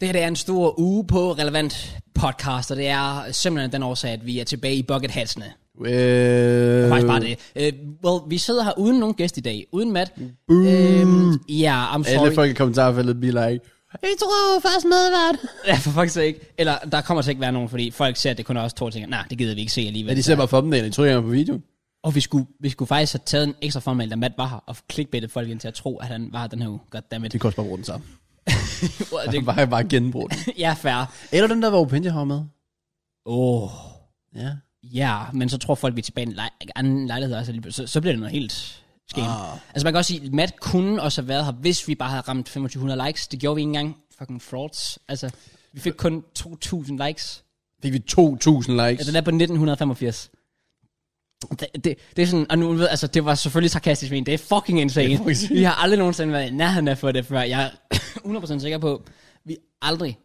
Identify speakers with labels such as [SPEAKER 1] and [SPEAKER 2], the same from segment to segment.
[SPEAKER 1] Det her det er en stor uge på Relevant Podcast, og det er simpelthen den årsag, at vi er tilbage i Bucket Hatsene.
[SPEAKER 2] Øh,
[SPEAKER 1] Faktisk bare det. Uh, well, vi sidder her uden nogen gæst i dag. Uden Matt. Boom. Uh, yeah, I'm sorry.
[SPEAKER 2] Alle folk i kommentarfeltet bliver like,
[SPEAKER 1] Jeg tror først medvært. Ja, for faktisk ikke. Eller der kommer til ikke være nogen, fordi folk ser, at det kun er os to og tænker, nej, nah, det gider vi ikke se alligevel.
[SPEAKER 2] ja, de ser bare thumbnail, de tror jeg er på videoen.
[SPEAKER 1] Og vi skulle, vi skulle faktisk have taget en ekstra formal, da Matt var her, og clickbaitet folk ind til at tro, at han var her den her uge. Goddammit.
[SPEAKER 2] De kan også bare bruge den sammen.
[SPEAKER 1] Wow,
[SPEAKER 2] Det
[SPEAKER 1] det,
[SPEAKER 2] var jeg bare genbruge den.
[SPEAKER 1] ja, fair.
[SPEAKER 2] Eller den der, hvor Opinja har med.
[SPEAKER 1] Åh, oh,
[SPEAKER 2] Ja.
[SPEAKER 1] ja, men så tror folk, vi er tilbage i en lej- anden lejlighed også. alligevel. Så, så bliver det noget helt skæmt.
[SPEAKER 2] Ah.
[SPEAKER 1] Altså man kan også sige, at Matt kunne også have været her, hvis vi bare havde ramt 2500 likes. Det gjorde vi ikke engang. Fucking frauds. Altså, vi fik kun 2000 likes.
[SPEAKER 2] Fik vi 2.000 likes.
[SPEAKER 1] Ja, den er på 1985. Det, det, det er sådan, og nu ved, altså, det var selvfølgelig sarkastisk men det er fucking
[SPEAKER 2] Det er
[SPEAKER 1] insane.
[SPEAKER 2] fucking sygt.
[SPEAKER 1] Vi har aldrig nogensinde været i nærheden af for det før. Jeg er 100% sikker på, at vi aldrig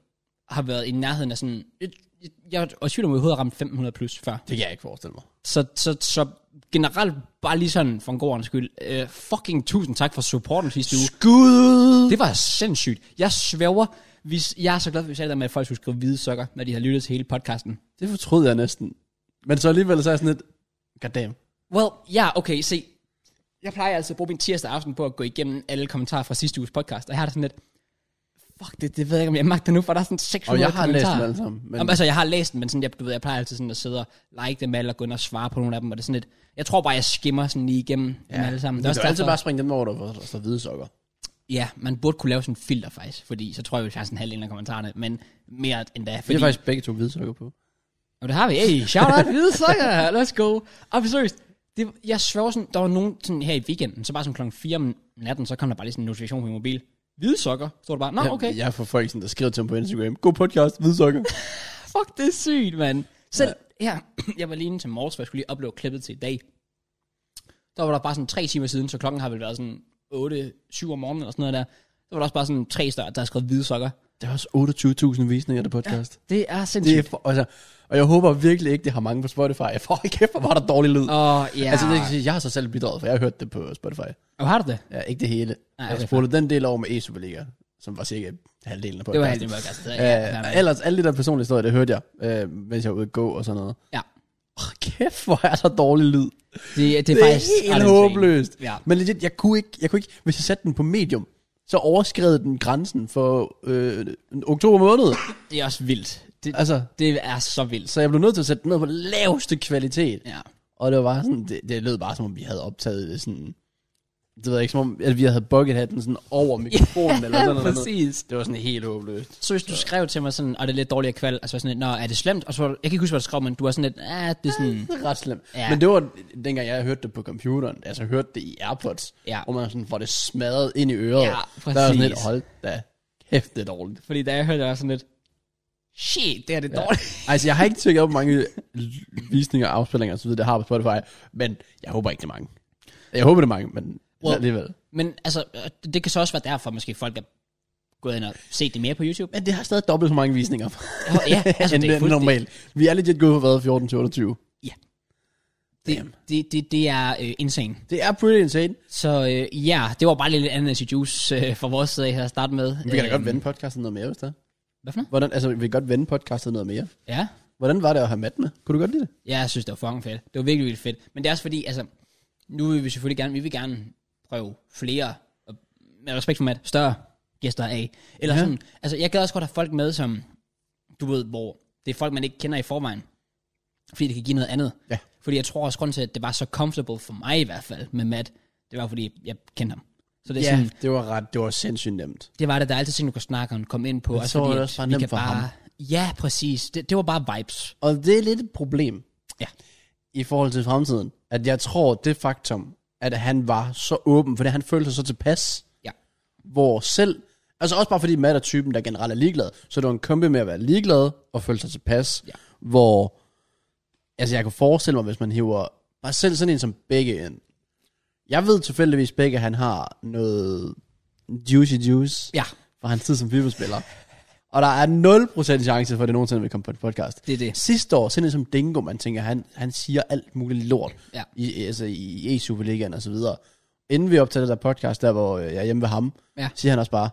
[SPEAKER 1] har været i nærheden af sådan, jeg, jeg, jeg er tvivl om, at vi overhovedet har ramt 500 plus før.
[SPEAKER 2] Det kan jeg ikke forestille mig.
[SPEAKER 1] Så, så, så generelt, bare lige sådan, for en god ordens skyld, øh, fucking tusind tak for supporten sidste uge.
[SPEAKER 2] Skud!
[SPEAKER 1] Det var sindssygt. Jeg sværger, hvis, jeg er så glad for, at vi sagde det der med, at folk skulle skrive hvide sokker, når de har lyttet til hele podcasten.
[SPEAKER 2] Det fortrød jeg næsten. Men så alligevel så er jeg sådan lidt, goddamn.
[SPEAKER 1] Well, ja, yeah, okay, se. Jeg plejer altså at bruge min tirsdag aften på at gå igennem alle kommentarer fra sidste uges podcast, og jeg har det sådan lidt, fuck det, det ved jeg ikke, om jeg magter nu, for der er sådan 600
[SPEAKER 2] Og jeg har læst
[SPEAKER 1] kommentarer.
[SPEAKER 2] dem alle sammen. Men
[SPEAKER 1] Jamen, altså, jeg har læst dem, men sådan, jeg, du ved, jeg plejer altid sådan at sidde og like dem alle, og gå ind og svare på nogle af dem, og det er sådan lidt, jeg tror bare, jeg skimmer sådan lige igennem ja, dem alle sammen.
[SPEAKER 2] det er også altid
[SPEAKER 1] derfor-
[SPEAKER 2] bare springe dem over, der får så hvide sokker.
[SPEAKER 1] Ja, man burde kunne lave sådan en filter faktisk, fordi så tror jeg, vi tager sådan en halvdel af kommentarerne, men mere end da.
[SPEAKER 2] Vi
[SPEAKER 1] Fordi,
[SPEAKER 2] har faktisk begge to hvide sokker på.
[SPEAKER 1] Og det har vi. Hey, shout out, hvide sokker. Let's go. Og for seriøst, det, jeg sværger sådan, der var nogen sådan her i weekenden, så bare som klokken 4 om natten, så kom der bare lige sådan en notifikation på min mobil. Hvide sokker, så var det bare, nå
[SPEAKER 2] Jeg-
[SPEAKER 1] okay, ja,
[SPEAKER 2] Jeg får folk sådan, der skriver til mig på Instagram, god podcast, hvide sokker.
[SPEAKER 1] fuck det er sygt, mand. Selv her, jeg var lige inde til morges, for jeg skulle lige opleve klippet til i dag. Der var der bare sådan tre timer siden, så klokken har vel været sådan 8-7 om morgenen eller sådan noget der. Så var der også bare sådan tre større, der har skrevet hvide sokker.
[SPEAKER 2] Der er også 28.000 visninger, der podcast.
[SPEAKER 1] Det er sindssygt.
[SPEAKER 2] Det er for, altså, og jeg håber virkelig ikke, det har mange på Spotify. Jeg får ikke kæft, hvor var der dårlig lyd. Uh,
[SPEAKER 1] Åh, ja.
[SPEAKER 2] Altså, det kan jeg sige, jeg har så selv bidraget, for jeg har hørt det på Spotify.
[SPEAKER 1] Og har du det?
[SPEAKER 2] Ja, ikke det hele.
[SPEAKER 1] Nej,
[SPEAKER 2] Nej,
[SPEAKER 1] okay,
[SPEAKER 2] jeg spurgte den del over med e-Superliga, som var cirka halvdelen af podcasten.
[SPEAKER 1] Det var helt det mørke, altså. Det er- ja,
[SPEAKER 2] Øh,
[SPEAKER 1] fandme.
[SPEAKER 2] ellers, alle de der personlige historier, det hørte jeg, øh, mens jeg var ude at gå og sådan noget.
[SPEAKER 1] Ja.
[SPEAKER 2] Oh, kæft, hvor er der dårlig lyd.
[SPEAKER 1] det, det
[SPEAKER 2] Det
[SPEAKER 1] er
[SPEAKER 2] er, det
[SPEAKER 1] faktisk...
[SPEAKER 2] er
[SPEAKER 1] ret
[SPEAKER 2] helt
[SPEAKER 1] insane.
[SPEAKER 2] håbløst.
[SPEAKER 1] Ja.
[SPEAKER 2] Men legit, jeg kunne, ikke, jeg kunne ikke, hvis jeg satte den på medium, så overskred den grænsen for øh, oktober måned.
[SPEAKER 1] Det er også vildt. Det,
[SPEAKER 2] altså,
[SPEAKER 1] det er så vildt.
[SPEAKER 2] så jeg blev nødt til at sætte den ned på laveste kvalitet.
[SPEAKER 1] Ja.
[SPEAKER 2] Og det var bare sådan, det, det lød bare som om vi havde optaget det sådan, det ved jeg ikke, som om at vi havde buckethetten sådan over mikrofonen eller sådan noget.
[SPEAKER 1] præcis.
[SPEAKER 2] Det var sådan helt håbløst.
[SPEAKER 1] Så hvis du skrev til mig sådan, og det er lidt dårligere kval, altså sådan lidt, nå, er det slemt? Og så, var du- jeg kan ikke huske, hvad du skrev, men du var sådan lidt, ah, det er sådan,
[SPEAKER 2] Det er ret slemt.
[SPEAKER 1] Ja.
[SPEAKER 2] Mm. Ja. Men det var dengang jeg hørte det på computeren, altså hørte det i AirPods,
[SPEAKER 1] Ja.
[SPEAKER 2] hvor man sådan får det smadret ind i øret.
[SPEAKER 1] Ja,
[SPEAKER 2] Der var sådan lidt,
[SPEAKER 1] præcis.
[SPEAKER 2] hold da kæft, det er dårligt.
[SPEAKER 1] fordi da jeg hørte det, jeg var sådan lidt, shit, det er det
[SPEAKER 2] Ja.
[SPEAKER 1] dårligt.
[SPEAKER 2] altså jeg har ikke tjekket op, hvor mange l- visninger og afspillinger og så videre, det har på Spotify, men jeg håber ikke, det er mange. Jeg håber, det er mange, men
[SPEAKER 1] Well,
[SPEAKER 2] well, alligevel.
[SPEAKER 1] Men altså, øh, det- det kan så også være derfor, måske folk er gået ind og set det mere på YouTube.
[SPEAKER 2] Men det har stadig dobbelt så mange visninger.
[SPEAKER 1] Ja, altså,
[SPEAKER 2] end
[SPEAKER 1] det er fuldstændig-
[SPEAKER 2] normalt. Vi er legit gået fra hvad, 14 til 28.
[SPEAKER 1] Det, det, det, det er øh, insane.
[SPEAKER 2] Det er pretty insane.
[SPEAKER 1] Så øh, ja, det var bare lidt andet til juice øh, fra vores side her at starte med.
[SPEAKER 2] Vi kan da
[SPEAKER 1] Øhm,
[SPEAKER 2] godt vende podcastet noget mere, hvis der.
[SPEAKER 1] Hvad for noget?
[SPEAKER 2] Hvordan, altså, vi kan godt vende podcastet noget mere.
[SPEAKER 1] Ja.
[SPEAKER 2] Hvordan var det at have mat med? Kunne du godt lide det?
[SPEAKER 1] Ja, jeg synes, det var fucking fedt. Det var virkelig, virkelig fedt. Men det er også fordi, altså, nu vil vi selvfølgelig gerne, vi vil gerne prøve flere, og med respekt for Matt, større gæster af. Eller ja.
[SPEAKER 2] Ja.
[SPEAKER 1] sådan, altså, jeg gad også godt have folk med, som, du ved, hvor det er folk, man ikke kender i forvejen. Fordi det kan give noget andet.
[SPEAKER 2] Ja.
[SPEAKER 1] Fordi jeg tror også, grund til, at det var så comfortable for mig i hvert fald med Matt, det var fordi, jeg kendte ham. Så det er sådan,
[SPEAKER 2] det var ret, det var sindssygt nemt.
[SPEAKER 1] det var det, der er altid ting, du kan snakke om, komme ind på.
[SPEAKER 2] Men
[SPEAKER 1] også
[SPEAKER 2] så var
[SPEAKER 1] fordi,
[SPEAKER 2] det
[SPEAKER 1] at
[SPEAKER 2] også bare
[SPEAKER 1] vi
[SPEAKER 2] nemt
[SPEAKER 1] kan
[SPEAKER 2] for ham.
[SPEAKER 1] Ja, præcis. Det, det var bare vibes.
[SPEAKER 2] Og det er lidt et problem.
[SPEAKER 1] Ja.
[SPEAKER 2] I forhold til fremtiden. At jeg tror, det faktum, at han var så åben, fordi han følte sig så tilpas,
[SPEAKER 1] Ja.
[SPEAKER 2] hvor selv... Altså også bare fordi Matt er typen, der generelt er ligeglad. Så det var en kombi med at være ligeglad og føle sig tilpas.
[SPEAKER 1] Ja.
[SPEAKER 2] Hvor... Altså jeg kan forestille mig, hvis man hiver bare selv sådan en som Begge ind. Jeg ved tilfældigvis Begge, han har noget juicy juice
[SPEAKER 1] Ja,
[SPEAKER 2] fra hans tid som FIFA-spiller. Og der er 0% chance for, at det nogensinde vil komme på en podcast.
[SPEAKER 1] det er det.
[SPEAKER 2] Sidste år, sådan en som Dingo, man tænker, han, han siger alt muligt lort
[SPEAKER 1] Ja.
[SPEAKER 2] i, altså, i E-Superligaen og så videre. Inden vi optager det der podcast, der hvor øh, jeg er hjemme ved ham,
[SPEAKER 1] Ja.
[SPEAKER 2] siger han også bare,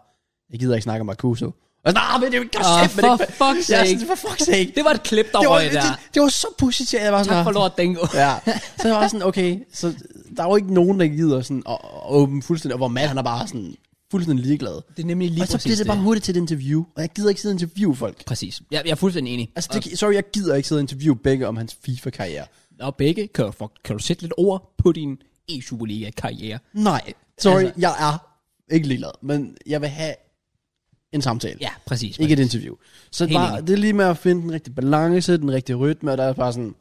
[SPEAKER 2] jeg gider ikke snakke om Marcuso. Og sådan, nah, men det er jo ikke
[SPEAKER 1] Åh,
[SPEAKER 2] oh,
[SPEAKER 1] Ah, for fuck's
[SPEAKER 2] Jeg er
[SPEAKER 1] sake.
[SPEAKER 2] sådan, for fuck's sake.
[SPEAKER 1] Det var et klip, der
[SPEAKER 2] Det var,
[SPEAKER 1] røg
[SPEAKER 2] det,
[SPEAKER 1] der.
[SPEAKER 2] det, det var så positivt, jeg var sådan,
[SPEAKER 1] Tak
[SPEAKER 2] "Ah,
[SPEAKER 1] for lort, Dingo.
[SPEAKER 2] Ja, så jeg var sådan, okay, så der er jo ikke nogen, der gider sådan at, at åbne fuldstændig, og hvor Matt, han er bare sådan fuldstændig ligeglad.
[SPEAKER 1] Det er nemlig lige
[SPEAKER 2] og så
[SPEAKER 1] præcis
[SPEAKER 2] bliver det bare hurtigt til et interview, og jeg gider ikke sidde og interviewe folk.
[SPEAKER 1] Præcis. Jeg, jeg er fuldstændig enig.
[SPEAKER 2] Altså, det, sorry, jeg gider ikke sidde og interviewe begge om hans FIFA-karriere.
[SPEAKER 1] Og begge, kan, du- fuck, kan du sætte lidt ord på din e-Superliga-karriere?
[SPEAKER 2] Nej, sorry,
[SPEAKER 1] Altså-
[SPEAKER 2] altså, jeg er ikke ligeglad, men jeg vil have en samtale.
[SPEAKER 1] Ja, præcis.
[SPEAKER 2] Ikke et interview. Så
[SPEAKER 1] Helt
[SPEAKER 2] bare,
[SPEAKER 1] enig.
[SPEAKER 2] det er lige med at finde den rigtige balance, den rigtige rytme, og der er bare sådan,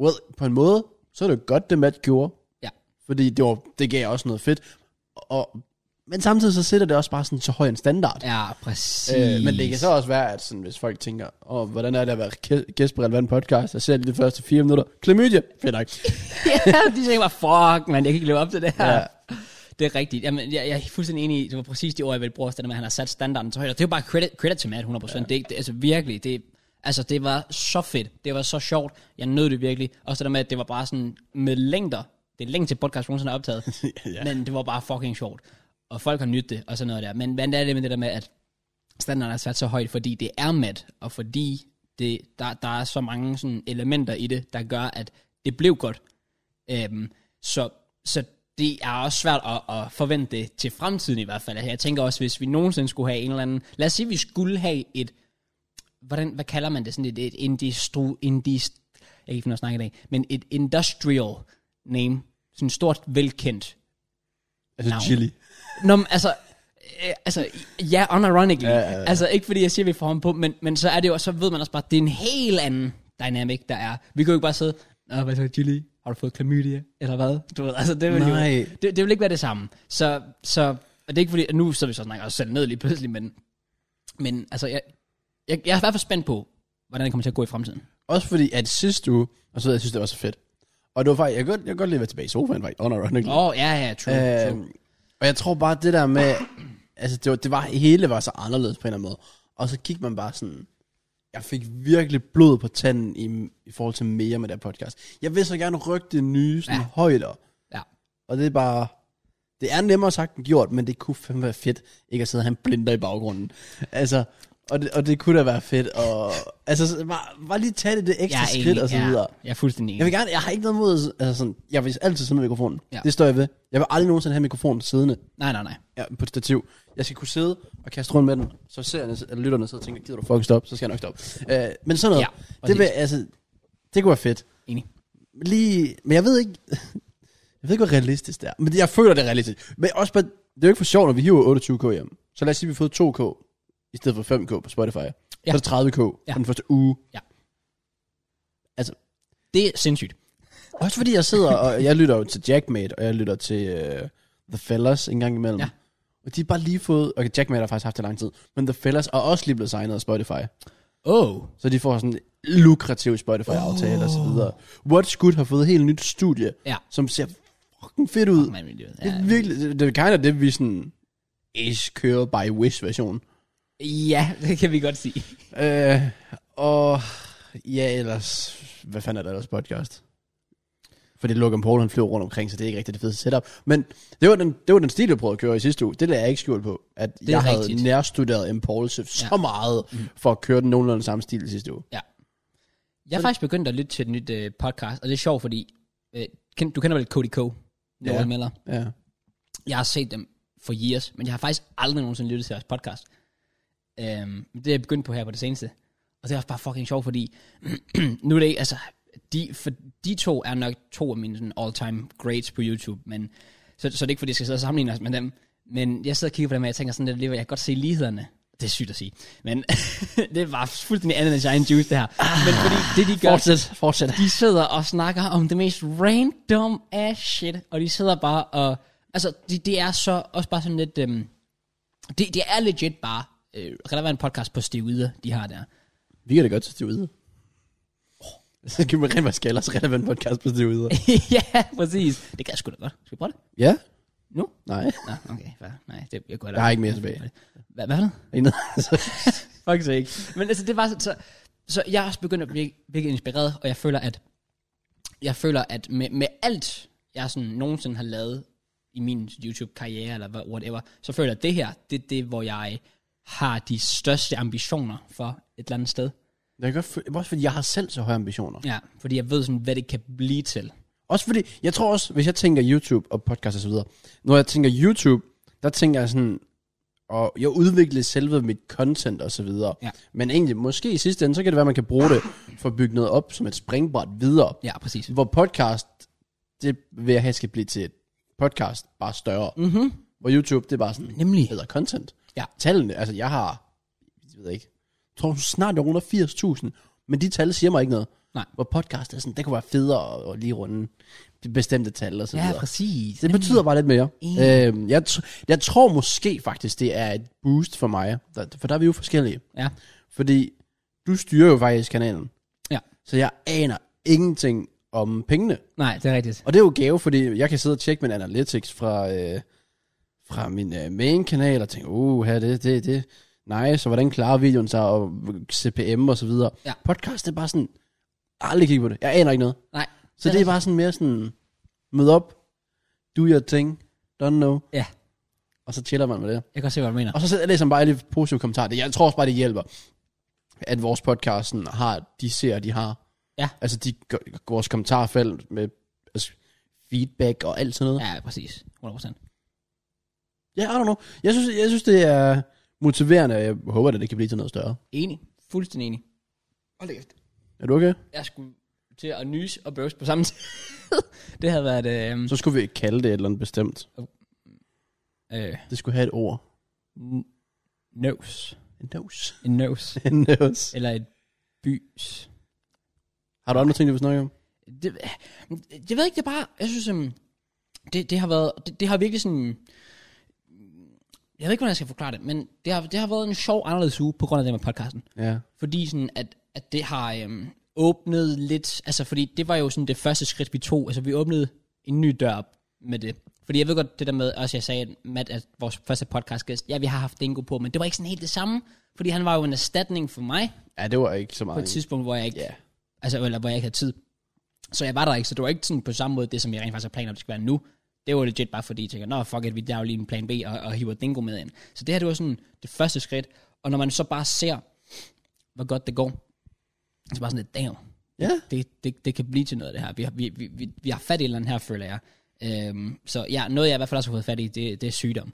[SPEAKER 2] well, på en måde, så er det jo godt, det Matt gjorde,
[SPEAKER 1] Ja.
[SPEAKER 2] fordi det, var, det gav også noget fedt. Og, men samtidig så sætter det også bare sådan så høj en standard.
[SPEAKER 1] Ja, præcis.
[SPEAKER 2] Øh, men det kan så også være, at sådan, hvis folk tænker, åh, hvordan er det at være gæ- gæst på Relevant Podcast, og ser de de første fire minutter, klamydia, fedt nok.
[SPEAKER 1] ja, de tænker bare, fuck, man, jeg kan ikke leve op til det her. Ja.
[SPEAKER 2] Ja.
[SPEAKER 1] Det er rigtigt. Jamen, jeg, jeg er fuldstændig enig i, det var præcis de ord, jeg ville bruge, også det der med, at han har sat standarden så højt. Og det er jo bare credit, credit til Matt 100%. Ja. Det, er ikke- det, altså virkelig, det, altså, det var så fedt. Det var så sjovt. Jeg nød det virkelig. Også det der med, at det var bare sådan med længder. Det er længe til podcast, nogensinde er optaget.
[SPEAKER 2] ja.
[SPEAKER 1] Men det var bare fucking sjovt. Og folk har nydt det, og sådan noget der. Men hvad er det med det der med, at standarden er sat så højt, fordi det er mat, og fordi det, der, der er så mange sådan elementer i det, der gør, at det blev godt. Øhm, så, så det er også svært at, at forvente det til fremtiden i hvert fald. Altså, Jeg tænker også, hvis vi nogensinde skulle have en eller anden... Lad os sige, vi skulle have et... Hvordan, hvad kalder man det? Sådan et, et indistru, indist, jeg kan ikke finde ud af at snakke i dag. Men et industrial name. Sådan et stort, velkendt
[SPEAKER 2] Altså
[SPEAKER 1] Navn.
[SPEAKER 2] chili.
[SPEAKER 1] Nå, men altså, øh, altså, ja, unironically. Ja,
[SPEAKER 2] Ja,
[SPEAKER 1] ja,
[SPEAKER 2] ja,
[SPEAKER 1] ja.
[SPEAKER 2] ja.
[SPEAKER 1] Altså, ikke fordi jeg siger, at vi får ham på, men, men så er det jo, så ved man også bare, at det er en helt anden dynamic, der er. Vi kan jo ikke bare sidde, Nå, hvad så, Gilly? Har du fået klamydia? Eller hvad? Du ved, altså, det vil
[SPEAKER 2] Nej.
[SPEAKER 1] jo det, det vil ikke være det samme. Så, så og det er ikke fordi, at nu sidder vi så og snakker os selv ned lige pludselig, men, men altså, jeg, jeg, jeg er i hvert fald spændt på, hvordan det kommer til at gå i fremtiden.
[SPEAKER 2] Også fordi, at sidste uge, og så jeg synes, det var så fedt. Og det var faktisk, jeg kan godt, jeg kan godt lide at være tilbage i sofaen, faktisk, under
[SPEAKER 1] Åh, oh, ja, ja, true. Øh, true.
[SPEAKER 2] Øhm, og jeg tror bare, det der med, altså det var, det var, hele var så anderledes på en eller anden måde. Og så gik man bare sådan, jeg fik virkelig blod på tanden i, i forhold til mere med det her podcast. Jeg vil så gerne rykke det nye sådan
[SPEAKER 1] Ja.
[SPEAKER 2] ja. højder.
[SPEAKER 1] Ja.
[SPEAKER 2] Og det er bare, det er nemmere sagt end gjort, men det kunne fandme være fedt, ikke at sidde og have en blinder i baggrunden. Altså, og det, og det kunne da være fedt, og altså, så bare, bare lige tage det, det
[SPEAKER 1] Jeg
[SPEAKER 2] ekstra
[SPEAKER 1] er
[SPEAKER 2] skridt
[SPEAKER 1] enig,
[SPEAKER 2] og så
[SPEAKER 1] ja.
[SPEAKER 2] videre.
[SPEAKER 1] Jeg er fuldstændig enig.
[SPEAKER 2] Jeg vil gerne, jeg har ikke noget mod, altså sådan, jeg vil altid sidde med mikrofonen.
[SPEAKER 1] Ja.
[SPEAKER 2] Ja. Det står jeg ved. Jeg vil aldrig nogensinde have mikrofonen siddende
[SPEAKER 1] Nej, nej, nej.
[SPEAKER 2] ja, på et stativ. Jeg skal kunne sidde og kaste rundt med den, så seerne, eller lytterne sidder og tænker, gider du fucking stoppe, så skal jeg nok stoppe. Øh, men sådan noget,
[SPEAKER 1] Ja,
[SPEAKER 2] ja, det, vil, altså, det kunne være fedt.
[SPEAKER 1] Enig.
[SPEAKER 2] Lige, men jeg ved ikke, jeg ved ikke, hvor realistisk det er. Men jeg føler, det er realistisk. Men også bare, det er jo ikke for sjovt, når vi hiver 28k hjem. Så lad os sige, at vi har fået 2k i stedet for 5k på Spotify. Ja. Så er det 30k
[SPEAKER 1] Ja.
[SPEAKER 2] ja. for den første uge.
[SPEAKER 1] Det er sindssygt.
[SPEAKER 2] Også fordi jeg sidder, og jeg lytter jo til Jackmate, og jeg lytter til uh, The Fellas en gang imellem.
[SPEAKER 1] Ja.
[SPEAKER 2] Ja. Og de har bare lige fået, okay, Jackmate har faktisk haft det i lang tid, men The Fellas er også lige blevet signet af Spotify.
[SPEAKER 1] Oh.
[SPEAKER 2] Så de får sådan en lukrativ Spotify-aftale oh. og så videre. What's Good har fået et helt nyt studie,
[SPEAKER 1] Ja.
[SPEAKER 2] som ser fucking fedt ud.
[SPEAKER 1] Man, men det-
[SPEAKER 2] det
[SPEAKER 1] ja.
[SPEAKER 2] er virkelig, det, det er kind of det, vi sådan, is kører by wish version.
[SPEAKER 1] Ja, det kan vi godt sige.
[SPEAKER 2] Øh, og ja, ellers, hvad fanden er der ellers podcast? Fordi Logan Paul, han flyver rundt omkring, så det er ikke rigtig det fedeste setup. Men det var den, det var den stil, jeg prøvede at køre i sidste uge. Det lader jeg ikke skjul på. At
[SPEAKER 1] er
[SPEAKER 2] jeg havde
[SPEAKER 1] rigtigt.
[SPEAKER 2] nærstuderet Impulsive så
[SPEAKER 1] Ja. Mm.
[SPEAKER 2] meget, for at køre den nogenlunde samme stil i sidste uge.
[SPEAKER 1] Jeg har faktisk begyndt at lytte til et nyt øh, podcast, og det er sjovt, fordi øh, kend- du kender vel Cody Ko,
[SPEAKER 2] Ja.
[SPEAKER 1] Noel Miller.
[SPEAKER 2] Ja.
[SPEAKER 1] Jeg har set dem for years, men jeg har faktisk aldrig nogensinde lyttet til deres podcast. Øhm, det er jeg begyndt på her på det seneste. Og det er også bare fucking sjovt, fordi nu er det ikke, altså, de, for de to er nok to af mine sådan, all-time greats på YouTube, men så, så er det ikke, fordi jeg skal sidde og sammenligne os med dem. Men jeg sidder og kigger på dem, og jeg tænker sådan lidt, alligevel, jeg kan godt se lighederne. Det er sygt at sige. Men det var fuldstændig andet end Shine Juice, det her. Men fordi det, de gør,
[SPEAKER 2] Fortsæt, fortsæt.
[SPEAKER 1] de sidder og snakker om det mest random ass shit, og de sidder bare og... Altså, det de er så også bare sådan lidt... Øhm, det de er legit bare øh, relevant podcast på stivider, de har der.
[SPEAKER 2] Vi kan da godt til ude. Så skal man rent være skal, så relevant podcast på det ude.
[SPEAKER 1] ja, præcis. Det kan jeg sgu da godt. Skal vi prøve det?
[SPEAKER 2] Ja?
[SPEAKER 1] Nu?
[SPEAKER 2] Nej.
[SPEAKER 1] Nå, okay, fair. Nej, det jeg går da.
[SPEAKER 2] Jeg har ikke mere tilbage.
[SPEAKER 1] Hvad, hvad er det?
[SPEAKER 2] Ingen- altså.
[SPEAKER 1] Faktisk ikke. Men altså, det var så, så, så jeg er også begyndt at blive virkelig inspireret, og jeg føler, at jeg føler, at med, med alt, jeg sådan nogensinde har lavet i min YouTube-karriere, eller hvad- whatever, så føler jeg, at det her, det er det, hvor jeg har de største ambitioner for et eller andet sted.
[SPEAKER 2] Jeg kan godt føle, også fordi jeg har selv så høje ambitioner.
[SPEAKER 1] Ja, fordi jeg ved sådan, hvad det kan blive til.
[SPEAKER 2] Også fordi, jeg tror også, hvis jeg tænker YouTube og podcast og så videre, når jeg tænker YouTube, der tænker jeg sådan, og jeg udvikler selve mit content og så videre.
[SPEAKER 1] Ja.
[SPEAKER 2] Men egentlig, måske i sidste ende, så kan det være, at man kan bruge det for at bygge noget op som et springbræt videre.
[SPEAKER 1] Ja, præcis.
[SPEAKER 2] Hvor podcast, det vil jeg have skal blive til et podcast, bare større.
[SPEAKER 1] Mhm.
[SPEAKER 2] Hvor YouTube, det er bare sådan,
[SPEAKER 1] Nemlig.
[SPEAKER 2] hedder content.
[SPEAKER 1] Ja.
[SPEAKER 2] Tallene, altså jeg har, jeg ved ikke, jeg tror snart jeg runder 80.000, men de tal siger mig ikke noget.
[SPEAKER 1] Nej.
[SPEAKER 2] Hvor podcast er sådan, det kunne være federe at- at lige runde de bestemte tal og så
[SPEAKER 1] Ja,
[SPEAKER 2] videre.
[SPEAKER 1] præcis.
[SPEAKER 2] Det betyder bare lidt mere.
[SPEAKER 1] Enig.
[SPEAKER 2] Øhm, jeg, tr- jeg tror måske faktisk, det er et boost for mig, der, for der er vi jo forskellige.
[SPEAKER 1] Ja.
[SPEAKER 2] Fordi du styrer jo faktisk kanalen.
[SPEAKER 1] Ja.
[SPEAKER 2] Så jeg aner ingenting om pengene.
[SPEAKER 1] Nej, det er rigtigt.
[SPEAKER 2] Og det er jo gave, fordi jeg kan sidde og tjekke min analytics fra, øh, fra min øh, main-kanal og tænke, uh, her det, det, det. Nice, og hvordan klarer videoen sig, og CPM og så videre.
[SPEAKER 1] Ja.
[SPEAKER 2] Podcast, det er bare sådan, aldrig kigge på det. Jeg aner ikke noget.
[SPEAKER 1] Nej.
[SPEAKER 2] Så det er bare sådan mere sådan, mød op, do your thing, don't know,
[SPEAKER 1] Ja,
[SPEAKER 2] og så chiller man med det.
[SPEAKER 1] jeg kan godt se, hvad du mener.
[SPEAKER 2] Og så sidder jeg ligesom bare lidt positive kommentarer. Det- Jeg tror også bare, det hjælper, at vores podcast sådan, har de ser, de har.
[SPEAKER 1] Ja.
[SPEAKER 2] Altså de, gør- vores kommentarfelt med altså, feedback og alt sådan noget.
[SPEAKER 1] Ja, præcis. 100%.
[SPEAKER 2] Ja, yeah, I don't know. Jeg synes, jeg synes, det er motiverende, og jeg håber, at det kan blive til noget større.
[SPEAKER 1] Enig. Fuldstændig enig. Hold da kæft.
[SPEAKER 2] Er du okay?
[SPEAKER 1] Jeg skulle til at nys og bøvse på samme tid. det havde været... Øh,
[SPEAKER 2] Så skulle vi ikke kalde det et eller andet bestemt.
[SPEAKER 1] øh,
[SPEAKER 2] Det skulle have et ord.
[SPEAKER 1] n- nose.
[SPEAKER 2] En nose.
[SPEAKER 1] En nose.
[SPEAKER 2] En nose.
[SPEAKER 1] Eller et bys.
[SPEAKER 2] Har du andre ting, du vil snakke om?
[SPEAKER 1] det, jeg ved ikke, det er bare, jeg synes, øhm, det, det har været, det, det har virkelig sådan, jeg ved ikke, hvordan jeg skal forklare det, men det har, det har været en sjov anderledes uge på grund af det med podcasten.
[SPEAKER 2] Ja.
[SPEAKER 1] Fordi sådan, at, at det har øhm, åbnet lidt, altså fordi det var jo sådan det første skridt, vi tog, altså vi åbnede en ny dør op med det. Fordi jeg ved godt det der med, også jeg sagde, Matt, at vores første podcastgæst, ja, vi har haft Dingo på, men det var ikke sådan helt det samme, fordi han var jo en erstatning for mig,
[SPEAKER 2] Ja, det var ikke
[SPEAKER 1] på
[SPEAKER 2] så meget.
[SPEAKER 1] et tidspunkt, hvor jeg ikke
[SPEAKER 2] Ja.
[SPEAKER 1] altså, eller hvor jeg ikke havde tid. Så jeg var der ikke, så det var ikke sådan på samme måde, det som jeg rent faktisk har planer om, det skal være nu. Det var legit bare fordi, jeg tænker, nå fuck it, vi der jo lige en plan B og, og hiver Dingo med ind. Så det her, det var sådan det første skridt. Og når man så bare ser, hvor godt det går, så bare sådan lidt, damn,
[SPEAKER 2] Ja.
[SPEAKER 1] det, det, det kan blive til noget af det her. Vi har, vi, vi, vi, vi har fat i et eller andet her, føler jeg. Øhm, så ja, noget jeg i hvert fald også har fået fat i, det, det er sygdom.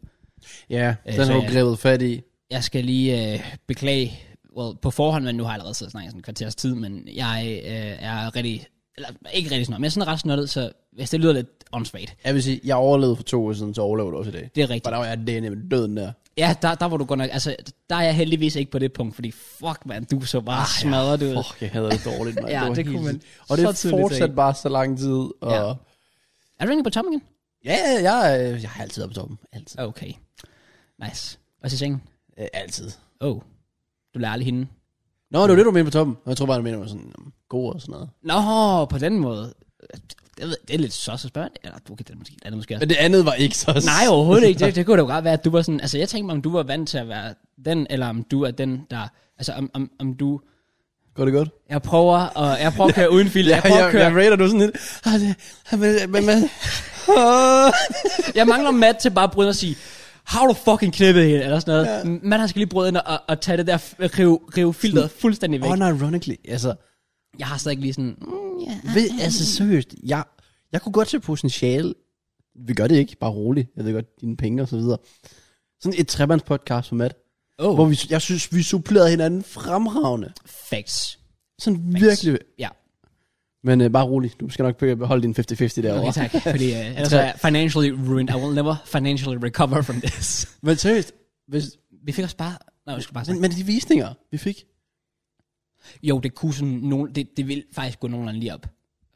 [SPEAKER 2] Ja,
[SPEAKER 1] Øh,
[SPEAKER 2] den har
[SPEAKER 1] så
[SPEAKER 2] du
[SPEAKER 1] ja.
[SPEAKER 2] grebet fat i.
[SPEAKER 1] Jeg skal lige øh, beklage, well, på forhånd, men nu har jeg allerede siddet og snakket i sådan en kvarters tid, men jeg øh, er rigtig, eller ikke rigtig snart, men jeg er sådan ret snottet, så hvis det lyder lidt åndssvagt,
[SPEAKER 2] Jeg vil sige, jeg overlevede for to år siden, så overlevede du også i dag.
[SPEAKER 1] det er rigtigt.
[SPEAKER 2] For der var jeg denne med døden der.
[SPEAKER 1] Ja, der, der var du godt nok, altså, der er jeg heldigvis ikke på det punkt, fordi fuck man, du så bare ah, smadret ud.
[SPEAKER 2] Fuck, jeg havde det dårligt, mand.
[SPEAKER 1] Ja,
[SPEAKER 2] var
[SPEAKER 1] det
[SPEAKER 2] helt
[SPEAKER 1] kunne man
[SPEAKER 2] vildt. Og det
[SPEAKER 1] så tydeligt
[SPEAKER 2] er fortsat
[SPEAKER 1] se.
[SPEAKER 2] bare så lang tid. Og...
[SPEAKER 1] Ja. Er du egentlig på toppen igen?
[SPEAKER 2] ja, ja, jeg, jeg har altid været på toppen. Altid.
[SPEAKER 1] Okay, nice. Også i sengen?
[SPEAKER 2] Øh, altid.
[SPEAKER 1] Oh, du lærer aldrig hende.
[SPEAKER 2] Nå, det var det, du mente på toppen. Jeg tror bare, du mener, du var sådan um, god og sådan noget.
[SPEAKER 1] Nå, på den måde. Det, ved- det er lidt så så spørgsmål. Eller, okay, det er måske, det er måske også.
[SPEAKER 2] Men det andet var ikke så...
[SPEAKER 1] Nej, overhovedet ikke. Det, det kunne da godt være, at du var sådan... Altså, jeg tænkte mig, om du var vant til at være den, eller om du er den, der... Altså, om, om, om du...
[SPEAKER 2] Går det godt?
[SPEAKER 1] Jeg prøver, og jeg prøver at køre uden fil. Jeg prøver at
[SPEAKER 2] jeg, jeg
[SPEAKER 1] køre...
[SPEAKER 2] rater du sådan lidt. Ah, det, ah, men, men, men,
[SPEAKER 1] Jeg mangler Matt til bare at bryde ind og sige... Har du fucking knippet hende? Eller sådan noget. Ja. Man har skal lige bryde ind og, og tage det der... f- Rive, rive filteret fuldstændig væk.
[SPEAKER 2] oh,
[SPEAKER 1] Oh,
[SPEAKER 2] no, ironically. Altså,
[SPEAKER 1] jeg har stadig lige sådan... Mm, yeah.
[SPEAKER 2] ved, altså seriøst, jeg, jeg kunne godt se potentiale. Vi gør det ikke, bare roligt. Jeg ved godt, dine penge og så videre. Sådan et trebandspodcast for Matt.
[SPEAKER 1] Oh,
[SPEAKER 2] Hvor vi, jeg synes, vi supplerede hinanden fremragende.
[SPEAKER 1] facts.
[SPEAKER 2] Sådan virkelig.
[SPEAKER 1] Ja,
[SPEAKER 2] Men øh, bare rolig, du skal nok beholde din 50-50 derovre.
[SPEAKER 1] okay, tak. Fordi uh, ellers er jeg financially ruined. I will never financially recover from this.
[SPEAKER 2] Men seriøst, hvis,
[SPEAKER 1] Vi fik også bare... Nej, vi skal bare
[SPEAKER 2] men, men de visninger, vi fik.
[SPEAKER 1] Jo, det kunne sådan nogen, det, det vil faktisk gå nogenlunde lige op.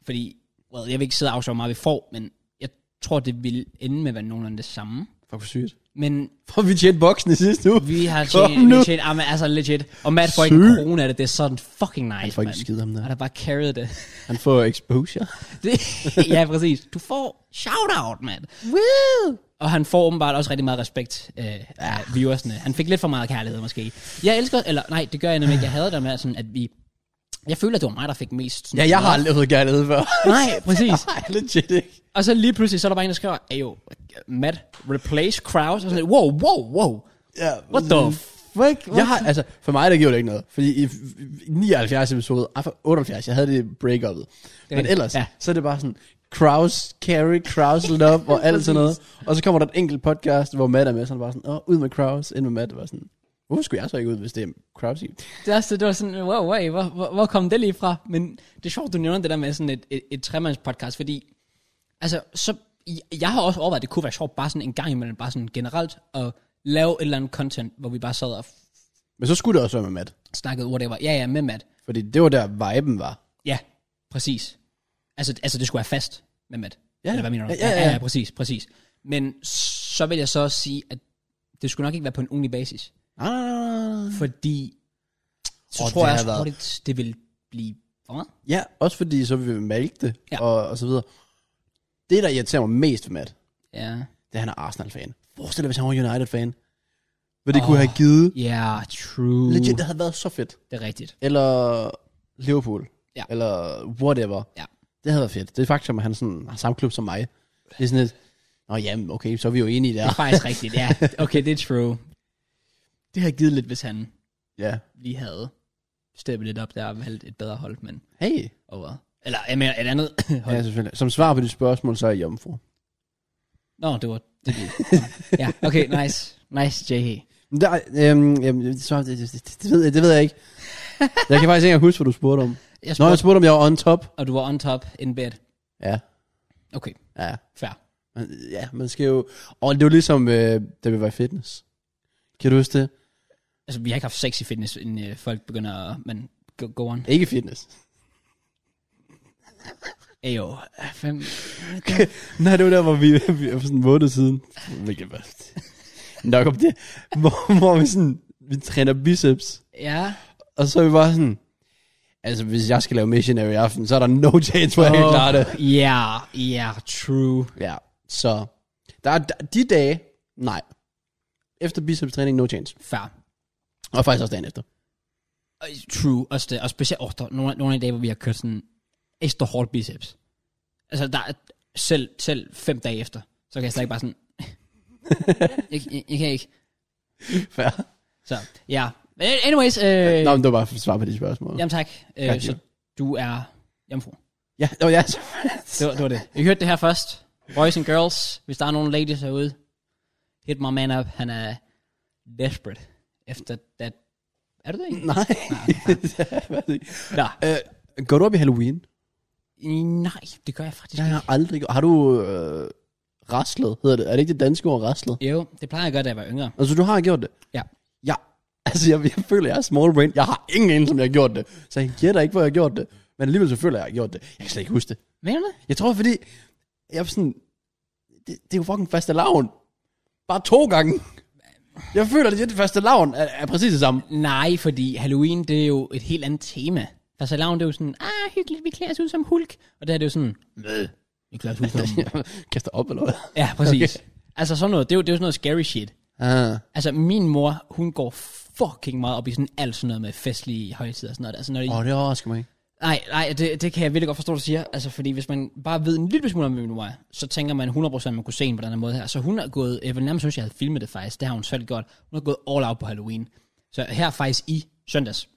[SPEAKER 1] Fordi, well, jeg vil ikke sidde og afsløre, hvor meget vi får, men jeg tror, det vil ende med at være nogenlunde det samme.
[SPEAKER 2] Fuck, hvor sygt.
[SPEAKER 1] Men
[SPEAKER 2] For vi tjente boksen i sidste uge.
[SPEAKER 1] vi har
[SPEAKER 2] Kom
[SPEAKER 1] tjent,
[SPEAKER 2] nu.
[SPEAKER 1] legit, ah, men altså legit, og Matt får ikke en
[SPEAKER 2] Sygt.
[SPEAKER 1] krone af det, det er sådan fucking nice,
[SPEAKER 2] Han får ikke
[SPEAKER 1] mand.
[SPEAKER 2] skid ham der.
[SPEAKER 1] Han har bare carried det.
[SPEAKER 2] Han får exposure.
[SPEAKER 1] det ja, præcis. Du får shout-out, mand.
[SPEAKER 2] Woo!
[SPEAKER 1] Og han får åbenbart også rigtig meget respekt øh, af
[SPEAKER 2] Ah.
[SPEAKER 1] viewersne. Han fik lidt for meget kærlighed måske. Jeg elsker, eller nej, det gør jeg nemlig ikke. Jeg hader det med, sådan, at vi... Jeg føler, at det var mig, der fik mest... Sådan,
[SPEAKER 2] Ja, jeg har aldrig fået kærlighed før.
[SPEAKER 1] Nej, præcis.
[SPEAKER 2] Nej, legit ikke.
[SPEAKER 1] Og så lige pludselig, så er der bare en, der skriver, Ayo, Matt, replace Kraus. Og sådan, wow, Mm. wow, wow.
[SPEAKER 2] Ja,
[SPEAKER 1] What the Hvor ikke?
[SPEAKER 2] Jeg har, altså, for mig, der gjorde det ikke noget. Fordi i i 79 episode, ej, for 78, jeg havde det break-upet. Men
[SPEAKER 1] rigtigt.
[SPEAKER 2] ellers,
[SPEAKER 1] Ja.
[SPEAKER 2] ja. så er det bare sådan, Kraus, Carrie, Kraus, Love og alt sådan noget. Og så kommer der et enkelt podcast, hvor Matt er med, så han bare sådan, åh, ud med Kraus, ind med Matt. Det var sådan, hvorfor skulle jeg så ikke ud, hvis det er Kraus i?
[SPEAKER 1] Det, er også, det var sådan, wow, wow, hvor, hvor, hvor kom det lige fra? Men det er sjovt, du nævner det der med sådan et, et, et tremandspodcast, fordi altså, så, jeg- jeg har også overvejet, at det kunne være sjovt bare sådan en gang imellem, bare sådan generelt, at lave et eller andet content, hvor vi bare sad og
[SPEAKER 2] Men så skulle det også være med Matt.
[SPEAKER 1] snakkede whatever. Ja, ja, med Matt.
[SPEAKER 2] Fordi det var der, viben var.
[SPEAKER 1] Ja, præcis. Altså, altså det skulle være fast med Matt.
[SPEAKER 2] Ja,
[SPEAKER 1] Eller hvad mener du?
[SPEAKER 2] ja, ja, ja.
[SPEAKER 1] ja, ja præcis, præcis. Men så vil jeg så også sige, at det skulle nok ikke være på en ugenlig basis.
[SPEAKER 2] Nej, nej, nej, nej, nej.
[SPEAKER 1] Fordi så
[SPEAKER 2] Åh,
[SPEAKER 1] tror jeg
[SPEAKER 2] det har
[SPEAKER 1] også
[SPEAKER 2] været-
[SPEAKER 1] hurtigt, det vil blive for meget.
[SPEAKER 2] Ja, også fordi så vil vi malke det,
[SPEAKER 1] Ja.
[SPEAKER 2] ja. og, og så videre. Det, der irriterer mig mest ved Matt,
[SPEAKER 1] Ja.
[SPEAKER 2] det er, at han er Arsenal-fan. Forestil dig, hvis han var United-fan. Hvad det oh.
[SPEAKER 1] Åh.
[SPEAKER 2] kunne have givet.
[SPEAKER 1] Ja, yeah, true.
[SPEAKER 2] Legit, det havde været så fedt.
[SPEAKER 1] Det er rigtigt.
[SPEAKER 2] Eller Liverpool.
[SPEAKER 1] Ja.
[SPEAKER 2] Eller whatever.
[SPEAKER 1] Ja.
[SPEAKER 2] Det havde været fedt. Det er faktisk, at han sådan, har samme klub som mig. Det er sådan et, Nå jamen, okay, så er vi jo enige
[SPEAKER 1] Det
[SPEAKER 2] der.
[SPEAKER 1] er faktisk rigtigt, ja. Okay, det er true. Det har givet lidt, hvis han
[SPEAKER 2] ja.
[SPEAKER 1] lige havde steppet lidt op der og valgt et bedre hold, men
[SPEAKER 2] Hey.
[SPEAKER 1] over. Eller, jeg mener, et andet hold.
[SPEAKER 2] Ja, selvfølgelig. Som svar på dit spørgsmål, så er jeg jomfru.
[SPEAKER 1] Nå, det var det. det. ja, okay, nice. Nice, JH.
[SPEAKER 2] Men Der, øhm, øhm, så, det, det, det, det, ved jeg, det ved jeg ikke. Jeg kan faktisk ikke engang huske, hvad du spurgte om.
[SPEAKER 1] Jeg
[SPEAKER 2] Nå, jeg
[SPEAKER 1] spurgte,
[SPEAKER 2] spurgte, om jeg var on top.
[SPEAKER 1] og du var on top in bed.
[SPEAKER 2] Ja,
[SPEAKER 1] Okay,
[SPEAKER 2] ja.
[SPEAKER 1] fair.
[SPEAKER 2] Men, Ja, man skal jo... Og det er jo ligesom, øh, da vi var i fitness. Kan du huske det?
[SPEAKER 1] Altså, vi har ikke haft sex i fitness, inden øh, folk begynder at... Men go, go on.
[SPEAKER 2] Ikke fitness.
[SPEAKER 1] Ejo, fem...
[SPEAKER 2] Nej, det var der, hvor vi, vi var sådan en måned siden. Hvilket var... Nok om det. Hvor, hvor vi sådan... Vi træner biceps.
[SPEAKER 1] Ja.
[SPEAKER 2] Og så er vi bare sådan... Altså, hvis jeg skal lave missionary i aften, så er der no chance, hvor jeg kan klare det.
[SPEAKER 1] Ja, ja, true.
[SPEAKER 2] Ja, så... Der er der- de dage... Nej. Efter biceps træning, no chance.
[SPEAKER 1] Fair.
[SPEAKER 2] Og faktisk også dagen efter.
[SPEAKER 1] Og True, også det. Og specielt oh, der er nogle, nogle af de dage, hvor vi har kørt sådan ekstra hårdt biceps. Altså, der er selv, selv fem dage efter, så kan jeg slet ikke bare sådan... jeg, jeg, jeg, kan ikke.
[SPEAKER 2] Fair.
[SPEAKER 1] Så, ja. Men anyways, øh,
[SPEAKER 2] Nå, men det var bare for at svare på de spørgsmål.
[SPEAKER 1] jamen tak. Øh,
[SPEAKER 2] Tak,
[SPEAKER 1] så
[SPEAKER 2] jo.
[SPEAKER 1] du er jomfru.
[SPEAKER 2] Ja, det var jeg.
[SPEAKER 1] Det var, det var det. I hørte det her først. Boys and girls, hvis der er nogen ladies herude, hit my man up. Han er desperate efter that. Er du det ikke?
[SPEAKER 2] Nej.
[SPEAKER 1] Nå.
[SPEAKER 2] Øh, går du op i Halloween?
[SPEAKER 1] Nej, det gør jeg faktisk
[SPEAKER 2] Jeg
[SPEAKER 1] ikke.
[SPEAKER 2] har aldrig Har du øh, raslet, hedder det? Er det ikke det danske ord, raslet?
[SPEAKER 1] Jo, det plejer jeg at gøre, da jeg var yngre.
[SPEAKER 2] Altså, du har gjort det?
[SPEAKER 1] Ja.
[SPEAKER 2] Ja. Altså, jeg, jeg føler, jeg er small brain. Jeg har ingen anelse, om jeg har gjort det. Så jeg gætter ikke, hvor jeg har gjort det. Men alligevel så føler jeg, jeg har gjort det. Jeg kan slet ikke huske det.
[SPEAKER 1] Mener du det?
[SPEAKER 2] Jeg tror, fordi... Jeg er sådan... Det, det er jo fucking faste laven. Bare to gange. Jeg føler, at det faste laven er, er præcis det samme.
[SPEAKER 1] Nej, fordi Halloween, det er jo et helt andet tema. Altså, laven, det er jo sådan, ah, hyggeligt, vi klæder os ud som hulk. Og der er det jo sådan, mød, vi klæder os ud som...
[SPEAKER 2] Kaster op eller hvad?
[SPEAKER 1] ja, præcis. Okay. Altså, sådan noget, det er, jo, det er jo sådan noget scary shit.
[SPEAKER 2] Ah.
[SPEAKER 1] Altså, min mor, hun går fucking meget op i sådan alt sådan noget med festlige højtider og sådan noget. Altså, når de,
[SPEAKER 2] Åh, oh, det overrasker mig ikke.
[SPEAKER 1] Nej, nej, det, det kan jeg virkelig godt forstå, du siger. Altså, fordi hvis man bare ved en lille smule om, hvem du er, så tænker man 100% at man kunne se hende på den her måde her. Så hun er gået, jeg vil nærmest synes, jeg havde filmet det faktisk, det har hun selv gjort. Hun er gået all out på Halloween. Så her faktisk i søndags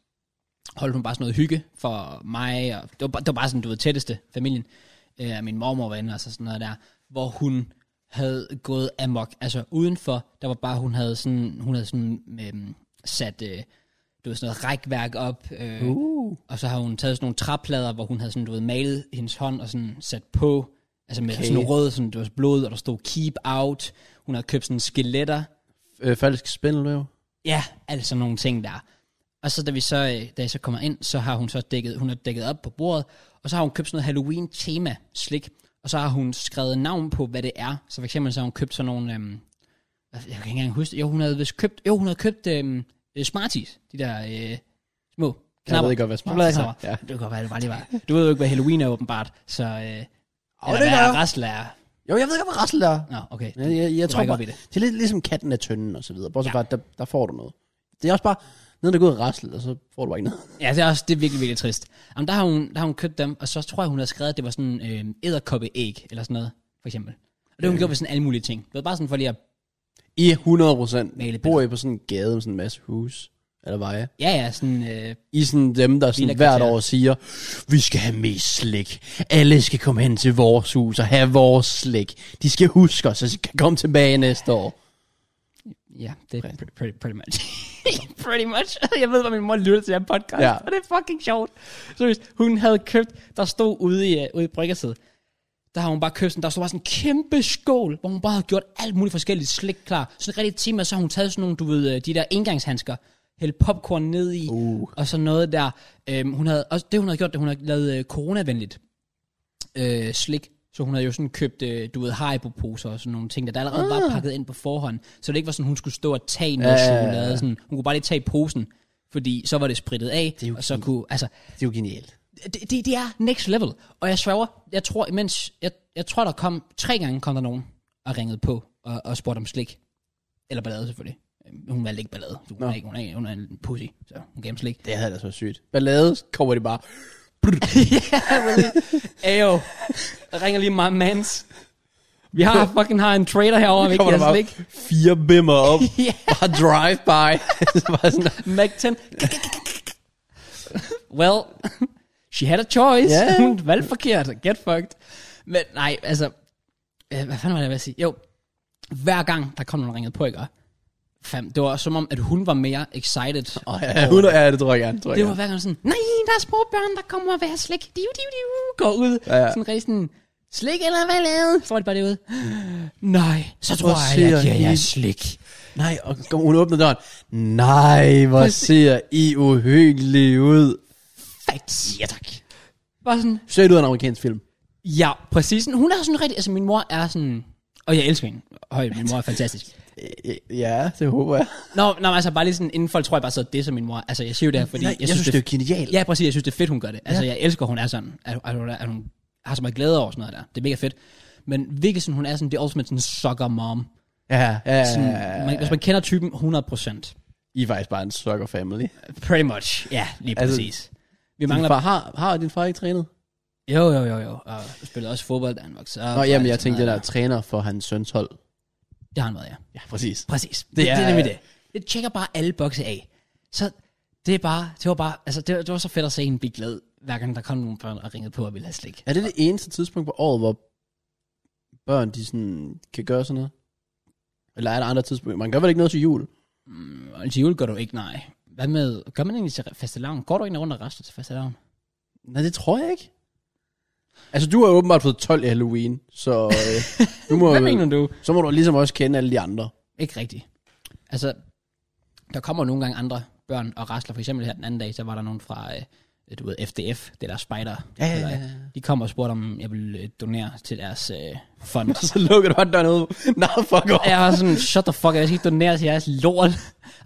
[SPEAKER 1] holdt hun bare sådan noget hygge for mig, og det var, bare- det var bare sådan, du ved, tætteste familien. Øh, min mormor var inde, og så sådan noget der, hvor hun havde gået amok. Altså udenfor, der var bare, hun havde sådan, hun havde sådan øhm, sat, øh, du ved, sådan noget rækværk op, øh,
[SPEAKER 2] Uh.
[SPEAKER 1] og så har hun taget sådan nogle træplader, hvor hun havde sådan, du ved, malet hendes hånd og sådan sat på. Altså med okay.
[SPEAKER 2] Okay.
[SPEAKER 1] sådan rød, sådan, det var blod, og der stod keep out. Hun havde købt sådan skeletter.
[SPEAKER 2] Øh, falsk spindelvæv.
[SPEAKER 1] Ja, alt sådan nogle ting der. Og så da vi så, øh, da jeg så kommer ind, så har hun så dækket, hun har dækket op på bordet, og så har hun købt sådan noget Halloween tema slik, og så har hun skrevet navn på, hvad det er. Så for eksempel så har hun købt sådan nogle, øhm, hvad- jeg kan ikke engang huske, det. jo hun havde vist købt, jo hun havde købt øhm, øh, Smarties, de der øh, små knapper.
[SPEAKER 2] ved godt, hvad Smarties er.
[SPEAKER 1] Chokoladeknapper.
[SPEAKER 2] Ja.
[SPEAKER 1] Det kan godt være, det bare lige var. Du ved jo ikke, hvad Halloween er åbenbart, så... Øh, eller
[SPEAKER 2] det
[SPEAKER 1] hvad
[SPEAKER 2] gør jeg.
[SPEAKER 1] Rasle er.
[SPEAKER 2] Jo, jeg ved ikke, hvad rassel er.
[SPEAKER 1] Nå, okay.
[SPEAKER 2] Jeg, jeg, jeg
[SPEAKER 1] Du
[SPEAKER 2] tror
[SPEAKER 1] var ikke
[SPEAKER 2] bare,
[SPEAKER 1] oppe i
[SPEAKER 2] det.
[SPEAKER 1] det.
[SPEAKER 2] det er lidt ligesom katten af tønden og så videre. Bortset
[SPEAKER 1] Ja.
[SPEAKER 2] ja. bare, der, der får du noget. Det er også bare, nede der går ud og rassel, og så får du bare ikke noget.
[SPEAKER 1] Ja, det er også det er virkelig, virkelig trist. Jamen, der har, hun, der har hun købt dem, og så tror jeg, hun havde skrevet, at det var sådan øh, æderkoppeæg, eller sådan noget, for eksempel. Og det har hun gjort med sådan alle mulige ting. Det var bare sådan for lige at
[SPEAKER 2] I 100 procent.
[SPEAKER 1] Male billeder.
[SPEAKER 2] Bor I på sådan en gade med sådan en masse hus? Eller veje?
[SPEAKER 1] Ja, ja, sådan... Øh,
[SPEAKER 2] I er sådan dem, der
[SPEAKER 1] Villa
[SPEAKER 2] sådan hvert
[SPEAKER 1] kvarter.
[SPEAKER 2] år siger, vi skal have mest slik. Alle skal komme hen til vores hus og have vores slik. De skal huske os, så de kan komme tilbage næste år.
[SPEAKER 1] ja, det er pretty, pretty, pretty much. pretty much. Jeg ved, hvor min mor lytter til den podcast,
[SPEAKER 2] Ja.
[SPEAKER 1] ja. og det er fucking sjovt. Seriøst, hun havde købt... Der stod ude i, øh, ude i bryggerset, der har hun bare købt sådan, der stod bare sådan en kæmpe skål, hvor hun bare havde gjort alt muligt forskelligt slik klar. Sådan rigtig timer, så har hun taget sådan nogle, du ved, øh, de der engangshandsker, hældt popcorn ned i,
[SPEAKER 2] Uh.
[SPEAKER 1] og sådan noget der. Øhm, hun havde, også det hun havde gjort, det hun havde lavet øh, coronavenligt øh, slik, så hun havde jo sådan købt, øh, du ved, Haribo-poser og sådan nogle ting, der, der allerede ah. var pakket ind på forhånd, så det ikke var sådan, hun skulle stå og tage noget
[SPEAKER 2] Ja, ja, ja.
[SPEAKER 1] chokolade. Sådan. Hun kunne bare lige tage posen, fordi så var det spritet af,
[SPEAKER 2] er
[SPEAKER 1] det
[SPEAKER 2] jo
[SPEAKER 1] og så
[SPEAKER 2] fint.
[SPEAKER 1] kunne, altså,
[SPEAKER 2] Det er jo genialt.
[SPEAKER 1] det, det, det er next level. Og jeg sværger, jeg tror, imens, jeg, jeg tror, der kom, tre gange kom der nogen og ringede på og, og spurgte om slik. Eller ballade selvfølgelig. Øhm, Hun valgte ikke ballade. Hun, er,
[SPEAKER 2] Nå.
[SPEAKER 1] ikke, hun, er, hun er en pussy, så hun gav ham slik.
[SPEAKER 2] Det havde da så sygt. Ballade kommer de bare.
[SPEAKER 1] Ayo, der ringer lige mig mans. Vi har fucking har en trader herovre, vi
[SPEAKER 2] Kommer
[SPEAKER 1] ikke
[SPEAKER 2] der
[SPEAKER 1] har
[SPEAKER 2] bare
[SPEAKER 1] slik.
[SPEAKER 2] fire bimmer op.
[SPEAKER 1] Ja.
[SPEAKER 2] Bare drive-by. Så bare sådan,
[SPEAKER 1] Mac 10. well, she had a choice.
[SPEAKER 2] Ja.
[SPEAKER 1] Yeah. Hun valgte forkert. Get fucked. Men nej, altså... øh, Hvad fanden var det, jeg ville sige? Jo, hver gang der kom nogen og ringede på, ikke? Og Fam, det var som om, at hun var mere excited.
[SPEAKER 2] Åh, ja, 100, ja, det tror jeg gerne. Tror jeg
[SPEAKER 1] Det
[SPEAKER 2] gerne.
[SPEAKER 1] var hver gang sådan, nej, der er små børn, der kommer og vil have slik. Diu, diu, diu, går ud.
[SPEAKER 2] Ja,
[SPEAKER 1] Ja,
[SPEAKER 2] ja.
[SPEAKER 1] ja. Sådan rigtig sådan, slik eller hvad lavet? Så var det bare derude. Nej, så tror
[SPEAKER 2] Mm. Hvor
[SPEAKER 1] jeg,
[SPEAKER 2] ser
[SPEAKER 1] jeg giver jer
[SPEAKER 2] I-
[SPEAKER 1] slik.
[SPEAKER 2] Nej, og kom, hun åbner døren. Nej, hvor
[SPEAKER 1] Præcis.
[SPEAKER 2] ser I uhyggelige ud.
[SPEAKER 1] Fedt. Ja, tak. Bare sådan,
[SPEAKER 2] Ser du en amerikansk film?
[SPEAKER 1] Ja, præcis. Hun er sådan rigtig... Altså, min mor er sådan... Og jeg elsker hende. Høj, min mor er fantastisk.
[SPEAKER 2] Øh, Ja, det håber jeg.
[SPEAKER 1] Nå, nå, men altså bare lige sådan, inden folk tror, jeg bare sidder det som min mor. Altså, jeg siger jo det her, fordi...
[SPEAKER 2] Nej, jeg, jeg synes, det er genialt.
[SPEAKER 1] Ja, præcis. Jeg synes, det er fedt, hun gør det. Altså, ja. jeg elsker, hun er sådan. At, at, hun er- at, hun har så meget glæde over sådan noget der. Det er mega fedt. Men virkelig sådan, hun er sådan, det er ultimate sådan sucker mom.
[SPEAKER 2] ja, ja.
[SPEAKER 1] Sådan,
[SPEAKER 2] Øh.
[SPEAKER 1] ja. man, hvis man kender typen 100%.
[SPEAKER 2] I er faktisk bare en sucker family.
[SPEAKER 1] Pretty much. Ja, lige
[SPEAKER 2] Altså,
[SPEAKER 1] præcis. Altså, vi
[SPEAKER 2] Mangler...
[SPEAKER 1] mangler...
[SPEAKER 2] Far, har, har din far ikke trænet?
[SPEAKER 1] Jo, jo, jo, jo. Og spillede også fodbold, da han voksede op.
[SPEAKER 2] Nå,
[SPEAKER 1] og
[SPEAKER 2] jamen,
[SPEAKER 1] alt
[SPEAKER 2] jeg
[SPEAKER 1] sådan
[SPEAKER 2] tænkte,
[SPEAKER 1] noget
[SPEAKER 2] jeg er træner for hans søns hold.
[SPEAKER 1] Det har han været, ja.
[SPEAKER 2] Ja, præcis.
[SPEAKER 1] Præcis. Det,
[SPEAKER 2] Det
[SPEAKER 1] det, er, det
[SPEAKER 2] er-
[SPEAKER 1] er nemlig det. Det tjekker bare alle bokse af. Så det er bare, det var bare, altså det, var- det var så fedt at se hende blive glad, hver gang der kom nogle børn og ringede på og ville have slik.
[SPEAKER 2] Er det det eneste tidspunkt på året, hvor børn de sådan, kan gøre sådan noget? Eller er der andre tidspunkter? Man gør vel ikke noget til jul?
[SPEAKER 1] Mm, og til jul gør du ikke, nej. Hvad med, gør man egentlig til fastelavn? Går du egentlig rundt og rester til fastelavn?
[SPEAKER 2] Nej, det tror jeg ikke. Altså, du har jo åbenbart fået 12 i Halloween, så øh, du må,
[SPEAKER 1] Hvad mener du?
[SPEAKER 2] så må du ligesom også kende alle de andre.
[SPEAKER 1] Ikke rigtigt. Altså, der kommer nogle gange andre børn og rasler. For eksempel her den anden dag, så var der nogen fra, øh, du ved, FDF, det der spider. De kom og spurgte, om jeg ville øh, donere til deres øh, fond.
[SPEAKER 2] Så lukker du bare døren ud. Nej, fuck off.
[SPEAKER 1] jeg var sådan, shut the fuck, up, jeg skal ikke donere til jeres lort.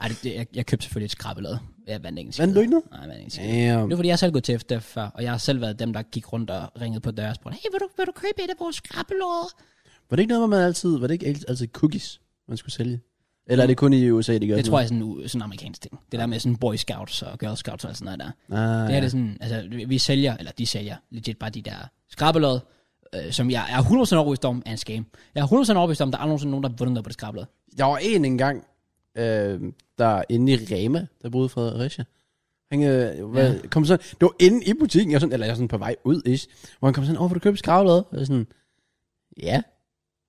[SPEAKER 1] Ej, det, det- jeg, jeg købte selvfølgelig et skrabelad. Jeg vandt ikke en skid.
[SPEAKER 2] Vandt du ikke noget?
[SPEAKER 1] Nej, jeg vandt ikke en skid.
[SPEAKER 2] Damn.
[SPEAKER 1] Det er fordi, jeg har selv gået til FDF før, og jeg har selv været dem, der gik rundt og ringede på døren og spurgte, hey, vil du, vil du købe et af vores skrabelåder?
[SPEAKER 2] Var det ikke noget, hvor man altid, var det ikke alt- altid cookies, man skulle sælge? Eller er det kun i USA, de gør
[SPEAKER 1] Det tror jeg er sådan, u- sådan en amerikansk ting. Det der med sådan boy scouts og girl scouts og sådan noget der.
[SPEAKER 2] Ah,
[SPEAKER 1] Det her det er sådan, altså vi- vi sælger, eller de sælger legit bare de der skrabelåder, øh, som jeg er 100% overbevist om er en scam. Jeg er 100% overbevist om, der er nogensinde nogen, der har vundet noget på det skrabelåd.
[SPEAKER 2] Der var en engang, øh, der inde i Rema, der boede i Fredericia. Han øh, hvad,
[SPEAKER 1] Ja.
[SPEAKER 2] kom sådan, det var inde i butikken, jeg var sådan, eller jeg var sådan på vej ud, ish, hvor han kom sådan, åh, vil du købe skravlad? Og jeg var sådan, ja.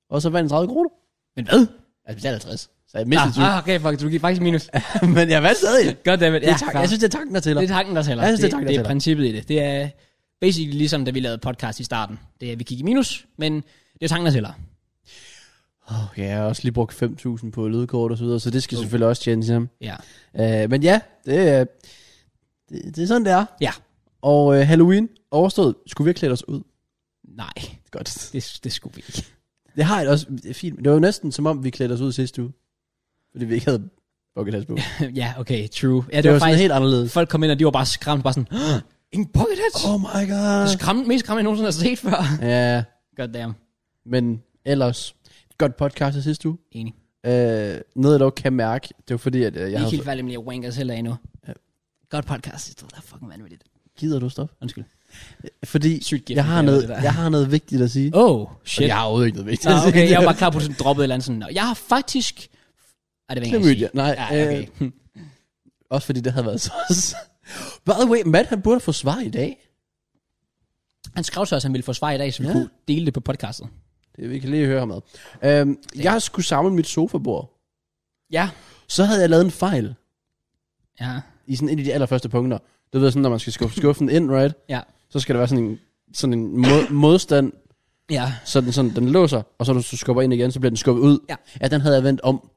[SPEAKER 2] Og så vandt han 30 kroner.
[SPEAKER 1] Men hvad?
[SPEAKER 2] Altså, det er 50. Så jeg mistede
[SPEAKER 1] Ah, ah, okay, fuck, du gik faktisk minus.
[SPEAKER 2] 20. Men jeg vandt stadig.
[SPEAKER 1] Goddammit.
[SPEAKER 2] Det er tak, jeg synes, det er tanken, der tæller.
[SPEAKER 1] Det er tanken, der tæller.
[SPEAKER 2] Ja, jeg synes, det er
[SPEAKER 1] det,
[SPEAKER 2] tanken,
[SPEAKER 1] det,
[SPEAKER 2] der
[SPEAKER 1] det er
[SPEAKER 2] tæller.
[SPEAKER 1] princippet i det. Det er basically ligesom, da vi lavede podcast i starten. Det er, at vi gik i minus, men det er tanken, der tæller.
[SPEAKER 2] Åh, ja, jeg har også lige brugt 5.000 på lydkort og så videre, så det skal selvfølgelig også tjene til ham.
[SPEAKER 1] Ja.
[SPEAKER 2] Øh, men ja, det, er- det, det er sådan, det er.
[SPEAKER 1] Ja.
[SPEAKER 2] Og øh, Halloween overstået. Skulle vi have klædt os ud?
[SPEAKER 1] Nej,
[SPEAKER 2] Godt.
[SPEAKER 1] det, det skulle vi ikke.
[SPEAKER 2] Det har jeg også det er fint. Det var jo næsten som om, vi klædte os ud sidste uge. Fordi vi ikke havde bucket på. Ja, det,
[SPEAKER 1] ja, okay, true. Ja, det,
[SPEAKER 2] det var,
[SPEAKER 1] var,
[SPEAKER 2] sådan
[SPEAKER 1] faktisk...
[SPEAKER 2] helt anderledes.
[SPEAKER 1] Folk kom ind, og de var bare skræmt, bare sådan, "Åh, ingen pocket hats. Oh.
[SPEAKER 2] Oh my god.
[SPEAKER 1] Skræmt, mest skræmt, jeg nogensinde har set før.
[SPEAKER 2] Ja,
[SPEAKER 1] God damn.
[SPEAKER 2] men ellers. et Godt podcast i sidste uge.
[SPEAKER 1] Enig.
[SPEAKER 2] Øh, noget jeg dog kan mærke, det var fordi, at
[SPEAKER 1] Jeg
[SPEAKER 2] øh, jeg
[SPEAKER 1] ikke
[SPEAKER 2] havde...
[SPEAKER 1] helt færdig, men jeg wanker selv af nu. Godt podcast, det er fucking vanvittigt.
[SPEAKER 2] Gider du stoppe?
[SPEAKER 1] Undskyld.
[SPEAKER 2] Fordi
[SPEAKER 1] Sygt gift,
[SPEAKER 2] jeg, har
[SPEAKER 1] det er
[SPEAKER 2] noget,
[SPEAKER 1] det der.
[SPEAKER 2] jeg har noget vigtigt at sige.
[SPEAKER 1] Oh,
[SPEAKER 2] Og
[SPEAKER 1] shit.
[SPEAKER 2] jeg har overhovedet ikke noget vigtigt
[SPEAKER 1] Nå,
[SPEAKER 2] at sige.
[SPEAKER 1] okay, jeg var bare klar på, at du sådan droppede et eller andet sådan. "Nå, Jeg har faktisk... Ej, det vil jeg ikke
[SPEAKER 2] Det mødte
[SPEAKER 1] sige.
[SPEAKER 2] jeg. Nej,
[SPEAKER 1] Ja,
[SPEAKER 2] øh,
[SPEAKER 1] okay.
[SPEAKER 2] Også fordi det havde været så... By the way, Matt, han burde få svar i dag.
[SPEAKER 1] Han skrev så også, at han ville få svar i dag, så vi
[SPEAKER 2] Ja.
[SPEAKER 1] kunne dele det på podcastet.
[SPEAKER 2] Det, vi kan lige høre ham ad. Øhm, jeg skulle samle mit sofabord.
[SPEAKER 1] Ja.
[SPEAKER 2] Så havde jeg lavet en fejl
[SPEAKER 1] Ja.
[SPEAKER 2] i sådan en af de allerførste punkter. Du ved sådan, når man skal skuffe skuffen ind, right?
[SPEAKER 1] Ja.
[SPEAKER 2] Så skal der være sådan en, sådan en mod, modstand,
[SPEAKER 1] Ja.
[SPEAKER 2] så den, sådan, den låser, og så når du skubber ind igen, så bliver den skubbet ud.
[SPEAKER 1] Ja.
[SPEAKER 2] ja den havde jeg vendt om.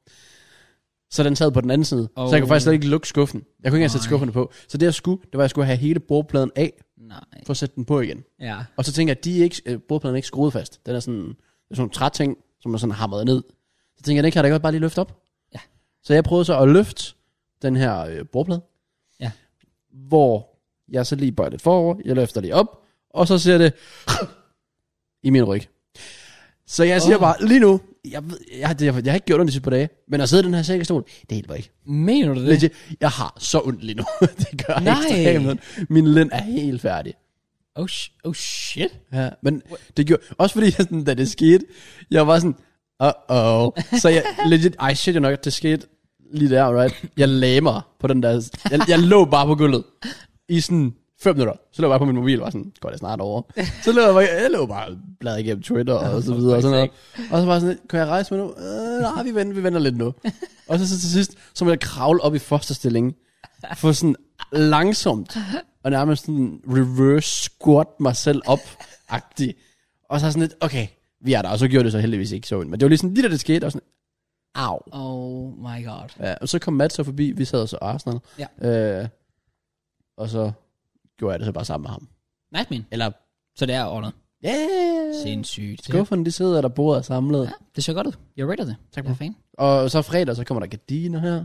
[SPEAKER 2] Så den sad på den anden side. Oh. Så jeg kunne
[SPEAKER 1] Oh.
[SPEAKER 2] faktisk slet ikke lukke skuffen. Jeg kunne ikke engang sætte
[SPEAKER 1] Nej.
[SPEAKER 2] skufferne på. Så det jeg skulle, det var, at jeg skulle have hele bordpladen af,
[SPEAKER 1] Nej.
[SPEAKER 2] for at sætte den på igen.
[SPEAKER 1] Ja.
[SPEAKER 2] Og så tænker jeg, at de er ikke, øh, bordpladen er ikke skruet fast. Den er sådan, det er sådan nogle træting, som er sådan hamret ned. Så tænker jeg, den kan jeg da godt bare lige løfte op.
[SPEAKER 1] Ja.
[SPEAKER 2] Så jeg prøvede så at løfte den her øh, bordplade.
[SPEAKER 1] Ja.
[SPEAKER 2] Hvor jeg så lige bøjer lidt forover, jeg løfter lige op, og så ser det i min ryg. Så jeg siger
[SPEAKER 1] Åh.
[SPEAKER 2] bare, lige nu, jeg, ved, jeg, jeg, jeg, har ikke gjort ondt de sidste par dage, men at sidde i den her sækkestol, det hjælper ikke.
[SPEAKER 1] Mener du det?
[SPEAKER 2] Legit, jeg har så ondt lige nu. det gør
[SPEAKER 1] Nej.
[SPEAKER 2] ekstremt ondt. Min lænd er helt færdig.
[SPEAKER 1] Oh, sh- oh shit.
[SPEAKER 2] Ja, men det gjorde, også fordi, jeg sådan, da det skete, jeg var sådan, uh-oh. Så jeg legit, ej shit, jeg nok, det skete lige der, right? Jeg lagde mig på den der, jeg, jeg lå bare på gulvet i sådan fem minutter. Så lå jeg bare på min mobil og var sådan, går det snart over? Så lå jeg bare, jeg lå bare og bladrede igennem Twitter og så videre og sådan noget. Og så var jeg sådan, kan jeg rejse mig nu? Øh, nej, vi venter, vi venter lidt nu. Og så, så til sidst, så må jeg kravle op i fosterstilling, for sådan langsomt, og nærmest sådan reverse squat mig selv op -agtig. Og så sådan lidt, okay, vi er der, og så gjorde det så heldigvis ikke så ondt. Men det var lige sådan, lige da det skete, og sådan, au.
[SPEAKER 1] Oh my god.
[SPEAKER 2] Ja, og så kom Matt så forbi, vi sad så Arsenal. Ja. Øh, og så gjorde jeg det så bare sammen med ham.
[SPEAKER 1] Nightman.
[SPEAKER 2] Eller,
[SPEAKER 1] Så det er ordnet.
[SPEAKER 2] ja, yeah.
[SPEAKER 1] Sindssygt.
[SPEAKER 2] skufferne, de sidder der bordet er samlet.
[SPEAKER 1] Ja, det ser godt ud. Jeg rater det. Tak for fan.
[SPEAKER 2] Og så fredag, så kommer der gardiner her.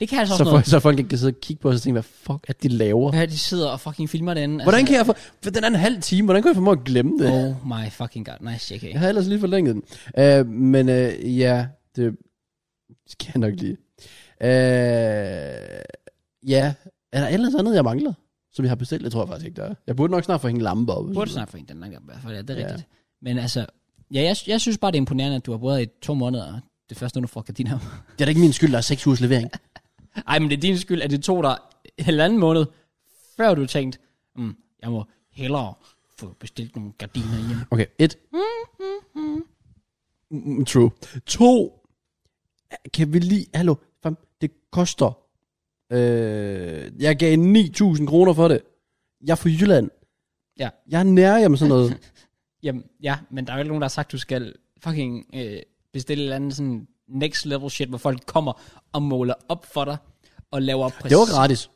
[SPEAKER 1] Det kan altså
[SPEAKER 2] Så,
[SPEAKER 1] også
[SPEAKER 2] for,
[SPEAKER 1] noget.
[SPEAKER 2] så folk ikke kan sidde og kigge på os og tænke, hvad fuck er det, de laver?
[SPEAKER 1] Hvad er det, de sidder og fucking filmer derinde?
[SPEAKER 2] Hvordan kan jeg for, for den er en halv time, hvordan kan jeg formå at glemme det?
[SPEAKER 1] Oh my fucking god. Nej, shit, okay.
[SPEAKER 2] Jeg har ellers lige forlænget den. Uh, men uh, ja, det skal jeg nok lige. Uh, ja, er der ellers andet, jeg mangler? Som jeg har bestilt, det tror jeg faktisk ikke, der er. Jeg burde nok snart få hængt lampe op.
[SPEAKER 1] Burde snart for en Danmark, i hvert fald. Ja, det er
[SPEAKER 2] Ja.
[SPEAKER 1] rigtigt. Men altså, ja, jeg, jeg synes bare, det er imponerende, at du har boet her i to måneder, og det er først nu, du får gardiner.
[SPEAKER 2] Det er da ikke min skyld, der er seks ugers levering.
[SPEAKER 1] Ej, men det er din skyld, at det tog dig halvanden måned, før du tænkte, mm, jeg må hellere få bestilt nogle gardiner hjem.
[SPEAKER 2] Okay, et. Mm, True. To. Kan vi lige... Hallo, fam, det koster... Øh, jeg gav 9.000 kroner for det. Jeg er fra Jylland.
[SPEAKER 1] Ja.
[SPEAKER 2] Jeg er nær med sådan noget.
[SPEAKER 1] Jamen, ja, men der er jo ikke nogen, der har sagt, du skal fucking øh, bestille et eller andet sådan next level shit, hvor folk kommer og måler op for dig, og laver præcis...
[SPEAKER 2] det var gratis.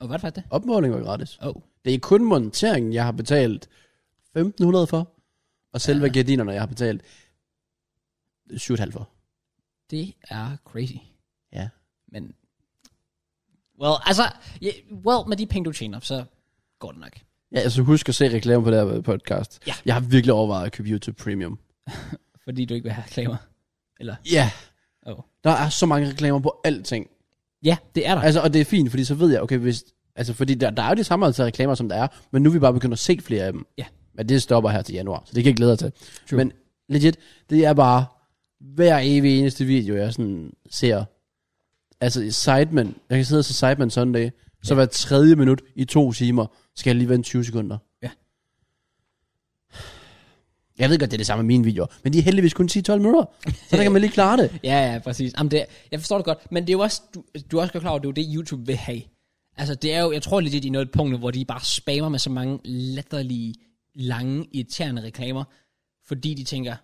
[SPEAKER 1] Og hvad var det?
[SPEAKER 2] Opmåling var gratis.
[SPEAKER 1] Oh.
[SPEAKER 2] Det er kun monteringen, jeg har betalt 1.500 for. Og selve
[SPEAKER 1] Ja.
[SPEAKER 2] ja. gardinerne, jeg har betalt 7,5 for.
[SPEAKER 1] Det er crazy.
[SPEAKER 2] Ja.
[SPEAKER 1] Men... Well, altså... Yeah, well, med de penge, du tjener, så går det nok.
[SPEAKER 2] Ja, altså husk at se reklamer på det her podcast.
[SPEAKER 1] Ja.
[SPEAKER 2] Jeg har virkelig overvejet at købe YouTube Premium.
[SPEAKER 1] Fordi du ikke vil have reklamer. Eller...
[SPEAKER 2] Ja.
[SPEAKER 1] Oh.
[SPEAKER 2] Der er så mange reklamer på alting.
[SPEAKER 1] Ja, det er der.
[SPEAKER 2] Altså, og det er fint, fordi så ved jeg, okay, hvis... Altså, fordi der, der er jo de samme altså reklamer, som der er, men nu er vi bare begyndt at se flere af dem.
[SPEAKER 1] Ja.
[SPEAKER 2] Men det stopper her til januar, så det kan jeg glæde jer til.
[SPEAKER 1] True.
[SPEAKER 2] Men legit, det er bare hver evig eneste video, jeg sådan ser. Altså, i Sidemen, jeg kan sidde og se Sidemen Sunday, så hver tredje minut i to timer, skal jeg lige vente 20 sekunder.
[SPEAKER 1] Ja.
[SPEAKER 2] Jeg ved godt, det er det samme med mine videoer, men de er heldigvis kun 10-12 minutter, så der kan man lige klare det.
[SPEAKER 1] Ja, ja, præcis. Jamen, det, jeg forstår det godt, men det er jo også, du, du er også godt klar over, at det er jo det, YouTube vil have. Altså, det er jo, jeg tror lidt, de er nået et punkt, hvor de bare spammer med så mange latterlige, lange, irriterende reklamer, fordi de tænker,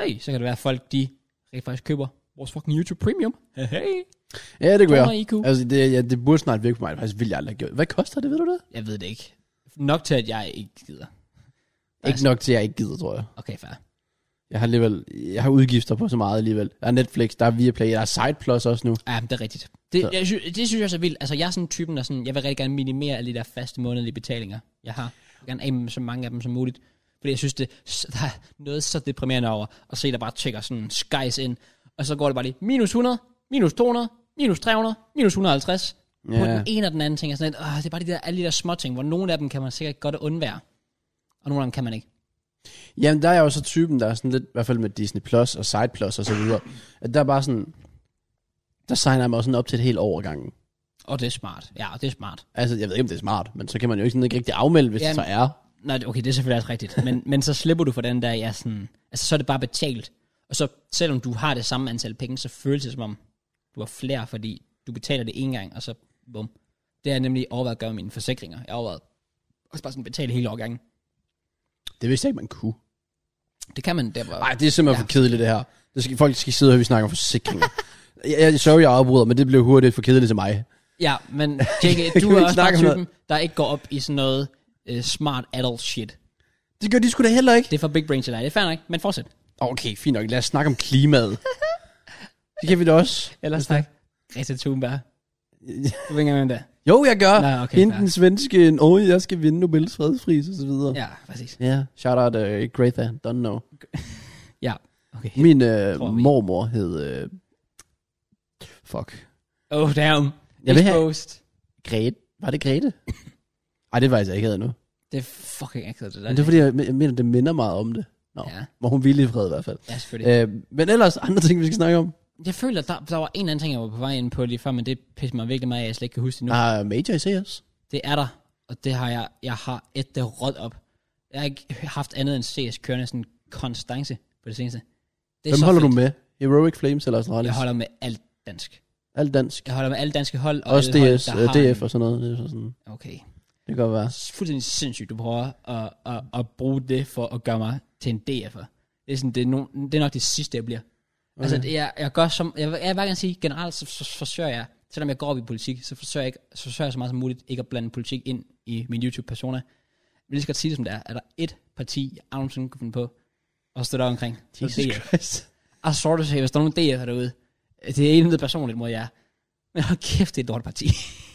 [SPEAKER 1] hey, så kan det være, at folk, de rent faktisk køber vores fucking YouTube Premium. Hey, hey.
[SPEAKER 2] Ja, det kunne jeg.
[SPEAKER 1] 200 IQ.
[SPEAKER 2] Altså, det, ja, det burde snart virke på mig. Det faktisk ville jeg aldrig have gjort. Hvad koster det, ved du det?
[SPEAKER 1] Jeg ved det ikke. Nok til, at jeg ikke gider.
[SPEAKER 2] Ikke nok til, at jeg ikke gider, tror jeg.
[SPEAKER 1] Okay, fair.
[SPEAKER 2] Jeg har alligevel, jeg har udgifter på så meget alligevel. Der er Netflix, der er Viaplay, der er Side Plus også nu.
[SPEAKER 1] Ja, men det er rigtigt. Det,
[SPEAKER 2] Så.
[SPEAKER 1] jeg sy- det synes jeg også er vildt. Altså, jeg er sådan typen, der sådan, jeg vil rigtig gerne minimere alle de der faste månedlige betalinger, jeg har. Jeg vil gerne af med så mange af dem som muligt. Fordi jeg synes, det, s- der er noget så deprimerende over at se, der bare tjekker sådan skies ind. Og så går det bare lige minus 100, minus 200, minus 300, minus 150. Yeah. På den ene og den anden ting, er sådan lidt, Åh, det er bare de der, alle de der små ting, hvor nogle af dem kan man sikkert godt undvære, og nogle af dem kan man ikke.
[SPEAKER 2] Jamen, der er jeg jo så typen, der er sådan lidt, i hvert fald med Disney Plus og Side Plus og så videre, at der er bare sådan, der signer jeg mig sådan op til et helt år ad gangen.
[SPEAKER 1] Og det er smart. Ja, og det er smart.
[SPEAKER 2] Altså, jeg ved ikke, om det er smart, men så kan man jo ikke, sådan, ikke rigtig afmelde, hvis
[SPEAKER 1] Jamen.
[SPEAKER 2] det så er.
[SPEAKER 1] Nej, det- okay, det er selvfølgelig også rigtigt. Men, men så slipper du for den der, ja, sådan, altså så er det bare betalt. Og så selvom du har det samme antal penge, så føles det som om, du har flere, fordi du betaler det en gang, og så bum. Det har jeg nemlig overvejet at gøre med mine forsikringer. Jeg har overvejet også bare sådan betale hele årgangen.
[SPEAKER 2] Det vidste jeg ikke, man kunne.
[SPEAKER 1] Det kan man der bare.
[SPEAKER 2] Nej, det er simpelthen ja. for kedeligt, det her. Det skal, folk skal sidde og høre, vi snakker om forsikringer. jeg, jeg, sorry, jeg afbryder, men det blev hurtigt for kedeligt til mig.
[SPEAKER 1] Ja, men JK,
[SPEAKER 2] Kan
[SPEAKER 1] du
[SPEAKER 2] vi
[SPEAKER 1] er
[SPEAKER 2] ikke
[SPEAKER 1] også
[SPEAKER 2] snakke
[SPEAKER 1] bare
[SPEAKER 2] om
[SPEAKER 1] typen, der ikke går op i sådan noget uh, smart adult shit.
[SPEAKER 2] Det gør de sgu da heller ikke.
[SPEAKER 1] Det er for big brain til dig. Det er fair nok, men fortsæt.
[SPEAKER 2] Okay, fint nok. Lad os snakke om klimaet. det kan vi da også.
[SPEAKER 1] Ellers tak. Greta Thunberg. Du ved ikke engang, hvem det er.
[SPEAKER 2] Jo, jeg gør.
[SPEAKER 1] Nå, okay,
[SPEAKER 2] Hende
[SPEAKER 1] fair.
[SPEAKER 2] den svenske, en åh, jeg skal vinde Nobels fredspris og så videre.
[SPEAKER 1] Ja, præcis.
[SPEAKER 2] Ja, shout out uh, Greta, don't know.
[SPEAKER 1] Ja, okay.
[SPEAKER 2] Min øh,
[SPEAKER 1] tror vi.
[SPEAKER 2] mormor hed... Øh, fuck.
[SPEAKER 1] Oh, damn.
[SPEAKER 2] Jeg vil have-
[SPEAKER 1] Exposed.
[SPEAKER 2] Grete. Var det Grete? Ej, det var jeg ikke hedder nu.
[SPEAKER 1] Det er fucking akavet, det der.
[SPEAKER 2] Men det er fordi, jeg, jeg mener, det minder meget om det. Nå,
[SPEAKER 1] Ja.
[SPEAKER 2] ja. hvor hun ville i fred i hvert fald.
[SPEAKER 1] Ja, selvfølgelig.
[SPEAKER 2] Øh, men ellers andre ting, vi skal snakke om.
[SPEAKER 1] Jeg føler, at der, der var en eller anden ting, jeg var på vej ind på lige før, men det pisser mig virkelig meget af, at jeg slet ikke kan huske det nu.
[SPEAKER 2] Der er Ah, Major i CS.
[SPEAKER 1] Det er der, og det har jeg, jeg har et det råd op. Jeg har ikke haft andet end CS kørende sådan konstance på det seneste. Det
[SPEAKER 2] Hvem
[SPEAKER 1] så
[SPEAKER 2] holder
[SPEAKER 1] fedt.
[SPEAKER 2] du med? Heroic Flames eller Astralis?
[SPEAKER 1] Jeg holder med alt dansk.
[SPEAKER 2] Alt dansk.
[SPEAKER 1] Jeg holder med alle danske hold. Og
[SPEAKER 2] Også
[SPEAKER 1] alle
[SPEAKER 2] DS,
[SPEAKER 1] hold,
[SPEAKER 2] øh,
[SPEAKER 1] har
[SPEAKER 2] DF
[SPEAKER 1] en-
[SPEAKER 2] og sådan noget. Det, er så sådan,
[SPEAKER 1] Okay.
[SPEAKER 2] det kan godt være.
[SPEAKER 1] Altså, Fuldstændig sindssygt, du prøver at, at, at bruge det for at gøre mig til en DF'er. Det er, sådan, det, er no, det er nok det sidste, jeg bliver. Okay. Altså, det er, jeg gør som, jeg, vil- jeg vil bare gerne sige, generelt så, så, forsøger jeg, selvom jeg går op i politik, så forsøger jeg, ikke, så forsøger jeg så meget som muligt ikke at blande politik ind i min YouTube-persona. Jeg vil lige så godt sige det, som det er. Er der et parti, jeg aldrig nogensinde kunne finde på at støtte op omkring? Så er det DF.
[SPEAKER 2] Christ.
[SPEAKER 1] Og så er det, hvis der er nogen DF'er derude, det er intet personligt mod jer. Men hold kæft, det er et dårligt parti.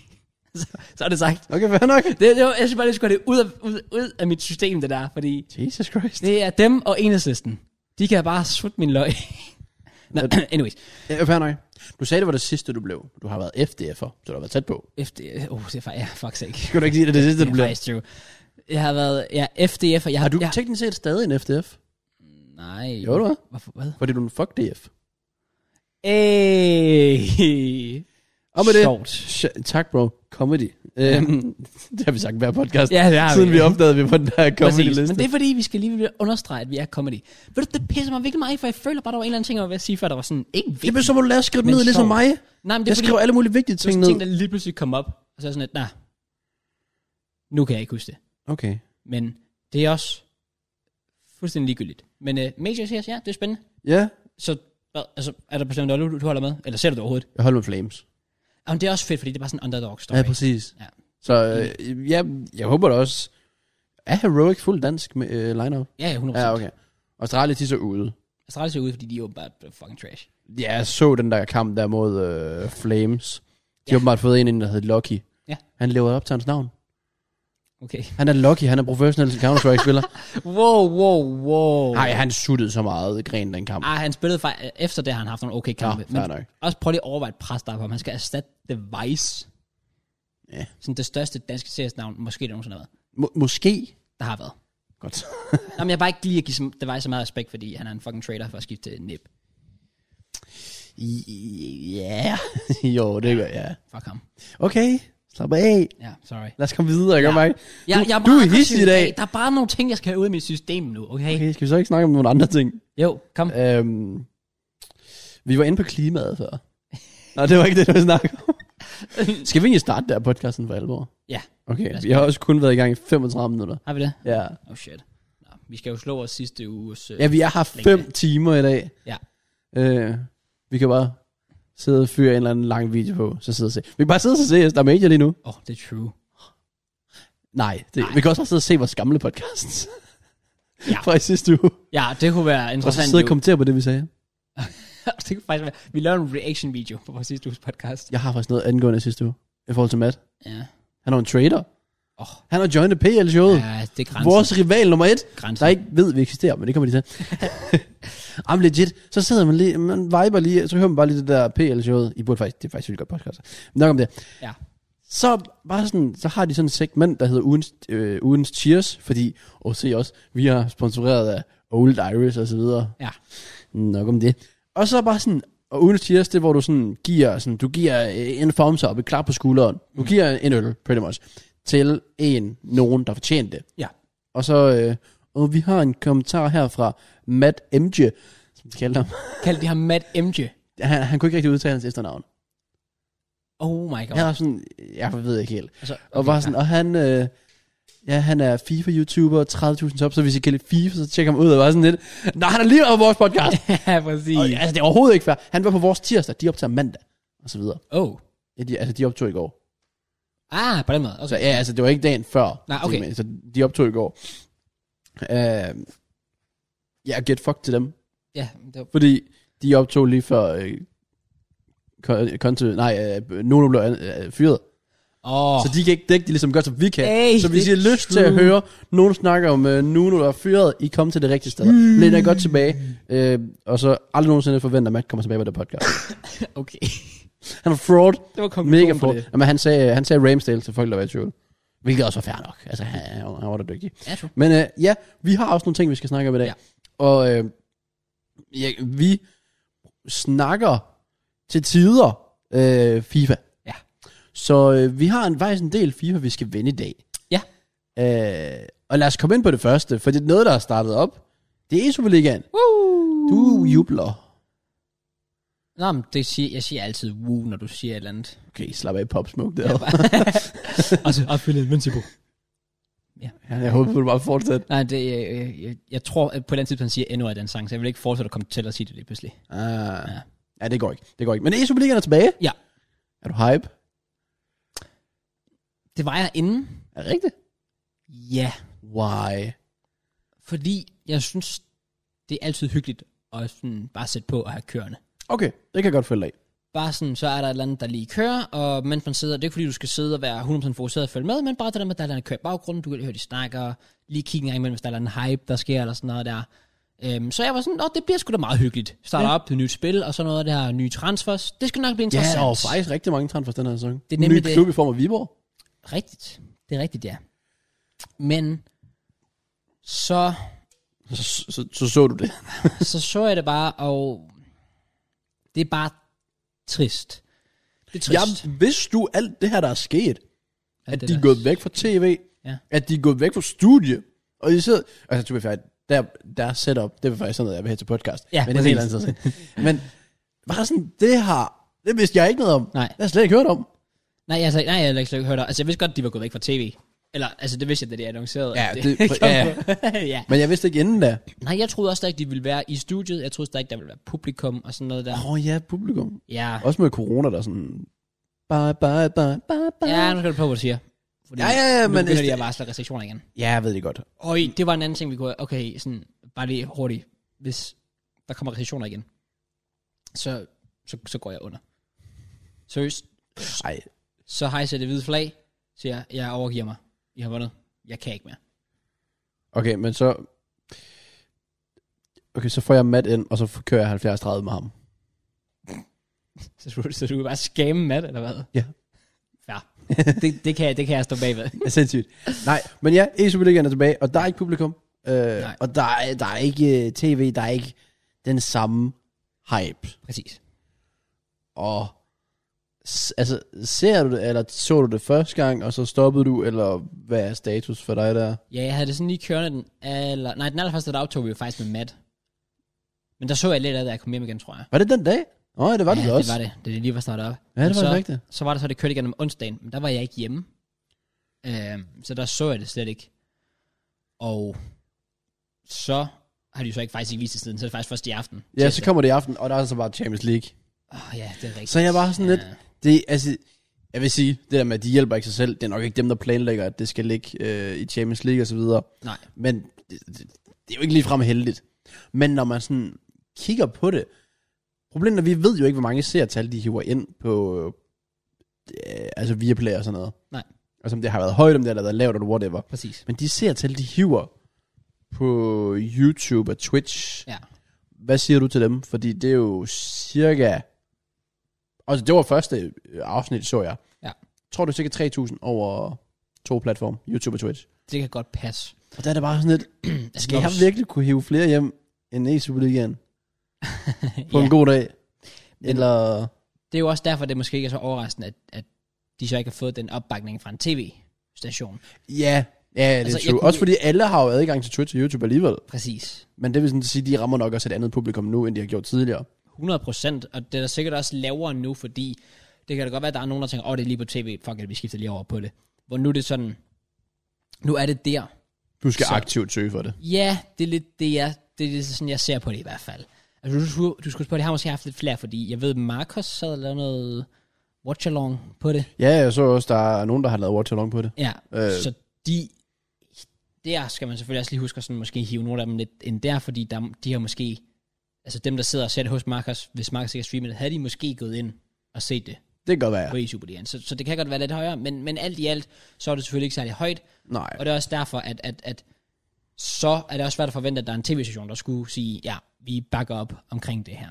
[SPEAKER 1] så, så er det sagt.
[SPEAKER 2] Okay, fair nok.
[SPEAKER 1] Det, det, var- jeg synes bare, det skulle have det ud af, ud, ud af mit system, det der. Fordi
[SPEAKER 2] Jesus Christ.
[SPEAKER 1] det er dem og enhedslisten. De kan bare sutte min løg. Nå, anyways.
[SPEAKER 2] Ja, fair nok. Du sagde, det var det sidste, du blev. Du har været FDF'er, så du har været tæt på.
[SPEAKER 1] FD, oh, det er faktisk, ja, fuck sake.
[SPEAKER 2] Skal du ikke sige, det er det sidste,
[SPEAKER 1] Det er faktisk true. Jeg har været, ja, FDF, og jeg
[SPEAKER 2] Har du
[SPEAKER 1] jeg,
[SPEAKER 2] teknisk set stadig en FDF?
[SPEAKER 1] Nej.
[SPEAKER 2] Jo, du er.
[SPEAKER 1] Hvorfor, hvad?
[SPEAKER 2] Fordi du er en fuck DF.
[SPEAKER 1] Ey.
[SPEAKER 2] Og med det,
[SPEAKER 1] Sjovt.
[SPEAKER 2] Sh- tak bro, comedy. Øhm, det har vi sagt i hver podcast,
[SPEAKER 1] Ja, det har
[SPEAKER 2] siden vi
[SPEAKER 1] vi
[SPEAKER 2] opdagede, at vi var på den her
[SPEAKER 1] Præcis,
[SPEAKER 2] comedy-liste.
[SPEAKER 1] men det er fordi, vi skal lige understrege, at vi er comedy. Ved du, det pisser mig virkelig meget af, for jeg føler bare, der var en eller anden ting, jeg var ved at sige før, der var sådan, ikke vigtigt.
[SPEAKER 2] Jamen, så må du lade skrive det
[SPEAKER 1] Men
[SPEAKER 2] ned, ligesom
[SPEAKER 1] sjovt.
[SPEAKER 2] mig.
[SPEAKER 1] Nej, men det er
[SPEAKER 2] Jeg
[SPEAKER 1] fordi,
[SPEAKER 2] skriver alle mulige vigtige ting
[SPEAKER 1] ting,
[SPEAKER 2] ned.
[SPEAKER 1] ting, der lige pludselig kom op, og så er jeg sådan lidt, nej, nu kan jeg ikke huske det.
[SPEAKER 2] Okay.
[SPEAKER 1] Men det er også fuldstændig ligegyldigt. Men uh, Major CS, ja, det er spændende.
[SPEAKER 2] Ja,
[SPEAKER 1] Så hvad, altså, er der bestemt noget, du, du holder med? Eller ser du det overhovedet?
[SPEAKER 2] jeg holder med Flames.
[SPEAKER 1] Jamen, det er også fedt, fordi det er bare sådan en underdog story.
[SPEAKER 2] Ja, præcis.
[SPEAKER 1] Ja.
[SPEAKER 2] Så øh, ja, jeg håber da også, er Heroic fuld dansk med øh, line-up?
[SPEAKER 1] Ja, ja, 100%.
[SPEAKER 2] Ja,
[SPEAKER 1] Ja, okay.
[SPEAKER 2] okay. Australien, de er så ude.
[SPEAKER 1] Astralis er ude, fordi de er åbenbart fucking trash.
[SPEAKER 2] Ja, jeg så den der kamp der mod øh, Flames. De
[SPEAKER 1] Ja.
[SPEAKER 2] har åbenbart fået en ind, der hed Lucky.
[SPEAKER 1] Ja.
[SPEAKER 2] Han lever op til hans navn.
[SPEAKER 1] Okay.
[SPEAKER 2] Han er Lucky, han er professionel Counter-Strike-spiller.
[SPEAKER 1] Wow, wow, wow.
[SPEAKER 2] Nej, han suttede så meget gren den kamp.
[SPEAKER 1] Ej, han spillede faktisk, efter det har han haft nogle okay
[SPEAKER 2] Nå,
[SPEAKER 1] kampe.
[SPEAKER 2] fair nok.
[SPEAKER 1] også prøv lige at overveje et pres, der er på ham. Han skal erstatte The Vice.
[SPEAKER 2] Ja.
[SPEAKER 1] Sådan det største danske seriesnavn, måske det nogensinde har været.
[SPEAKER 2] Må- måske.
[SPEAKER 1] Der har været.
[SPEAKER 2] Godt.
[SPEAKER 1] Nå, men jeg er bare ikke lige at give som- The Vice så meget respekt, fordi han er en fucking trader for at skifte til Nip.
[SPEAKER 2] Ja. jo, det gør jeg.
[SPEAKER 1] Fuck ham.
[SPEAKER 2] Okay, slap af.
[SPEAKER 1] Ja, sorry.
[SPEAKER 2] Lad os komme videre, ikke?
[SPEAKER 1] Ja.
[SPEAKER 2] Ja.
[SPEAKER 1] Ja,
[SPEAKER 2] Du-
[SPEAKER 1] jeg
[SPEAKER 2] du
[SPEAKER 1] meget
[SPEAKER 2] er hidsig
[SPEAKER 1] aggressiv
[SPEAKER 2] i dag.
[SPEAKER 1] Der er bare nogle ting, jeg skal have ud af mit system nu, okay? okay.
[SPEAKER 2] Okay, skal vi så ikke snakke om nogle andre ting?
[SPEAKER 1] Jo, kom.
[SPEAKER 2] Øhm, vi var inde på klimaet før. Nå, det var ikke det, du snakkede om. Skal vi egentlig starte der podcasten for alvor?
[SPEAKER 1] Ja,
[SPEAKER 2] Okay,
[SPEAKER 1] os
[SPEAKER 2] vi har også kun været i gang i 35 minutter.
[SPEAKER 1] har vi det?
[SPEAKER 2] Ja.
[SPEAKER 1] Oh shit. Nå, vi skal jo slå vores sidste uges... Øh,
[SPEAKER 2] Ja, vi er her fem timer i dag.
[SPEAKER 1] Ja.
[SPEAKER 2] Øh, vi kan bare sidde og fyre en eller anden lang video på, så sidde og se. Vi kan bare sidde og se, der er major lige nu.
[SPEAKER 1] Åh, oh, det er true.
[SPEAKER 2] Nej, det,
[SPEAKER 1] Nej.
[SPEAKER 2] vi kan også bare sidde og se vores gamle podcast.
[SPEAKER 1] Ja.
[SPEAKER 2] Fra i sidste uge.
[SPEAKER 1] Ja, det kunne være
[SPEAKER 2] Og så
[SPEAKER 1] interessant.
[SPEAKER 2] sidde og
[SPEAKER 1] jo.
[SPEAKER 2] kommentere på det, vi sagde.
[SPEAKER 1] det kunne faktisk være... Vi laver en reaction-video på vores sidste uges podcast.
[SPEAKER 2] Jeg har faktisk noget angående sidste uge. I forhold til Matt.
[SPEAKER 1] Ja.
[SPEAKER 2] Han er jo en trader.
[SPEAKER 1] Åh.
[SPEAKER 2] Han har joinet PL-showet.
[SPEAKER 1] Ja, det er grænsen.
[SPEAKER 2] Vores rival nummer et.
[SPEAKER 1] grænsen.
[SPEAKER 2] der ikke ved, vi eksisterer, men det kommer de til. Jamen legit, så sidder man lige, man viber lige, så hører man bare lige det der PL-showet. I burde faktisk, det er faktisk vildt godt podcast. Nok om det.
[SPEAKER 1] Ja.
[SPEAKER 2] Så, bare sådan, så har de sådan et segment, der hedder ugens, øh, ugens Cheers, fordi, og se også, vi er sponsoreret af Old Irish og så videre.
[SPEAKER 1] Ja.
[SPEAKER 2] Nok om det. Og så bare sådan, og ugens Cheers, det er, hvor du sådan giver, sådan, du giver øh, en thumbs up, et klap på skulderen,
[SPEAKER 1] Mm.
[SPEAKER 2] du giver en øl, pretty much, til en, nogen, der fortjener det.
[SPEAKER 1] Ja.
[SPEAKER 2] Og så, øh, og vi har en kommentar her fra Matt MJ, som vi kalder ham.
[SPEAKER 1] Kald de ham Matt MJ.
[SPEAKER 2] Han, han kunne ikke rigtig udtale hans efternavn.
[SPEAKER 1] Oh my god.
[SPEAKER 2] Han var sådan, jeg ved ikke helt.
[SPEAKER 1] Altså,
[SPEAKER 2] Og var sådan, og han, øh, ja, han er FIFA-YouTuber, 30.000 top, så hvis I kalder det FIFA, så tjekker ham ud og var sådan lidt, nej, han er lige været på vores podcast.
[SPEAKER 1] ja, præcis.
[SPEAKER 2] og, altså, det er overhovedet ikke fair. Han var på vores tirsdag, de optager mandag, og så videre.
[SPEAKER 1] Oh.
[SPEAKER 2] Ja, de, altså, de optog i går.
[SPEAKER 1] Ah, på den måde. Okay.
[SPEAKER 2] Så ja, altså, det var ikke dagen før.
[SPEAKER 1] Nej, okay.
[SPEAKER 2] Så de optog i går. Øh, ja, get fucked til dem.
[SPEAKER 1] Ja, det var,
[SPEAKER 2] Fordi de optog lige før øh, Kon- Conte, nej, øh, Nuno blev øh, fyret.
[SPEAKER 1] oh,
[SPEAKER 2] Så de kan ikke dække det ligesom godt, som vi kan.
[SPEAKER 1] Ej,
[SPEAKER 2] så hvis
[SPEAKER 1] det
[SPEAKER 2] I har
[SPEAKER 1] er
[SPEAKER 2] lyst til at
[SPEAKER 1] true.
[SPEAKER 2] høre nogen snakke om uh, Nuno, der er fyret, I kom til det rigtige sted. Mm. Læn jer godt tilbage. Uh, og så aldrig nogensinde forventer, at Matt kommer tilbage på det podcast.
[SPEAKER 1] okay.
[SPEAKER 2] Han var fraud.
[SPEAKER 1] det var
[SPEAKER 2] Mega
[SPEAKER 1] konklusionen på
[SPEAKER 2] fraud.
[SPEAKER 1] det.
[SPEAKER 2] Jamen, han sagde, øh, han sagde Ramsdale til folk, der var i tvivl. Hvilket også var fair nok. Altså, han, han var- han var da dygtig.
[SPEAKER 1] Ja, true.
[SPEAKER 2] Men uh, ja, vi har også nogle ting, vi skal snakke om i dag.
[SPEAKER 1] Ja.
[SPEAKER 2] Og uh, ja, vi snakker til tider uh, FIFA.
[SPEAKER 1] Ja.
[SPEAKER 2] Så øh, vi har en, faktisk en del FIFA, vi skal vende i dag.
[SPEAKER 1] Ja.
[SPEAKER 2] Øh, og lad os komme ind på det første, for det er noget, der er startet op. Det er Superligaen.
[SPEAKER 1] Woo!
[SPEAKER 2] Du jubler.
[SPEAKER 1] Nå, men det siger, jeg siger altid woo, når du siger et eller andet.
[SPEAKER 2] Okay, slap af popsmoke der.
[SPEAKER 1] altså, opfylde en på.
[SPEAKER 2] Ja, jeg håber, du bare fortsætter.
[SPEAKER 1] Nej, det, jeg, jeg, jeg, jeg, tror, at på et eller andet tidspunkt siger endnu af den sang, så jeg vil ikke fortsætte at komme til at sige det lige pludselig.
[SPEAKER 2] Ah.
[SPEAKER 1] Ja.
[SPEAKER 2] Ja. ja, det går ikke. Det går ikke. Men det er Superligaen er tilbage.
[SPEAKER 1] Ja.
[SPEAKER 2] Er du hype?
[SPEAKER 1] Det var jeg inden.
[SPEAKER 2] Er det rigtigt?
[SPEAKER 1] Ja,
[SPEAKER 2] Why?
[SPEAKER 1] fordi jeg synes, det er altid hyggeligt at sådan bare sætte på og have kørende.
[SPEAKER 2] Okay, det kan jeg godt følge dig af.
[SPEAKER 1] Bare sådan, så er der et eller andet, der lige kører, og mens man sidder, det er ikke fordi, du skal sidde og være 100% fokuseret og følge med, men bare det der med, at der er et eller andet der kører i baggrunden, du kan høre, de snakker, lige kigge en gang imellem, hvis der er et eller andet hype, der sker, eller sådan noget der. Øhm, så jeg var sådan, Nå, det bliver sgu da meget hyggeligt. Starter ja. op, det er nyt spil, og så noget af det her nye transfers. Det skal nok blive
[SPEAKER 2] Ja,
[SPEAKER 1] interessant.
[SPEAKER 2] der var faktisk rigtig mange transfers den her sæson.
[SPEAKER 1] Det er nemlig
[SPEAKER 2] Ny
[SPEAKER 1] det.
[SPEAKER 2] klub i form af Viborg.
[SPEAKER 1] Rigtigt. Det er rigtigt, ja. Men så,
[SPEAKER 2] Så så, så, så, så du det.
[SPEAKER 1] så så jeg det bare, og det er bare trist. Det er trist.
[SPEAKER 2] Jamen, vidste du alt det her, der er sket?
[SPEAKER 1] at
[SPEAKER 2] De er gået væk fra tv,
[SPEAKER 1] Ja.
[SPEAKER 2] at de er gået væk fra studie, og de sidder, altså to be fair, der, der setup, det var faktisk sådan noget, jeg vil have til podcast,
[SPEAKER 1] Ja,
[SPEAKER 2] men det er en helt
[SPEAKER 1] præcis.
[SPEAKER 2] anden side. Men bare sådan, det har, det vidste jeg ikke noget om.
[SPEAKER 1] Nej.
[SPEAKER 2] Det har jeg slet ikke hørt om.
[SPEAKER 1] Nej, altså, nej, jeg har slet ikke hørt det. Altså, jeg vidste godt, de var gået væk fra tv. Eller, altså, det vidste jeg, da de annoncerede.
[SPEAKER 2] Ja,
[SPEAKER 1] at
[SPEAKER 2] det-
[SPEAKER 1] kom
[SPEAKER 2] ja.
[SPEAKER 1] på. ja.
[SPEAKER 2] Men jeg vidste ikke inden da.
[SPEAKER 1] Nej, jeg troede også stadig, de ville være i studiet. Jeg troede stadig, der ville være publikum og sådan noget der.
[SPEAKER 2] Åh oh, ja, publikum.
[SPEAKER 1] Ja,
[SPEAKER 2] Også med corona, der er sådan, bye, bye, bye, bye, bye.
[SPEAKER 1] ja nu skal du på, hvad du siger. Fordi
[SPEAKER 2] Ja, ja, ja,
[SPEAKER 1] nu
[SPEAKER 2] men-
[SPEAKER 1] begynder de at varsle restriktioner igen.
[SPEAKER 2] ja, jeg ved det godt.
[SPEAKER 1] Og det var en anden ting, vi kunne... Okay, sådan, bare lige hurtigt. Hvis der kommer recessioner igen, så, så, så går jeg under. Seriøst,
[SPEAKER 2] Ej,
[SPEAKER 1] så hejser jeg det hvide flag, siger, jeg overgiver mig. I har vundet. Jeg kan ikke mere.
[SPEAKER 2] okay, men så, okay, så får jeg Matt ind, og så kører jeg 70-30 med ham.
[SPEAKER 1] Så, du- så du vil bare skamme Matt, eller hvad?
[SPEAKER 2] Ja.
[SPEAKER 1] Ja, det, det, kan, jeg- det kan jeg stå bagved.
[SPEAKER 2] Det er sindssygt. Nej, men ja, e Superligaen er tilbage, og der er ikke publikum. Øh, og der er, der er ikke øh, tv, der er ikke den samme hype.
[SPEAKER 1] Præcis.
[SPEAKER 2] Og s- altså, ser du det, eller så du det første gang, og så stoppede du, eller hvad er status for dig der?
[SPEAKER 1] Ja, jeg havde det sådan lige kørende den aller... Nej, den allerførste, der aftog vi jo faktisk med Matt. Men der så jeg lidt af, da jeg kom hjem igen, tror jeg.
[SPEAKER 2] Var det den dag? Nå, ja, det var det
[SPEAKER 1] ja,
[SPEAKER 2] også.
[SPEAKER 1] det var det, da det lige var startet op.
[SPEAKER 2] Ja, det
[SPEAKER 1] Men
[SPEAKER 2] var det
[SPEAKER 1] så,
[SPEAKER 2] rigtigt.
[SPEAKER 1] Så var det så, det kørte igen om onsdagen, men der var jeg ikke hjemme. Øh, så der så jeg det slet ikke. Og så har de jo så ikke faktisk ikke vist det siden, så er det faktisk først i aften.
[SPEAKER 2] Ja, så
[SPEAKER 1] tirsdag.
[SPEAKER 2] kommer det i aften, og der er så bare Champions League.
[SPEAKER 1] Åh, ja, det er rigtigt.
[SPEAKER 2] Så jeg var sådan
[SPEAKER 1] ja.
[SPEAKER 2] lidt, det altså, jeg vil sige, det der med, at de hjælper ikke sig selv, det er nok ikke dem, der planlægger, at det skal ligge øh, i Champions League og så videre.
[SPEAKER 1] Nej,
[SPEAKER 2] Men det, det, det er jo ikke ligefrem heldigt. Men når man sådan kigger på det, problemet er, at vi ved jo ikke, hvor mange seertal de hiver ind på, øh, altså via play og sådan noget.
[SPEAKER 1] Nej.
[SPEAKER 2] Og som det har været højt, om det har været lavt, eller whatever.
[SPEAKER 1] præcis.
[SPEAKER 2] Men de seertal, de hiver på YouTube og Twitch.
[SPEAKER 1] Ja.
[SPEAKER 2] Hvad siger du til dem? Fordi det er jo cirka... Altså, det var første øh, afsnit, så jeg.
[SPEAKER 1] Ja.
[SPEAKER 2] tror du, cirka 3.000 over to platforme, YouTube og Twitch.
[SPEAKER 1] Det kan godt passe.
[SPEAKER 2] Og der er det bare sådan lidt, skal
[SPEAKER 1] Nå,
[SPEAKER 2] jeg virkelig kunne hive flere hjem end e Superligaen på
[SPEAKER 1] ja.
[SPEAKER 2] en god dag?
[SPEAKER 1] Men-
[SPEAKER 2] Eller...
[SPEAKER 1] Det er jo også derfor, det måske ikke er så overraskende, at, at de så ikke har fået den opbakning fra en tv-station.
[SPEAKER 2] Ja, ja, det
[SPEAKER 1] Altså,
[SPEAKER 2] altså,
[SPEAKER 1] jeg
[SPEAKER 2] er true.
[SPEAKER 1] kunne-
[SPEAKER 2] Også fordi alle har jo adgang til Twitch og YouTube alligevel.
[SPEAKER 1] Præcis.
[SPEAKER 2] Men det vil sådan sige, at de rammer nok også et andet publikum nu, end de har gjort tidligere.
[SPEAKER 1] 100 procent, og det er sikkert også lavere nu, fordi det kan da godt være, at der er nogen, der tænker, åh, oh, det er lige på tv, fuck it, vi skifter lige over på det. Hvor nu er det sådan, nu er det der.
[SPEAKER 2] Du skal
[SPEAKER 1] Så-
[SPEAKER 2] så. aktivt søge for det.
[SPEAKER 1] Ja, det er lidt det, jeg, det er lidt sådan, jeg ser på det i hvert fald. Altså, du, skulle- du skulle spørge, det har måske haft lidt flere, fordi jeg ved, Marcos sad og lavede noget watch-along på det.
[SPEAKER 2] Ja, jeg så også, der er nogen, der har lavet watch along på det.
[SPEAKER 1] Ja, øh.
[SPEAKER 2] Øh.
[SPEAKER 1] så de... Der skal man selvfølgelig også lige huske at sådan måske hive nogle af dem lidt ind der, fordi der, de har måske... Altså dem, der sidder og ser det hos Marcus, hvis Marcus ikke har streamet det, havde de måske gået ind og set det
[SPEAKER 2] Det kan godt være.
[SPEAKER 1] på E-Superligaen. Så, så det kan godt være lidt højere, men, men alt i alt, så er det selvfølgelig ikke særlig højt.
[SPEAKER 2] Nej.
[SPEAKER 1] Og det er også derfor, at, at, at så er det også svært at forvente, at der er en tv-station, der skulle sige, ja, vi bakker op omkring det her,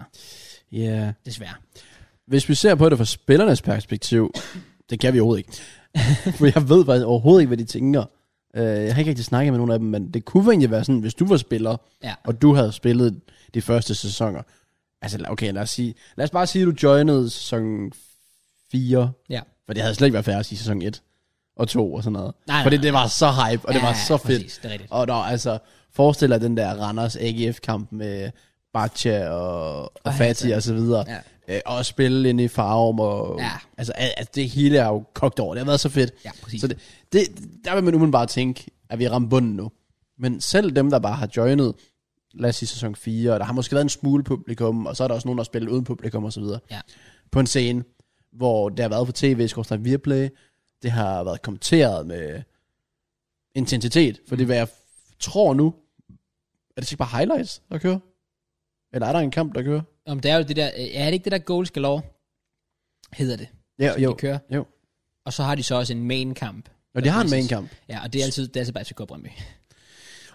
[SPEAKER 2] Ja. Yeah.
[SPEAKER 1] desværre.
[SPEAKER 2] Hvis vi ser på det fra spillernes perspektiv, det kan vi overhovedet ikke. For jeg ved faktisk overhovedet ikke, hvad de tænker. Øh, Jeg har ikke rigtig snakket med nogen af dem, men det kunne egentlig være sådan, hvis du var spiller,
[SPEAKER 1] Ja.
[SPEAKER 2] og du havde spillet de første sæsoner. Altså, okay, lad os, sige, lad os bare sige, at du joinede sæson 4,
[SPEAKER 1] Ja.
[SPEAKER 2] for det havde slet ikke været færdigt i sæson 1 og 2 og sådan noget.
[SPEAKER 1] Nej, nej,
[SPEAKER 2] Fordi
[SPEAKER 1] nej.
[SPEAKER 2] det var så hype, og det
[SPEAKER 1] ja,
[SPEAKER 2] var så fedt.
[SPEAKER 1] Præcis, det er rigtigt.
[SPEAKER 2] Og der, altså, forestil dig den der Randers AGF-kamp med Baccia og, og Fati og så videre.
[SPEAKER 1] Ja.
[SPEAKER 2] Øh, og at spille ind i Farum og...
[SPEAKER 1] Ja.
[SPEAKER 2] Altså, al, altså, det hele er jo kogt over. Det har været så fedt.
[SPEAKER 1] Ja, præcis.
[SPEAKER 2] Så det, det, der vil man umiddelbart tænke, at vi rammer bunden nu. Men selv dem, der bare har joinet, lad os sige sæson 4, og der har måske været en smule publikum, og så er der også nogen, der har spillet uden publikum og så videre.
[SPEAKER 1] Ja.
[SPEAKER 2] På en scene, hvor det har været på tv, skorstræk Viaplay, det har været kommenteret med intensitet, for det er, hvad jeg tror nu, er det ikke bare highlights, der kører? Eller er der en kamp, der kører?
[SPEAKER 1] Om det er jo det der, øh, er det ikke det der goal skal lov? Hedder det.
[SPEAKER 2] Ja,
[SPEAKER 1] som de kører.
[SPEAKER 2] jo.
[SPEAKER 1] Og så har de så også en main kamp.
[SPEAKER 2] Og de har en main kamp.
[SPEAKER 1] Ja, og det er altid, det er altid bare FCK Brøndby.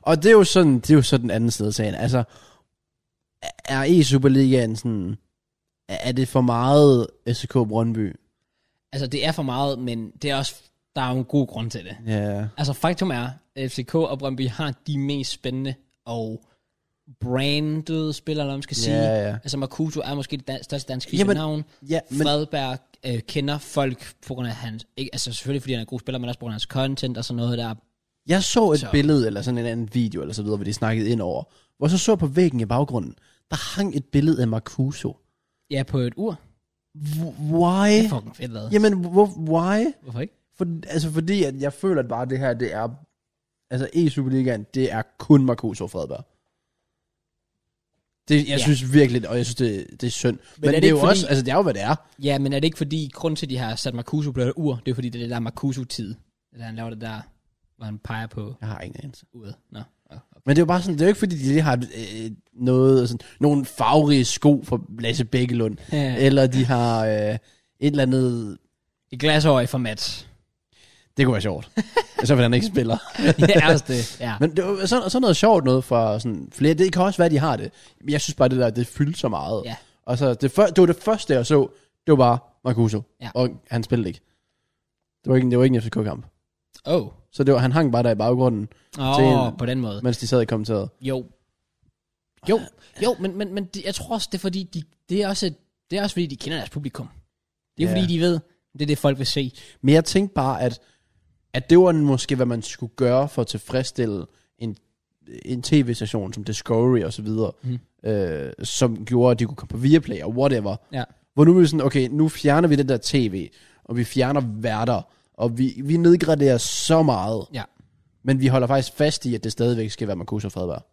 [SPEAKER 2] Og det er jo sådan, det er jo sådan den anden side af sagen. Altså, er e Superligaen sådan, er er det for meget SK Brøndby?
[SPEAKER 1] Altså, det er for meget, men det er også, der er jo en god grund til det.
[SPEAKER 2] Ja.
[SPEAKER 1] Altså, faktum er, at FCK og Brøndby har de mest spændende og brandede spillere, eller man skal sige.
[SPEAKER 2] Ja, ja.
[SPEAKER 1] Altså, Makuto er måske det dan- største danske
[SPEAKER 2] Jamen,
[SPEAKER 1] navn.
[SPEAKER 2] Ja, men,
[SPEAKER 1] Fredberg øh, kender folk på grund af hans... Ikke, altså, selvfølgelig fordi han er en god spiller, men også på grund af hans content og sådan noget der.
[SPEAKER 2] Jeg så et
[SPEAKER 1] Så-
[SPEAKER 2] så. billede, eller sådan en anden video, eller så videre, hvor de snakkede ind over, hvor jeg så så på væggen i baggrunden, der hang et billede af Marcuso.
[SPEAKER 1] Ja, på et ur.
[SPEAKER 2] Wh- Why?
[SPEAKER 1] Det er fucking fedt lavet.
[SPEAKER 2] Jamen, hvor, why?
[SPEAKER 1] Hvorfor ikke?
[SPEAKER 2] For, altså, fordi at jeg føler at bare, det her, det er... Altså, E-Superligaen, det er kun Marcuso og Fredberg. Det, jeg
[SPEAKER 1] Ja.
[SPEAKER 2] ja. synes virkelig, og jeg synes, det, det er synd. Men, Men
[SPEAKER 1] er
[SPEAKER 2] det,
[SPEAKER 1] det
[SPEAKER 2] det er jo
[SPEAKER 1] ikke fordi-
[SPEAKER 2] også, altså, det er jo, hvad det er.
[SPEAKER 1] Ja, men er det ikke fordi, grund til, at de har sat Marcuso på det der ur, det er fordi, det er det der Marcuso-tid, da han laver det der, hvor han peger på
[SPEAKER 2] Jeg har ingen anelse.
[SPEAKER 1] uret. Nå. Oh, okay.
[SPEAKER 2] Men det er jo bare sådan, det er jo ikke fordi, de lige har øh, noget, sådan, nogle farverige sko fra Lasse Bækkelund,
[SPEAKER 1] Ja.
[SPEAKER 2] eller de har øh, et eller andet
[SPEAKER 1] Et glas over i format.
[SPEAKER 2] Det kunne være sjovt. så vil han ikke spiller.
[SPEAKER 1] det er også det, ja.
[SPEAKER 2] Men det var sådan, sådan noget sjovt noget fra sådan flere. Det kan også være, at de har det. Men jeg synes bare, det der, det fyldte så meget.
[SPEAKER 1] Ja.
[SPEAKER 2] Og så det, før, det var det første, jeg så. Det var bare Marcuso.
[SPEAKER 1] Ja.
[SPEAKER 2] Og han spillede ikke. Det var ikke, det var ikke en FCK-kamp.
[SPEAKER 1] Åh, oh.
[SPEAKER 2] Så det var, han hang bare der i baggrunden,
[SPEAKER 1] oh,
[SPEAKER 2] en-
[SPEAKER 1] på den måde.
[SPEAKER 2] mens de sad i kommenteret.
[SPEAKER 1] Jo. Jo, jo, men, men, men det, jeg tror også, det er fordi, de, det, er også, et- det er også fordi, de kender deres publikum. Det er
[SPEAKER 2] Ja.
[SPEAKER 1] fordi, de ved, det er det, folk vil se.
[SPEAKER 2] Men jeg tænkte bare, at, at det var måske, hvad man skulle gøre for at tilfredsstille en, en tv-station som Discovery og så videre, mm. øh, som gjorde, at de kunne komme på Viaplay og whatever.
[SPEAKER 1] Mhm. Ja.
[SPEAKER 2] Hvor nu er vi sådan, okay, nu fjerner vi det der tv, og vi fjerner værter, og vi, vi nedgraderer så meget,
[SPEAKER 1] Ja.
[SPEAKER 2] men vi holder faktisk fast i, at det stadigvæk skal være Marcus og Fredberg.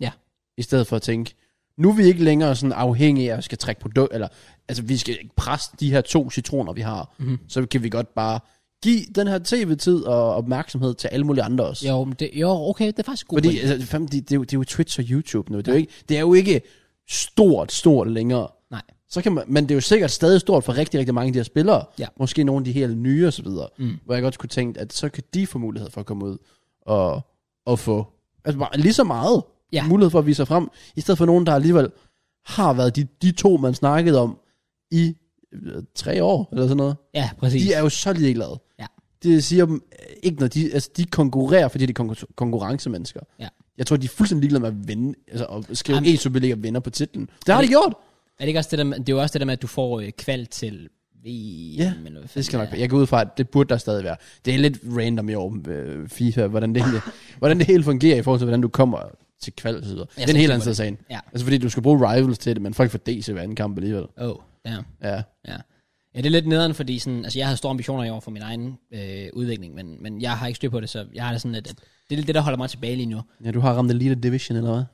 [SPEAKER 1] Ja.
[SPEAKER 2] I stedet for at tænke, nu er vi ikke længere sådan afhængige af at skal trække produkt, eller altså vi skal ikke presse de her to citroner, vi har.
[SPEAKER 1] Mhm.
[SPEAKER 2] Mm-hmm. Så kan vi godt bare give den her tv-tid og opmærksomhed til alle mulige andre også.
[SPEAKER 1] Jo, men det, jo okay, det er faktisk godt.
[SPEAKER 2] Fordi altså, fandme, det, det, er jo, det er jo Twitch og YouTube nu. Det er, jo ikke, det er jo ikke stort, stort længere.
[SPEAKER 1] Nej.
[SPEAKER 2] Så kan man, men det er jo sikkert stadig stort for rigtig, rigtig mange af de her spillere.
[SPEAKER 1] Ja.
[SPEAKER 2] Måske nogle af de helt nye og så videre. Mm. Hvor jeg godt kunne tænke, at så kan de få mulighed for at komme ud og, og få altså bare lige så meget
[SPEAKER 1] Ja.
[SPEAKER 2] mulighed for at vise sig frem. I stedet for nogen, der alligevel har været de, de to, man snakkede om i øh, tre år, eller sådan noget.
[SPEAKER 1] Ja, præcis.
[SPEAKER 2] øh, De er jo så ligeglade.
[SPEAKER 1] Ja.
[SPEAKER 2] Det siger dem øh, ikke, når de, altså, de konkurrerer, fordi de er konkur- konkurrencemennesker.
[SPEAKER 1] Ja.
[SPEAKER 2] Jeg tror, de er fuldstændig ligeglade med at vinde, altså at skrive
[SPEAKER 1] Jamen-
[SPEAKER 2] Jamen. Superliga vinder på titlen. Det har
[SPEAKER 1] det-
[SPEAKER 2] de gjort.
[SPEAKER 1] Er det ikke også det der med, det er jo også det der med, at du får øh, kval til VM,
[SPEAKER 2] Ja,
[SPEAKER 1] eller hvad
[SPEAKER 2] Det skal
[SPEAKER 1] fanden
[SPEAKER 2] nok Jeg går ud fra, at det burde der stadig være. Det er lidt random i år, øh, FIFA, hvordan det, egentlig, hvordan det hele fungerer i forhold til, hvordan du kommer til kval og så videre. Det er en
[SPEAKER 1] så
[SPEAKER 2] helt
[SPEAKER 1] tænker
[SPEAKER 2] anden side
[SPEAKER 1] det.
[SPEAKER 2] af sagen.
[SPEAKER 1] Ja.
[SPEAKER 2] Altså fordi du skal bruge rivals til det, men folk får DC hver anden kamp alligevel.
[SPEAKER 1] er. Oh, damn.
[SPEAKER 2] Ja.
[SPEAKER 1] Ja. ja, det er lidt nederen, fordi sådan, altså, jeg havde store ambitioner i år for min egen øh, udvikling, men, men jeg har ikke styr på det, så jeg har det sådan lidt, at det er det, der holder mig tilbage lige nu.
[SPEAKER 2] ja, du har ramt Elite Division, eller hvad?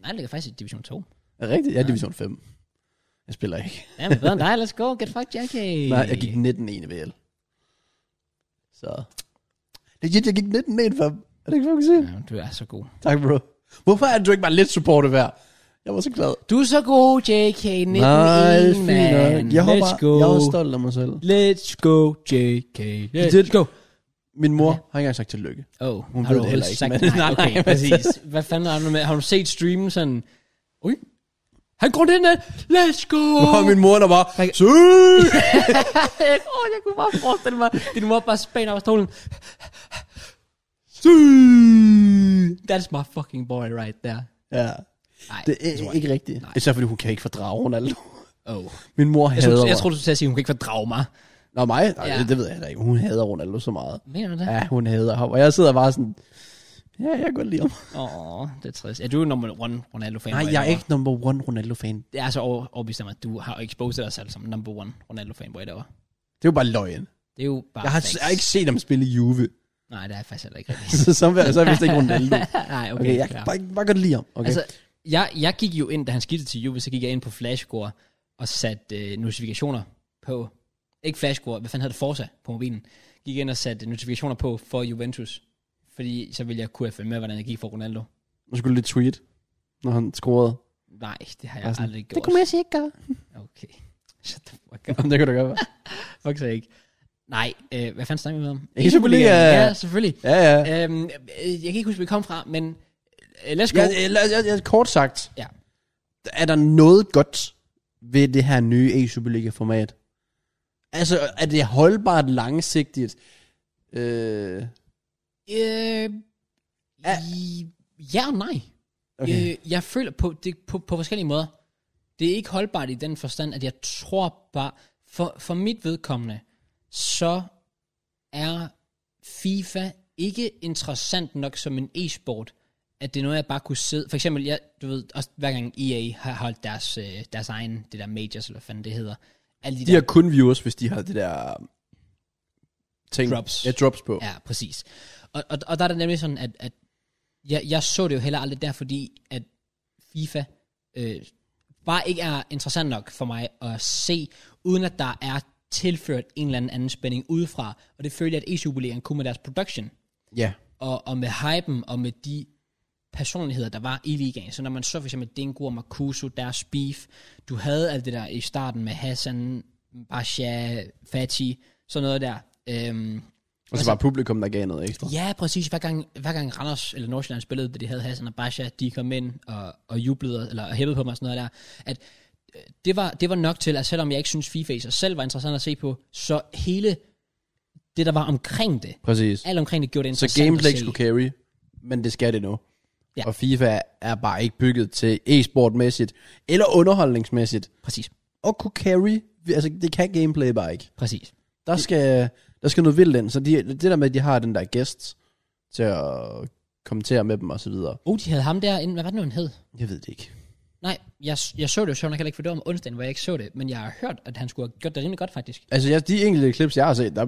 [SPEAKER 1] Nej, det ligger faktisk i Division 2.
[SPEAKER 2] Er det rigtigt? Jeg er Division 5. Jeg spiller ikke.
[SPEAKER 1] Ja, men bedre end dig, let's go, get fucked, Jackie.
[SPEAKER 2] Nej, jeg gik 19-1 i VL. Så. Legit, jeg gik 19-1 for... Er det ikke fucking sygt?
[SPEAKER 1] Ja, du er så god.
[SPEAKER 2] Tak, bro. Hvorfor er du ikke bare lidt supporter hver? Jeg var så glad.
[SPEAKER 1] Du er så god, JK. 19
[SPEAKER 2] fint nok. Jeg,
[SPEAKER 1] Let's
[SPEAKER 2] hopper,
[SPEAKER 1] go.
[SPEAKER 2] jeg var stolt af mig selv.
[SPEAKER 1] Let's go, JK. Let's
[SPEAKER 2] Legit.
[SPEAKER 1] go.
[SPEAKER 2] Min mor har ikke engang sagt tillykke.
[SPEAKER 1] Oh,
[SPEAKER 2] Hun
[SPEAKER 1] har
[SPEAKER 2] ved
[SPEAKER 1] du
[SPEAKER 2] det heller
[SPEAKER 1] overhovedet
[SPEAKER 2] ikke,
[SPEAKER 1] sagt,
[SPEAKER 2] men-
[SPEAKER 1] nej,
[SPEAKER 2] nej,
[SPEAKER 1] okay,
[SPEAKER 2] men-
[SPEAKER 1] præcis. Hvad fanden har du med? Har du set streamen sådan? Ui. Han går den der. Let's go.
[SPEAKER 2] Og min mor, der var,
[SPEAKER 1] Tak.
[SPEAKER 2] "Syg!"
[SPEAKER 1] Åh, oh, jeg kunne bare forestille mig. Din mor bare spænder op af stolen. That's my fucking boy right there.
[SPEAKER 2] Ja,
[SPEAKER 1] Nej,
[SPEAKER 2] det er ikke rigtigt. Især fordi hun kan ikke fordrage Ronaldo.
[SPEAKER 1] Oh.
[SPEAKER 2] Min mor
[SPEAKER 1] Jeg,
[SPEAKER 2] hader
[SPEAKER 1] tror, jeg
[SPEAKER 2] mig.
[SPEAKER 1] tror, du skulle til at sige, at hun kan ikke fordrage mig.
[SPEAKER 2] Nå, mig? Nej,
[SPEAKER 1] Ja.
[SPEAKER 2] det, det ved jeg heller ikke. Hun hader Ronaldo så meget.
[SPEAKER 1] Mener du det?
[SPEAKER 2] Ja, hun hader ham. Og jeg sidder bare sådan, ja, jeg kan godt lide ham.
[SPEAKER 1] Åh, det er trist. Er du nummer one Ronaldo-fan?
[SPEAKER 2] Nej,
[SPEAKER 1] hvor
[SPEAKER 2] jeg er
[SPEAKER 1] lover?
[SPEAKER 2] ikke number one Ronaldo-fan.
[SPEAKER 1] Det er så over, overbevist om, at du har exposed dig selv som number one Ronaldo-fan, hvor derovre.
[SPEAKER 2] Det er jo bare løgn.
[SPEAKER 1] Det er jo bare
[SPEAKER 2] Jeg har,
[SPEAKER 1] facts.
[SPEAKER 2] jeg har ikke set ham spille i Juve.
[SPEAKER 1] Nej, det er jeg faktisk heller ikke rigtigt.
[SPEAKER 2] så, så, er- så er jeg vist ikke Ronaldo.
[SPEAKER 1] Nej, okay.
[SPEAKER 2] Okay, jeg kan
[SPEAKER 1] fair.
[SPEAKER 2] bare, bare godt lide ham. Okay.
[SPEAKER 1] Altså, jeg, jeg gik jo ind, da han skiftede til Juve, så gik jeg ind på Flashcore og satte øh, notifikationer på. Ikke Flashcore, hvad fanden hedder det? Forza på mobilen. Gik ind og satte notifikationer på for Juventus. Fordi så ville jeg kunne følge med, hvordan det gik for Ronaldo.
[SPEAKER 2] nu skulle du lige tweet, når han scorede.
[SPEAKER 1] Nej, det har jeg
[SPEAKER 2] Bare sådan,
[SPEAKER 1] aldrig gjort.
[SPEAKER 2] Messi ikke gøre.
[SPEAKER 1] Okay. Shut the fuck up.
[SPEAKER 2] det kan du gøre.
[SPEAKER 1] Fuck så ikke. Nej, øh, hvad fanden snakker vi med om?
[SPEAKER 2] Ikke Superliga.
[SPEAKER 1] Ja, selvfølgelig.
[SPEAKER 2] Ja, ja.
[SPEAKER 1] Øhm, øh, jeg kan ikke huske, hvor vi kom fra, men øh, let's go.
[SPEAKER 2] Jeg, jeg, jeg, jeg, kort sagt,
[SPEAKER 1] Ja.
[SPEAKER 2] er der noget godt ved det her nye e Superliga-format? Altså, er det holdbart langsigtigt? Øh,
[SPEAKER 1] Øh,
[SPEAKER 2] Er-
[SPEAKER 1] i- ja og nej.
[SPEAKER 2] okay.
[SPEAKER 1] Okay. Øh, jeg føler på, det, på, på forskellige måder. Det er ikke holdbart i den forstand, at jeg tror bare, for, for mit vedkommende, så er FIFA ikke interessant nok som en e-sport, at det er noget, jeg bare kunne sidde... For eksempel, jeg, du ved, også hver gang EA har holdt deres, øh, deres egen, det der majors, eller hvad fanden det hedder, alle de,
[SPEAKER 2] de
[SPEAKER 1] der
[SPEAKER 2] har kun viewers, hvis de har det der... øh, Ting.
[SPEAKER 1] Drops.
[SPEAKER 2] Ja, drops på.
[SPEAKER 1] Ja, præcis. Og, og, og der er det nemlig sådan, at, at jeg, jeg så det jo heller aldrig der, fordi at FIFA øh, bare ikke er interessant nok for mig at se, uden at der er tilført en eller anden anden spænding udefra. Og det føler jeg, at E-Superligaen kunne med deres production,
[SPEAKER 2] ja.
[SPEAKER 1] og, og med hypen, og med de personligheder, der var i ligaen. Så når man så for eksempel Dingo og Marcuso, deres beef, du havde alt det der i starten med Hassan, Basha, Fati, sådan noget der. Øhm,
[SPEAKER 2] Og så var publikum, der gav noget ekstra.
[SPEAKER 1] Ja, præcis. Hver gang, hver gang Randers eller Nordsjælland spillede, da de havde Hassan og Basha, de kom ind og, og jublede eller hæppede på mig og sådan noget der. At øh, det var, det var nok til, at selvom jeg ikke synes FIFA i sig selv var interessant at se på, så hele det, der var omkring det,
[SPEAKER 2] Præcis.
[SPEAKER 1] alt omkring det gjorde det
[SPEAKER 2] Så
[SPEAKER 1] interessant
[SPEAKER 2] gameplay
[SPEAKER 1] at se.
[SPEAKER 2] skulle carry, men det skal det nu.
[SPEAKER 1] Ja.
[SPEAKER 2] Ja. Og FIFA er bare ikke bygget til e-sportmæssigt eller underholdningsmæssigt.
[SPEAKER 1] Præcis,
[SPEAKER 2] Og kunne carry, altså det kan gameplay bare ikke.
[SPEAKER 1] præcis.
[SPEAKER 2] Der skal, der skal noget vildt ind. Så de, det der med, at de har den der gæst til at kommentere med dem og så videre.
[SPEAKER 1] Oh, de havde ham der inden, hvad var det nu, han hed?
[SPEAKER 2] Jeg ved det ikke.
[SPEAKER 1] Nej, jeg, jeg så det jo sjovt, nok heller ikke, for det var om onsdagen, hvor jeg ikke så det, men jeg har hørt, at han skulle have gjort det rimelig godt, faktisk.
[SPEAKER 2] Altså jeg, de enkelte clips, jeg har set, der,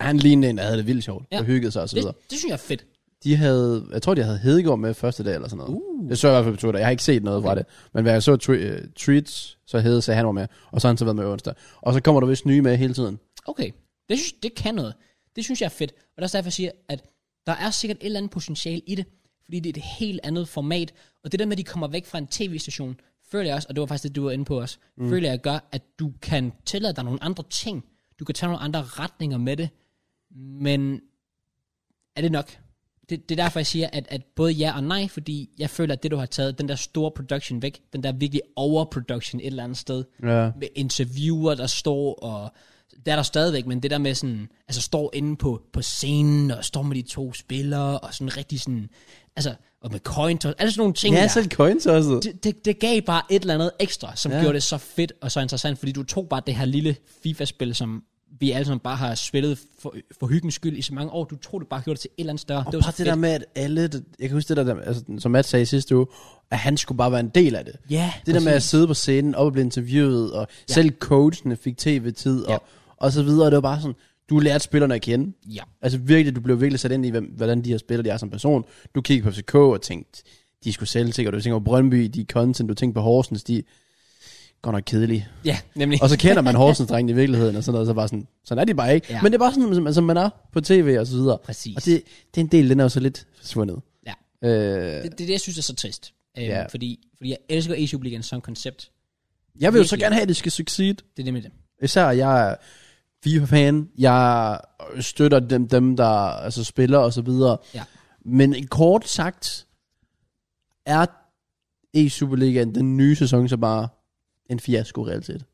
[SPEAKER 2] han lignede en, der havde det vildt sjovt.
[SPEAKER 1] Ja.
[SPEAKER 2] Ja. Og hyggede sig og så
[SPEAKER 1] Det,
[SPEAKER 2] videre.
[SPEAKER 1] det synes jeg er fedt.
[SPEAKER 2] De havde, jeg tror, de havde Hedegaard med første dag eller sådan noget. Uh. Det så jeg i hvert fald på Twitter. Jeg har ikke set noget okay. fra det. Men hvad jeg så tre, uh, tweets, så Hede sagde, han var med. Og så har han så været med onsdag. Og så kommer der vist nye med hele tiden.
[SPEAKER 1] Okay, det, synes, det kan noget. Det synes jeg er fedt. Og der er derfor, jeg siger, at der er sikkert et eller andet potentiale i det, fordi det er et helt andet format. Og det der med, at de kommer væk fra en tv-station, føler jeg også, og det var faktisk det, du var inde på også, mm. føler jeg gør, at du kan tillade dig nogle andre ting. Du kan tage nogle andre retninger med det, men er det nok? det, det er derfor, jeg siger, at, at både ja og nej, fordi jeg føler, at det, du har taget, den der store production væk, den der virkelig overproduction et eller andet sted,
[SPEAKER 2] Ja.
[SPEAKER 1] med interviewer, der står og... Der er der stadigvæk, men det der med sådan... Altså står inde på, på scenen, og står med de to spillere, og sådan rigtig sådan... Altså, og med coin toss, alle sådan nogle ting
[SPEAKER 2] Ja,
[SPEAKER 1] der.
[SPEAKER 2] så et coin tosset.
[SPEAKER 1] det, det, det gav bare et eller andet ekstra, som
[SPEAKER 2] Ja.
[SPEAKER 1] ja. gjorde det så fedt og så interessant, fordi du tog bare det her lille FIFA-spil, som vi alle sammen bare har spillet for, for hyggens skyld i så mange år. Du tog det bare og gjorde det til et eller andet større.
[SPEAKER 2] Og
[SPEAKER 1] det
[SPEAKER 2] det
[SPEAKER 1] var
[SPEAKER 2] bare
[SPEAKER 1] så
[SPEAKER 2] det
[SPEAKER 1] fedt.
[SPEAKER 2] der med, at alle, det- jeg kan huske det der, altså, som Matt sagde i sidste uge, at han skulle bare være en del af det.
[SPEAKER 1] Ja,
[SPEAKER 2] Det der med at
[SPEAKER 1] præcis.
[SPEAKER 2] sidde på scenen, op og blive interviewet, og ja. selv coachene fik tv-tid, og, ja. og så videre. Det var bare sådan, du lærte spillerne at kende.
[SPEAKER 1] Ja,
[SPEAKER 2] Altså virkelig, du blev virkelig sat ind i, hvem- hvordan de her spillere de er som person. Du kiggede på FCK og tænkte, de skulle sælge sikkert. Du tænker på Brøndby, de er content. Du tænkte på Horsens, de er godt nok kedelige.
[SPEAKER 1] ja nemlig.
[SPEAKER 2] Og så kender man Horsens drengene i virkeligheden, og sådan noget, så bare sådan, sådan er de bare ikke. Ja.
[SPEAKER 1] Ja.
[SPEAKER 2] Men det er bare sådan, som, som man er på tv og så videre.
[SPEAKER 1] Præcis.
[SPEAKER 2] Og det, det er en del, den er jo så lidt forsvundet.
[SPEAKER 1] Ja.
[SPEAKER 2] Øh,
[SPEAKER 1] Det, det, er det, jeg synes er så trist. Øhm,
[SPEAKER 2] Ja.
[SPEAKER 1] fordi, fordi jeg elsker e Superligaen som koncept.
[SPEAKER 2] jeg vil jo så
[SPEAKER 1] virkelig.
[SPEAKER 2] gerne have, at det skal succeed.
[SPEAKER 1] Det er nemlig det.
[SPEAKER 2] Især jeg er FIFA-fan, jeg støtter dem, dem der altså, spiller og så videre.
[SPEAKER 1] Ja.
[SPEAKER 2] Men kort sagt, er E-Superligaen den nye sæson så bare en fiasko reelt set?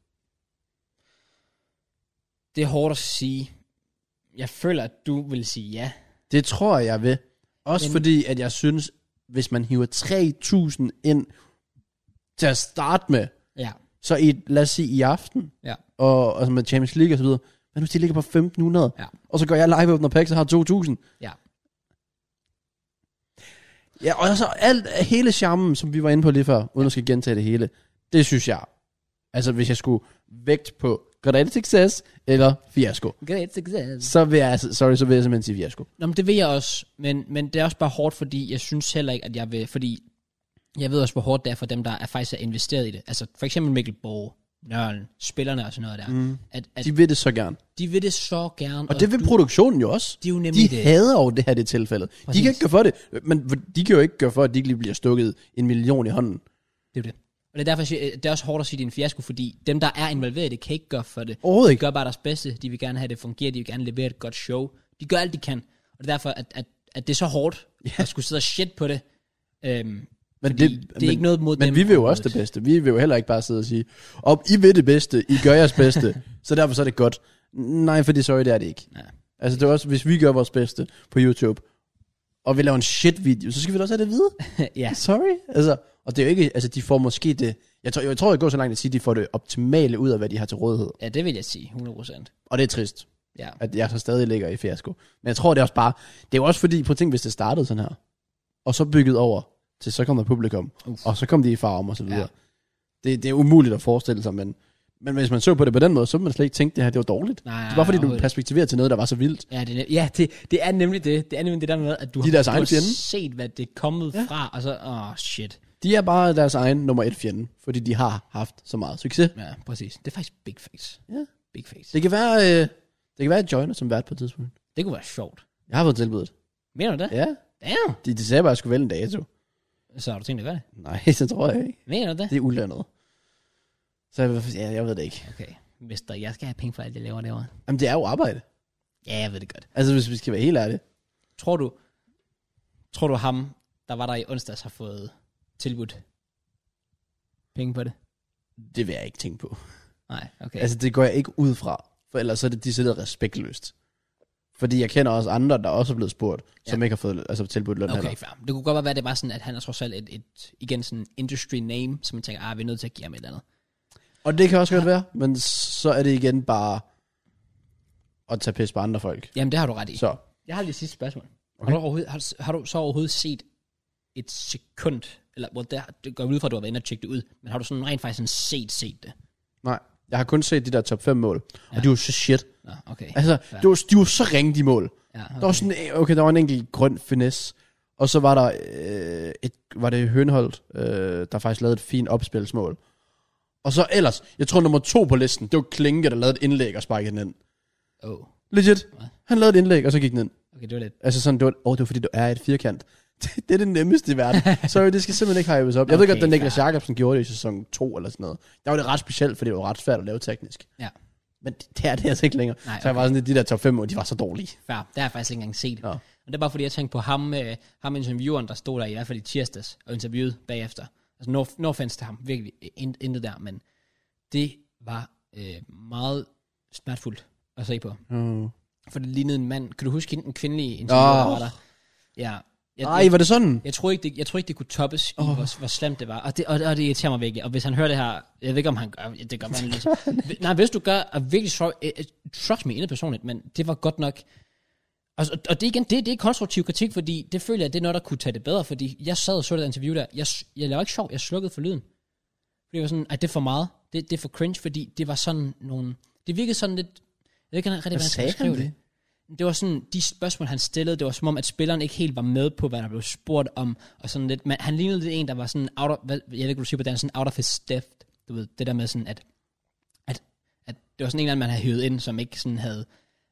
[SPEAKER 1] Det er hårdt at sige. Jeg føler, at du vil sige ja.
[SPEAKER 2] Det tror jeg, jeg vil. Også Men...
[SPEAKER 1] Men-
[SPEAKER 2] fordi, at jeg synes, hvis man hiver 3.000 ind til at starte med,
[SPEAKER 1] Ja.
[SPEAKER 2] så i, lad os sige i aften,
[SPEAKER 1] Ja.
[SPEAKER 2] og, og med Champions League og så videre, men hvis de ligger på 1.500,
[SPEAKER 1] Ja.
[SPEAKER 2] og så gør jeg live åbner packs og har 2.000.
[SPEAKER 1] Ja.
[SPEAKER 2] Ja, og så alt, hele charmen, som vi var inde på lige før, uden ja. at skal gentage det hele, det synes jeg, altså hvis jeg skulle vægt på great success eller fiasko,
[SPEAKER 1] Great success.
[SPEAKER 2] så vil jeg, altså- sorry, så vil jeg simpelthen sige fiasko.
[SPEAKER 1] Nå, men det vil jeg også, men, men det er også bare hårdt, fordi jeg synes heller ikke, at jeg vil, fordi jeg ved også, hvor hårdt det er for dem, der er faktisk er investeret i det. Altså for eksempel Mikkel Borg, Nørlen, spillerne og sådan noget der. Mm. At, at de,
[SPEAKER 2] De vil det så gerne.
[SPEAKER 1] de vil det så gerne.
[SPEAKER 2] Og det vil
[SPEAKER 1] du,
[SPEAKER 2] produktionen jo også.
[SPEAKER 1] det er jo nemlig
[SPEAKER 2] De
[SPEAKER 1] det.
[SPEAKER 2] hader over det her det tilfælde. De
[SPEAKER 1] Præcis.
[SPEAKER 2] kan ikke gøre for det, men de kan jo ikke gøre for, at de ikke lige bliver stukket en million i hånden.
[SPEAKER 1] det er jo det. Og det er derfor, jeg siger, at det er også hårdt at sige, at det er en fiasko, fordi dem, der er involveret i det, kan ikke gøre for det.
[SPEAKER 2] Overhovedet
[SPEAKER 1] De
[SPEAKER 2] ikke.
[SPEAKER 1] gør bare deres bedste. De vil gerne have, at det fungerer. De vil gerne levere et godt show. De gør alt, de kan. Og det er derfor, at, at, at det er så hårdt at skulle sidde og shit på det. Øhm,
[SPEAKER 2] Men
[SPEAKER 1] Fordi det er ikke noget mod
[SPEAKER 2] men
[SPEAKER 1] dem
[SPEAKER 2] vi vil jo også
[SPEAKER 1] overhovedet.
[SPEAKER 2] det bedste. Vi vil jo heller ikke bare sidde og sige, om I vil det bedste, I gør jeres bedste, så derfor så er det godt. Nej, for det sorry, det er det ikke.
[SPEAKER 1] Nej.
[SPEAKER 2] Altså det er også, hvis vi gør vores bedste på YouTube, og vi laver en shit video, så skal vi da også have det videre.
[SPEAKER 1] ja,
[SPEAKER 2] Sorry. Altså, og det er jo ikke, altså de får måske det, jeg tror, jeg tror, jeg går så langt at sige, at de får det optimale ud af, hvad de har til rådighed.
[SPEAKER 1] ja, det vil jeg sige, 100%.
[SPEAKER 2] Og det er trist.
[SPEAKER 1] Ja.
[SPEAKER 2] at jeg så stadig ligger i fiasko. Men jeg tror, det er også bare, det er jo også fordi, på ting, hvis det startede sådan her, og så bygget over, til så kom der publikum,
[SPEAKER 1] Uf.
[SPEAKER 2] og så kom de i farve og så videre.
[SPEAKER 1] Ja.
[SPEAKER 2] Det, det er umuligt at forestille sig, men, men hvis man så på det på den måde, så ville man slet ikke tænke, det her det var dårligt.
[SPEAKER 1] Nej,
[SPEAKER 2] det er bare fordi, du
[SPEAKER 1] overhovedet.
[SPEAKER 2] perspektiverer til noget, der var så vildt.
[SPEAKER 1] Ja, det, er nem- ja det, det er nemlig det. Det er nemlig det der med, at du,
[SPEAKER 2] De er
[SPEAKER 1] har,
[SPEAKER 2] deres
[SPEAKER 1] du
[SPEAKER 2] egen
[SPEAKER 1] har
[SPEAKER 2] fjende.
[SPEAKER 1] set, hvad det er kommet ja. fra, og så, åh, oh, shit.
[SPEAKER 2] De er bare deres egen nummer et fjende, fordi de har haft så meget succes.
[SPEAKER 1] Ja, præcis. Det er faktisk big face.
[SPEAKER 2] Ja.
[SPEAKER 1] Big face. Det,
[SPEAKER 2] Det kan være, øh, det kan være at joiner som vært på et tidspunkt.
[SPEAKER 1] det kunne være sjovt.
[SPEAKER 2] Jeg har fået tilbuddet.
[SPEAKER 1] Mener du det? Ja.
[SPEAKER 2] Ja,
[SPEAKER 1] Damn.
[SPEAKER 2] de, de sagde bare, at jeg skulle vælge en dato.
[SPEAKER 1] Så har du tænkt dig at gøre det?
[SPEAKER 2] Nej, det tror jeg ikke.
[SPEAKER 1] Mener du det?
[SPEAKER 2] Det er ulønnet. Så jeg, ja, jeg ved det ikke.
[SPEAKER 1] Okay. Mister, jeg skal have penge for alt, jeg laver derovre.
[SPEAKER 2] Jamen, det er jo arbejde.
[SPEAKER 1] Ja, jeg ved det godt.
[SPEAKER 2] Altså, hvis vi skal være helt ærlige.
[SPEAKER 1] Tror du, tror du ham, der var der i onsdags, har fået tilbudt penge på det?
[SPEAKER 2] Det vil jeg ikke tænke på.
[SPEAKER 1] Nej, okay. Altså,
[SPEAKER 2] Altså, det går jeg ikke ud fra. For ellers så er det decideret respektløst. Fordi jeg kender også andre, der også er blevet spurgt, ja. som ikke har fået altså, tilbudt løn
[SPEAKER 1] okay,
[SPEAKER 2] okay.
[SPEAKER 1] fair. Det kunne godt være, at det var sådan, at han er trods alt et, et igen sådan industry name, som man tænker, ah, vi er nødt til at give ham et eller andet.
[SPEAKER 2] Og det kan også godt være, men så er det igen bare at tage pis på andre folk.
[SPEAKER 1] Jamen, det har du ret i.
[SPEAKER 2] Så,
[SPEAKER 1] Jeg har lige et sidste spørgsmål. Okay. Har, du overhovedet- har, du- har du så overhovedet set et sekund, eller well, der, det går ud fra, at du har været inde og tjekke det ud, men har du sådan rent faktisk sådan set set det?
[SPEAKER 2] nej. Jeg har kun set de der top 5 mål, og de var så shit.
[SPEAKER 1] Nå, okay.
[SPEAKER 2] Altså,
[SPEAKER 1] Ja.
[SPEAKER 2] det var, de var så ringe, de mål.
[SPEAKER 1] ja,
[SPEAKER 2] Der var
[SPEAKER 1] okay.
[SPEAKER 2] sådan, øh, okay, der var en enkelt grøn finesse. Og så var der øh, et, var det Hønholdt, øh, der faktisk lavede et fint opspilsmål. Og så ellers, jeg tror nummer to på listen, det var Klinke, der lavede et indlæg og sparkede den ind.
[SPEAKER 1] Oh,
[SPEAKER 2] Legit. Han lavede et indlæg, og så gik den ind.
[SPEAKER 1] okay, det var lidt...
[SPEAKER 2] Altså sådan, det var, åh, oh, det var fordi, du er et firkant. Det, det er det nemmeste i verden. Sorry, det skal simpelthen ikke hypes op. Jeg ved
[SPEAKER 1] Okay,
[SPEAKER 2] godt, at Niklas
[SPEAKER 1] fair.
[SPEAKER 2] Jacobsen gjorde det i sæson 2 eller sådan noget. Der var det ret specielt, fordi det var ret svært at lave teknisk.
[SPEAKER 1] Ja,
[SPEAKER 2] Men det, det er det altså ikke længere.
[SPEAKER 1] Nej,
[SPEAKER 2] Så jeg var sådan, lidt, de der top 5 mål, de var så dårlige.
[SPEAKER 1] fair. Det har jeg faktisk ikke engang set.
[SPEAKER 2] Nå.
[SPEAKER 1] Men det er bare fordi, jeg tænkte på ham, øh, ham intervieweren, der stod der i hvert fald i tirsdags og interviewede bagefter. Altså, no, no offense til ham, virkelig øh, in- intet der, men det var øh, meget smertefuldt at se på.
[SPEAKER 2] Mm.
[SPEAKER 1] For det lignede en mand. Kan du huske hende, den kvindelige interviewer, oh. der var
[SPEAKER 2] Åh.
[SPEAKER 1] der? Ja. Jeg,
[SPEAKER 2] Ej, var det sådan?
[SPEAKER 1] jeg tror, ikke, det, jeg tror ikke, det kunne toppes i, oh. hvor, hvor slemt det var. Og det, og, og det irriterer mig virkelig. Og hvis han hører det her, jeg ved ikke, om han gør, ja, det gør man ligesom. Nej, hvis du gør, og virkelig, sorry, eh, eh, trust me, personligt, men det var godt nok. Altså, Og, og- og det er igen, det, det er konstruktiv kritik, fordi det føler jeg, det er noget, der kunne tage det bedre, fordi jeg sad og så det interview der, jeg, s- jeg lavede ikke sjov, jeg slukkede for lyden. Fordi jeg var sådan, at det er for meget, det, det er for cringe, fordi det var sådan nogle, det virkede sådan lidt, jeg ved ikke rigtig, hvordan jeg skal beskrive det? det var sådan, de spørgsmål, han stillede, det var som om, at spilleren ikke helt var med på, hvad der blev spurgt om, og sådan lidt, men han lignede lidt en, der var sådan, out of, hvad, jeg ved ikke, hvad du siger på dansk, sådan out of his depth, du ved, det der med sådan, at, at, at det var sådan en eller anden, man havde hyret ind, som ikke sådan havde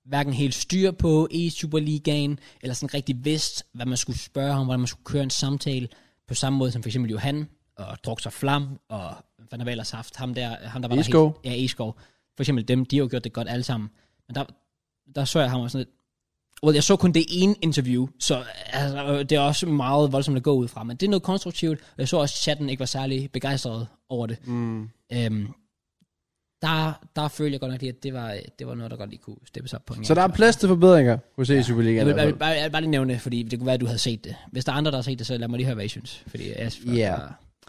[SPEAKER 1] hverken helt styr på i Superligaen, eller sådan rigtig vidst, hvad man skulle spørge ham, hvordan man skulle køre en samtale, på samme måde som for eksempel Johan, og Druk sig Flam, og hvad der ellers haft, ham der, ham der var
[SPEAKER 2] Egeskov.
[SPEAKER 1] Der helt, ja, Eskov. For eksempel dem, de har jo gjort det godt alle sammen. Men der, der så jeg ham og sådan lidt, Well, jeg så kun det ene interview, så altså, det er også meget voldsomt at gå ud fra, men det er noget konstruktivt, og jeg så også, at chatten ikke var særlig begejstret over det.
[SPEAKER 2] Mm.
[SPEAKER 1] Øhm, der, der følte jeg godt nok lige, at det var, det var noget, der godt lige kunne steppes op på. En
[SPEAKER 2] Så der er plads til forbedringer, kunne se i Superligaen.
[SPEAKER 1] Jeg
[SPEAKER 2] i
[SPEAKER 1] vil
[SPEAKER 2] hvert
[SPEAKER 1] bare,
[SPEAKER 2] fald.
[SPEAKER 1] bare, bare, bare lige nævne det, fordi det kunne være, at du havde set det. Hvis der er andre, der har set det, så lad mig lige høre, hvad I synes. Fordi jeg,
[SPEAKER 2] Ja.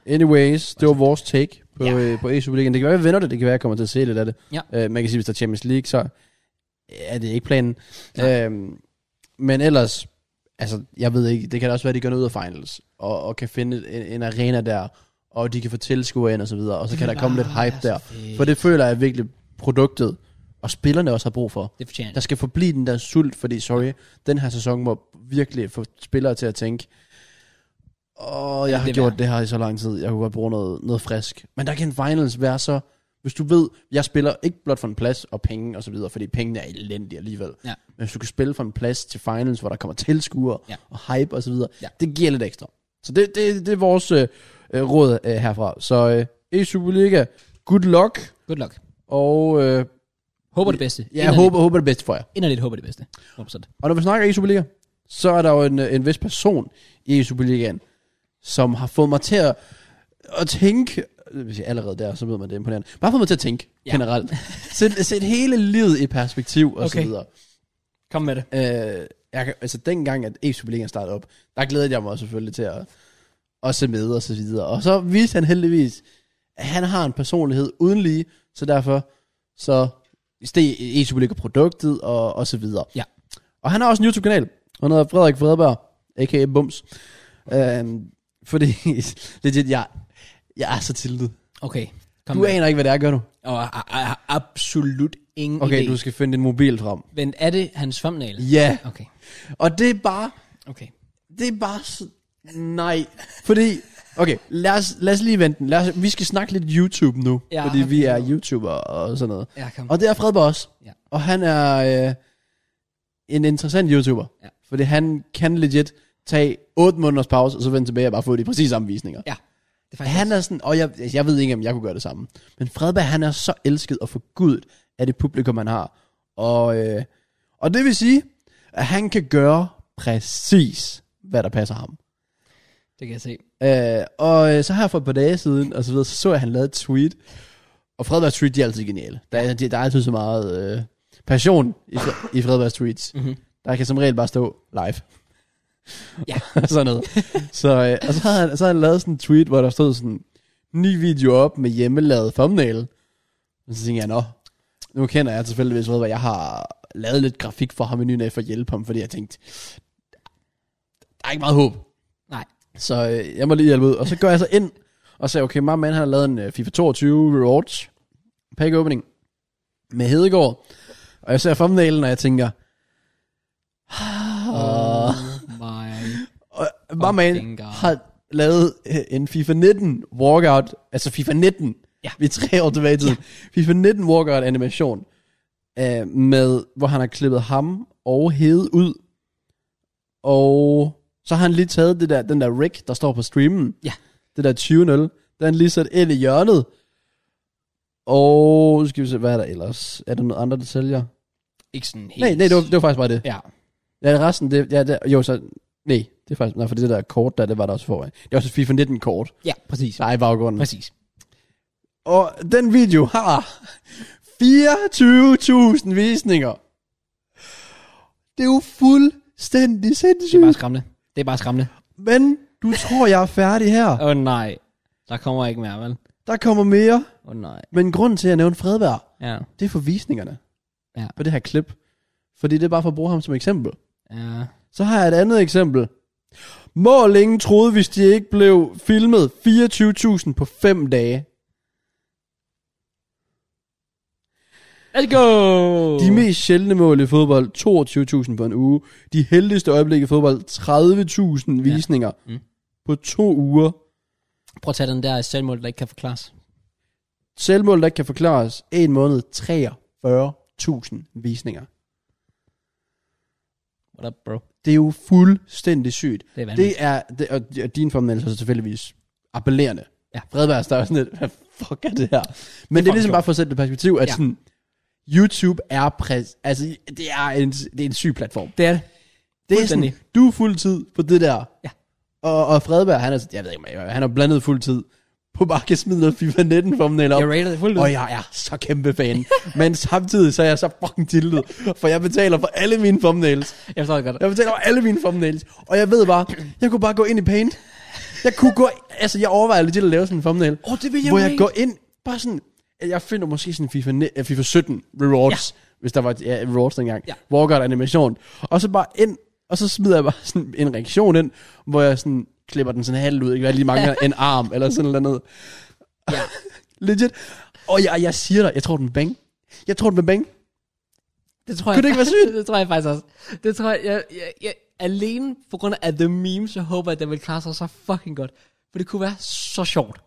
[SPEAKER 2] Anyways, det var vores take på,
[SPEAKER 1] Altså- Ja.
[SPEAKER 2] ja. øh, på e Superligaen. Det kan være, jeg vender det. Det kan være, jeg kommer til at se lidt af det.
[SPEAKER 1] Ja.
[SPEAKER 2] Øh, man kan sige, hvis der er Champions League, så er det ikke planen.
[SPEAKER 1] Nej.
[SPEAKER 2] Øhm, men ellers, altså, jeg ved ikke, det kan da også være, at de gør noget ud af finals, og, og kan finde en, en arena der, og de kan få tilskuere ind og så videre, og så kan der komme lidt
[SPEAKER 1] Ah,
[SPEAKER 2] hype der. For det føler jeg virkelig produktet, og spillerne også har brug for.
[SPEAKER 1] Det fortjener
[SPEAKER 2] Der
[SPEAKER 1] det.
[SPEAKER 2] skal forblive den der sult, fordi, sorry, den her sæson må virkelig få spillere til at tænke, åh, jeg har
[SPEAKER 1] det
[SPEAKER 2] gjort
[SPEAKER 1] værd.
[SPEAKER 2] det her i så lang tid, jeg kunne godt bruge noget, noget frisk. Men der kan en finals være så, hvis du ved, jeg spiller ikke blot for en plads og penge og så videre, fordi pengene er elendige alligevel.
[SPEAKER 1] Ja.
[SPEAKER 2] Men hvis du kan spille for en plads til finals, hvor der kommer tilskuere
[SPEAKER 1] Ja.
[SPEAKER 2] og hype og så videre,
[SPEAKER 1] Ja.
[SPEAKER 2] det giver lidt ekstra. Så det, det, det er vores øh, øh, råd øh, herfra. Så øh, e Superliga, good luck,
[SPEAKER 1] Good luck.
[SPEAKER 2] og øh,
[SPEAKER 1] Håber det bedste.
[SPEAKER 2] jeg håber, håber det bedste for jer.
[SPEAKER 1] Inderligt håber det bedste. 100%.
[SPEAKER 2] Og når vi snakker i Superliga, så er der jo en, en vis person i Superligaen, som har fået mig til at, at tænke, hvis jeg allerede der, så ved man det er imponerende, bare fået mig til at tænke
[SPEAKER 1] Ja.
[SPEAKER 2] ja. generelt. Sæt, sæt hele livet i perspektiv og
[SPEAKER 1] Okay.
[SPEAKER 2] så videre.
[SPEAKER 1] Kom med det.
[SPEAKER 2] Øh, jeg, kan- altså dengang, at e Superligaen startede op, der glædede jeg mig selvfølgelig til at, at se med og så videre. Og så viste han heldigvis, at han har en personlighed uden lige, så derfor så steg e Superliga produktet og, og så videre.
[SPEAKER 1] Ja.
[SPEAKER 2] Og han har også en YouTube-kanal, og hedder Frederik Fredberg, a.k.a. Bums. Øhm, fordi, legit, jeg, jeg er så tiltet.
[SPEAKER 1] Okay. Kom
[SPEAKER 2] Du
[SPEAKER 1] med.
[SPEAKER 2] aner ikke, hvad det er, gør du?
[SPEAKER 1] Og jeg har- jeg har absolut ingen
[SPEAKER 2] Okay,
[SPEAKER 1] idé.
[SPEAKER 2] du skal finde din mobil frem.
[SPEAKER 1] Men er det hans thumbnail?
[SPEAKER 2] Ja,
[SPEAKER 1] Okay,
[SPEAKER 2] og det er bare,
[SPEAKER 1] okay.
[SPEAKER 2] det er bare så... Nej. Fordi, okay, lad os, lad os lige vente den. Lad os, vi skal snakke lidt YouTube nu,
[SPEAKER 1] Ja,
[SPEAKER 2] ja, fordi vi
[SPEAKER 1] okay.
[SPEAKER 2] er YouTuber og sådan noget.
[SPEAKER 1] Ja, kom.
[SPEAKER 2] Og det er Fredberg også.
[SPEAKER 1] Ja.
[SPEAKER 2] Og han er øh, en interessant YouTuber.
[SPEAKER 1] Ja.
[SPEAKER 2] Fordi han kan legit tage 8 måneders pause, og så vende tilbage og bare få de præcis samme visninger.
[SPEAKER 1] Ja, det er faktisk
[SPEAKER 2] Han er sådan, og jeg, jeg ved ikke, om jeg kunne gøre det samme. Men Fredberg, han er så elsket og forgudet af det publikum, han har. Og, øh, og det vil sige, at han kan gøre præcis, hvad der passer ham.
[SPEAKER 1] Det kan jeg se.
[SPEAKER 2] Øh, og øh, så her for et par dage siden, og så videre, så så jeg, at han lavede et tweet. Og Fredbergs tweet, de er altid geniale. Der, er- de, der er altid så meget øh, passion i, Fre- i Fredbergs tweets.
[SPEAKER 1] Mhm.
[SPEAKER 2] Mm-hmm. Der kan som regel bare stå live.
[SPEAKER 1] Ja.
[SPEAKER 2] sådan noget. Så, øh, og så havde, han, så havde han lavet sådan en tweet, hvor der stod sådan, ny video op med hjemmelavet thumbnail. Og så tænkte jeg, nå, nu kender jeg tilfældigvis Fredberg. Jeg har lavet lidt grafik for ham i ny og næ for at hjælpe ham, fordi jeg tænkte, der er ikke meget håb.
[SPEAKER 1] Nej.
[SPEAKER 2] Så øh, jeg må lige hjælpe ud. Og så går jeg så ind og sagde, okay, my man han har lavet en øh, FIFA 22 Rewards pack opening med Hedegaard. Og jeg ser thumbnailen, og jeg tænker, "Ah."
[SPEAKER 1] Oh my.
[SPEAKER 2] og my man
[SPEAKER 1] Fucking god.
[SPEAKER 2] har lavet øh, en FIFA 19 walkout, altså FIFA 19,
[SPEAKER 1] Ja.
[SPEAKER 2] vi er tre år tilbage i tiden, FIFA 19 walkout animation, øh, med, hvor han har klippet ham og Hede ud, og så har han lige taget det der, den der rig, der står på streamen,
[SPEAKER 1] Ja.
[SPEAKER 2] det der 20-0, den har han lige sat ind i hjørnet, og nu skal vi se, hvad er der ellers? Er der noget andre detaljer?
[SPEAKER 1] Ikke sådan helt.
[SPEAKER 2] Nej, nej, det var, det var faktisk bare det.
[SPEAKER 1] Ja.
[SPEAKER 2] Ja, resten, det, ja, det, jo, så, nej, det er faktisk, nej, for det der kort der, det var der også forvejen. Det er også et FIFA 19 kort.
[SPEAKER 1] Ja, præcis.
[SPEAKER 2] Nej, i baggrunden.
[SPEAKER 1] Præcis.
[SPEAKER 2] Og den video har 24.000 visninger. Det er jo fuldstændig
[SPEAKER 1] Det er bare
[SPEAKER 2] sindssygt.
[SPEAKER 1] skræmmende. Det er bare skræmmende.
[SPEAKER 2] Men du tror, jeg er færdig her.
[SPEAKER 1] Åh oh, nej. Der kommer ikke mere, vel?
[SPEAKER 2] Der kommer mere.
[SPEAKER 1] Åh oh, nej.
[SPEAKER 2] Men grunden til, at jeg nævnte Fredberg,
[SPEAKER 1] Ja.
[SPEAKER 2] det er for visningerne.
[SPEAKER 1] Ja.
[SPEAKER 2] På det her klip. Fordi det er bare for at bruge ham som eksempel.
[SPEAKER 1] Ja.
[SPEAKER 2] Så har jeg et andet eksempel. Mål ingen troede, hvis de ikke blev filmet 24.000 på 5 dage.
[SPEAKER 1] Let's go!
[SPEAKER 2] De mest sjældne mål i fodbold, 22.000 på en uge. De heldigste øjeblikke i fodbold, 30.000
[SPEAKER 1] Ja.
[SPEAKER 2] visninger
[SPEAKER 1] Mm.
[SPEAKER 2] på to uger.
[SPEAKER 1] Prøv at tage den der selvmål, der ikke kan forklares.
[SPEAKER 2] Selvmål, der ikke kan forklares, en måned, 43.000 visninger.
[SPEAKER 1] What up, bro?
[SPEAKER 2] Det er jo fuldstændig sygt.
[SPEAKER 1] Det er vanvittigt.
[SPEAKER 2] Det er, det, og, og din formeldelse er så selvfølgelig appellerende.
[SPEAKER 1] Ja.
[SPEAKER 2] Fredbergs, der er sådan lidt, hvad fuck er det her? Men det, er ligesom
[SPEAKER 1] sjovt.
[SPEAKER 2] bare for at sætte det i perspektiv, at
[SPEAKER 1] Ja.
[SPEAKER 2] ja. sådan, YouTube er præs, altså det er en, det er en syg platform.
[SPEAKER 1] Det er det.
[SPEAKER 2] Det er sådan,
[SPEAKER 1] Fuldstændig.
[SPEAKER 2] du er fuldtid på det der.
[SPEAKER 1] Ja.
[SPEAKER 2] Og, og Fredberg, han er, jeg ved ikke, hvad- han er blandet fuldtid på bare kan smide noget FIFA 19 thumbnail op.
[SPEAKER 1] Jeg rater det fuldt ud.
[SPEAKER 2] Og jeg er så kæmpe fan. Men samtidig så er jeg så fucking tiltet, for jeg betaler for alle mine thumbnails.
[SPEAKER 1] Jeg forstår det godt.
[SPEAKER 2] Jeg betaler for alle mine thumbnails. Og jeg ved bare, jeg kunne bare gå ind i Paint. Jeg kunne gå, altså jeg overvejer legit at lave sådan en thumbnail.
[SPEAKER 1] Åh, oh, det vil
[SPEAKER 2] hvor jeg går ind, bare sådan, at jeg finder måske sådan FIFA, ne- eh, FIFA 17 rewards, ja. hvis der var ja, rewards dengang,
[SPEAKER 1] Ja.
[SPEAKER 2] ja. walkout animation, og så bare ind, og så smider jeg bare sådan en reaktion ind, hvor jeg sådan klipper den sådan halvt ud, ikke? Jeg lige mangler en arm, eller sådan noget andet.
[SPEAKER 1] Ja.
[SPEAKER 2] Legit. Og jeg, jeg siger dig, jeg tror den bang. Jeg tror den blev bang.
[SPEAKER 1] Det tror jeg.
[SPEAKER 2] Kunne det ikke være sygt?
[SPEAKER 1] det tror jeg faktisk også. Det tror jeg, jeg, jeg, jeg alene på grund af The Meme, så håber jeg, at den vil klare sig så fucking godt. For det kunne være så sjovt.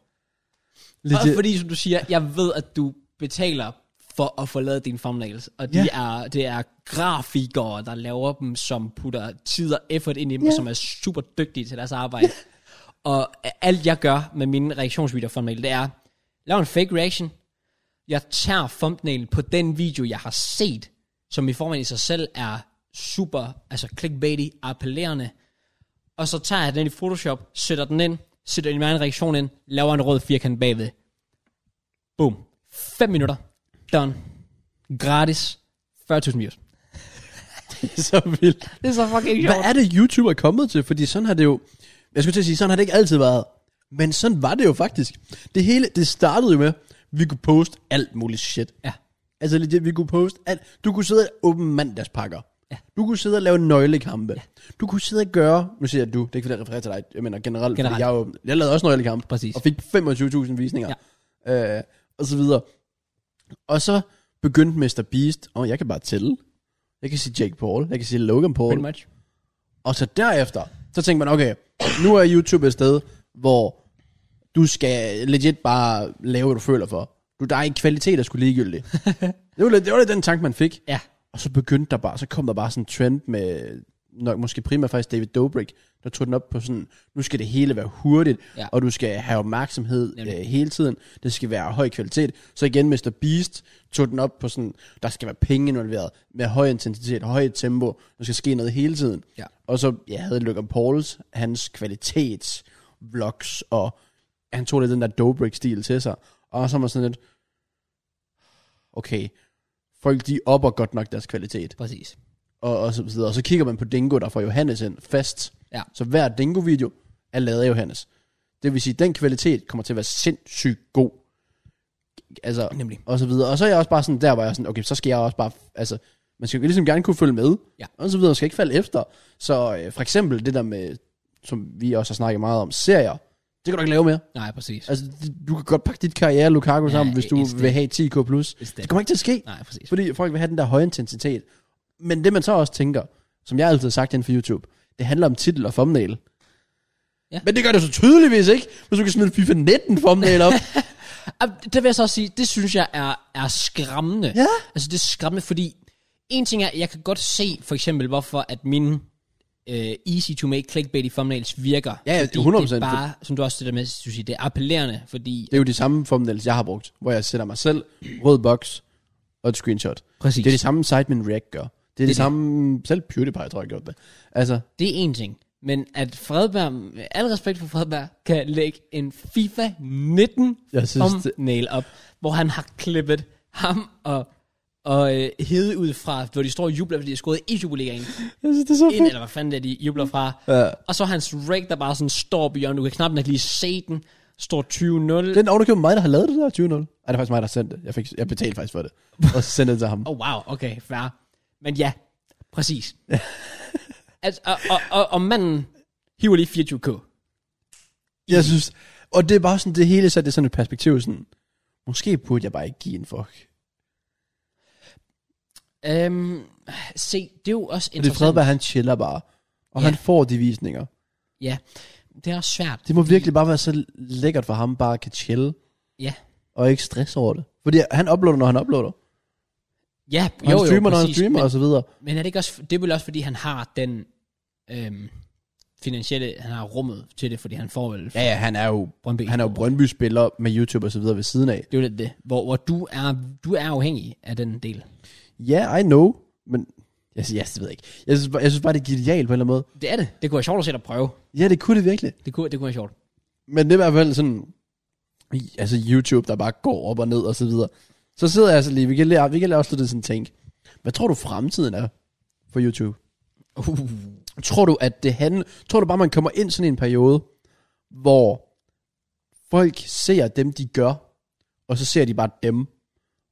[SPEAKER 1] Legit. Og
[SPEAKER 2] Legit.
[SPEAKER 1] fordi, som du siger, jeg ved, at du betaler for at få lavet dine thumbnails. Og de
[SPEAKER 2] Ja.
[SPEAKER 1] er, det er grafikere, der laver dem, som putter tid og effort ind i dem, yeah. og som er super dygtige til deres arbejde. Og alt jeg gør med mine reaktionsvideoer thumbnail, det er, lav en fake reaction. Jeg tager thumbnail på den video, jeg har set, som i formen i sig selv er super, altså clickbaity, appellerende. Og så tager jeg den i Photoshop, sætter den ind, sætter min egen reaktion ind, laver en rød firkant bagved. Boom. 5 minutter. Done. Gratis. 40.000 views.
[SPEAKER 2] Det er så vildt.
[SPEAKER 1] Det er så fucking
[SPEAKER 2] Hvad er det, YouTube er kommet til? Fordi sådan har det jo... Jeg skulle til at sige, sådan har det ikke altid været. Men sådan var det jo faktisk. Det hele, det startede jo med, vi kunne poste alt muligt shit.
[SPEAKER 1] Ja.
[SPEAKER 2] Altså legit, vi kunne poste alt. Du kunne sidde og åbne mandagspakker.
[SPEAKER 1] Ja.
[SPEAKER 2] Du kunne sidde og lave nøglekampe. Ja. Du kunne sidde og gøre... Nu siger jeg du, det er ikke fordi, jeg refererer til dig. Jeg mener generelt, fordi
[SPEAKER 1] Generelt.
[SPEAKER 2] Jeg, er jo, jeg lavede også nøglekampe.
[SPEAKER 1] Præcis.
[SPEAKER 2] Og fik 25.000 visninger. Ja. Øh, og så videre. Og så begyndte Mr. Beast. Og jeg kan bare tælle. Jeg kan sige Jake Paul. Jeg kan sige Logan Paul.
[SPEAKER 1] Pretty much.
[SPEAKER 2] Og så derefter, så tænker man, okay, nu er YouTube et sted, hvor du skal legit bare lave, hvad du føler for. Du, der er ikke kvalitet, der skulle ligegyldigt. det, var lidt, det var lidt den tanke, man fik.
[SPEAKER 1] Ja.
[SPEAKER 2] Og så begyndte der bare, så kom der bare sådan en trend med, nok, måske primært faktisk David Dobrik, der tog den op på sådan, nu skal det hele være hurtigt,
[SPEAKER 1] Ja.
[SPEAKER 2] ja. og du skal have opmærksomhed øh,
[SPEAKER 1] Nemlig.
[SPEAKER 2] hele tiden, det skal være høj kvalitet. Så igen, Mr. Beast tog den op på sådan, der skal være penge involveret, med høj intensitet, høj tempo, der skal ske noget hele tiden.
[SPEAKER 1] Ja.
[SPEAKER 2] Og så jeg havde Logan Pauls, hans kvalitets vlogs, og han tog lidt den der Dobrik-stil til sig, og så var man sådan lidt, okay, folk de opper godt nok deres kvalitet
[SPEAKER 1] Præcis.
[SPEAKER 2] og, og så videre. Og så kigger man på Dingo, der får Johannes ind fast.
[SPEAKER 1] Ja.
[SPEAKER 2] Så hver Dingo-video er lavet af Johannes. Det vil sige, at den kvalitet kommer til at være sindssygt god. Altså,
[SPEAKER 1] Nemlig.
[SPEAKER 2] og så videre. Og så er jeg også bare sådan, der var jeg sådan, okay, så skal jeg også bare, altså, man skal jo ligesom gerne kunne følge med.
[SPEAKER 1] Ja.
[SPEAKER 2] Og så videre, man skal ikke falde efter. Så øh, for eksempel det der med, som vi også har snakket meget om, serier. Det kan du ikke lave mere.
[SPEAKER 1] Nej, præcis.
[SPEAKER 2] Altså, du kan godt pakke dit karriere Lukaku
[SPEAKER 1] Ja,
[SPEAKER 2] sammen, hvis du
[SPEAKER 1] it's
[SPEAKER 2] vil have 10k+.
[SPEAKER 1] It's
[SPEAKER 2] Det kommer ikke til at ske.
[SPEAKER 1] Nej, præcis.
[SPEAKER 2] Fordi folk vil have den der høje intensitet. Men det man så også tænker, som jeg altid har sagt inden for YouTube, det handler om titel og thumbnail.
[SPEAKER 1] Ja.
[SPEAKER 2] Ja. Men det gør det så tydeligvis ikke, hvis du kan smide FIFA 19 thumbnail op.
[SPEAKER 1] Ah, Det vil jeg så også sige, det synes jeg er, er skræmmende.
[SPEAKER 2] Ja.
[SPEAKER 1] Altså det er skræmmende, fordi en ting er, jeg kan godt se for eksempel, hvorfor at mine øh, easy to make clickbait thumbnails virker.
[SPEAKER 2] Ja, ja,
[SPEAKER 1] Fordi
[SPEAKER 2] 100%.
[SPEAKER 1] Det er bare, som du også det der med, du siger, det er appellerende, fordi...
[SPEAKER 2] det er jo de samme thumbnails, jeg har brugt, hvor jeg sætter mig selv, rød boks og et screenshot.
[SPEAKER 1] Præcis.
[SPEAKER 2] Det er det samme site, min React gør. Det er det,
[SPEAKER 1] det.
[SPEAKER 2] det samme, selv PewDiePie tror jeg gjort det. Altså,
[SPEAKER 1] Det er en ting. Men at Fredberg, med al respekt for Fredberg, kan lægge en FIFA 19
[SPEAKER 2] Jeg synes, det-
[SPEAKER 1] thumbnail op, hvor han har klippet ham og, og øh, hede ud fra, hvor de står og jubler, fordi de har scoret i jubilæen.
[SPEAKER 2] jeg synes, det er så
[SPEAKER 1] Ind,
[SPEAKER 2] fedt.
[SPEAKER 1] eller hvad fanden det er, de jubler fra.
[SPEAKER 2] Ja.
[SPEAKER 1] Og så hans rig, der bare sådan står beyond. Du kan knap nok lige se den. Står 20-0.
[SPEAKER 2] Det er ovenikøbet mig, der har lavet det der 20 Nej, det er faktisk mig, der har sendt det. Jeg, fik, jeg betalte faktisk for det. Og så sendte det til ham.
[SPEAKER 1] Oh, wow, okay, fair. Men ja, præcis. altså, og, og, og, og manden hiver lige 24k.
[SPEAKER 2] Jeg synes, og det er bare sådan, det hele sat det sådan et perspektiv, sådan, måske burde jeg bare ikke give en fuck.
[SPEAKER 1] Øhm, se, det er jo også
[SPEAKER 2] Og det er
[SPEAKER 1] interessant.
[SPEAKER 2] Fredberg, han chiller bare,
[SPEAKER 1] Ja.
[SPEAKER 2] og ja. han får de visninger.
[SPEAKER 1] Ja, det er også svært.
[SPEAKER 2] Det må virkelig bare være så lækkert for ham, bare at kan chille,
[SPEAKER 1] Ja,
[SPEAKER 2] og ikke stress over det. Fordi han uploader, når han uploader.
[SPEAKER 1] ja
[SPEAKER 2] Og
[SPEAKER 1] jo,
[SPEAKER 2] han streamer,
[SPEAKER 1] jo,
[SPEAKER 2] når han
[SPEAKER 1] præcis,
[SPEAKER 2] streamer,
[SPEAKER 1] men,
[SPEAKER 2] og så videre.
[SPEAKER 1] men er det ikke også, det er vel også, fordi han har den øhm, finansielle, han har rummet til det, fordi han får vel
[SPEAKER 2] Ja, ja, han er jo,
[SPEAKER 1] Brøndby.
[SPEAKER 2] han er jo Brøndby-spiller med YouTube og så videre ved siden af.
[SPEAKER 1] Det er jo lidt det, hvor, hvor du, er, du er afhængig af den del.
[SPEAKER 2] Ja, yeah, I know, men jeg, jeg, jeg ved ikke. Jeg synes, bare, jeg synes bare, det er genialt på en eller anden måde.
[SPEAKER 1] Det er det. Det kunne være sjovt at se dig prøve.
[SPEAKER 2] Ja, det kunne det virkelig.
[SPEAKER 1] Det kunne, det kunne være sjovt.
[SPEAKER 2] Men det er i hvert fald sådan, i- altså YouTube, der bare går op og ned og så videre. Så sidder jeg så lige, vi kan, lære, vi kan lade os lidt sådan tænke, hvad tror du fremtiden er for YouTube?
[SPEAKER 1] Uh,
[SPEAKER 2] Tror du, at det handler, tror du bare, man kommer ind sådan i en periode, hvor folk ser dem, de gør, og så ser de bare dem,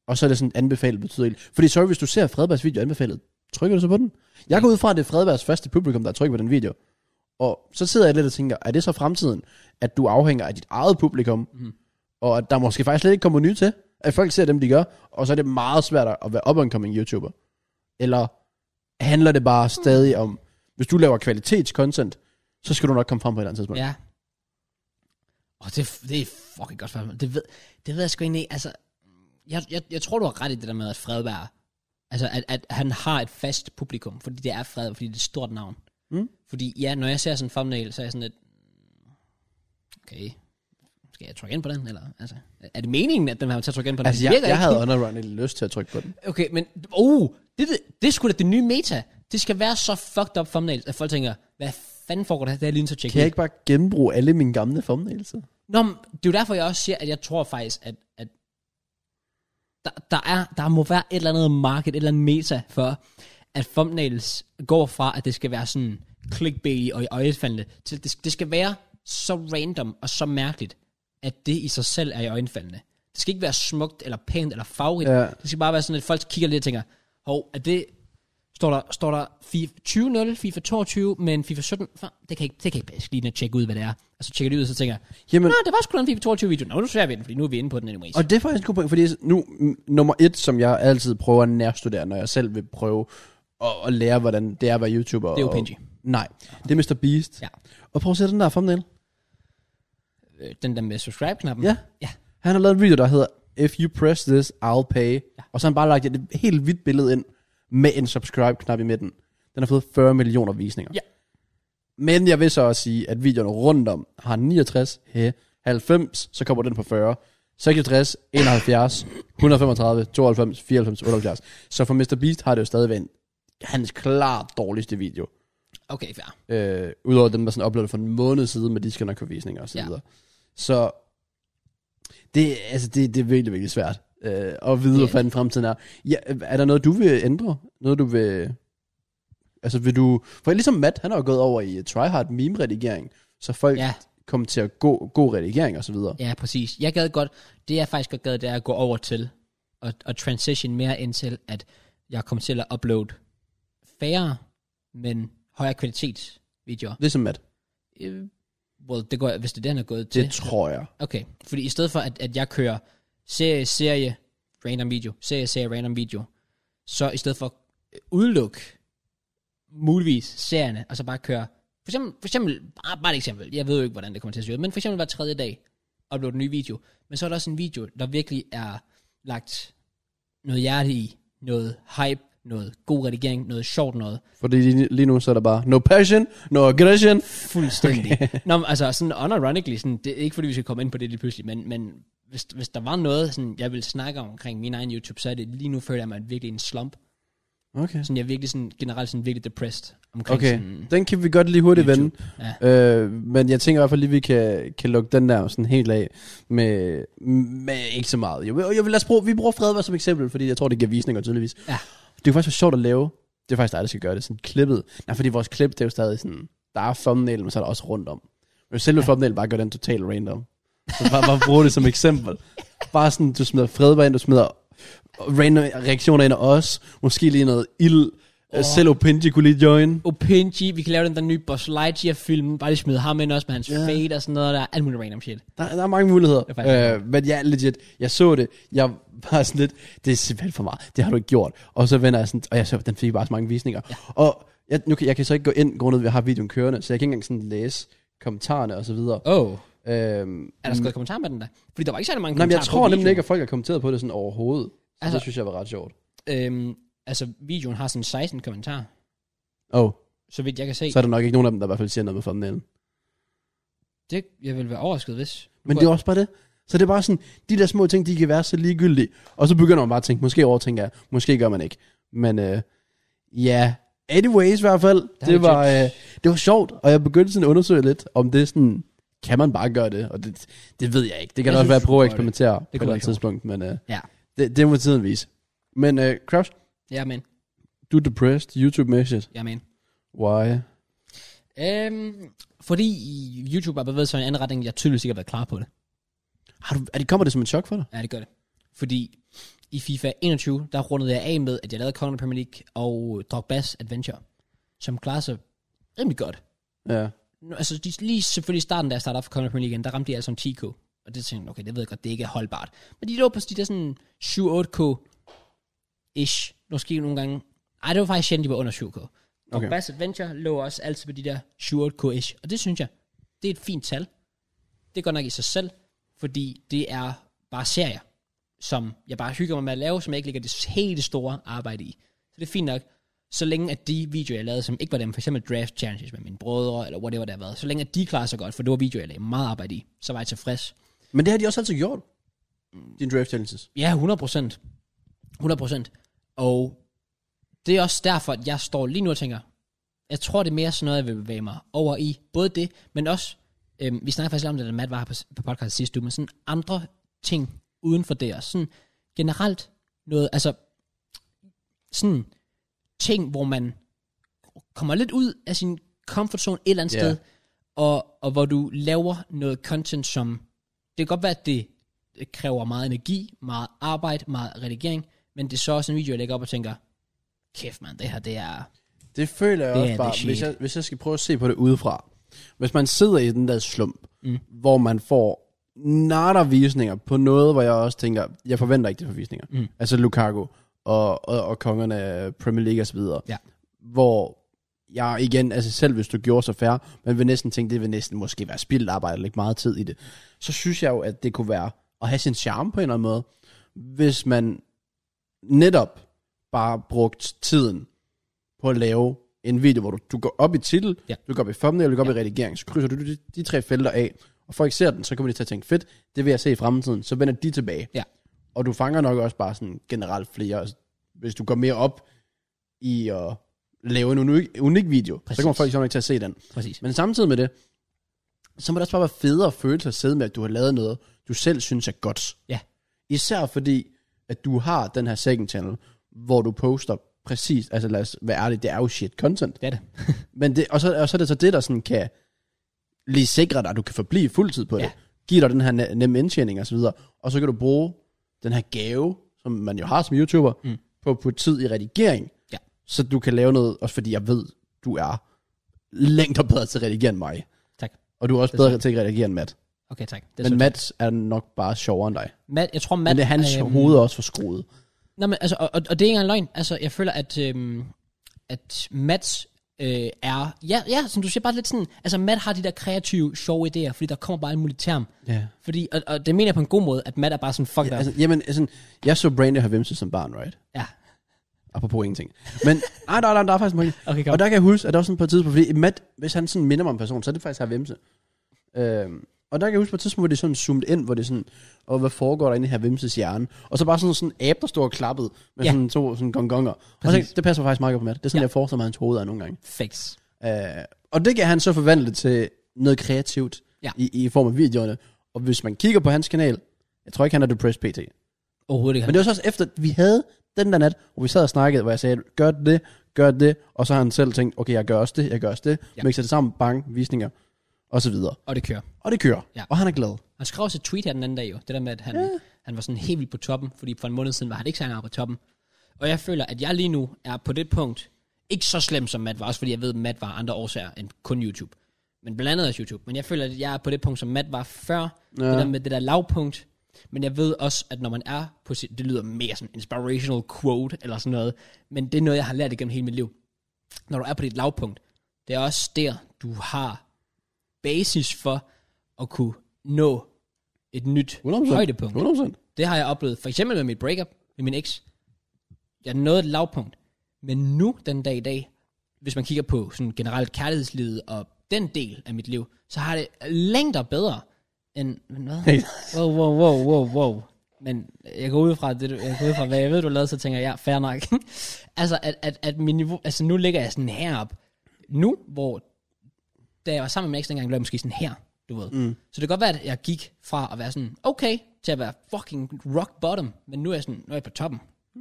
[SPEAKER 2] og så er det sådan anbefalet betyder ikke. Fordi sorry, hvis du ser Fredbergs video anbefalet, trykker du så på den? Jeg går ud fra, at det er Fredbergs første publikum, der trykker på den video. Og så sidder jeg lidt og tænker, er det så fremtiden, at du afhænger af dit eget publikum, mm. og at der måske faktisk slet ikke kommer nye til, at folk ser dem, de gør, og så er det meget svært at være up-and-coming YouTuber. Eller handler det bare stadig om, hvis du laver kvalitetscontent, så skal du nok komme frem på et eller andet tidspunkt.
[SPEAKER 1] ja. Og det, det er fucking godt spørgsmål. Det ved, det ved jeg sgu egentlig ikke. Altså, jeg, jeg, jeg tror, du har ret i det der med, at Fredberg, altså at, at han har et fast publikum, fordi det er Fred, fordi det er et stort navn.
[SPEAKER 2] Mm.
[SPEAKER 1] Fordi ja, når jeg ser sådan en thumbnail, så er jeg sådan lidt, okay, skal jeg trykke ind på den? Eller, altså, er det meningen, at den her til at trykke ind på den?
[SPEAKER 2] Altså,
[SPEAKER 1] Det
[SPEAKER 2] jeg,
[SPEAKER 1] virker
[SPEAKER 2] jeg
[SPEAKER 1] ikke.
[SPEAKER 2] havde underrun lyst til at trykke på den.
[SPEAKER 1] Okay, men oh, det, det, det er sgu da det nye meta. Det skal være så fucked up thumbnails, at folk tænker, hvad fanden foregår der her? Det er lige så
[SPEAKER 2] Kan jeg
[SPEAKER 1] tjekke.
[SPEAKER 2] ikke bare genbruge alle mine gamle thumbnails? så?
[SPEAKER 1] Nå, men det er jo derfor, jeg også siger, at jeg tror faktisk, at, at der, der, er, der må være et eller andet marked, et eller andet meta for, at thumbnails går fra, at det skal være sådan clickbait og i øjenfaldende, til at det, det skal være så random og så mærkeligt, at det i sig selv er i øjenfaldende. Det skal ikke være smukt eller pænt eller farverigt.
[SPEAKER 2] Ja.
[SPEAKER 1] Det skal bare være sådan, at folk kigger lidt og tænker, hov, er det, står der, står der FIFA 20-0, FIFA 22, men FIFA 17, fa- det kan ikke, det kan ikke passe. Lige at tjekke ud, hvad det er. Og så tjekker de ud, og så tænker jeg,
[SPEAKER 2] Jamen,
[SPEAKER 1] Nå, det var sgu da en FIFA 22 video. Nå, nu svær vi den, fordi nu er vi inde på den anyways.
[SPEAKER 2] og det er faktisk en god point, fordi nu, m- nummer et, som jeg altid prøver at nærstudere, når jeg selv vil prøve at, at lære, hvordan det er at være YouTuber.
[SPEAKER 1] Det er jo
[SPEAKER 2] og-
[SPEAKER 1] Benji.
[SPEAKER 2] Nej, det er Mr. Beast.
[SPEAKER 1] Ja.
[SPEAKER 2] Og prøv at se den der thumbnail.
[SPEAKER 1] Øh, Den der med subscribe-knappen.
[SPEAKER 2] Ja.
[SPEAKER 1] Ja.
[SPEAKER 2] Han har lavet en video, der hedder If you press this, I'll pay. Ja. Og så har han bare lagt et helt hvidt billede ind med en subscribe-knap i midten. Den har fået 40 millioner visninger.
[SPEAKER 1] Ja.
[SPEAKER 2] Men jeg vil så også sige, at videoerne rundt om har 69, he, 90, så kommer den på 40, 66, 71, 135, 92, 94, 78. Så for Mr. Beast har det jo stadig været en- hans klart dårligste video.
[SPEAKER 1] Okay, fair.
[SPEAKER 2] Øh, Udover dem, der sådan uploadede for en måned siden, men de skal nok få visninger og så
[SPEAKER 1] Ja.
[SPEAKER 2] videre. Så det, altså det, det er virkelig, virkelig svært øh, at vide,
[SPEAKER 1] er
[SPEAKER 2] hvad fanden fremtiden er. Ja, er der noget, du vil ændre? Noget, du vil... Altså vil du... For ligesom Matt, han har jo gået over i øh, tryhard meme-redigering, så folk
[SPEAKER 1] Ja.
[SPEAKER 2] ja. kommer til at gå god redigering og så videre.
[SPEAKER 1] Ja, præcis. Jeg gad godt, det jeg faktisk godt gad, det er at gå over til og, og transition mere ind til, at jeg kommer til at uploade færre, men højere kvalitets videoer.
[SPEAKER 2] Ligesom Matt.
[SPEAKER 1] Øh, Well, det går, jeg- hvis det er den, er gået
[SPEAKER 2] Det
[SPEAKER 1] til.
[SPEAKER 2] tror jeg.
[SPEAKER 1] Okay, fordi i stedet for, at, at jeg kører serie, serie, random video, serie, serie, random video, så i stedet for øh, udelukke muligvis serierne, og så bare køre, for eksempel, for eksempel bare, bare et eksempel, jeg ved jo ikke, hvordan det kommer til at se ud, men for eksempel hver tredje dag, uploade en ny video, men så er der også en video, der virkelig er lagt noget hjerte i, noget hype, noget god redigering, noget sjovt noget,
[SPEAKER 2] Fordi lige, lige nu, så er der bare no passion, no aggression.
[SPEAKER 1] Fuldstændig. Okay. Nå, men altså sådan unironically, sådan, det er ikke fordi, vi skal komme ind på det lige pludselig, men, men hvis, hvis der var noget, sådan, jeg ville snakke om omkring min egen YouTube, så er det lige nu føler jeg mig virkelig i en slump.
[SPEAKER 2] Okay.
[SPEAKER 1] Sådan, jeg er virkelig sådan, generelt sådan virkelig depressed omkring
[SPEAKER 2] Okay,
[SPEAKER 1] sådan,
[SPEAKER 2] den kan vi godt lige hurtigt vende.
[SPEAKER 1] YouTube. Ja.
[SPEAKER 2] Øh, men jeg tænker i hvert fald lige, vi kan, kan lukke den der sådan helt af med, med ikke så meget. Jeg, vil- jeg vil, lad os bruge, vi bruger Fredberg som eksempel, fordi jeg tror, det giver visninger tydeligvis.
[SPEAKER 1] Ja.
[SPEAKER 2] Det kunne faktisk være sjovt at lave. Det er faktisk dig, der skal gøre det. Sådan klippet. Nej, fordi vores klip, det er jo stadig sådan, der er thumbnail, men så er der også rundt om. Men selve ja. thumbnail bare gør den totalt random. Så bare, bare bruge det som eksempel. Bare sådan, du smider Fredberg ind, du smider random reaktioner ind af os. Måske lige noget ild. Oh. Selv Opinji kunne lige join.
[SPEAKER 1] Opinji, vi kan lave den der nye Buzz Lightyear-film, bare lige smide ham ind også med hans
[SPEAKER 2] Ja.
[SPEAKER 1] yeah. fade og sådan noget der, alt muligt random shit.
[SPEAKER 2] Der, der er mange muligheder.
[SPEAKER 1] er faktisk-
[SPEAKER 2] Øh, men ja, legit. Jeg så det. Jeg var sådan lidt, det er simpelthen for meget. Det har du ikke gjort. Og så vender jeg sådan, og jeg så, den fik bare så mange visninger. Ja. Og jeg, nu kan, jeg kan så ikke gå ind, grundet vi har videoen kørende, så jeg kan ikke engang sådan læse kommentarerne og så videre.
[SPEAKER 1] Oh.
[SPEAKER 2] Øhm,
[SPEAKER 1] Er der skrevet kommentar med den der? Fordi der var ikke særlig mange
[SPEAKER 2] nej, men jeg
[SPEAKER 1] kommentarer
[SPEAKER 2] tror
[SPEAKER 1] på
[SPEAKER 2] nemlig ikke, at folk har kommenteret på det sådan overhovedet. Så altså,
[SPEAKER 1] Altså-
[SPEAKER 2] det synes jeg var ret sjovt.
[SPEAKER 1] videoen. Øhm, altså, videoen har sådan 16 kommentarer,
[SPEAKER 2] Åh, oh,
[SPEAKER 1] så vidt jeg kan se.
[SPEAKER 2] så er der nok ikke nogen af dem, der i hvert fald siger noget med thumbnailen.
[SPEAKER 1] Det, jeg vil være overrasket, hvis.
[SPEAKER 2] Men det er også bare det. Så det er bare sådan, de der små ting, de kan være så ligegyldige. Og så begynder man bare at tænke, måske overtænker jeg, måske gør man ikke. Men øh, ja, anyways i hvert fald,
[SPEAKER 1] er
[SPEAKER 2] det var, øh,
[SPEAKER 1] legit.
[SPEAKER 2] det var sjovt. Og jeg begyndte sådan at undersøge lidt, om det er sådan, kan man bare gøre det? Og det, det ved jeg ikke. Det
[SPEAKER 1] Jeg
[SPEAKER 2] kan da også
[SPEAKER 1] synes,
[SPEAKER 2] være
[SPEAKER 1] du
[SPEAKER 2] at prøve at
[SPEAKER 1] skulle gøre det.
[SPEAKER 2] eksperimentere det
[SPEAKER 1] kunne
[SPEAKER 2] på et eller
[SPEAKER 1] være
[SPEAKER 2] andet
[SPEAKER 1] sjovt.
[SPEAKER 2] tidspunkt. Men øh,
[SPEAKER 1] Ja.
[SPEAKER 2] det, det må tiden vise. Men øh, Crash,
[SPEAKER 1] Ja, men.
[SPEAKER 2] du er depressed, YouTube message.
[SPEAKER 1] Ja, men.
[SPEAKER 2] Why?
[SPEAKER 1] Øhm, fordi YouTube har bevæget sig i en anden retning, jeg tydeligvis ikke har været klar på det.
[SPEAKER 2] Har du, er det, kommer det som et chok for dig?
[SPEAKER 1] Ja, det gør det. Fordi i FIFA 21, der rundede jeg af med, at jeg lavede Conor Premier League og Drogba's Adventure, som klarer sig rimelig godt.
[SPEAKER 2] Ja.
[SPEAKER 1] Nu, altså de, lige selvfølgelig i starten, da jeg startede op for Conor Premier League igen, der ramte de altså om 10k. Og det tænkte jeg, okay, det ved jeg godt, det ikke er holdbart. Men de lå på de der sådan 7-8k-ish, måske nogle gange. Ej, det var faktisk sjældent, de var under 7k. Okay.
[SPEAKER 2] Okay.
[SPEAKER 1] Og Bass Adventure lå også altid på de der 7-8k-ish. Og det synes jeg, det er et fint tal. Det er godt nok i sig selv, fordi det er bare serier, som jeg bare hygger mig med at lave, som jeg ikke lægger det helt store arbejde i. Så det er fint nok, så længe at de videoer, jeg lavede, som ikke var dem, for eksempel draft challenges med mine brødre, eller whatever der har været, så længe at de klarer sig godt, for det var videoer, jeg lagde meget arbejde i, så var jeg tilfreds.
[SPEAKER 2] Men det har de også altid gjort. Din draft challenges.
[SPEAKER 1] Ja, 100 procent. 100 procent. Og det er også derfor, at jeg står lige nu og tænker, jeg tror, det er mere sådan noget, jeg vil bevæge mig over i. Både det, men også, øhm, vi snakker faktisk om det, da Matt var her på, på podcast sidste uge, men sådan andre ting uden for det, og sådan generelt noget, altså sådan ting, hvor man kommer lidt ud af sin comfort zone et eller andet
[SPEAKER 2] Ja.
[SPEAKER 1] yeah. sted, og, og hvor du laver noget content, som det kan godt være, at det kræver meget energi, meget arbejde, meget redigering, men det er så også en video, jeg lægger op og tænker, kæft mand, det her, det er...
[SPEAKER 2] Det føler jeg
[SPEAKER 1] Det
[SPEAKER 2] det også
[SPEAKER 1] er
[SPEAKER 2] bare,
[SPEAKER 1] det
[SPEAKER 2] hvis
[SPEAKER 1] shit.
[SPEAKER 2] jeg, hvis jeg skal prøve at se på det udefra. Hvis man sidder i den der slump,
[SPEAKER 1] Mm.
[SPEAKER 2] mm. hvor man får natter visninger på noget, hvor jeg også tænker, jeg forventer ikke det for visninger.
[SPEAKER 1] Mm.
[SPEAKER 2] Altså Lukaku og, og, og kongerne af Premier League osv.
[SPEAKER 1] Ja.
[SPEAKER 2] Hvor jeg igen, altså selv hvis du gjorde så færre, man vil næsten tænke, det vil næsten måske være spildt arbejde, eller ikke meget tid i det. Så synes jeg jo, at det kunne være at have sin charme på en eller anden måde, hvis man netop bare brugt tiden på at lave en video, hvor du, du går op i titel,
[SPEAKER 1] Ja.
[SPEAKER 2] ja. du går op i thumbnail, du går op ja. i redigering, så krydser du de, de tre felter af, og folk ser den, så kommer de til at tænke, fedt, det vil jeg se i fremtiden, så vender de tilbage.
[SPEAKER 1] Ja.
[SPEAKER 2] Og du fanger nok også bare sådan generelt flere, altså, hvis du går mere op i at lave en unik, unik video, Præcis.
[SPEAKER 1] Præcis.
[SPEAKER 2] så kommer folk simpelthen ikke til at se den.
[SPEAKER 1] Præcis.
[SPEAKER 2] Men samtidig med det, så må det også bare være federe følelse at sidde med, at du har lavet noget, du selv synes er godt.
[SPEAKER 1] Ja.
[SPEAKER 2] Især fordi, at du har den her second channel, hvor du poster præcis, altså lad os være ærlig, det er jo shit content.
[SPEAKER 1] Det er det.
[SPEAKER 2] Men det, og, så, og så er det så det, der sådan kan lige sikre dig, at du kan forblive fuldtid på det.
[SPEAKER 1] Ja.
[SPEAKER 2] Giv dig den her ne- nemme indtjening og så videre. Og så kan du bruge den her gave, som man jo har som YouTuber,
[SPEAKER 1] Mm.
[SPEAKER 2] mm. på at putte tid i redigering.
[SPEAKER 1] Ja.
[SPEAKER 2] Så du kan lave noget, også fordi jeg ved, du er længere bedre til at redigere end mig.
[SPEAKER 1] Tak.
[SPEAKER 2] Og du er også
[SPEAKER 1] Det er
[SPEAKER 2] bedre til at redigere end Matt.
[SPEAKER 1] Okay, tak. Det er
[SPEAKER 2] Men
[SPEAKER 1] så-
[SPEAKER 2] Matt er nok bare sjovere end dig.
[SPEAKER 1] Matt, jeg tror, Matt...
[SPEAKER 2] Men det er hans øhm, hoved er også for skruet.
[SPEAKER 1] Nej, men altså, og, og, og det er ikke engang løgn. Altså, jeg føler, at, øhm, at Mads øh, er... Ja, ja, som du siger, bare lidt sådan... Altså, Matt har de der kreative, sjove idéer, fordi der kommer bare en mulig term.
[SPEAKER 2] Ja.
[SPEAKER 1] Fordi, og, og det mener jeg på en god måde, at Matt er bare sådan, fuck ja,
[SPEAKER 2] Ja,
[SPEAKER 1] altså,
[SPEAKER 2] altså, jamen, altså, jeg så Brandy have vimset som barn, right?
[SPEAKER 1] ja.
[SPEAKER 2] Apropos ingenting. Men nej, nej, nej, der er faktisk en pointe.
[SPEAKER 1] Okay,
[SPEAKER 2] Og
[SPEAKER 1] kom.
[SPEAKER 2] der kan jeg huske, at der var sådan på et tidspunkt, fordi Matt, hvis han sådan minder mig om en person, så er det faktisk her Vemse. Øhm, Og der kan jeg huske på et tidspunkt, hvor det er sådan zoomet ind, hvor det er sådan, og hvad foregår der inde i her Vimses hjerne? Og så bare sådan sådan en abe, der står og klappet med
[SPEAKER 1] Ja.
[SPEAKER 2] ja. sådan to sådan gongonger. Og så,
[SPEAKER 1] Præcis.
[SPEAKER 2] det passer faktisk meget godt på Matt. Det er sådan,
[SPEAKER 1] Ja.
[SPEAKER 2] ja. jeg forestiller mig, hans hoved er nogle gange.
[SPEAKER 1] Fix.
[SPEAKER 2] Øh, og det kan han så forvandle til noget kreativt
[SPEAKER 1] Ja.
[SPEAKER 2] i, i form af videoerne. Og hvis man kigger på hans kanal, jeg tror ikke, han er depressed pt.
[SPEAKER 1] Overhovedet ikke.
[SPEAKER 2] Men det var så også efter, at vi havde den der nat, hvor vi sad og snakkede, hvor jeg sagde, gør det, gør det. Og så har han selv tænkt, okay, jeg gør også det, jeg gør også det.
[SPEAKER 1] Ja.
[SPEAKER 2] Ja. Mixer det sammen, bang, visninger, og så videre.
[SPEAKER 1] Og det kører.
[SPEAKER 2] Og det kører.
[SPEAKER 1] Ja.
[SPEAKER 2] Og han er glad.
[SPEAKER 1] Han skrev også et tweet her den anden dag jo, det der med, at han, yeah. han var sådan helt vildt på toppen, fordi for en måned siden var han ikke særlig meget på toppen. Og jeg føler, at jeg lige nu er på det punkt, ikke så slem som Matt var, også fordi jeg ved, at Matt var af andre årsager end kun YouTube. Men blandt andet også YouTube. Men jeg føler, at jeg er på det punkt, som Matt var før, ja.
[SPEAKER 2] Ja.
[SPEAKER 1] det der med det der lavpunkt. Men jeg ved også, at når man er på sit, det lyder mere sådan inspirational quote eller sådan noget, men det er noget, jeg har lært igennem hele mit liv. Når du er på dit lavpunkt, det er også der, du har basis for at kunne nå et nyt
[SPEAKER 2] 100%.
[SPEAKER 1] højdepunkt.
[SPEAKER 2] 100%.
[SPEAKER 1] Det har jeg oplevet, for eksempel med mit breakup med min eks. Jeg nåede et lavpunkt, men nu den dag i dag, hvis man kigger på sådan generelt kærlighedslivet og den del af mit liv, så har det længder bedre end... Men hvad?
[SPEAKER 2] Hey.
[SPEAKER 1] Wow, wow, wow, wow, wow. Men jeg går ud fra, det, du- jeg går ud fra hvad jeg ved, du lavede, så tænker jeg, ja, fair nok. altså, at, at, at min niveau, altså, nu ligger jeg sådan heroppe. Nu, hvor da jeg var sammen med Max dengang, lå jeg måske sådan her, du ved. Mm. Så det kan godt være, at jeg gik fra at være sådan, okay, til at være fucking rock bottom, men nu er jeg sådan, nu er jeg på toppen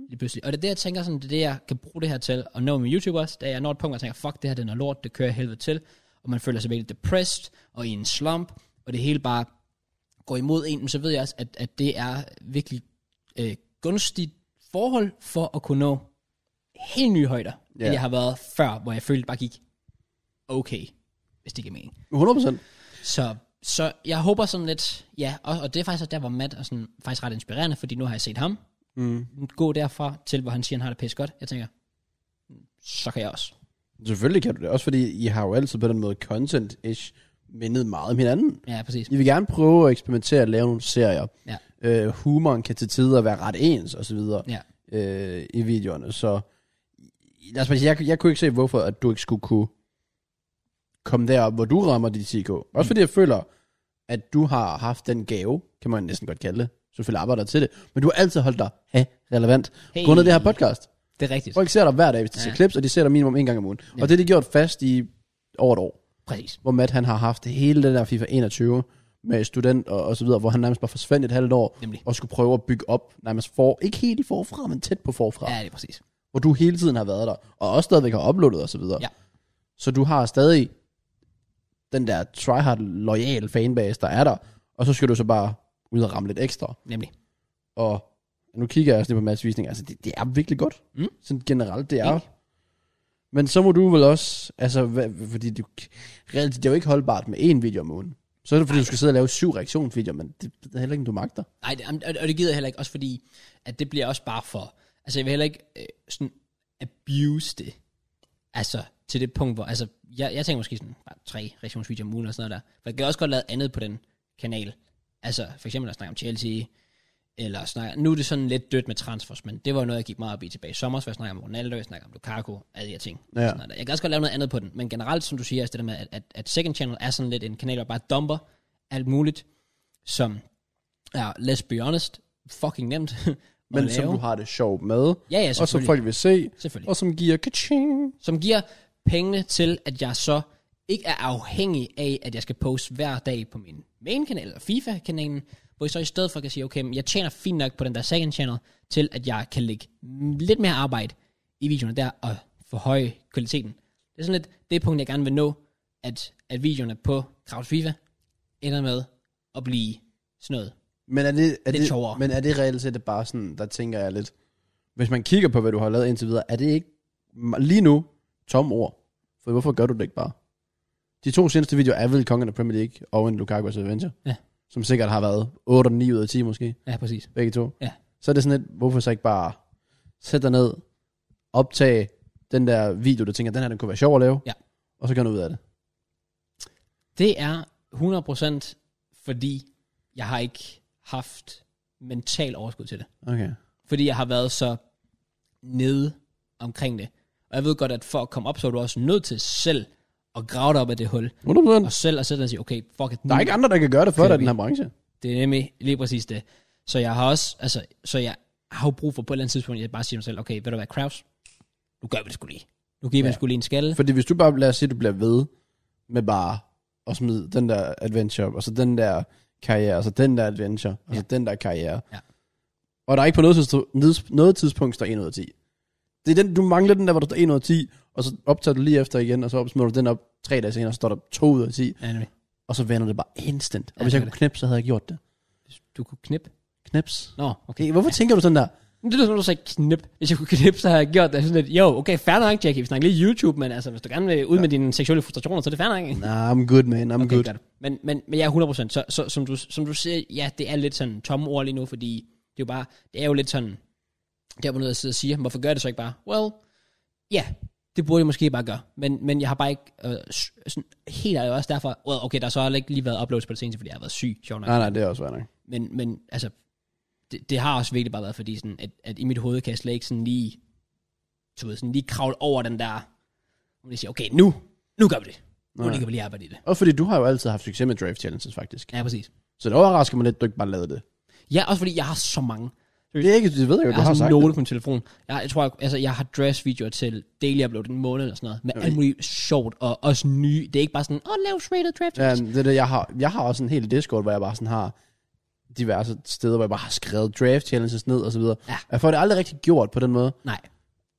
[SPEAKER 1] lige pludselig. Og det er det, jeg tænker sådan, det er det, jeg kan bruge det her til, og nå med YouTube også, da jeg når et punkt, hvor jeg tænker, fuck, det her det er noget lort, det kører jeg helvede til, og man føler sig virkelig depressed, og i en slump, og det hele bare går imod en, men så ved jeg også, at, at det er virkelig øh, gunstigt forhold for at kunne nå helt nye højder, yeah.
[SPEAKER 2] Ja.
[SPEAKER 1] end jeg har været før, hvor jeg følte bare gik okay, hvis det giver mening.
[SPEAKER 2] 100%.
[SPEAKER 1] Så, så jeg håber sådan lidt, ja, og, og det er faktisk også der, hvor Matt er sådan, faktisk ret inspirerende, fordi nu har jeg set ham
[SPEAKER 2] Mm.
[SPEAKER 1] gå derfra til, hvor han siger, han har det pisse godt. Jeg tænker, "Mm, så kan jeg også.
[SPEAKER 2] Selvfølgelig kan du det. Også fordi I har jo altid på den måde content-ish mindet meget om hinanden.
[SPEAKER 1] Ja, præcis.
[SPEAKER 2] I vil gerne prøve at eksperimentere og lave nogle serier.
[SPEAKER 1] Ja.
[SPEAKER 2] Øh, humoren kan til tider være ret ens og så videre
[SPEAKER 1] Ja.
[SPEAKER 2] øh, i videoerne. Så lad os bare sige, jeg, jeg kunne ikke se, hvorfor at du ikke skulle kunne komme derop, hvor du rammer de 10k. Også fordi jeg føler, at du har haft den gave, kan man næsten godt kalde det. Selvfølgelig arbejder til det. Men du har altid holdt dig ha, relevant.
[SPEAKER 1] Hey.
[SPEAKER 2] Hey. Grundet det her podcast.
[SPEAKER 1] Det er rigtigt.
[SPEAKER 2] Folk ser dig hver dag, hvis de
[SPEAKER 1] Ja.
[SPEAKER 2] ja. ser clips, og de ser dig minimum en gang om ugen. Ja. Og det er de gjort fast i over et år
[SPEAKER 1] Præcis.
[SPEAKER 2] hvor Matt han har haft hele den der FIFA 21 med student og, og så videre, hvor han nærmest bare forsvandt et halvt år,
[SPEAKER 1] Nemlig.
[SPEAKER 2] og skulle prøve at bygge op, nærmest for, ikke helt forfra, men tæt på forfra,
[SPEAKER 1] Ja,
[SPEAKER 2] ja.
[SPEAKER 1] det er præcis.
[SPEAKER 2] hvor du hele tiden har været der, og også stadigvæk har uploadet og så videre.
[SPEAKER 1] Ja.
[SPEAKER 2] Så du har stadig den der tryhard loyal fanbase, der er der, og så skal du så bare ud og ramme lidt ekstra.
[SPEAKER 1] Nemlig.
[SPEAKER 2] Og nu kigger jeg også lidt på Mads visning, altså det, det er virkelig godt.
[SPEAKER 1] Mm.
[SPEAKER 2] Sådan generelt, det er.
[SPEAKER 1] Enig.
[SPEAKER 2] Men så må du vel også, altså, hvad, fordi du, reelt, det er jo ikke holdbart med én video om ugen. Så er det fordi, du skal sidde og lave syv reaktionsvideoer, men det, det er heller ikke, du magter.
[SPEAKER 1] Nej, det, og- og det gider jeg heller ikke, også fordi, at det bliver også bare for, altså jeg vil heller ikke øh, sådan abuse det, altså til det punkt, hvor, altså jeg, jeg tænker måske sådan, bare tre reaktionsvideoer om ugen og sådan noget der, for jeg kan også godt lave andet på den kanal, altså for eksempel at snakke om Chelsea, eller snakke, nu er det sådan lidt dødt med transfers, men det var jo noget, jeg gik meget op i tilbage i sommer, så jeg snakker om Ronaldo, jeg snakker om Lukaku, alle de her ting.
[SPEAKER 2] Ja.
[SPEAKER 1] Sådan noget der. Jeg kan også godt lave noget andet på den, men generelt, som du siger, er det der med, at, at, at Second Channel er sådan lidt en kanal, der bare dumper alt muligt, som er, let's be honest, fucking nemt at
[SPEAKER 2] Men
[SPEAKER 1] lave.
[SPEAKER 2] som du har det sjovt med,
[SPEAKER 1] Ja, ja,
[SPEAKER 2] og som
[SPEAKER 1] selvfølgelig.
[SPEAKER 2] folk vil se,
[SPEAKER 1] selvfølgelig.
[SPEAKER 2] og som giver kaching.
[SPEAKER 1] Som giver pengene til, at jeg så ikke er afhængig af, at jeg skal poste hver dag på min main-kanal, eller FIFA-kanalen, hvor jeg så i stedet for kan sige, okay, men jeg tjener fint nok på den der second channel, til at jeg kan lægge mm, lidt mere arbejde i videoerne der, og forhøje kvaliteten. Det er sådan lidt det punkt, jeg gerne vil nå, at, at videoerne på Kraus FIFA ender med at blive sådan noget.
[SPEAKER 2] Men er det, er
[SPEAKER 1] Lidt
[SPEAKER 2] det,
[SPEAKER 1] sjovere.
[SPEAKER 2] men er det reelt set bare sådan, der tænker jeg lidt, hvis man kigger på, hvad du har lavet indtil videre, er det ikke lige nu tom ord? For hvorfor gør du det ikke bare? De to seneste videoer er vel Kongen af Premier League og en Lukaku vs. Avenger,
[SPEAKER 1] Ja.
[SPEAKER 2] som sikkert har været 8 og 9 ud af 10 måske,
[SPEAKER 1] Ja, præcis.
[SPEAKER 2] begge to.
[SPEAKER 1] Ja.
[SPEAKER 2] Så er det sådan lidt, hvorfor så ikke bare sætte dig ned, optage den der video, du tænker, den her den kunne være sjov at lave,
[SPEAKER 1] Ja.
[SPEAKER 2] og så gør du ud af det.
[SPEAKER 1] Det er 100% fordi, jeg har ikke haft mental overskud til det.
[SPEAKER 2] Okay.
[SPEAKER 1] Fordi jeg har været så nede omkring det. Og jeg ved godt, at for at komme op, så er du også nødt til selv og grave dig op af det hul,
[SPEAKER 2] 100%.
[SPEAKER 1] og selv at sætte og sige, okay, fuck it,
[SPEAKER 2] Der er ikke andre, der kan gøre det for dig i
[SPEAKER 1] Kører
[SPEAKER 2] den her branche.
[SPEAKER 1] det er nemlig lige præcis det. Så jeg har også, altså, så jeg har jo brug for på et eller andet tidspunkt, jeg bare siger mig selv, okay, ved du hvad, Kraus, nu gør vi det sgu lige. Nu giver vi
[SPEAKER 2] Ja.
[SPEAKER 1] det sgu lige en skalle.
[SPEAKER 2] Fordi hvis du bare, lad os sige, du bliver ved med bare at smide den der adventure op, og så den der karriere, og så den der adventure, og så den der karriere.
[SPEAKER 1] Ja.
[SPEAKER 2] Og der er ikke på noget tidspunkt, nids- noget tidspunkt står 1 ud af 10. Det er den, du mangler den der, hvor der står 1 ud af 10, og så optager du lige efter igen, og så smider du den op tre dage senere, og så står der 2 ud af 10,
[SPEAKER 1] Ja, nemlig.
[SPEAKER 2] og så vender det bare instant. Og
[SPEAKER 1] Ja,
[SPEAKER 2] hvis jeg
[SPEAKER 1] det er
[SPEAKER 2] kunne knipse, så havde jeg gjort det.
[SPEAKER 1] Du kunne knip.
[SPEAKER 2] Knips.
[SPEAKER 1] Nå, okay.
[SPEAKER 2] Okay, hvorfor tænker du sådan der?
[SPEAKER 1] Men Det er sådan, du sagde knip. Hvis jeg kunne knip, så havde jeg gjort det. Sådan lidt, jo, okay, fair nok, Jackie. Vi snakker lige YouTube, men altså, hvis du gerne vil ud med dine seksuelle frustrationer, så er det fair nok, ikke?
[SPEAKER 2] Nah, I'm good, man. I'm
[SPEAKER 1] Okay,
[SPEAKER 2] good.
[SPEAKER 1] godt. Men, men, men jeg er 100%. Så, så som, du, som du siger, ja, det er lidt sådan tomme ord lige nu, fordi det er jo bare, det er jo lidt sådan, der hvor noget sidder og siger, hvorfor gør jeg det så ikke bare? Well, ja, yeah, det burde jeg måske bare gøre. Men, men jeg har bare ikke, øh, s- sådan, helt ærligt også derfor, well, okay, der har så heller ikke lige været uploads på det seneste, fordi jeg har været syg, sjov nok.
[SPEAKER 2] Nej, nej, det er også værd nok.
[SPEAKER 1] Men, men altså, det, det, har også virkelig bare været, fordi sådan, at, at i mit hoved kan jeg slet ikke sådan lige, du ved, sådan lige kravle over den der, hvor man siger, okay, nu, nu gør vi det. Nu
[SPEAKER 2] Nej.
[SPEAKER 1] ligger vi lige arbejde i det.
[SPEAKER 2] Og fordi du har jo altid haft succes med Drive Challenges, faktisk.
[SPEAKER 1] Ja, præcis.
[SPEAKER 2] Så det overrasker mig lidt, at du ikke bare lavede det.
[SPEAKER 1] Ja, også fordi jeg har så mange.
[SPEAKER 2] Det er ikke, det ved jeg
[SPEAKER 1] Jeg
[SPEAKER 2] jo, du har
[SPEAKER 1] har sådan
[SPEAKER 2] sagt
[SPEAKER 1] note
[SPEAKER 2] det.
[SPEAKER 1] på min telefon. Jeg, jeg tror, jeg, altså, jeg har dress-videoer til daily upload en måned eller sådan noget. Med
[SPEAKER 2] Okay.
[SPEAKER 1] alt muligt sjovt og også nye. Det er ikke bare sådan, åh, oh, lav rated draft.
[SPEAKER 2] Ja, det er det, jeg har, jeg har også en hel Discord, hvor jeg bare sådan har diverse steder, hvor jeg bare har skrevet draft challenges ned og så videre.
[SPEAKER 1] Ja.
[SPEAKER 2] Jeg får det aldrig rigtig gjort på den måde.
[SPEAKER 1] Nej,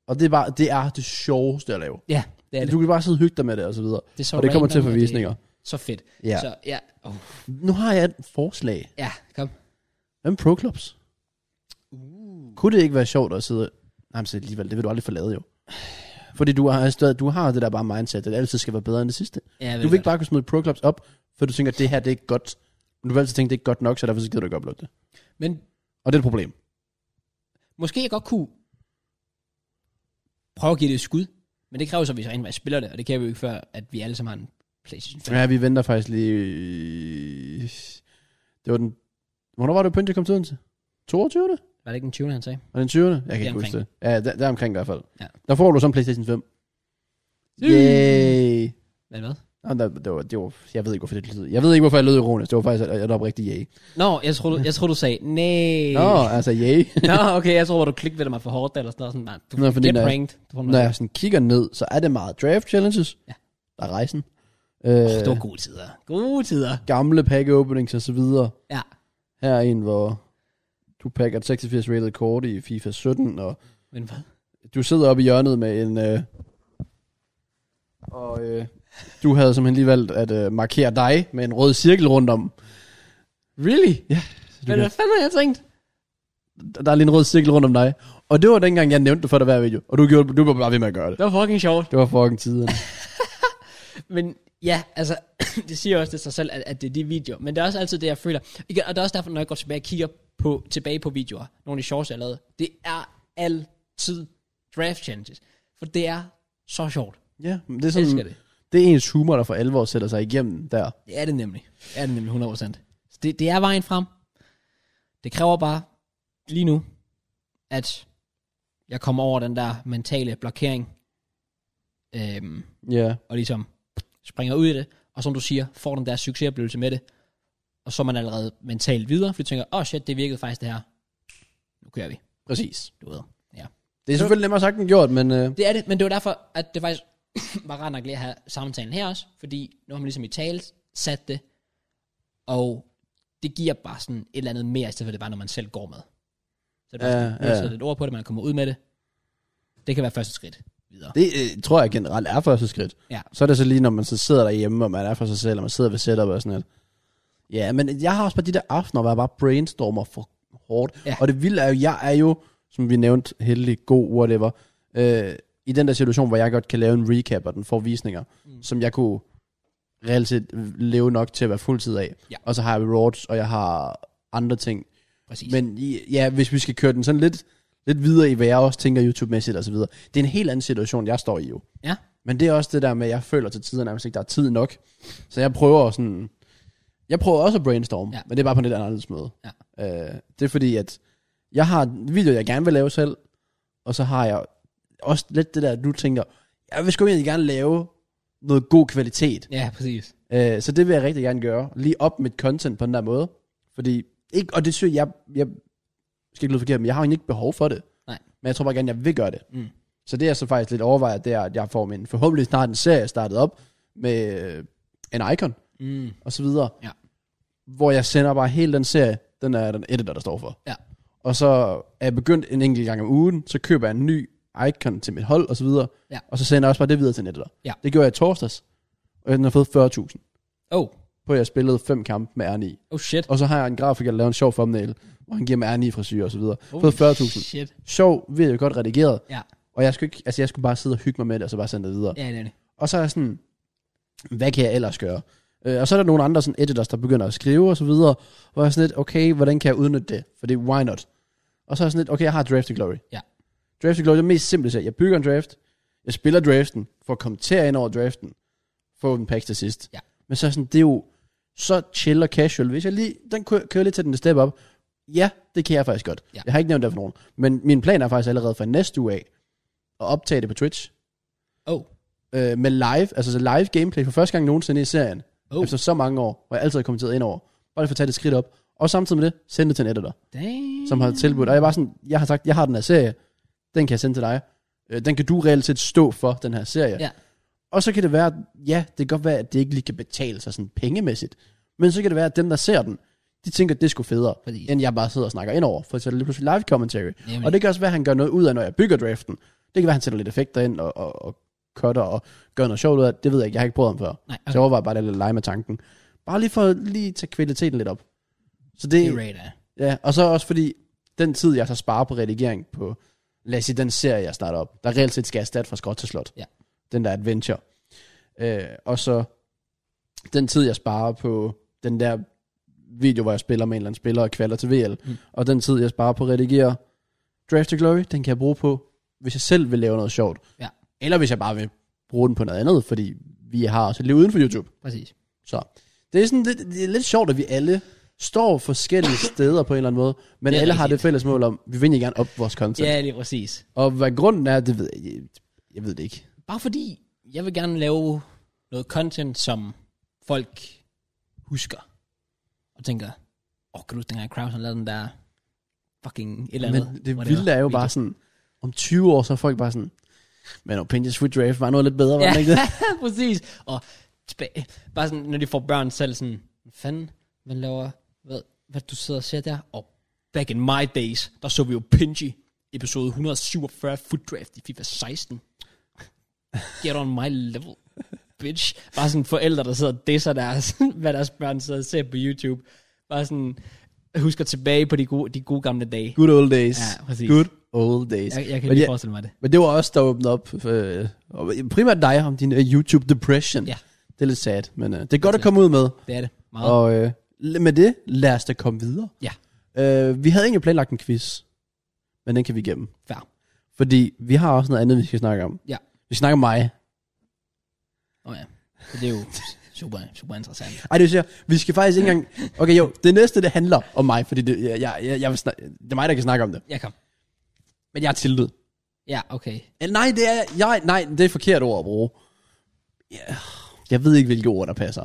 [SPEAKER 2] Og det er bare, det er det sjoveste at lave.
[SPEAKER 1] ja, det er det.
[SPEAKER 2] Du kan bare sidde og hygge dig med det og så videre.
[SPEAKER 1] Det er så
[SPEAKER 2] og det kommer
[SPEAKER 1] random,
[SPEAKER 2] til
[SPEAKER 1] og det-
[SPEAKER 2] forvisninger.
[SPEAKER 1] Så fedt.
[SPEAKER 2] Ja.
[SPEAKER 1] Så ja, oh,
[SPEAKER 2] Nu har jeg et forslag.
[SPEAKER 1] ja, kom.
[SPEAKER 2] Hvem pro clubs? Uh. Kunne det ikke være sjovt at sidde... Nej, men så alligevel, det vil du aldrig få lavet jo. Fordi du har, stadig- du har det der bare mindset, at det altid skal være bedre end det sidste.
[SPEAKER 1] Ja, jeg ved
[SPEAKER 2] Du vil ikke
[SPEAKER 1] godt.
[SPEAKER 2] bare kunne smide pro clubs op, for du tænker, at det her, det er ikke godt. Men du vil altid tænke, at det er ikke godt nok, så derfor så gider du ikke uploade det.
[SPEAKER 1] Men
[SPEAKER 2] Og det er et problem.
[SPEAKER 1] måske jeg godt kunne prøve at give det et skud. Men det kræver så, at vi så rent faktisk spiller det. Og det kan vi jo ikke før, at vi alle sammen har en PlayStation 5.
[SPEAKER 2] Ja, vi venter faktisk lige... Det var den... Hvornår var det, Pynte kom til Odense? 22.
[SPEAKER 1] Var det ikke den 20. han sagde?
[SPEAKER 2] Og den 20. Jeg kan ikke
[SPEAKER 1] Deromkring.
[SPEAKER 2] huske det. Ja, der, der omkring i hvert fald.
[SPEAKER 1] Ja.
[SPEAKER 2] Der får du så en Playstation 5.
[SPEAKER 1] Yay!
[SPEAKER 2] Yay!
[SPEAKER 1] Hvad, hvad?
[SPEAKER 2] Nå, der, det var, det var, jeg ved ikke, hvorfor det lød. Jeg ved ikke, hvorfor jeg lød ironisk. Det var faktisk, at jeg var rigtig yay.
[SPEAKER 1] Nå, jeg tror, du, jeg tror, du sagde, nej.
[SPEAKER 2] Nå, altså yay.
[SPEAKER 1] Nå, okay, jeg tror, hvor du klikvede mig for hårdt, eller sådan noget. Sådan, nej, du
[SPEAKER 2] Nå, fordi
[SPEAKER 1] get
[SPEAKER 2] når-
[SPEAKER 1] pranked. Du får mig.
[SPEAKER 2] Når jeg sådan kigger ned, så er det meget draft challenges.
[SPEAKER 1] Ja.
[SPEAKER 2] Der er rejsen.
[SPEAKER 1] Åh,
[SPEAKER 2] Øh,
[SPEAKER 1] det var gode tider. Gode tider.
[SPEAKER 2] gamle pack openings og så videre.
[SPEAKER 1] Ja.
[SPEAKER 2] Her er en, hvor du pakker et 86 rated kort i FIFA 17, og
[SPEAKER 1] Men hvad?
[SPEAKER 2] du sidder oppe i hjørnet med en... Øh, og øh, du havde simpelthen lige valgt at øh, markere dig med en rød cirkel rundt om.
[SPEAKER 1] Really?
[SPEAKER 2] Så du
[SPEAKER 1] Men
[SPEAKER 2] kan,
[SPEAKER 1] hvad fanden har jeg tænkt?
[SPEAKER 2] der er lige en rød cirkel rundt om dig. Og det var dengang, jeg nævnte det for dig hver video. Og du, gjorde, du var bare ved med at gøre det.
[SPEAKER 1] Det var fucking sjovt.
[SPEAKER 2] Det var fucking tiden.
[SPEAKER 1] Men ja, altså, det siger også det sig selv, at, at det er de videoer. Men det er også altid det, jeg føler. Igen, og det er også derfor, når jeg går tilbage og kigger på, tilbage på videoer, nogle af de shorts, jeg lavede, det er altid draft challenges. For det er så sjovt.
[SPEAKER 2] ja, men det er
[SPEAKER 1] Jeg elsker
[SPEAKER 2] sådan...
[SPEAKER 1] det.
[SPEAKER 2] Det er ens humor, der for alvor sætter sig igennem der.
[SPEAKER 1] Det er det nemlig. Det er det nemlig 100%. Så det, det er vejen frem. Det kræver bare lige nu, at jeg kommer over den der mentale blokering, øhm,
[SPEAKER 2] Ja.
[SPEAKER 1] og ligesom springer ud i det, og som du siger, får den der succesoplevelse med det, og så er man allerede mentalt videre, fordi du tænker, åh oh shit, det virkede faktisk det her. Nu kører vi,
[SPEAKER 2] Præcis.
[SPEAKER 1] du ved. Ja.
[SPEAKER 2] Det er selvfølgelig nemmere sagt end gjort, men... Øh,
[SPEAKER 1] Det er det, men det var derfor, at det faktisk var rart nok lige at have samtalen her også, fordi nu har man ligesom i tale sat det, og det giver bare sådan et eller andet mere, i stedet for det bare, når man selv går med. Så det er bare
[SPEAKER 2] Ja,
[SPEAKER 1] sådan, man
[SPEAKER 2] ja.
[SPEAKER 1] sætter lidt ord på det, man kommer ud med det. Det kan være første skridt videre.
[SPEAKER 2] det øh, tror jeg generelt er første skridt.
[SPEAKER 1] Ja.
[SPEAKER 2] Så er det så lige, når man så sidder derhjemme, og man er for sig selv, og man sidder ved setup og sådan noget. Ja, men jeg har også bare de der aftener, hvor jeg bare brainstormer for hårdt.
[SPEAKER 1] Ja.
[SPEAKER 2] Og det vilde er jo, jeg er jo, som vi nævnte, heldig, god, whatever, øh, i den der situation, hvor jeg godt kan lave en recap, og den får visninger, mm. som jeg kunne reelt set leve nok til at være fuldtid af.
[SPEAKER 1] Ja.
[SPEAKER 2] Og så har jeg rewards, og jeg har andre ting,
[SPEAKER 1] Præcis.
[SPEAKER 2] Men i- ja, hvis vi skal køre den sådan lidt, lidt videre i, hvad jeg også tænker YouTube-mæssigt og så videre. Det er en helt anden situation, jeg står i jo.
[SPEAKER 1] ja,
[SPEAKER 2] Men det er også det der med, at jeg føler til tider nærmest ikke, der er tid nok. Så jeg prøver sådan... Jeg prøver også at brainstorme,
[SPEAKER 1] Ja.
[SPEAKER 2] ja. men det er bare på en lidt anderledes måde. Ja. Øh, det er fordi, at jeg har videoer, jeg gerne vil lave selv, og så har jeg også lidt det der, at du tænker, jeg vil sgu egentlig gerne lave noget god kvalitet.
[SPEAKER 1] Ja, præcis.
[SPEAKER 2] Øh, så det vil jeg rigtig gerne gøre. Lige op mit content på den der måde. Fordi, ikke, og det synes jeg, jeg skal ikke lyde forkert, men jeg har egentlig ikke behov for det.
[SPEAKER 1] Nej.
[SPEAKER 2] Men jeg tror bare gerne, jeg vil gøre det.
[SPEAKER 1] Mm.
[SPEAKER 2] Så det jeg så faktisk lidt overvejer, det er, at jeg får min forhåbentlig snart en serie startet op med øh, en icon
[SPEAKER 1] Mm.
[SPEAKER 2] og så videre.
[SPEAKER 1] Ja.
[SPEAKER 2] Hvor jeg sender bare hele den serie, den er den editor, der står for.
[SPEAKER 1] Ja.
[SPEAKER 2] Og så er jeg begyndt en enkelt gang om ugen, så køber jeg en ny icon til mit hold og så videre.
[SPEAKER 1] Ja.
[SPEAKER 2] Og så sender jeg også bare det videre til en editor.
[SPEAKER 1] Ja.
[SPEAKER 2] Det gjorde jeg i torsdags, og den har fået 40.000
[SPEAKER 1] Oh,
[SPEAKER 2] på, at jeg spillede fem kampe med R9.
[SPEAKER 1] oh shit.
[SPEAKER 2] Og så har jeg en grafiker, der laver en sjov thumbnail, hvor han giver mig R9 frisyr og så videre.
[SPEAKER 1] Holy
[SPEAKER 2] Fået 40.000.
[SPEAKER 1] Shit.
[SPEAKER 2] Sjov, ved jeg godt redigeret.
[SPEAKER 1] Ja.
[SPEAKER 2] Og jeg skulle, ikke, altså jeg skulle bare sidde og hygge mig med det, og så bare sende det videre.
[SPEAKER 1] Ja, det er det.
[SPEAKER 2] Og så er jeg sådan, hvad kan jeg ellers gøre? Øh, og så er der nogle andre sådan editors, der begynder at skrive og så videre, hvor jeg er sådan lidt, okay, hvordan kan jeg udnytte det? For det er why not? Og så er jeg sådan lidt, okay, jeg har Draft to Glory.
[SPEAKER 1] Ja.
[SPEAKER 2] Draft to Glory det er det mest simple serie. Jeg bygger en draft, jeg spiller draften, får kommentarer ind over draften, får den packs til sidst.
[SPEAKER 1] Ja.
[SPEAKER 2] Men så er sådan, det er jo så chill og casual. Hvis jeg lige, den kø- kører lidt til den step op, ja, det kan jeg faktisk godt.
[SPEAKER 1] Ja.
[SPEAKER 2] Jeg har ikke nævnt det for nogen. Men min plan er faktisk allerede fra næste uge af, at optage det på Twitch
[SPEAKER 1] Oh,
[SPEAKER 2] øh, med live, altså så live gameplay for første gang nogensinde i serien,
[SPEAKER 1] Oh.
[SPEAKER 2] oh. efter så mange år, hvor jeg altid har kommenteret ind over, bare lige for at tage det skridt op, og samtidig med det, sende det til en editor,
[SPEAKER 1] damn.
[SPEAKER 2] som har tilbudt, og jeg var sådan, jeg har sagt, jeg har den her serie, den kan jeg sende til dig, øh, den kan du reelt set stå for, den her serie.
[SPEAKER 1] Ja.
[SPEAKER 2] Og så kan det være, at- ja, det kan godt være, at det ikke lige kan betale sig sådan pengemæssigt, men så kan det være, at dem, der ser den, de tænker, at det skulle federe,
[SPEAKER 1] Præcis.
[SPEAKER 2] end jeg bare sidder og snakker ind over, for så er det lige pludselig live commentary.
[SPEAKER 1] Nemlig.
[SPEAKER 2] Og det kan også være, at han gør noget ud af, når jeg bygger draften. Det kan være, at han sætter lidt effekter ind og, og, og cutter og gør noget sjovt ud af. Det Det ved jeg ikke. Jeg har ikke prøvet ham før. Okay.
[SPEAKER 1] Nej,
[SPEAKER 2] Så jeg overvejer bare at lade lege med tanken. Bare lige for at lige tage kvaliteten lidt op. Så det,
[SPEAKER 1] det er radar.
[SPEAKER 2] ja, og så også fordi, den tid, jeg så sparer på redigering på, lad os sige, den serie, jeg starter op, der reelt set skal jeg erstatte fra skråt til slot.
[SPEAKER 1] Ja.
[SPEAKER 2] Den der adventure. Øh, og så den tid, jeg sparer på den der video, hvor jeg spiller med en eller anden spiller og kvalder til VL,
[SPEAKER 1] Mm.
[SPEAKER 2] mm. og den tid, jeg sparer på at redigere Draft to Glory, den kan jeg bruge på, hvis jeg selv vil lave noget sjovt.
[SPEAKER 1] Ja.
[SPEAKER 2] Eller hvis jeg bare vil bruge den på noget andet, fordi vi har også et liv uden for YouTube.
[SPEAKER 1] Præcis.
[SPEAKER 2] Så det er, sådan, det, det er lidt sjovt, at vi alle står forskellige steder på en eller anden måde, men
[SPEAKER 1] Det er
[SPEAKER 2] alle har
[SPEAKER 1] rigtigt.
[SPEAKER 2] det fælles mål om, vi vil egentlig gerne op vores content.
[SPEAKER 1] Ja, det er præcis.
[SPEAKER 2] Og hvad grunden er, det ved jeg, jeg, jeg ved det ikke.
[SPEAKER 1] Bare fordi, jeg vil gerne lave noget content, som folk husker. Og tænker, åh, oh, kan du huske, dengang Kraus lavede den der fucking et eller andet.
[SPEAKER 2] Men det
[SPEAKER 1] whatever,
[SPEAKER 2] vilde er jo
[SPEAKER 1] video?"
[SPEAKER 2] bare sådan, om 20 år, så er folk bare sådan, men Opinions with Draft var noget lidt bedre, var det ikke det?
[SPEAKER 1] Ja, præcis. Og tilbage, bare sådan, når de får børn selv, sådan, "Hvad fanden, hvad laver, hvad, hvad du sidder og ser der? Og back in my days, der så vi jo Pinchy, episode 147 foot draft i FIFA 16. Get on my level, bitch. Bare sådan forældre, der sidder og disser deres, hvad deres børn sidder og ser på YouTube. Bare sådan, husker tilbage på de gode, de gode gamle dage.
[SPEAKER 2] Good old days.
[SPEAKER 1] Ja, præcis.
[SPEAKER 2] Good old days.
[SPEAKER 1] Jeg, jeg kan
[SPEAKER 2] men,
[SPEAKER 1] lige
[SPEAKER 2] ja,
[SPEAKER 1] forestille mig det.
[SPEAKER 2] men det var også der åbnede op, øh, og primært dig om din øh, YouTube depression.
[SPEAKER 1] Ja.
[SPEAKER 2] Det er lidt sad, men øh, det er godt at komme ud med.
[SPEAKER 1] Det er det. Meget.
[SPEAKER 2] Og øh, med det, lad os da komme videre.
[SPEAKER 1] Ja.
[SPEAKER 2] Øh, vi havde egentlig planlagt en quiz, men den kan vi gemme.
[SPEAKER 1] Fair.
[SPEAKER 2] Fordi vi har også noget andet, vi skal snakke om.
[SPEAKER 1] Ja.
[SPEAKER 2] Vi snakker om mig.
[SPEAKER 1] Oh, ja. Så det er jo super, super interessant.
[SPEAKER 2] Ej, det vil sige, vi skal faktisk ikke engang... Okay, jo, det næste, det handler om mig, fordi det, jeg, jeg, jeg, jeg vil snak... det er mig, der kan snakke om det.
[SPEAKER 1] Ja, kom.
[SPEAKER 2] Men jeg er tillid.
[SPEAKER 1] Ja, okay.
[SPEAKER 2] Eller Øh, Nej, det er... Jeg, nej, det er et forkert ord at bruge. Ja, Jeg ved ikke, hvilke ord, der passer.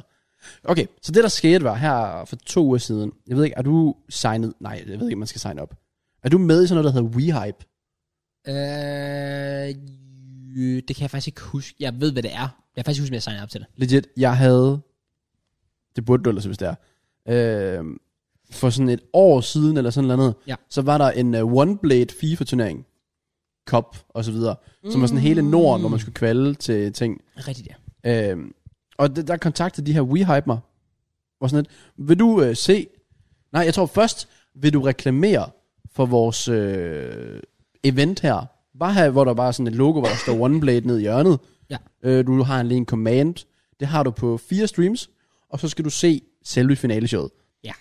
[SPEAKER 2] Okay, så det, der skete, var her for to uger siden. Jeg ved ikke, er du signet... Nej, jeg ved ikke, om man skal signe op. Er du med i sådan noget, der hedder WeHype?
[SPEAKER 1] Øh, øh, det kan jeg faktisk ikke huske. Jeg ved, hvad det er. Jeg kan faktisk ikke huske, at jeg signede op til det.
[SPEAKER 2] Legit, jeg havde... Det burde du ellers, hvis det er. Øh, for sådan et år siden, eller sådan noget,
[SPEAKER 1] Ja.
[SPEAKER 2] så var der en uh, One Blade FIFA-turnering. Cup, og så videre. Mm. Som var sådan hele Norden, hvor man skulle kvalde til ting.
[SPEAKER 1] Rigtigt, ja.
[SPEAKER 2] Øh, og det, der kontaktede de her WeHype mig. Og sådan lidt, vil du øh, se... Nej, jeg tror først, vil du reklamere for vores øh, event her. Bare her, hvor der bare er sådan et logo, hvor der står One Blade ned i hjørnet.
[SPEAKER 1] Ja.
[SPEAKER 2] Øh, du har lige en command. Det har du på fire streams. Og så skal du se selve finaleshowet.
[SPEAKER 1] Ja.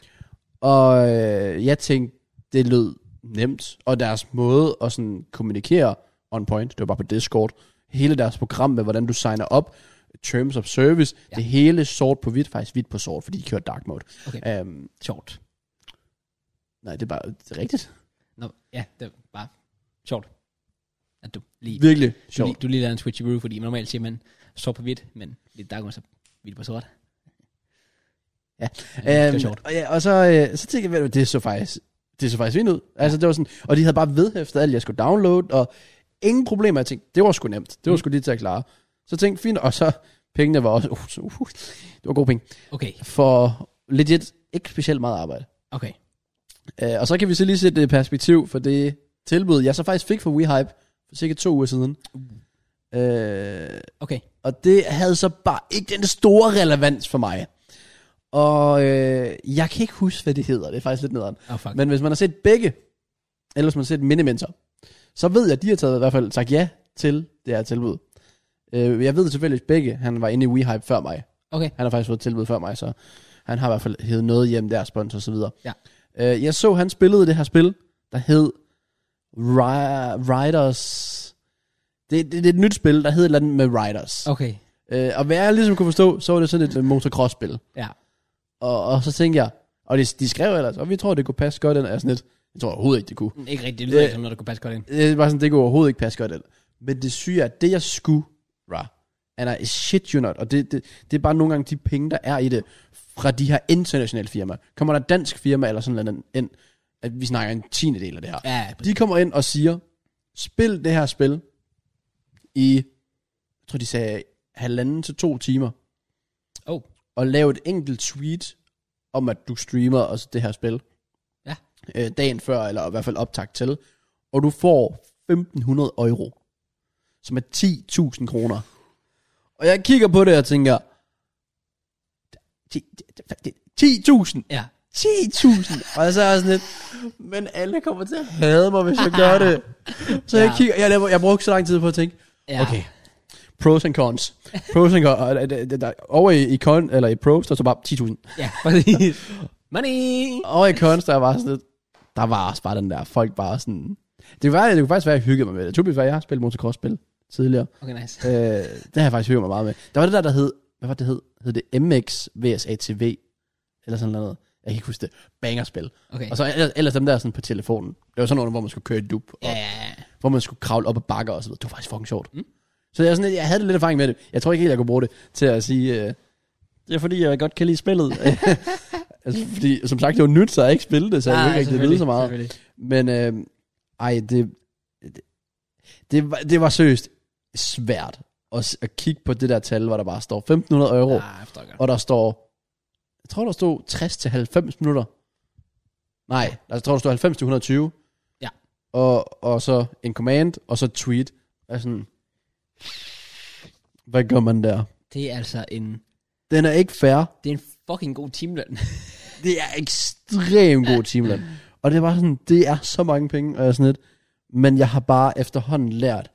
[SPEAKER 2] Og øh, jeg tænkte, det lød nemt. Og deres måde at sådan kommunikere on point, det var bare på Discord. Hele deres program med, hvordan du signer op, terms of service,
[SPEAKER 1] Ja.
[SPEAKER 2] ja. det hele sort på hvidt, faktisk hvidt på sort, fordi de kørte dark mode.
[SPEAKER 1] Okay.
[SPEAKER 2] Øhm,
[SPEAKER 1] Sjovt.
[SPEAKER 2] nej, det er bare det er rigtigt.
[SPEAKER 1] Nå, ja, det er bare sjovt. At du lige,
[SPEAKER 2] Virkelig
[SPEAKER 1] du, lige,
[SPEAKER 2] sjovt.
[SPEAKER 1] du lige lader en switcheroo, fordi normalt siger man, sort på hvidt, men lidt dark room er så hvidt på sort.
[SPEAKER 2] Ja,
[SPEAKER 1] ja det var sjovt.
[SPEAKER 2] øhm, og, ja, og så, øh, så tænkte jeg, ved du, det så faktisk, det så faktisk fint ud. Altså, det var sådan, og de havde bare vedhæftet alt, jeg skulle downloade, og ingen problemer. Jeg tænkte, det var sgu nemt. Det var
[SPEAKER 1] Mm.
[SPEAKER 2] sgu lige til at klare. Så tænkte jeg, fint, og så pengene var også, uh, så, uh, det var gode penge.
[SPEAKER 1] Okay,
[SPEAKER 2] For legit, ikke specielt meget arbejde.
[SPEAKER 1] okay.
[SPEAKER 2] Øh, og så kan vi så lige sætte det i perspektiv for det tilbud, jeg så faktisk fik fra WeHype for cirka to uger siden. Øh,
[SPEAKER 1] Okay.
[SPEAKER 2] og det havde så bare ikke den store relevans for mig. Og øh, jeg kan ikke huske, hvad det hedder. Det er faktisk lidt nederen.
[SPEAKER 1] Oh, fuck. Men,
[SPEAKER 2] Men hvis man har set begge, eller hvis man har set Minimentor, så ved jeg, at de har taget i hvert fald sagt ja til det her tilbud. Øh, jeg ved selvfølgelig, at begge, han var inde i WeHype før mig.
[SPEAKER 1] okay.
[SPEAKER 2] Han har faktisk fået tilbud før mig, så han har i hvert fald hævet noget hjem der, sponsor og så videre.
[SPEAKER 1] Ja.
[SPEAKER 2] Øh, jeg så, han spillede det her spil, der hed Ri- Riders... Det, det, det, er et nyt spil, der hed et eller andet med Riders.
[SPEAKER 1] Okay.
[SPEAKER 2] Øh, og hvad jeg ligesom kunne forstå, så var det sådan et øh, motocross-spil.
[SPEAKER 1] Ja.
[SPEAKER 2] Og, og så tænkte jeg, og de, de skrev ellers, og vi tror, det kunne passe godt ind, og jeg er sådan lidt, jeg tror overhovedet ikke, det kunne.
[SPEAKER 1] Ikke rigtigt. Det lyder
[SPEAKER 2] Øh.
[SPEAKER 1] ikke som noget, der kunne passe godt ind.
[SPEAKER 2] Det var sådan, det kunne overhovedet ikke passe godt ind. Men det syge er, at det jeg skulle, var, and I shit you not, og det, det, det er bare nogle gange de penge, der er i det, fra de her internationale firmaer. Kommer der et dansk firma eller sådan noget ind, at vi snakker en tiende del af det her.
[SPEAKER 1] Ja,
[SPEAKER 2] De kommer ind og siger, spil det her spil i, jeg tror de sagde, halvanden til to timer,
[SPEAKER 1] Oh.
[SPEAKER 2] og lav et enkelt tweet om, at du streamer også det her spil.
[SPEAKER 1] Ja.
[SPEAKER 2] Øh, dagen før, eller i hvert fald optag til. Og du får 1.500 euro, som er 10.000 kroner. Og jeg kigger på det og tænker, "Ti- ti- ti- 10.000
[SPEAKER 1] ja.
[SPEAKER 2] 10.000 Og så er jeg sådan lidt Men alle kommer til at hade mig Hvis jeg gør det Så ja. jeg
[SPEAKER 1] Ja.
[SPEAKER 2] kigger jeg, laver, jeg brugte så lang tid på at tænke
[SPEAKER 1] ja.
[SPEAKER 2] Okay Pros and cons Pros and cons og der- der- der- Over i, i con Eller i pros Der står bare 10.000
[SPEAKER 1] Ja, præcis. Money!
[SPEAKER 2] Over i cons Der var sådan lidt Der var også bare den der Folk bare sådan Det kunne, være, det kunne faktisk være Jeg hyggede mig med det Typisk var jeg har spillet motocross-spil Tidligere
[SPEAKER 1] Okay, nice.
[SPEAKER 2] øh, Det har jeg faktisk hygget mig meget med Der var det der der hed Hvad var det hed Hed det MX vs ATV Eller sådan noget Jeg kan ikke huske det Bangerspil
[SPEAKER 1] Okay.
[SPEAKER 2] og så ellers, ellers dem der sådan på telefonen. Det var sådan nogle, hvor man skulle køre i dup, og
[SPEAKER 1] Ja, ja, ja.
[SPEAKER 2] hvor man skulle kravle op ad bakker og så videre. Det var faktisk fucking sjovt. Mm. Så jeg, er sådan, lidt- jeg havde lidt erfaring med det. Jeg tror ikke helt, jeg kunne bruge det til at sige, øh, det er fordi, jeg godt kan lide spillet. altså, fordi, som sagt, det var nyt, så jeg ikke spillede det, så jeg
[SPEAKER 1] Ah,
[SPEAKER 2] kunne ikke rigtig
[SPEAKER 1] selvfølgelig,
[SPEAKER 2] vide så meget.
[SPEAKER 1] selvfølgelig.
[SPEAKER 2] Men øh, ej, det, det, det, var, det var seriøst svært at, s- at kigge på det der tal, hvor der bare står 1.500 euro.
[SPEAKER 1] Ah, jeg forstår godt.
[SPEAKER 2] Og der står, jeg tror der stod 60 til 90 minutter. Nej, altså, jeg tror der stod 90 til 120.
[SPEAKER 1] Ja.
[SPEAKER 2] Og, og så en command, og så tweet. Og sådan, hvad gør man der?
[SPEAKER 1] Det er altså en,
[SPEAKER 2] Den er ikke fair.
[SPEAKER 1] det er en fucking god timeløn.
[SPEAKER 2] Det er ekstremt god timeløn. Og det var sådan, det er så mange penge, og jeg er sådan lidt, men jeg har bare efterhånden lært,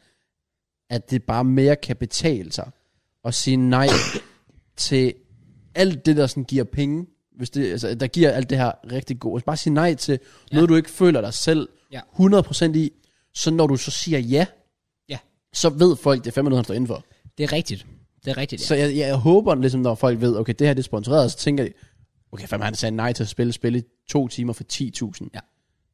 [SPEAKER 2] at det bare mere kan betale sig at sige nej til alt det, der sådan giver penge, hvis det, altså, der giver alt det her rigtig godt. Altså, bare sige nej til ja. noget, du ikke føler dig selv
[SPEAKER 1] Ja.
[SPEAKER 2] 100% i, så når du så siger ja,
[SPEAKER 1] Ja.
[SPEAKER 2] så ved folk, det er fandme noget, han står indenfor.
[SPEAKER 1] det er rigtigt. Det er rigtigt,
[SPEAKER 2] Ja.
[SPEAKER 1] ja.
[SPEAKER 2] Så jeg, jeg håber, ligesom, når folk ved, okay, det her det er sponsoreret, så tænker de, okay, fandme, han sagde nej til at spille, spille i to timer for 10.000.
[SPEAKER 1] Ja.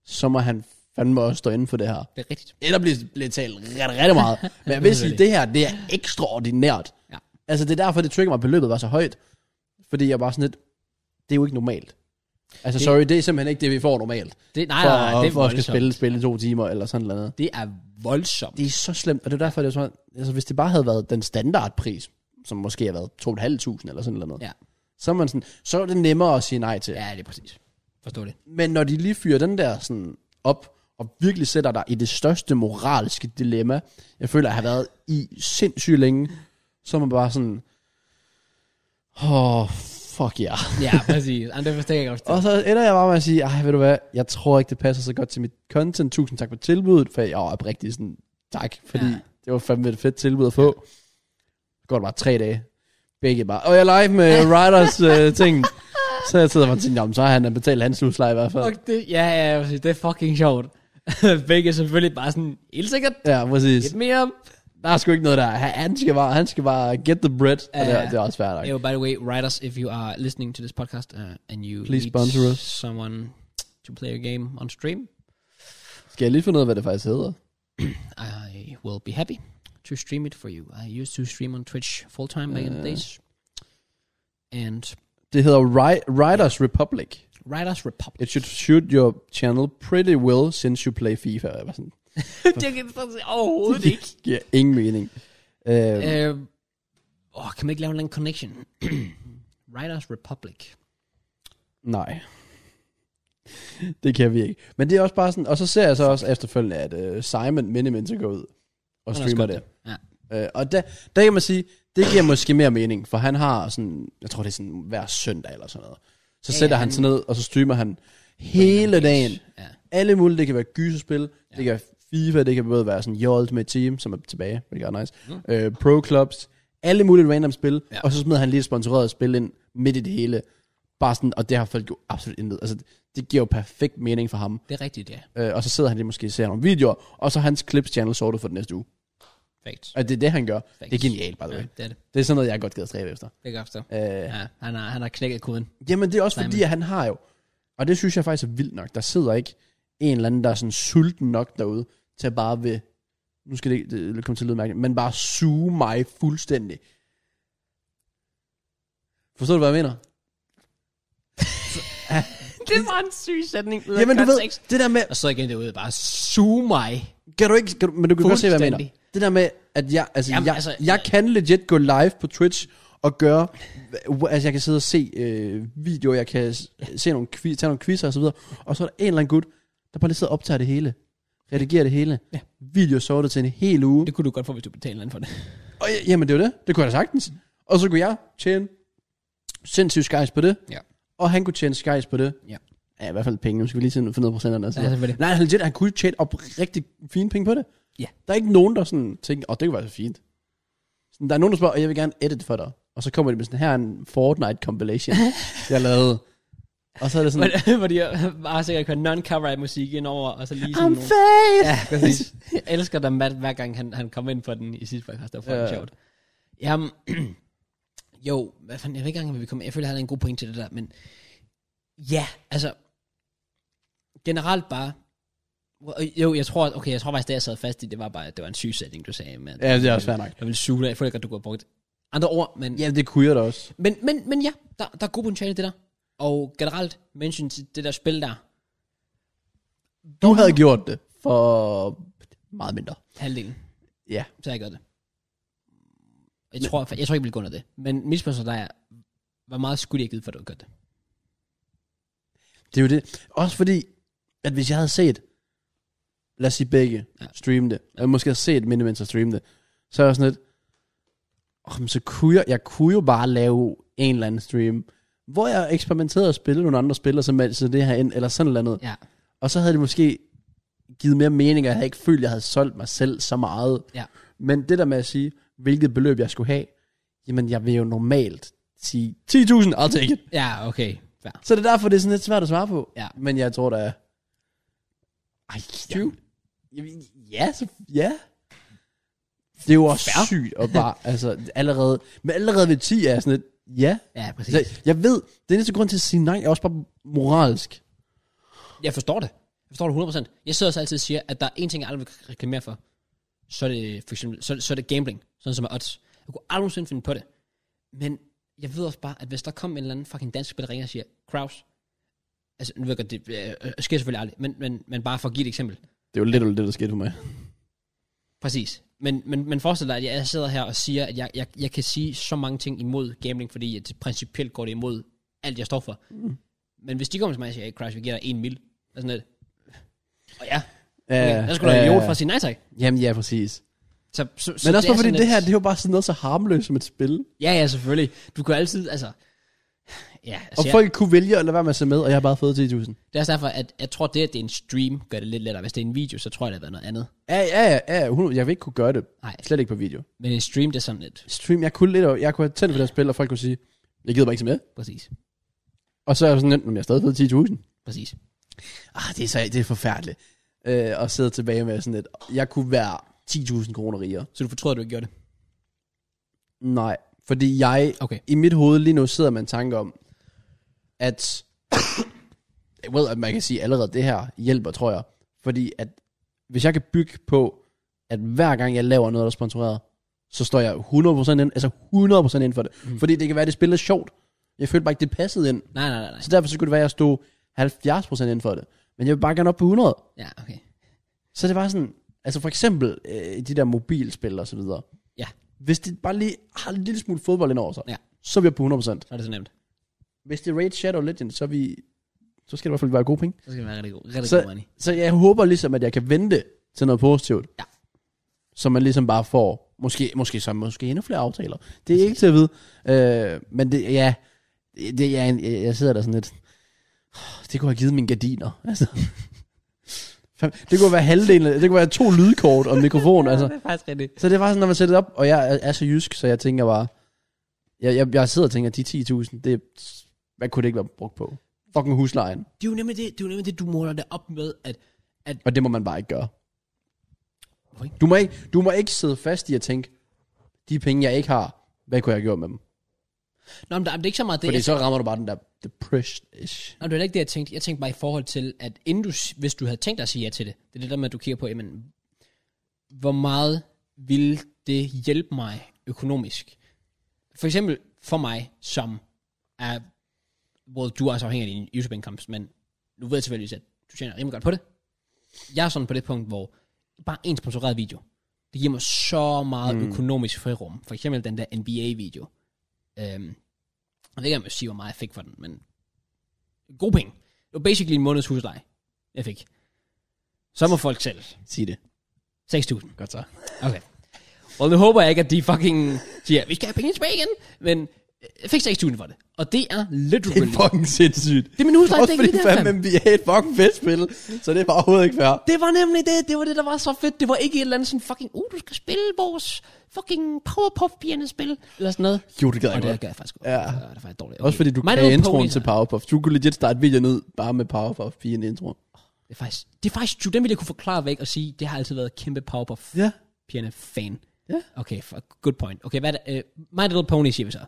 [SPEAKER 2] Så må han fandme også stå inden for det her.
[SPEAKER 1] Det er rigtigt.
[SPEAKER 2] Eller blive, blive talt rigtig, rigtig meget. Men jeg vil sige, det her, det er ekstraordinært.
[SPEAKER 1] Ja.
[SPEAKER 2] Altså, det er derfor, det trigger mig, at beløbet var så højt. Fordi jeg bare sådan lidt, det er jo ikke normalt. Altså, det,
[SPEAKER 1] Det-
[SPEAKER 2] sorry, det er simpelthen ikke det, vi får normalt.
[SPEAKER 1] Det, nej,
[SPEAKER 2] For,
[SPEAKER 1] nej, nej, det er
[SPEAKER 2] for at skal
[SPEAKER 1] voldsomt.
[SPEAKER 2] spille, spille i to timer, eller sådan noget.
[SPEAKER 1] Det er voldsomt.
[SPEAKER 2] Det er så slemt, og det er derfor, det er sådan, altså hvis det bare havde været den standardpris, som måske har været 2.500 eller sådan noget,
[SPEAKER 1] Ja.
[SPEAKER 2] så, er man sådan, så er det nemmere at sige nej til. Ja.
[SPEAKER 1] Ja, det er præcis. Forstår det.
[SPEAKER 2] Men når de lige fyrer den der sådan op, og virkelig sætter dig i det største moralske dilemma, jeg føler, jeg har været i sindssygt længe, så er man bare sådan, åh, oh, fuck ja. Yeah.
[SPEAKER 1] Ja, præcis. Jamen, det forstår jeg godt.
[SPEAKER 2] Og så ender jeg bare med at sige, ej, ved du hvad, jeg tror ikke, det passer så godt til mit content. Tusind tak for tilbuddet, for jeg var oprigtig sådan, tak, fordi
[SPEAKER 1] Ja.
[SPEAKER 2] ja. det var fandme et fedt tilbud at få. Så går det bare tre dage. Begge bare, og jeg er live med Riders øh, ting. Så jeg sidder bare og tænker, jamen, så har han betalt hans husleje i hvert fald.
[SPEAKER 1] Fuck det. Ja, ja, præcis. Det er fucking sjovt. Begge er selvfølgelig bare sådan, helt sikkert,
[SPEAKER 2] Ja, præcis.
[SPEAKER 1] lidt mere.
[SPEAKER 2] Der er sgu ikke noget der. Han han skal bare, han skal bare get the bread, og
[SPEAKER 1] Ja.
[SPEAKER 2] det, er- det er også fair nok.
[SPEAKER 1] Okay. oh, by the way, writers, if you are listening to this podcast, uh, and you
[SPEAKER 2] Please
[SPEAKER 1] need
[SPEAKER 2] sponsor us.
[SPEAKER 1] someone to play a game on stream,
[SPEAKER 2] Skal jeg lige finde ud af, hvad det faktisk hedder?
[SPEAKER 1] I will be happy to stream it for you. I used to stream on Twitch full time back in the
[SPEAKER 2] Ja.
[SPEAKER 1] days. And
[SPEAKER 2] Det hedder Ri- Riders Republic.
[SPEAKER 1] Riders Republic.
[SPEAKER 2] It should suit your channel pretty well, since you play FIFA. Jeg var sådan,
[SPEAKER 1] det kan jeg overhovedet ikke.
[SPEAKER 2] giver ingen mening. Uh,
[SPEAKER 1] Øh, åh, kan man ikke lave en eller anden connection? Riders Republic.
[SPEAKER 2] Nej. Det kan vi ikke. Men det er også bare sådan, og så ser jeg så også efterfølgende, at uh, Simon Minimenser går ud og
[SPEAKER 1] Han har
[SPEAKER 2] streamer
[SPEAKER 1] skudt
[SPEAKER 2] det.
[SPEAKER 1] Ja.
[SPEAKER 2] Uh, og der, der kan man sige, det giver måske mere mening, for han har sådan, jeg tror det er sådan hver søndag eller sådan noget. Så
[SPEAKER 1] Ja,
[SPEAKER 2] sætter
[SPEAKER 1] ja,
[SPEAKER 2] han
[SPEAKER 1] han-
[SPEAKER 2] sig ned, og så streamer han hele dagen.
[SPEAKER 1] Ja.
[SPEAKER 2] Alle mulige, det kan være gysespil, ja. det kan være FIFA, det kan både være sådan Your Ultimate Team, som er tilbage, det er nice, mm. øh, Pro Clubs, alle mulige random spil,
[SPEAKER 1] Ja.
[SPEAKER 2] ja. og så smed han lige et sponsoreret spil ind midt i det hele, bare sådan, og det har folk jo absolut intet, altså det giver jo perfekt mening for ham,
[SPEAKER 1] Det er rigtigt, ja.
[SPEAKER 2] øh, og så sidder han lige måske og ser nogle videoer, og så er hans clips channel sortet for den næste uge,
[SPEAKER 1] Fakt.
[SPEAKER 2] og det er det han gør,
[SPEAKER 1] Facts.
[SPEAKER 2] det er genialt by the way,
[SPEAKER 1] Ja, det er det.
[SPEAKER 2] det er sådan noget jeg godt gider at stræbe efter.
[SPEAKER 1] Det kan jeg forstå.
[SPEAKER 2] Øh,
[SPEAKER 1] Ja, han har, han har knækket koden.
[SPEAKER 2] Jamen det er også
[SPEAKER 1] Simon.
[SPEAKER 2] fordi, at han har jo, og det synes jeg faktisk er vildt nok, der sidder ikke en eller anden, der er sådan sulten nok derude, til at bare ved, nu skal det ikke det komme til at lyde mærkeligt, men bare suge mig fuldstændig. Forstår du, hvad jeg mener?
[SPEAKER 1] det var en syg sætning ud
[SPEAKER 2] Jamen du ved, det der med,
[SPEAKER 1] Og så igen derude, bare suge mig.
[SPEAKER 2] kan du ikke, kan du, men du kan godt se, hvad jeg mener.
[SPEAKER 1] Fuldstændig.
[SPEAKER 2] Det der med, at jeg, altså,
[SPEAKER 1] Jamen,
[SPEAKER 2] Jamen, jeg,
[SPEAKER 1] altså-
[SPEAKER 2] altså, jeg kan legit gå live på Twitch og gøre, altså jeg kan sidde og se øh, videoer, jeg kan s- se nogle, quiz, tage nogle quizzer og så videre, og så er der en eller anden gut, der bare lige sidder og optager det hele, redigerer det hele,
[SPEAKER 1] Ja.
[SPEAKER 2] ja. video sortet til en hel uge.
[SPEAKER 1] Det kunne du godt få, hvis du betalte en eller anden for det.
[SPEAKER 2] Og ja- jamen det er jo det, det kunne jeg da sagtens. Og så kunne jeg tjene sindssygt skejs på det,
[SPEAKER 1] Ja.
[SPEAKER 2] og han kunne tjene skejs på det.
[SPEAKER 1] Ja.
[SPEAKER 2] Ja, i hvert fald penge, nu skal vi lige finde finde ud af procenterne. og så
[SPEAKER 1] Ja,
[SPEAKER 2] videre.
[SPEAKER 1] selvfølgelig.
[SPEAKER 2] Nej, han legit, han kunne tjene op rigtig fine penge på det.
[SPEAKER 1] Ja.
[SPEAKER 2] Der er ikke nogen, der sådan tænker, åh, oh, det kunne være så fint. Sådan, der er nogen, der spørger, jeg vil gerne edit for dig. Og så kommer de med sådan, her er en Fortnite compilation, jeg lavede. Og så er det sådan,
[SPEAKER 1] Hvor de bare sikkert kører non-copyright musik ind over, og så lige sådan
[SPEAKER 2] I'm
[SPEAKER 1] nogle...
[SPEAKER 2] fed!
[SPEAKER 1] Ja, præcis. Jeg elsker da Matt, hver gang han, han kom ind på den i sidste podcast. Det var fucking
[SPEAKER 2] Ja.
[SPEAKER 1] sjovt. Jamen, jo, hvad fanden, jeg ved ikke engang, hvad vi kommer... Jeg føler, han havde en god point til det der, men... Ja, altså... Generelt bare... Jo, jeg tror, okay, jeg tror faktisk, det jeg sad fast i, det var bare, at det var en sygesætning, du sagde, men...
[SPEAKER 2] Ja, det er også fair nok.
[SPEAKER 1] Jeg vil suge dig. Jeg føler ikke, at du kunne have brugt andre ord, men
[SPEAKER 2] Ja, det kunne jeg da også.
[SPEAKER 1] men, men, men ja, der, der er god potentiale i det der. Og generelt, mention til det der spil der,
[SPEAKER 2] Du havde gjort det for meget mindre.
[SPEAKER 1] halvdelen,
[SPEAKER 2] Ja.
[SPEAKER 1] så har jeg gjort det. Jeg, tror, jeg, jeg tror ikke, jeg ville gå under det. Men mit spørgsmål der er, hvor meget skulle jeg have givet for, at du havde gjort det?
[SPEAKER 2] Det er jo det. Også fordi, at hvis jeg havde set, lad os sige begge,
[SPEAKER 1] Ja.
[SPEAKER 2] ja. streame det, eller måske havde set Minimenser streame det, så er jeg sådan lidt, oh, men så kunne jeg, jeg kunne jo bare lave en eller anden stream, hvor jeg eksperimenterede og spillede nogle andre spil, og så meldte det her ind, eller sådan noget andet. Ja.
[SPEAKER 1] Ja,
[SPEAKER 2] Og så havde det måske givet mere mening, og jeg havde ikke følt, at jeg havde solgt mig selv så meget.
[SPEAKER 1] Ja.
[SPEAKER 2] Men det der med at sige, hvilket beløb jeg skulle have, jamen jeg vil jo normalt sige 10.000, I'll take it.
[SPEAKER 1] ja okay. Fair.
[SPEAKER 2] Så det er derfor, det er sådan lidt svært at svare på.
[SPEAKER 1] Ja.
[SPEAKER 2] Men jeg tror, der er... Ej, ja. Jamen, Ja, så, ja. Det er jo også
[SPEAKER 1] Fair.
[SPEAKER 2] Fair. sygt at bare, altså allerede, men allerede ved 10 er jeg sådan lidt, ja.
[SPEAKER 1] Ja, præcis.
[SPEAKER 2] Altså, jeg ved, den eneste grund til at sige nej, er også bare moralsk.
[SPEAKER 1] Jeg forstår det. Jeg forstår det 100%. Jeg sidder også altid og siger, at der er en ting, jeg aldrig vil reklamere for. Så er det, for eksempel, så, så er det gambling, sådan som er odds. Jeg kunne aldrig nogensinde finde på det. Men jeg ved også bare, at hvis der kom en eller anden fucking dansk spiller ringer og siger, Kraus, altså nu ved jeg godt, det øh, øh, sker selvfølgelig aldrig, men, men, men bare for at give et eksempel.
[SPEAKER 2] Det er jo lidt det, der skete for mig.
[SPEAKER 1] Præcis. Men, men, men forestil dig, at jeg sidder her og siger, at jeg, jeg, jeg kan sige så mange ting imod gambling, fordi at principielt går det imod alt, jeg står for. Mm. Men hvis de kommer til mig og siger, hey, Crash, vi giver dig en mil, og sådan noget. Og ja, okay, der skulle da en idiot for at sige nej tak.
[SPEAKER 2] Jamen ja, præcis.
[SPEAKER 1] Så, så, så
[SPEAKER 2] Men også
[SPEAKER 1] er
[SPEAKER 2] bare fordi
[SPEAKER 1] sådan
[SPEAKER 2] det
[SPEAKER 1] lidt-
[SPEAKER 2] her, det er jo bare sådan noget så harmløst som et spil.
[SPEAKER 1] Ja, ja, selvfølgelig. Du kan altid, altså... Ja, altså
[SPEAKER 2] Og
[SPEAKER 1] jeg,
[SPEAKER 2] folk kunne vælge at lade være med at se med, og jeg har bare fået 10.000.
[SPEAKER 1] det er også derfor, at jeg tror, det at det er en stream, gør det lidt lettere. Hvis det er en video, så tror jeg, det har været noget andet.
[SPEAKER 2] Ja, ja, ja, ja, 100. jeg vil ikke kunne gøre det.
[SPEAKER 1] Nej.
[SPEAKER 2] Slet ikke på video.
[SPEAKER 1] Men en stream, det er sådan lidt...
[SPEAKER 2] stream, jeg kunne lidt, over- jeg kunne have tændt for det her spil, og folk kunne sige, jeg gider bare ikke se med.
[SPEAKER 1] Præcis.
[SPEAKER 2] Og så er jeg sådan, at jeg er stadig fået 10.000.
[SPEAKER 1] Præcis.
[SPEAKER 2] Ah, det er, så, det er forfærdeligt. Øh, og sidde tilbage med sådan lidt, jeg kunne være 10.000 kroner rigere.
[SPEAKER 1] Så du fortryder, at du ikke gjorde det?
[SPEAKER 2] Nej, fordi jeg,
[SPEAKER 1] Okay.
[SPEAKER 2] i mit hoved lige nu sidder man tanke om, at, jeg ved, at man kan sige allerede, det her hjælper, tror jeg. Fordi at, hvis jeg kan bygge på, at hver gang jeg laver noget, der er sponsoreret, så står jeg 100% ind, altså 100% ind for det. Mm. Fordi det kan være, at det spil er sjovt. Jeg følte bare ikke, det passede ind.
[SPEAKER 1] Nej, nej, nej, nej.
[SPEAKER 2] Så derfor så kunne det være, at jeg stod 70% ind for det. Men jeg vil bare gerne op på 100.
[SPEAKER 1] Ja, okay.
[SPEAKER 2] Så det var sådan, altså for eksempel øh, de der mobilspil og så videre.
[SPEAKER 1] Ja.
[SPEAKER 2] Hvis de bare lige har en lille smule fodbold ind over sig,
[SPEAKER 1] Ja.
[SPEAKER 2] så er vi oppe på 100%.
[SPEAKER 1] Så er det så nemt.
[SPEAKER 2] Hvis det er Raid Shadow Legends, så er vi, så skal det i hvert fald være gode penge.
[SPEAKER 1] Så skal det være rigtig god. Rigtig
[SPEAKER 2] Så-
[SPEAKER 1] god money.
[SPEAKER 2] Så jeg håber ligesom, at jeg kan vente til noget positivt.
[SPEAKER 1] Ja.
[SPEAKER 2] Så man ligesom bare får, måske, måske så måske endnu flere aftaler. Det er ikke til at vide. Øh, men det, ja, det, jeg, jeg, jeg sidder der sådan lidt, "Åh, det kunne have givet mine gardiner. Altså. Fem- det kunne være halvdelen, af- det kunne være to lydkort og en mikrofon.
[SPEAKER 1] Ja,
[SPEAKER 2] altså.
[SPEAKER 1] det er faktisk rigtigt.
[SPEAKER 2] Så det var sådan, når man sætter det op, og jeg er, er så jysk, så jeg tænker bare, jeg, jeg, jeg sidder og tænker, de 10.000, det, hvad kunne det ikke være brugt på? Fucking huslejen.
[SPEAKER 1] Det er jo nemlig det, det, er jo nemlig det du måler det op med, at
[SPEAKER 2] Og det må man bare ikke gøre.
[SPEAKER 1] Hvorfor ikke?
[SPEAKER 2] Du må ikke, du må ikke sidde fast i at tænke, de penge, jeg ikke har, hvad kunne jeg have gjort med dem?
[SPEAKER 1] Nå, men der, det er ikke så meget det.
[SPEAKER 2] Fordi
[SPEAKER 1] jeg-
[SPEAKER 2] så rammer du bare den der depression-ish.
[SPEAKER 1] Nå, det var heller ikke det, jeg tænkte. Jeg tænkte bare i forhold til, at inden du, s- hvis du havde tænkt dig at sige ja til det, det er det der med, at du kigger på, jamen, hvor meget vil det hjælpe mig økonomisk? For eksempel for mig, som er, hvor du er så afhængig af din YouTube-indkomst, men nu ved jeg tilfældigvis, at du tjener rimelig godt på det. Jeg er sådan på det punkt, hvor bare en sponsoreret video, det giver mig så meget mm. økonomisk frirum. For eksempel den der NBA-video. Øhm, jeg ved ikke, om jeg må sige, hvor meget jeg fik for den, men gode penge. Det var basically en måneds husleje, jeg fik. Så må folk selv.
[SPEAKER 2] Sig det.
[SPEAKER 1] 6.000.
[SPEAKER 2] Godt så.
[SPEAKER 1] Okay. Og nu håber jeg ikke, at de fucking siger, vi skal have penge tilbage igen, men øh, jeg fik 6.000 for det. Og det er
[SPEAKER 2] Det er
[SPEAKER 1] literally...
[SPEAKER 2] fucking sindssygt.
[SPEAKER 1] Det er min husleje, det
[SPEAKER 2] Også
[SPEAKER 1] er
[SPEAKER 2] fordi
[SPEAKER 1] ikke lige der,
[SPEAKER 2] fandme
[SPEAKER 1] fam.
[SPEAKER 2] vi er et fucking fedt spil, så det er bare overhovedet ikke fair.
[SPEAKER 1] Det var nemlig det, det var det, der var så fedt. Det var ikke et eller andet sådan fucking, uh, du skal spille vores fucking Powerpuff-pigerne-spil, eller sådan noget.
[SPEAKER 2] Jo, det gad
[SPEAKER 1] Og
[SPEAKER 2] jeg
[SPEAKER 1] det
[SPEAKER 2] godt.
[SPEAKER 1] gør jeg faktisk godt.
[SPEAKER 2] Ja.
[SPEAKER 1] Det er faktisk dårligt. Okay.
[SPEAKER 2] Også fordi du
[SPEAKER 1] My
[SPEAKER 2] kan
[SPEAKER 1] Little
[SPEAKER 2] introen
[SPEAKER 1] Pony
[SPEAKER 2] til
[SPEAKER 1] her.
[SPEAKER 2] Powerpuff. Du kunne legit starte videoen ud bare med Powerpuff pigen introen.
[SPEAKER 1] Det er faktisk, det er faktisk, true. den ville jeg kunne forklare væk og sige, det har altid været kæmpe Powerpuff.
[SPEAKER 2] Ja.
[SPEAKER 1] pigerne fan.
[SPEAKER 2] Ja.
[SPEAKER 1] Okay, fuck, good point. Okay, hvad er det? Uh, My Little Pony siger vi så.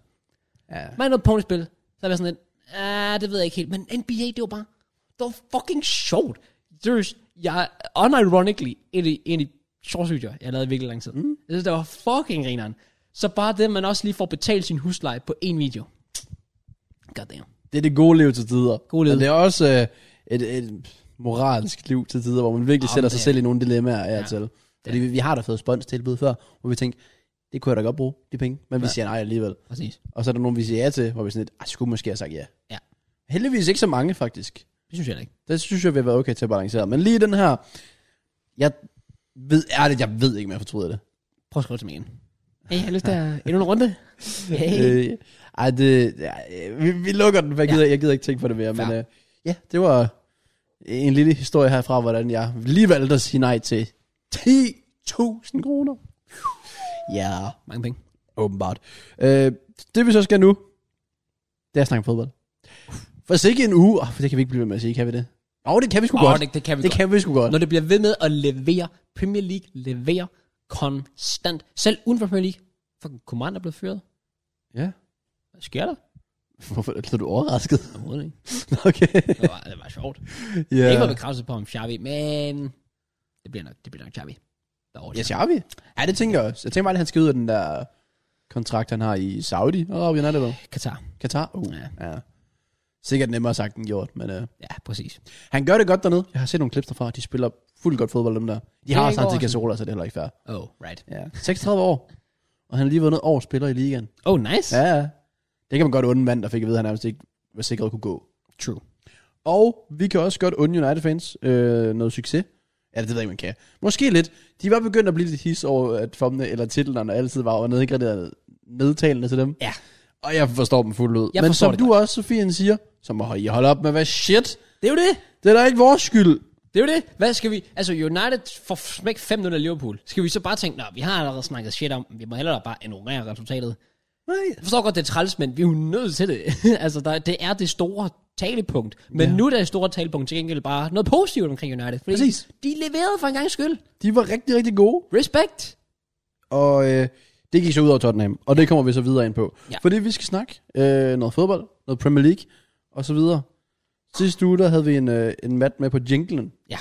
[SPEAKER 2] Ja.
[SPEAKER 1] My Little Pony-spil, så er jeg sådan lidt, ah, det ved jeg ikke helt, men NBA, det var bare, det var fucking sjovt. Seriøst, jeg er unironically en af, en af de sjoveste videoer, jeg har lavet i virkelig lang tid. Mm. Jeg synes, det var fucking grineren. Så bare det, at man også lige får betalt sin husleje på en video. Goddamn.
[SPEAKER 2] Det er det gode liv til tider.
[SPEAKER 1] Gode liv.
[SPEAKER 2] Men det er også øh, et, et moralsk liv til tider, hvor man virkelig
[SPEAKER 1] Jamen,
[SPEAKER 2] sætter sig
[SPEAKER 1] det er
[SPEAKER 2] selv i nogle dilemmaer af ja.
[SPEAKER 1] Ja.
[SPEAKER 2] til. Fordi vi, vi har da fået sponstilbud før, hvor vi tænkte, det kunne jeg da godt bruge, de penge. Men vi
[SPEAKER 1] Ja.
[SPEAKER 2] siger nej alligevel.
[SPEAKER 1] Præcis.
[SPEAKER 2] Og så er der nogen, vi siger ja til, hvor vi sådan lidt, "Ej, skulle måske have sagt ja.
[SPEAKER 1] Ja.
[SPEAKER 2] Heldigvis ikke så mange, faktisk.
[SPEAKER 1] Det synes jeg heller ikke.
[SPEAKER 2] Det synes jeg, vi har været okay til at balancere. Men lige den her, jeg ved ærligt, jeg ved ikke, om jeg fortryder det.
[SPEAKER 1] Prøv at skrive til mig igen. Hey, jeg har lyst til at endnu en runde. Hey.
[SPEAKER 2] Øh, ej, det, ja, øh, vi, vi lukker den, for jeg gider, jeg gider ikke tænke på det mere. Men
[SPEAKER 1] Fair.
[SPEAKER 2] øh, ja, det var en lille historie herfra, hvordan jeg lige valgte at sige nej til 10.000 kroner. Ja,
[SPEAKER 1] Mange penge.
[SPEAKER 2] åbenbart. Øh, det vi så skal nu, det er at snakke fodbold. For sikke en uge, oh, det kan vi ikke blive ved med at sige, kan vi det? Åh, oh, det kan vi sgu
[SPEAKER 1] Åh,
[SPEAKER 2] godt.
[SPEAKER 1] det, det kan vi
[SPEAKER 2] det
[SPEAKER 1] godt.
[SPEAKER 2] kan vi sgu godt.
[SPEAKER 1] Når det bliver ved med at levere, Premier League leverer konstant. Selv uden for Premier League. Fucking Coman er blevet fyret.
[SPEAKER 2] Ja.
[SPEAKER 1] Hvad sker der?
[SPEAKER 2] Hvorfor blev du overrasket?
[SPEAKER 1] Overhovedet ikke.
[SPEAKER 2] okay.
[SPEAKER 1] Det var, det var sjovt. Yeah. Det er ikke
[SPEAKER 2] Ja.
[SPEAKER 1] var bekræftet på om Xavi, men det bliver nok, det bliver nok Xavi. Der er over
[SPEAKER 2] Ja,
[SPEAKER 1] det.
[SPEAKER 2] Xavi. Ja, det tænker jeg også. Jeg tænker bare, at han skal ud af den der kontrakt, han har i Saudi. Og Arabien er det vel?
[SPEAKER 1] Katar.
[SPEAKER 2] Katar? Uh,
[SPEAKER 1] Ja.
[SPEAKER 2] ja. Sikkert nemmere sagt end gjort, men uh,
[SPEAKER 1] Ja, præcis.
[SPEAKER 2] han gør det godt dernede. Jeg har set nogle klips derfra. De spiller fuldt godt fodbold, dem der. De har
[SPEAKER 1] ikke
[SPEAKER 2] samtidig
[SPEAKER 1] overraskende.
[SPEAKER 2] Casola, så det er heller ikke fair.
[SPEAKER 1] Oh, right.
[SPEAKER 2] Ja. 36 år. Og han har lige vundet år spiller i ligaen.
[SPEAKER 1] Oh, nice.
[SPEAKER 2] Ja, ja. Det kan man godt unde en mand, der fik at vide, at han nærmest ikke var sikret at kunne gå.
[SPEAKER 1] True.
[SPEAKER 2] Og vi kan også godt unde United-fans øh, noget succes. Ja, det ved jeg ikke, man kan. Måske lidt. De var begyndt at blive lidt his over, at formene eller titlerne altid var over nedgraderet nedtalende til dem.
[SPEAKER 1] Ja.
[SPEAKER 2] Og jeg forstår dem fuldt ud.
[SPEAKER 1] Jeg
[SPEAKER 2] Men
[SPEAKER 1] forstår
[SPEAKER 2] som
[SPEAKER 1] det
[SPEAKER 2] du også, Sofien, siger, så må I holde op med at være shit.
[SPEAKER 1] Det er jo det.
[SPEAKER 2] Det er da ikke vores skyld.
[SPEAKER 1] Det er jo det. Hvad skal vi... Altså, United får smæk 5-0 af Liverpool. Skal vi så bare tænke, nå, vi har allerede snakket shit om, vi må hellere bare ignorere resultatet.
[SPEAKER 2] Nej.
[SPEAKER 1] Jeg forstår godt, det er træls, men vi er jo nødt til det. altså, der, det er det store talepunkt. Men
[SPEAKER 2] Ja.
[SPEAKER 1] ja. nu er det store talepunkt til gengæld bare noget positivt omkring United. Fordi
[SPEAKER 2] Præcis.
[SPEAKER 1] De leverede for en gang skyld.
[SPEAKER 2] De var rigtig, rigtig gode.
[SPEAKER 1] Respekt.
[SPEAKER 2] Og øh, det gik så ud over Tottenham. Og det kommer vi så videre ind på.
[SPEAKER 1] Ja.
[SPEAKER 2] Fordi vi skal snakke øh, noget fodbold, noget Premier League og så videre. Sidste uge, der havde vi en, øh, en mat med på jinglen.
[SPEAKER 1] Ja,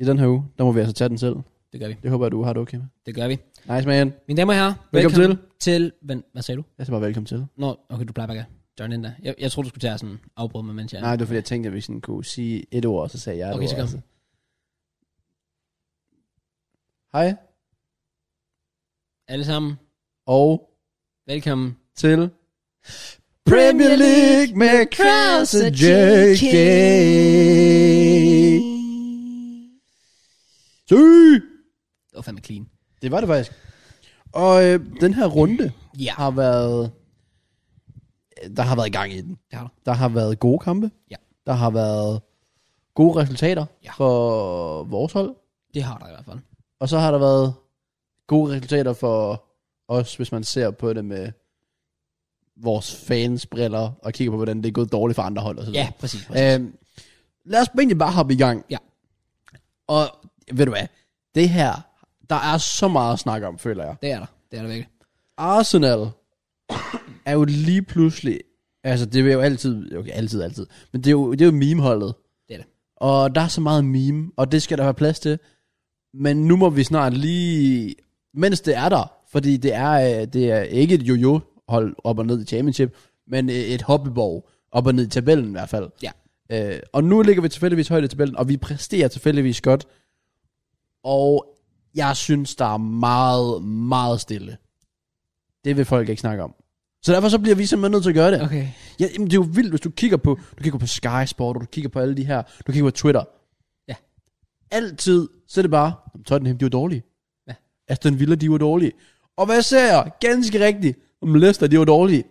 [SPEAKER 2] i den her uge, der må vi altså tage den selv.
[SPEAKER 1] Det gør vi.
[SPEAKER 2] Det håber jeg, du har det okay med.
[SPEAKER 1] Det gør vi.
[SPEAKER 2] Nice, man.
[SPEAKER 1] Mine damer og herrer,
[SPEAKER 2] Velkommen
[SPEAKER 1] til. Vent, hvad sagde du?
[SPEAKER 2] Jeg siger bare velkommen til.
[SPEAKER 1] Nå, okay, du plejer bare at join in der. Jeg, jeg tror du skulle tage sådan afbrud med, mens jeg...
[SPEAKER 2] Nej, det var fordi, jeg tænkte, at vi sådan kunne sige et ord, og så sagde jeg et
[SPEAKER 1] Okay,
[SPEAKER 2] ord.
[SPEAKER 1] så kom.
[SPEAKER 2] altså. Hej,
[SPEAKER 1] Alle sammen,
[SPEAKER 2] og
[SPEAKER 1] velkommen.
[SPEAKER 2] til Premier League med Kraus og JK. Sy!
[SPEAKER 1] Det var fandme clean.
[SPEAKER 2] Det var det faktisk. Og øh, den her runde
[SPEAKER 1] Ja.
[SPEAKER 2] har været... Der har været gang i den.
[SPEAKER 1] Det har du.
[SPEAKER 2] Der har været gode kampe.
[SPEAKER 1] Ja.
[SPEAKER 2] Der har været gode resultater
[SPEAKER 1] Ja.
[SPEAKER 2] for vores hold.
[SPEAKER 1] Det har der i hvert fald.
[SPEAKER 2] Og så har der været gode resultater for os, hvis man ser på det med vores fans briller og kigger på, hvordan det er gået dårligt for andre hold og sådan
[SPEAKER 1] Ja, præcis. præcis.
[SPEAKER 2] noget. Øhm, lad os egentlig bare hoppe i gang.
[SPEAKER 1] Ja.
[SPEAKER 2] Og ved du hvad, det her, der er så meget at snakke om, føler jeg.
[SPEAKER 1] Det er der. Det er der virkelig.
[SPEAKER 2] Arsenal er jo lige pludselig, altså det er jo altid, okay, altid, altid, men det er jo, det er jo meme-holdet.
[SPEAKER 1] Det er det.
[SPEAKER 2] Og der er så meget meme, og det skal der være plads til. Men nu må vi snart lige, mens det er der, fordi det er, øh, det er ikke et jojo-hold op og ned i championship, men øh, et hoppeborg op og ned i tabellen i hvert fald.
[SPEAKER 1] Ja.
[SPEAKER 2] Øh, og nu ligger vi tilfældigvis højt i tabellen, og vi præsterer tilfældigvis godt. Og jeg synes, der er meget, meget stille. Det vil folk ikke snakke om. Så derfor så bliver vi simpelthen nødt til at gøre det.
[SPEAKER 1] Okay.
[SPEAKER 2] Ja, jamen, det er jo vildt, hvis du kigger på, du kigger på Sky Sport, og du kigger på alle de her, du kigger på Twitter.
[SPEAKER 1] Ja.
[SPEAKER 2] Altid, så er det bare, "Jamen, Tottenham, de var dårlige.
[SPEAKER 1] Ja.
[SPEAKER 2] Aston Villa, de var dårlige. Og hvad ser jeg? Ganske rigtigt. Om Leicester, de var dårlige.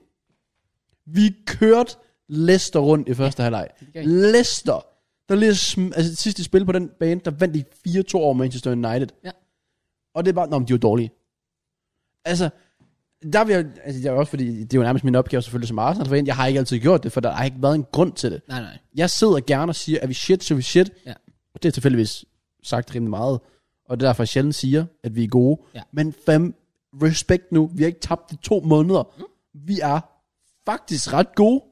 [SPEAKER 2] Vi kørte Leicester rundt i første ja. halvleg.
[SPEAKER 1] gør I.
[SPEAKER 2] Leicester, der lige sm- altså sidst de spillede på den bane, der vandt de 4-2 over Manchester United.
[SPEAKER 1] Ja.
[SPEAKER 2] Og det er bare, nå, men de var dårlige. Altså, der vil jeg, altså jeg er også fordi, det er jo nærmest min opgave selvfølgelig som Arsenal-fan, jeg har ikke altid gjort det, for der har ikke været en grund til det.
[SPEAKER 1] Nej, nej.
[SPEAKER 2] Jeg sidder gerne og siger, at vi shit, så er vi shit.
[SPEAKER 1] Ja.
[SPEAKER 2] Og det er tilfældigvis sagt rimelig meget, og det er derfor jeg sjældent siger, at vi er gode.
[SPEAKER 1] Ja.
[SPEAKER 2] Men fam, respekt nu, vi har ikke tabt i to måneder. Mm. Vi er faktisk ret gode,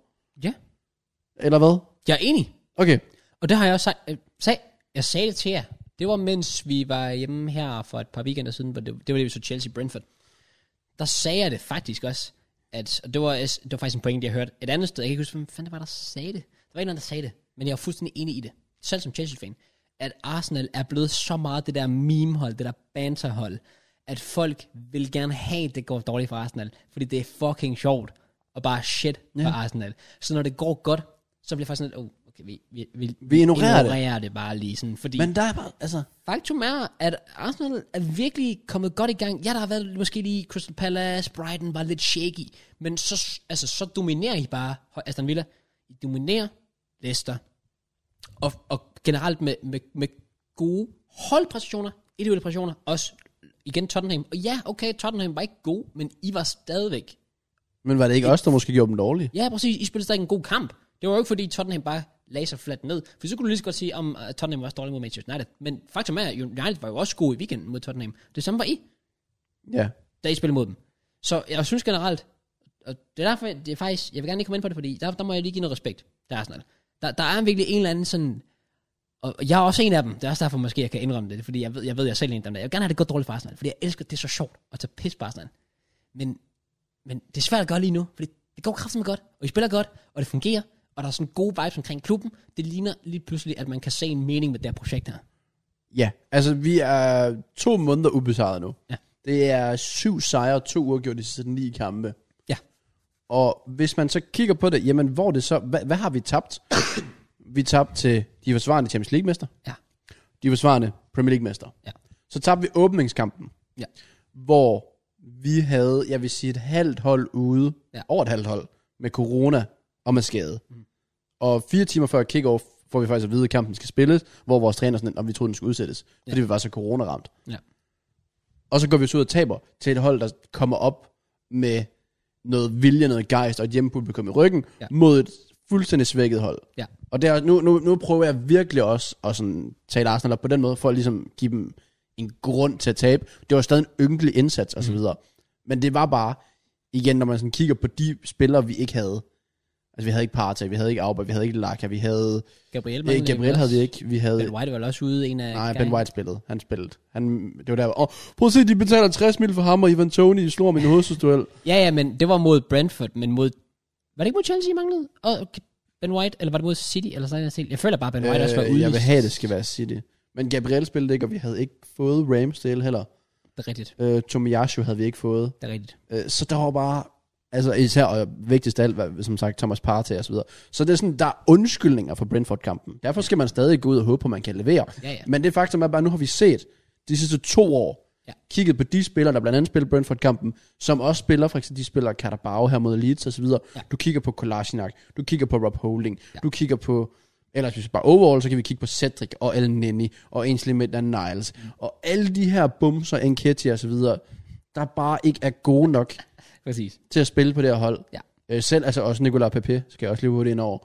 [SPEAKER 1] Ja.
[SPEAKER 2] eller hvad?
[SPEAKER 1] Jeg er enig.
[SPEAKER 2] Okay,
[SPEAKER 1] Og det har jeg også sagt, øh, sag, jeg sagde det til jer. Det var mens vi var hjemme her for et par weekender siden, hvor det, det var det, vi så Chelsea-Brentford. Der sagde jeg det faktisk også, at, og det var, det var faktisk en point, jeg hørte et andet sted. Jeg kan ikke huske, hvem fanden det var, der sagde det. Der var en, eller anden, der sagde det, men jeg er fuldstændig enig i det. Selv som Chelsea-fan, at Arsenal er blevet så meget det der meme-hold, det der banterhold, at folk vil gerne have, at det går dårligt for Arsenal, fordi det er fucking sjovt og bare shit for Arsenal. Så når det går godt, så bliver jeg faktisk sådan lidt, oh, okay, vi, vi, vi,
[SPEAKER 2] Vi ignorerer det.
[SPEAKER 1] ignorerer det. det bare lige sådan, fordi Men,
[SPEAKER 2] men der er bare, altså,
[SPEAKER 1] faktum er, at Arsenal er virkelig kommet godt i gang. Ja, der har været måske lige Crystal Palace, Brighton var lidt shaky, men så, altså, så dominerer I bare Aston Villa. I dominerer Leicester. Og, og generelt med, med, med gode holdpræstationer, individuelle præstationer, også igen Tottenham. Og ja, okay, Tottenham var ikke god, men I var stadigvæk
[SPEAKER 2] men var det ikke os, der måske gjorde dem dårlige?
[SPEAKER 1] Ja, præcis. I spillede stadig en god kamp. Det var jo ikke, fordi Tottenham bare lagde sig fladt ned. For så kunne du lige så godt sige, om at Tottenham var også dårlig mod Manchester United. Men faktum er, at United var jo også gode i weekenden mod Tottenham. Det samme var I,
[SPEAKER 2] Ja.
[SPEAKER 1] da I spillede mod dem. Så jeg synes generelt, og det er derfor, det er faktisk, jeg vil gerne lige komme ind på det, fordi der, der må jeg lige give noget respekt til Arsenal. Der, der er virkelig en eller anden sådan, og og jeg er også en af dem, det er også derfor måske, jeg kan indrømme det, fordi jeg ved, jeg, ved, jeg er selv en af dem der. Jeg vil gerne have det godt dårligt for Arsenal, fordi jeg elsker, det er så sjovt at tage pis på Arsenal. Men, men det er svært at gøre lige nu, fordi det går kraftigt godt, og I spiller godt, og det fungerer, og der er sådan gode vibes omkring klubben. Det ligner lige pludselig, at man kan se en mening med det her projekt her.
[SPEAKER 2] Ja, altså vi er to måneder ubesejret nu.
[SPEAKER 1] Ja.
[SPEAKER 2] Det er syv sejre, to uafgjort i sidste ni kampe.
[SPEAKER 1] Ja.
[SPEAKER 2] Og hvis man så kigger på det, jamen hvor er det så, hvad, hvad har vi tabt? vi tabte til de forsvarende Champions League-mester.
[SPEAKER 1] Ja.
[SPEAKER 2] De forsvarende Premier League-mester.
[SPEAKER 1] Ja.
[SPEAKER 2] Så tabte vi åbningskampen.
[SPEAKER 1] Ja.
[SPEAKER 2] Hvor vi havde, jeg vil sige, et halvt hold ude,
[SPEAKER 1] Ja.
[SPEAKER 2] ja. over et halvt hold, med corona og med skade. Mm. Og fire timer før kick-off, får vi faktisk at vide, at kampen skal spilles, hvor vores træner sådan, om vi troede, den skulle udsættes, fordi vi var så corona-ramt.
[SPEAKER 1] Ja.
[SPEAKER 2] Og så går vi så ud og taber til et hold, der kommer op med noget vilje, noget gejst og et hjemmepublikum i ryggen,
[SPEAKER 1] Ja.
[SPEAKER 2] ja. mod et fuldstændig svækket hold.
[SPEAKER 1] Ja.
[SPEAKER 2] Og der, nu, nu, nu prøver jeg virkelig også at sådan, tale Arsenal op på den måde, for at ligesom give dem en grund til at tabe. Det var stadig en ynkelig indsats osv. Mm. Men det var bare, igen, når man sådan kigger på de spillere, vi ikke havde, Altså, vi havde ikke Partey, vi havde ikke Auber, vi havde ikke Laka, vi havde...
[SPEAKER 1] Gabriel,
[SPEAKER 2] Øh, Gabriel havde vi ikke, vi havde...
[SPEAKER 1] Ben White var vel også ude en af...
[SPEAKER 2] Nej, Ben
[SPEAKER 1] gangen.
[SPEAKER 2] White spillede. Han spillede. Han, det var der. Åh, prøv at se, de betaler 60 mil for ham, og Ivan Toni slår min hovedstuduel.
[SPEAKER 1] Ja, ja, men det var mod Brentford, men mod... Var det ikke mod Chelsea, I manglede? Og Ben White, eller var det mod City, eller sådan noget? Jeg føler bare, Ben White øh, også var ude.
[SPEAKER 2] jeg vil have, det skal være City. Men Gabriel spillede ikke, og vi havde ikke fået Ramsdale heller.
[SPEAKER 1] Det er rigtigt.
[SPEAKER 2] Øh, Tomiyasu havde vi ikke fået.
[SPEAKER 1] Det er rigtigt.
[SPEAKER 2] Øh, så der var bare... Altså især, og vigtigst af alt, hvad- som sagt, Thomas Partey og så videre. Så det er sådan, der er undskyldninger for Brentford-kampen. Derfor skal man stadig gå ud og håbe på, at man kan levere.
[SPEAKER 1] Ja, ja.
[SPEAKER 2] Men det faktum er bare, at nu har vi set de sidste to år,
[SPEAKER 1] Ja.
[SPEAKER 2] ja. kigget på de spillere, der blandt andet spiller Brentford-kampen, som også spiller, for eksempel de spillere Carabao her mod Leeds osv.
[SPEAKER 1] Ja.
[SPEAKER 2] Ja. Du kigger på Kolasinac, du kigger på Rob Holding,
[SPEAKER 1] Ja.
[SPEAKER 2] ja. du kigger på, ellers hvis vi bare overall, så kan vi kigge på Cedric og El Nini og Ainsley Maitland Niles. Mm. Og alle de her bumser, Enketia osv., der bare ikke er gode nok
[SPEAKER 1] Præcis.
[SPEAKER 2] til at spille på det her hold.
[SPEAKER 1] Ja.
[SPEAKER 2] Øh, selv, altså også Nicolas Pepe, skal jeg også lige hurtigt ind over,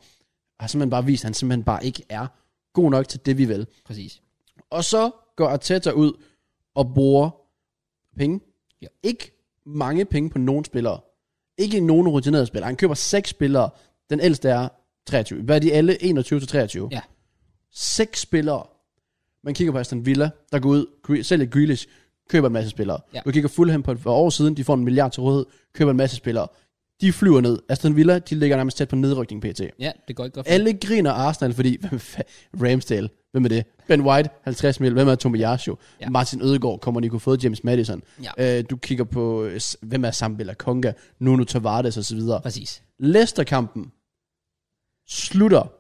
[SPEAKER 2] har simpelthen bare vist, at han simpelthen bare ikke er god nok til det, vi vil.
[SPEAKER 1] Præcis.
[SPEAKER 2] Og så går Arteta ud og bruger penge.
[SPEAKER 1] Ja.
[SPEAKER 2] Ikke mange penge på nogen spillere. Ikke nogen rutinerede spillere. Han køber seks spillere. Den ældste er 23. Hvad er de alle? 21-23.
[SPEAKER 1] Ja.
[SPEAKER 2] Seks spillere. Man kigger på Aston Villa, der går ud, Gre- sælger Grealish, køber en masse spillere.
[SPEAKER 1] Ja.
[SPEAKER 2] Du kigger Fulham på et par år siden, de får en milliard til rådighed, køber en masse spillere. De flyver ned. Aston Villa, de ligger nærmest tæt på nedrykning pt.
[SPEAKER 1] Ja, det går ikke godt. for-
[SPEAKER 2] Alle griner Arsenal, fordi hvem fa- Ramsdale, hvem er det? Ben White, 50 mil, hvem er Tomiyasu?
[SPEAKER 1] Ja.
[SPEAKER 2] Ja. Martin Ødegaard, kommer Nico Fod, James Madison.
[SPEAKER 1] Ja.
[SPEAKER 2] Øh, du kigger på, øh, s- hvem er Sambil Konga, Nuno Tavares osv.
[SPEAKER 1] Præcis.
[SPEAKER 2] Leicester-kampen slutter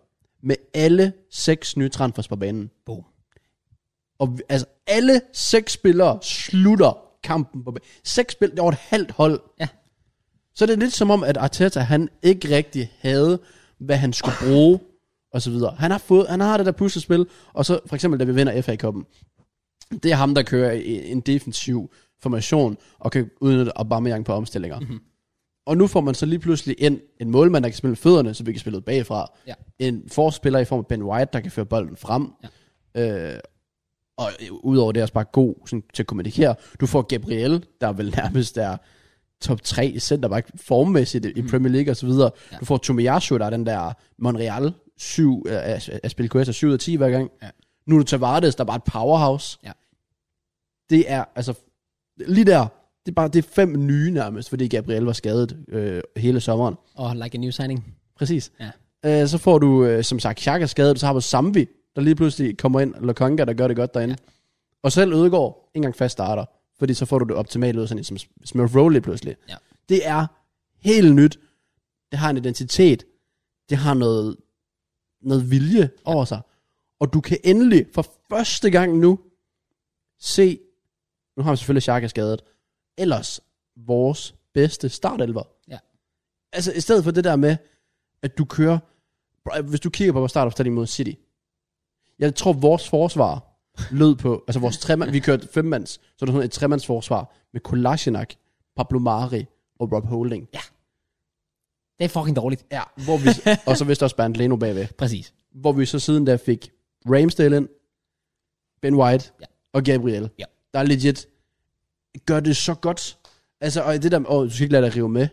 [SPEAKER 2] med alle seks nye transfers på banen.
[SPEAKER 1] Boom.
[SPEAKER 2] Og vi- altså, alle seks spillere slutter kampen på banen. Seks spillere, det var et halvt hold.
[SPEAKER 1] Ja.
[SPEAKER 2] Så det er lidt som om, at Arteta, han ikke rigtig havde, hvad han skulle bruge, og så videre. Han har, fået, han har det der puslespil, og så for eksempel, da vi vinder FA-koppen, det er ham, der kører i- en defensiv formation, og kan udnytte Aubameyang på omstillinger. Mm-hmm. Og nu får man så lige pludselig ind en målmand, der kan spille med fødderne, så vi kan spille ud bagfra.
[SPEAKER 1] Ja.
[SPEAKER 2] En forspiller i form af Ben White, der kan føre bolden frem. Ja. Øh, og udover det er også bare god sådan, til at kommunikere. Du får Gabriel, der vel nærmest er top 3 i centerback formmæssigt i Premier League og så videre.
[SPEAKER 1] Mhm. Ja.
[SPEAKER 2] Du får Tomiyasu, der er den der Monreal 7, øh, Aspilicueta 7 af 10 hver gang.
[SPEAKER 1] Ja.
[SPEAKER 2] Nu er du Tavares, der er bare et powerhouse.
[SPEAKER 1] Ja.
[SPEAKER 2] Det er, altså, lige der, det er bare det er fem nye nærmest, fordi Gabriel var skadet øh, hele sommeren.
[SPEAKER 1] Og like a new signing.
[SPEAKER 2] Præcis.
[SPEAKER 1] Ja.
[SPEAKER 2] Øh, så får du, øh, som sagt, Chaka skadet, så har du Samvi, der lige pludselig kommer ind, Lokonga, der gør det godt derinde. Ja. Og selv Ødegaard, ikke engang fast starter, fordi så får du det optimale ud, sådan en som Smith Rowe lige pludselig.
[SPEAKER 1] Ja.
[SPEAKER 2] Det er helt nyt. Det har en identitet. Det har noget, noget vilje ja. over sig. Og du kan endelig, for første gang nu, se, nu har vi selvfølgelig Chaka skadet, ellers vores bedste startelver.
[SPEAKER 1] Ja.
[SPEAKER 2] Altså, i stedet for det der med, at du kører... Bro, Hvis du kigger på vores startopstilling mod City. Jeg tror, vores forsvar lød på... altså, vores tremand, vi kørte femmands, så det var sådan et tremandsforsvar med Kolasinac, Pablo Mari og Rob Holding.
[SPEAKER 1] Det er fucking dårligt.
[SPEAKER 2] Ja, hvor vi, og så vidste også Bernd Leno bagved.
[SPEAKER 1] Præcis.
[SPEAKER 2] Hvor vi så siden der fik Ramsdale ind, Ben White
[SPEAKER 1] Ja.
[SPEAKER 2] ja. og Gabriel.
[SPEAKER 1] Ja.
[SPEAKER 2] Der er legit, gør det så godt. Altså, og det der, åh, du skal ikke lade dig rive med.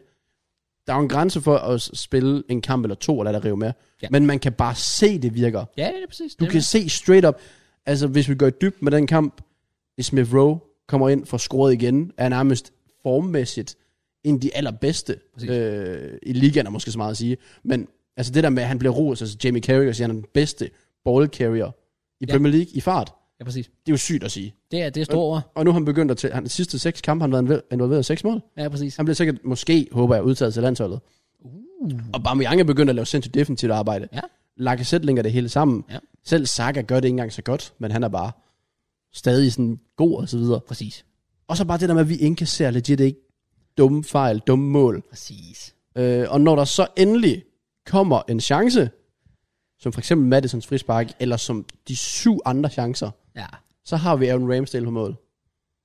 [SPEAKER 2] Der er jo en grænse for at s- spille en kamp eller to og lade dig rive med.
[SPEAKER 1] Ja.
[SPEAKER 2] Ja. Men man kan bare se, det virker.
[SPEAKER 1] Ja, det er præcis.
[SPEAKER 2] Du
[SPEAKER 1] det
[SPEAKER 2] kan se straight up, altså hvis vi går i dyb med den kamp, hvis Smith Rowe kommer ind for scoret igen, er nærmest formmæssigt en af de allerbedste
[SPEAKER 1] Præcis.
[SPEAKER 2] øh, i ligaen, er måske så meget at sige. Men altså det der med, at han bliver rost, altså Jamie Carragher siger, han er den bedste ball carrier i
[SPEAKER 1] Ja.
[SPEAKER 2] Premier League i fart.
[SPEAKER 1] Ja, præcis.
[SPEAKER 2] Det er jo sygt at sige.
[SPEAKER 1] Det er, det er store ord.
[SPEAKER 2] Og nu har han begyndt at til, han, de sidste seks kampe, har han har været involveret i seks mål.
[SPEAKER 1] Ja, præcis.
[SPEAKER 2] Han bliver sikkert, måske håber jeg, udtaget til landsholdet. Uh. Og Bamiang er begyndt at lave sindssygt defensivt arbejde.
[SPEAKER 1] Ja.
[SPEAKER 2] Lacazette linker det hele sammen.
[SPEAKER 1] Ja.
[SPEAKER 2] Selv Saka gør det ikke engang så godt, men han er bare stadig sådan god og så videre.
[SPEAKER 1] Præcis.
[SPEAKER 2] Og så bare det der med, at vi indkasserer legit ikke dumme fejl, dumme mål.
[SPEAKER 1] Præcis.
[SPEAKER 2] Øh, og når der så endelig kommer en chance, som for eksempel Madisons frispark, eller som de syv andre chancer,
[SPEAKER 1] Ja,
[SPEAKER 2] så har vi Aaron Ramsdale på mål.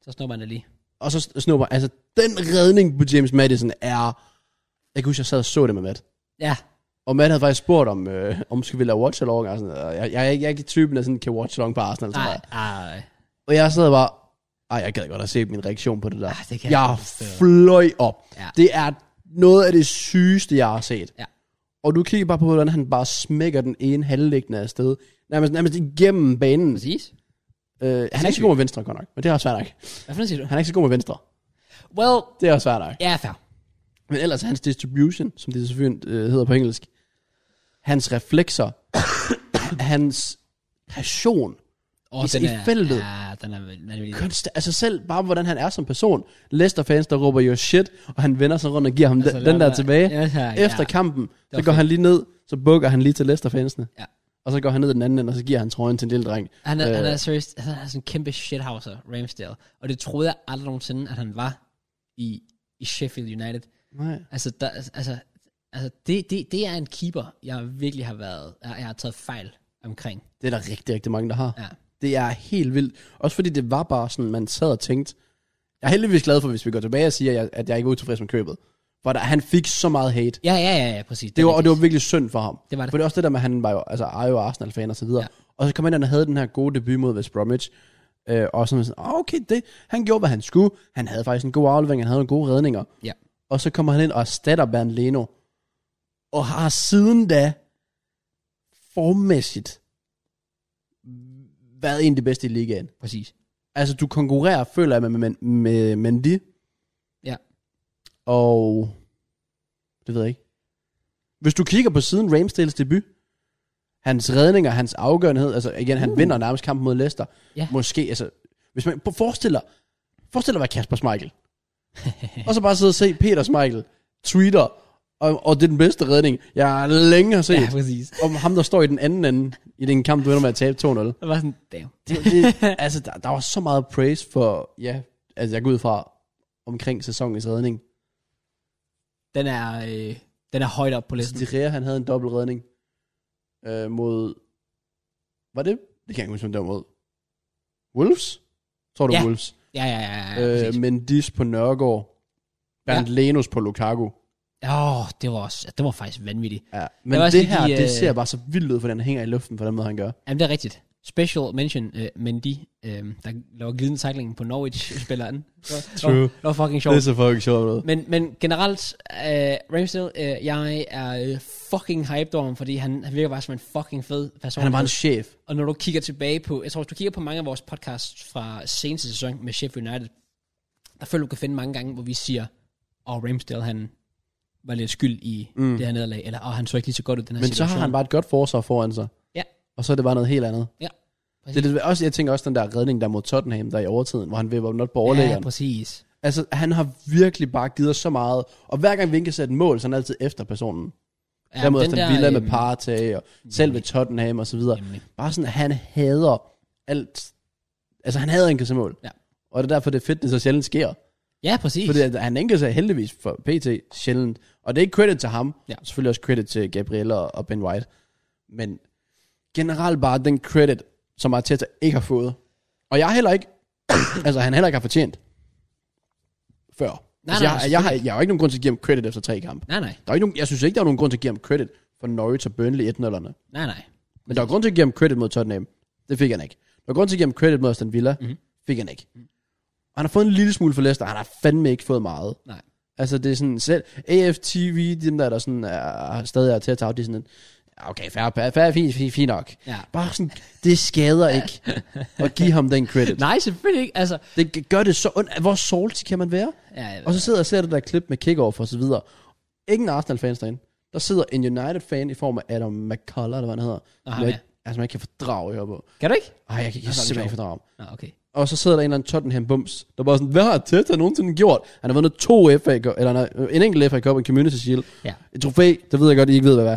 [SPEAKER 1] så snupper man det lige.
[SPEAKER 2] Og så snupper, altså den redning på James Madison er, jeg kan huske, jeg sad og så det med Matt.
[SPEAKER 1] Ja,
[SPEAKER 2] Og Matt havde faktisk spurgt, om, øh, om skal vi lave watch along, og sådan, og jeg, jeg, jeg, jeg er ikke typen, der sådan kan watch along på Arsenal. tror
[SPEAKER 1] nej,
[SPEAKER 2] jeg.
[SPEAKER 1] nej.
[SPEAKER 2] Og jeg sad bare, ej, jeg gad godt at se min reaktion på det der.
[SPEAKER 1] Ah, det kan jeg
[SPEAKER 2] jeg
[SPEAKER 1] godt forstå.
[SPEAKER 2] fløj op.
[SPEAKER 1] Ja.
[SPEAKER 2] Det er noget af det sygeste, jeg har set.
[SPEAKER 1] Ja.
[SPEAKER 2] Og du kigger bare på, hvordan han bare smækker den ene halvliggende af sted. Nærmest, nærmest igennem banen. Øh,
[SPEAKER 1] Præcis.
[SPEAKER 2] han er ikke så god med venstre, godt nok. Men det er også svært nok.
[SPEAKER 1] Hvad for noget siger du?
[SPEAKER 2] Han er ikke så god med venstre.
[SPEAKER 1] Well,
[SPEAKER 2] Det er også svært nok.
[SPEAKER 1] ja, fair.
[SPEAKER 2] Men ellers hans distribution, som det selvfølgelig øh, hedder på engelsk, hans reflekser, hans passion,
[SPEAKER 1] Og
[SPEAKER 2] I- i feltet.
[SPEAKER 1] Ja, den er vanvittig.
[SPEAKER 2] kunst, altså selv bare hvordan han er som person. Leicester-fans, der råber your shit, og han vender sig rundt og giver ham altså, den, den der tilbage.
[SPEAKER 1] Ja, ja, ja.
[SPEAKER 2] Efter kampen, så
[SPEAKER 1] var
[SPEAKER 2] går han lige ned, så bukker han lige til Leicester-fansene.
[SPEAKER 1] Ja.
[SPEAKER 2] Og så går han ned i den anden ende, og så giver han trøjen til en lille dreng.
[SPEAKER 1] Han er, øh. han
[SPEAKER 2] Øh.
[SPEAKER 1] er seriøst, han er sådan en kæmpe shithouser, Ramsdale. Og det troede jeg aldrig nogensinde, at han var i, i Sheffield United.
[SPEAKER 2] Nej.
[SPEAKER 1] Altså, der, altså, altså det, det, det er en keeper, jeg virkelig har været, jeg, jeg har taget fejl omkring.
[SPEAKER 2] Det er der rigtig, rigtig mange, der har.
[SPEAKER 1] Ja.
[SPEAKER 2] Det er helt vildt. Også fordi det var bare sådan, man sad og tænkte, jeg er heldigvis glad for, hvis vi går tilbage og siger, at jeg, at jeg ikke er utilfreds med købet. For der, han fik så meget hate.
[SPEAKER 1] Ja, ja, ja, ja præcis.
[SPEAKER 2] Det var, og det var
[SPEAKER 1] rigtigt.
[SPEAKER 2] virkelig synd for ham.
[SPEAKER 1] Det var det.
[SPEAKER 2] For det er også det der med, at han var jo, altså, er jo Arsenal-fan og så videre.
[SPEAKER 1] Ja.
[SPEAKER 2] Ja. Og så kom han ind og havde den her gode debut mod West Bromwich. Øh, og så var man sådan, "Ah, okay, det, han gjorde, hvad han skulle. Han havde faktisk en god aflevering, han havde nogle gode redninger.
[SPEAKER 1] Ja.
[SPEAKER 2] Og så kommer han ind og erstatter Bernd Leno. Og har siden da formmæssigt været en af de bedste i ligaen.
[SPEAKER 1] Præcis.
[SPEAKER 2] Altså, du konkurrerer, føler jeg, med, med, med Mendy.
[SPEAKER 1] Ja.
[SPEAKER 2] Og... Det ved jeg ikke. Hvis du kigger på siden Ramsdales debut, hans redninger, hans afgørenhed, altså igen, han
[SPEAKER 1] Uh.
[SPEAKER 2] vinder nærmest kampen mod Leicester.
[SPEAKER 1] Ja.
[SPEAKER 2] Måske, altså... Hvis man på- forestiller, forestiller dig Kasper Schmeichel. og så bare sidde og se Peter Schmeichel tweeter, og, og det er den bedste redning, jeg længe har set.
[SPEAKER 1] Ja,
[SPEAKER 2] Ja.
[SPEAKER 1] præcis.
[SPEAKER 2] Om ham, der står i den anden ende, i den kamp, du ender med at tabe 2-0.
[SPEAKER 1] Det var sådan, damn.
[SPEAKER 2] Det, det, altså, der, der var så meget praise for, ja, altså jeg går ud fra omkring sæsonens redning.
[SPEAKER 1] Den er, øh, den er højt op på listen.
[SPEAKER 2] Altså, Direa, han havde en dobbelt redning øh, mod, var det, det kan jeg ikke huske, om det var mod, Wolves? Tror du
[SPEAKER 1] Ja.
[SPEAKER 2] ja. Wolves?
[SPEAKER 1] Ja, ja, ja, ja, ja
[SPEAKER 2] Ja,
[SPEAKER 1] præcis.
[SPEAKER 2] øh, Mendes på Nørgaard, Bernd ja. Lenos på Lukaku.
[SPEAKER 1] Åh, det var også, det var faktisk vanvittigt.
[SPEAKER 2] Ja.
[SPEAKER 1] Jeg
[SPEAKER 2] Men
[SPEAKER 1] vil også
[SPEAKER 2] det
[SPEAKER 1] lige
[SPEAKER 2] her,
[SPEAKER 1] give, øh,
[SPEAKER 2] det ser bare så vildt ud, for den hænger i luften på den måde, han gør.
[SPEAKER 1] Jamen, det er rigtigt. Special mention, øh, Mendy, øh, der laver glidende tackling på Norwich-spilleren. Det var- det var-
[SPEAKER 2] True.
[SPEAKER 1] Det var fucking sjovt.
[SPEAKER 2] Det er så fucking sjovt ud.
[SPEAKER 1] Men, men generelt, øh, Ramsdale, øh, jeg er øh, fucking hyped over ham, fordi han, han virker bare som en fucking fed person.
[SPEAKER 2] Han er bare en chef.
[SPEAKER 1] Og når du kigger tilbage på, jeg tror, hvis du kigger på mange af vores podcasts fra seneste sæson med Sheffield United, der føler du kan finde mange gange, hvor vi siger, og oh, Ramsdale, han var lidt skyld i mm. det her nederlag, eller oh, han så ikke lige så godt ud i den her
[SPEAKER 2] Men så
[SPEAKER 1] situation.
[SPEAKER 2] har han bare et godt forsvar foran sig.
[SPEAKER 1] Ja.
[SPEAKER 2] Og så er det bare noget helt andet.
[SPEAKER 1] Ja,
[SPEAKER 2] Det er lidt, også, jeg tænker også den der redning der er mod Tottenham, der i overtiden, hvor han vipper den op på
[SPEAKER 1] ja
[SPEAKER 2] overlæggeren. Ja,
[SPEAKER 1] præcis.
[SPEAKER 2] altså, han har virkelig bare givet os så meget. Og hver gang vi ikke kan sætte et mål, så er han altid efter personen. Ja, Dermed
[SPEAKER 1] den
[SPEAKER 2] også den Villa
[SPEAKER 1] øhm,
[SPEAKER 2] med Partey, og selv ved Tottenham og så videre.
[SPEAKER 1] nemlig.
[SPEAKER 2] Bare sådan, at han hader alt. Altså, han hader indkasse mål.
[SPEAKER 1] Ja.
[SPEAKER 2] Og det er derfor, det fitness så sjældent sker.
[SPEAKER 1] Ja, præcis.
[SPEAKER 2] Fordi at han indkasser heldigvis for PT sjældent. Og det er ikke credit til ham.
[SPEAKER 1] Ja.
[SPEAKER 2] Selvfølgelig også credit til Gabriel og og Ben White. Men generelt bare den credit, som Arteta ikke har fået. Og jeg heller ikke, altså han heller ikke har fortjent før.
[SPEAKER 1] Nej,
[SPEAKER 2] altså,
[SPEAKER 1] nej,
[SPEAKER 2] jeg, jeg, har, jeg har jo ikke nogen grund til at give ham credit efter tre kampe.
[SPEAKER 1] Nej, nej,
[SPEAKER 2] Der er ikke nogen, jeg synes ikke, der er nogen grund til at give ham credit for Norwich og Burnley 1-0'erne.
[SPEAKER 1] nej, nej.
[SPEAKER 2] Men der var grund til at give ham credit mod Tottenham. Det fik han ikke. Der var grund til at give ham credit mod Aston Villa.
[SPEAKER 1] Mhm.
[SPEAKER 2] Mm-hmm. Fik han ikke. Og han har fået en lille smule for Leicester. Han har fandme ikke fået meget.
[SPEAKER 1] Nej.
[SPEAKER 2] Altså det er sådan selv... AFTV, dem der, der sådan er, stadig er til at tage, de er sådan... en, Okay, fair, fair, fair fint, fint, fint nok.
[SPEAKER 1] Ja.
[SPEAKER 2] Bare sådan, det skader ikke at give ham den credit.
[SPEAKER 1] Nej, selvfølgelig ikke. Altså,
[SPEAKER 2] Det gør det så ondt. Hvor salty kan man være?
[SPEAKER 1] ja, jeg ved
[SPEAKER 2] Og så sidder jeg og ser det der klip med kickoff og så videre. Ikke en Arsenal-fans derinde. Der sidder en United-fan i form af Adam McCullough, eller hvad han hedder.
[SPEAKER 1] Nå, ham, ja.
[SPEAKER 2] jeg, ikke- Altså, man ikke kan fordrage hører på.
[SPEAKER 1] Kan du ikke?
[SPEAKER 2] Ej, jeg kan, jeg kan
[SPEAKER 1] så er det
[SPEAKER 2] simpelthen
[SPEAKER 1] sjovt.
[SPEAKER 2] ikke fordrage ham.
[SPEAKER 1] Nå, okay.
[SPEAKER 2] Og så sidder der en eller anden Tottenham-bums, der bare sådan, hvad har Teta nogensinde gjort? Han har vundet to FA Cup, eller nej, en enkelt FA Cup, en Community Shield.
[SPEAKER 1] Ja.
[SPEAKER 2] Et trofæ, det ved jeg godt, I ikke ved, hvad det er.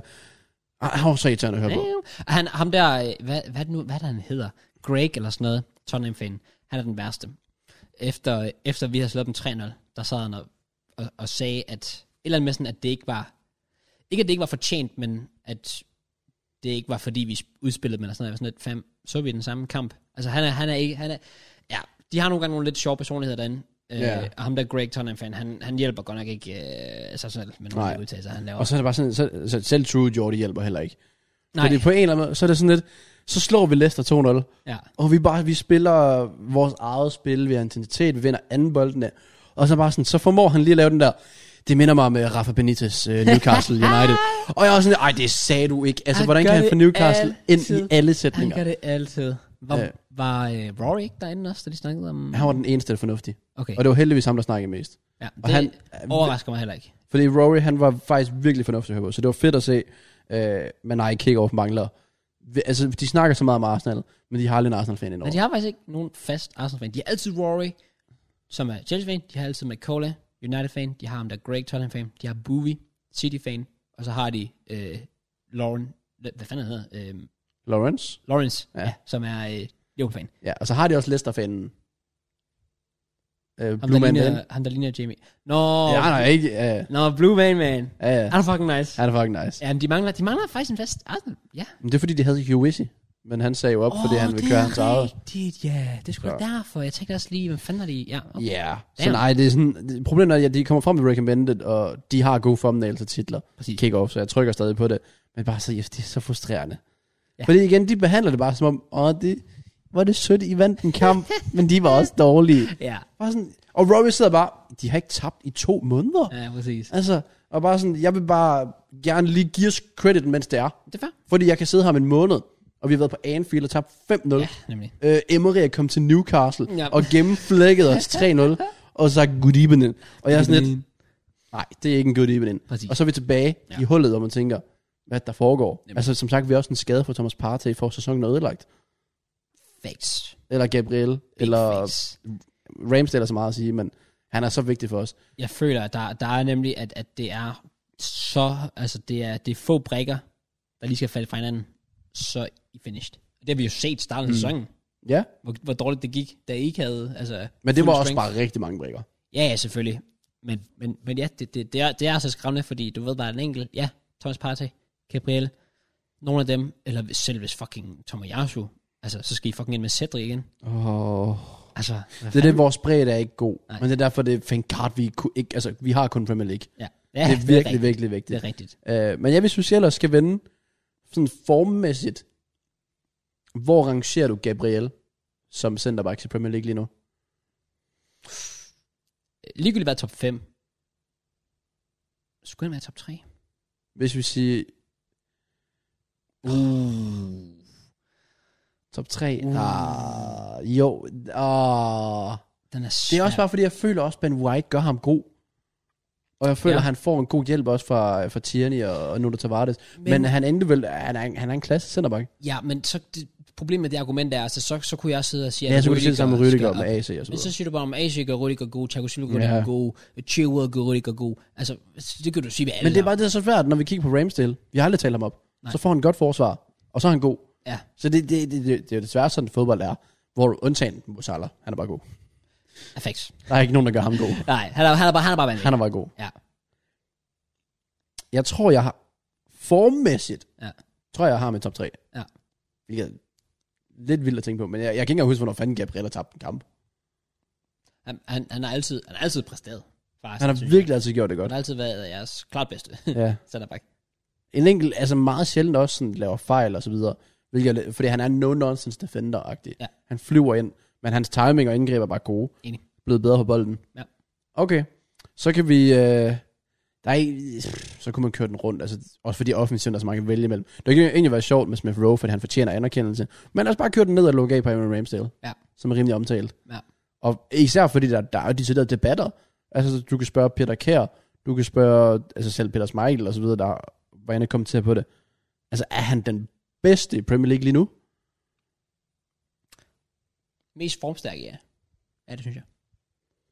[SPEAKER 2] Ej, han var så irriterende at høre på.
[SPEAKER 1] Damn. Han, ham der, øh, hvad, hvad, er det nu, hvad er det, han hedder? Greg eller sådan noget, Tottenham-fan. Han er den værste. Efter, øh, efter vi havde slået dem 3-0, der sad han og, og, og sagde, at et eller andet med sådan, at det ikke var, ikke at det ikke var fortjent, men at det ikke var fordi, vi udspillede dem eller sådan noget. Jeg var sådan lidt, fam, så vi den samme kamp. Altså han er, han er ikke, han er, ja, de har nogle gange nogle lidt sjove personligheder derinde. Yeah.
[SPEAKER 2] Ja.
[SPEAKER 1] Øh, og ham der Greg Tottenham-fan, han, han hjælper godt nok ikke øh, sig selv med nogle af
[SPEAKER 2] Nej.
[SPEAKER 1] de udtalelser, han laver.
[SPEAKER 2] Og så er det bare sådan, så, så selv True Jordi hjælper heller ikke.
[SPEAKER 1] Nej,
[SPEAKER 2] Fordi på en eller anden måde, så er det sådan lidt, så slår vi Leicester 2-0.
[SPEAKER 1] ja,
[SPEAKER 2] Og vi bare, vi spiller vores eget spil, vi har intensitet, vi vinder anden boldene. Og så bare sådan, så formår han lige at lave den der, det minder mig om uh, Rafa Benitez uh, Newcastle United. og jeg var sådan, ej, det sagde du ikke. Altså,
[SPEAKER 1] Han
[SPEAKER 2] hvordan
[SPEAKER 1] gør
[SPEAKER 2] kan han
[SPEAKER 1] det
[SPEAKER 2] få Newcastle
[SPEAKER 1] altid.
[SPEAKER 2] ind i alle
[SPEAKER 1] Han
[SPEAKER 2] sætninger?
[SPEAKER 1] gør det altid. Var,
[SPEAKER 2] Ja.
[SPEAKER 1] var øh, Rory ikke derinde også, da de snakkede om...
[SPEAKER 2] Han var den eneste, der fornuftig.
[SPEAKER 1] Okay,
[SPEAKER 2] Og det var heldigvis ham, der snakkede mest.
[SPEAKER 1] ja,
[SPEAKER 2] Og
[SPEAKER 1] det
[SPEAKER 2] han,
[SPEAKER 1] overrasker mig heller ikke.
[SPEAKER 2] fordi Rory, han var faktisk virkelig fornuftig at høre på, så det var fedt at se. Øh, men nej, kickoff mangler. Vi- Altså, de snakker så meget om Arsenal, men de har aldrig en Arsenal-fan
[SPEAKER 1] Men
[SPEAKER 2] indover.
[SPEAKER 1] de har faktisk ikke nogen fast Arsenal-fan. De har altid Rory, som er Chelsea-fan. De har altid McCola, United-fan. De har ham der Greg Tottenham-fan. De har Bowie, City-fan. Og så har de øh, Lauren... Hvad hvad fanden hedder han? øh,
[SPEAKER 2] Lawrence?
[SPEAKER 1] Lawrence, ja.
[SPEAKER 2] Ja.
[SPEAKER 1] Ja, som er øh, Liverpool-fan.
[SPEAKER 2] Ja, og så har de også Leicester-fanen. Øh,
[SPEAKER 1] Ham,
[SPEAKER 2] Blue
[SPEAKER 1] der
[SPEAKER 2] Man
[SPEAKER 1] ligner,
[SPEAKER 2] Dan.
[SPEAKER 1] ham, der ligner Jamie. Nå,
[SPEAKER 2] Ja, nej, ikke. Ja,
[SPEAKER 1] nå Blue Man, man.
[SPEAKER 2] ja, ja.
[SPEAKER 1] Er du fucking nice?
[SPEAKER 2] Han er fucking nice.
[SPEAKER 1] Ja, men de mangler, de mangler faktisk en fast Arsenal. Ja.
[SPEAKER 2] Men det er fordi, de havde Hugh Wissie. Men han sagde jo op, oh, fordi han ville køre hans eget.
[SPEAKER 1] Det er rigtigt, ja. Det er sgu da derfor. Jeg tænkte også lige, hvem fanden er de? Ja, okay.
[SPEAKER 2] Ja, yeah. så
[SPEAKER 1] Damn.
[SPEAKER 2] nej, det er sådan, det- problemet er, at de kommer frem med recommended, og de har gode thumbnails og titler,
[SPEAKER 1] Præcis.
[SPEAKER 2] kick-off, så jeg trykker stadig på det. Men bare så, yes, det er så frustrerende.
[SPEAKER 1] Ja.
[SPEAKER 2] Ja. Fordi igen, de behandler det bare som om, åh, det var det sødt, I vandt en kamp, men de var også dårlige.
[SPEAKER 1] Ja,
[SPEAKER 2] Bare sådan, og Robbie sidder bare, de har ikke tabt i to måneder. Ja.
[SPEAKER 1] ja præcis.
[SPEAKER 2] Altså, og bare sådan, jeg vil bare gerne lige give os credit, mens det er.
[SPEAKER 1] Det er fair.
[SPEAKER 2] Fordi jeg kan sidde her om en måned, og vi har været på Anfield og tabt 5-0.
[SPEAKER 1] Ja, nemlig.
[SPEAKER 2] øh, Emery er kommet til Newcastle
[SPEAKER 1] Ja.
[SPEAKER 2] ja. og gennemflækkede os 3-0 og sagt good evening. Og jeg er sådan lidt, nej, det er ikke en good evening.
[SPEAKER 1] Præcis.
[SPEAKER 2] Og så er vi tilbage
[SPEAKER 1] Ja.
[SPEAKER 2] ja. i hullet, og man tænker, hvad der foregår.
[SPEAKER 1] Nemlig.
[SPEAKER 2] Altså som sagt, vi har også en skade for Thomas Partey for sæsonen er ødelagt.
[SPEAKER 1] Facts.
[SPEAKER 2] Eller Gabriel,
[SPEAKER 1] Big
[SPEAKER 2] eller
[SPEAKER 1] facts.
[SPEAKER 2] Ramsdale er så meget at sige, men han er så vigtig for os.
[SPEAKER 1] Jeg føler, at der, der er nemlig, at, at det er så, altså det er, det er få brækker, der lige skal falde fra hinanden, så I finished. Det har vi jo set i starten af mm. sæsonen,
[SPEAKER 2] Ja,
[SPEAKER 1] hvor, hvor dårligt det gik, da I ikke havde, altså...
[SPEAKER 2] men det
[SPEAKER 1] fuld
[SPEAKER 2] var også
[SPEAKER 1] strength.
[SPEAKER 2] bare rigtig mange brækker.
[SPEAKER 1] Ja, ja, selvfølgelig. Men, men, men ja, det, det, det, er, det er så skræmmende, fordi du ved, der er en enkelt, ja, Thomas Partey, Gabriel, nogle af dem, eller hvis- selv hvis fucking Tomoyasu, altså, så skal I fucking ind med Cedric igen.
[SPEAKER 2] Oh.
[SPEAKER 1] Altså,
[SPEAKER 2] Det er det, vores bredde er ikke god.
[SPEAKER 1] Nej.
[SPEAKER 2] Nej. Men det er derfor, det er thank God, vi, kunne ikke, altså, vi har kun Premier League.
[SPEAKER 1] ja.
[SPEAKER 2] Ja,
[SPEAKER 1] ja
[SPEAKER 2] det er virkelig,
[SPEAKER 1] rigtigt.
[SPEAKER 2] virkelig vigtigt.
[SPEAKER 1] Det er rigtigt.
[SPEAKER 2] Øh, men jeg vil synes, vi ellers skal vende sådan formmæssigt. Hvor rangerer du Gabriel som centerback til Premier League lige nu?
[SPEAKER 1] Ligegyldigt hvad er top 5. Skulle han være top 3?
[SPEAKER 2] Hvis vi siger
[SPEAKER 1] Uh.
[SPEAKER 2] top 3.
[SPEAKER 1] Uh.
[SPEAKER 2] Uh. Ah, jo. Ah.
[SPEAKER 1] Den er
[SPEAKER 2] Det er også
[SPEAKER 1] svær.
[SPEAKER 2] bare fordi, jeg føler også, Ben White gør ham god. Og jeg føler,
[SPEAKER 1] Ja.
[SPEAKER 2] ja. han får en god hjælp også fra, fra Tierney og, og Nuno Tavares. Men,
[SPEAKER 1] Men-
[SPEAKER 2] men han endte vel, han er, en- han er en klasse centerback.
[SPEAKER 1] Ja, men så, det, problemet med det argument er, altså, så, så kunne jeg sidde og sige,
[SPEAKER 2] Ja, så kunne du sige det samme med
[SPEAKER 1] skal
[SPEAKER 2] Rüdiger,
[SPEAKER 1] op.
[SPEAKER 2] med AC og så
[SPEAKER 1] Men så
[SPEAKER 2] videre.
[SPEAKER 1] siger du bare, om Asia gør Rudiger god, Thiago Silva gør
[SPEAKER 2] Ja.
[SPEAKER 1] Rudiger god, Chilwell gør Rudiger god. Altså, det kan du sige ved alle.
[SPEAKER 2] Men det er
[SPEAKER 1] navne.
[SPEAKER 2] bare det er så svært, når vi kigger på Ramsdale. Vi har aldrig talt ham op. Nej. Så får han et godt forsvar, og så er han god.
[SPEAKER 1] Ja,
[SPEAKER 2] Så det, det, det, det, det er jo desværre sådan, fodbold er. Hvor du undtagen Mo Salah, han er bare god.
[SPEAKER 1] facts.
[SPEAKER 2] Der er ikke nogen, der gør ham god.
[SPEAKER 1] Nej, han er, han er bare, han er bare vanvittig.
[SPEAKER 2] Han er bare god.
[SPEAKER 1] Ja.
[SPEAKER 2] Jeg tror, jeg har formmæssigt,
[SPEAKER 1] Ja.
[SPEAKER 2] tror jeg, jeg har med top 3.
[SPEAKER 1] Ja.
[SPEAKER 2] Hvilket er lidt vildt at tænke på, men jeg, jeg kan ikke engang huske, hvornår fanden Gabriel har tabt en kamp.
[SPEAKER 1] Altså, Han, han, han, har altid, han har altid præsteret. Faktisk,
[SPEAKER 2] Han har
[SPEAKER 1] synes jeg.
[SPEAKER 2] virkelig altid gjort det
[SPEAKER 1] Han
[SPEAKER 2] godt.
[SPEAKER 1] har altid været jeres klart bedste.
[SPEAKER 2] Ja.
[SPEAKER 1] Centerback.
[SPEAKER 2] En enkelt, altså meget sjældent også sådan, laver fejl og så videre. Hvilket, er lidt- fordi han er no-nonsense defender-agtig.
[SPEAKER 1] Ja.
[SPEAKER 2] Han flyver ind, men hans timing og indgreb er bare gode.
[SPEAKER 1] Enig.
[SPEAKER 2] Blevet bedre på bolden.
[SPEAKER 1] Ja.
[SPEAKER 2] Okay, så kan vi... Øh, der er, ikke- så kunne man køre den rundt, altså, også fordi offensiven er så mange at vælge imellem. Det kan egentlig være sjovt med Smith Rowe, fordi han fortjener anerkendelse. Men også bare køre den ned og lukke af på Aaron Ramsdale,
[SPEAKER 1] Ja.
[SPEAKER 2] som er rimelig omtalt.
[SPEAKER 1] Ja.
[SPEAKER 2] Og især fordi der, der er jo de debatter. Altså, du kan spørge Peter Kær, du kan spørge altså selv Peter Schmeichel og så videre, der var inde og kommentere på det. Altså, er han den bedste i Premier League lige nu?
[SPEAKER 1] Mest formstærk, ja. Ja, det synes jeg.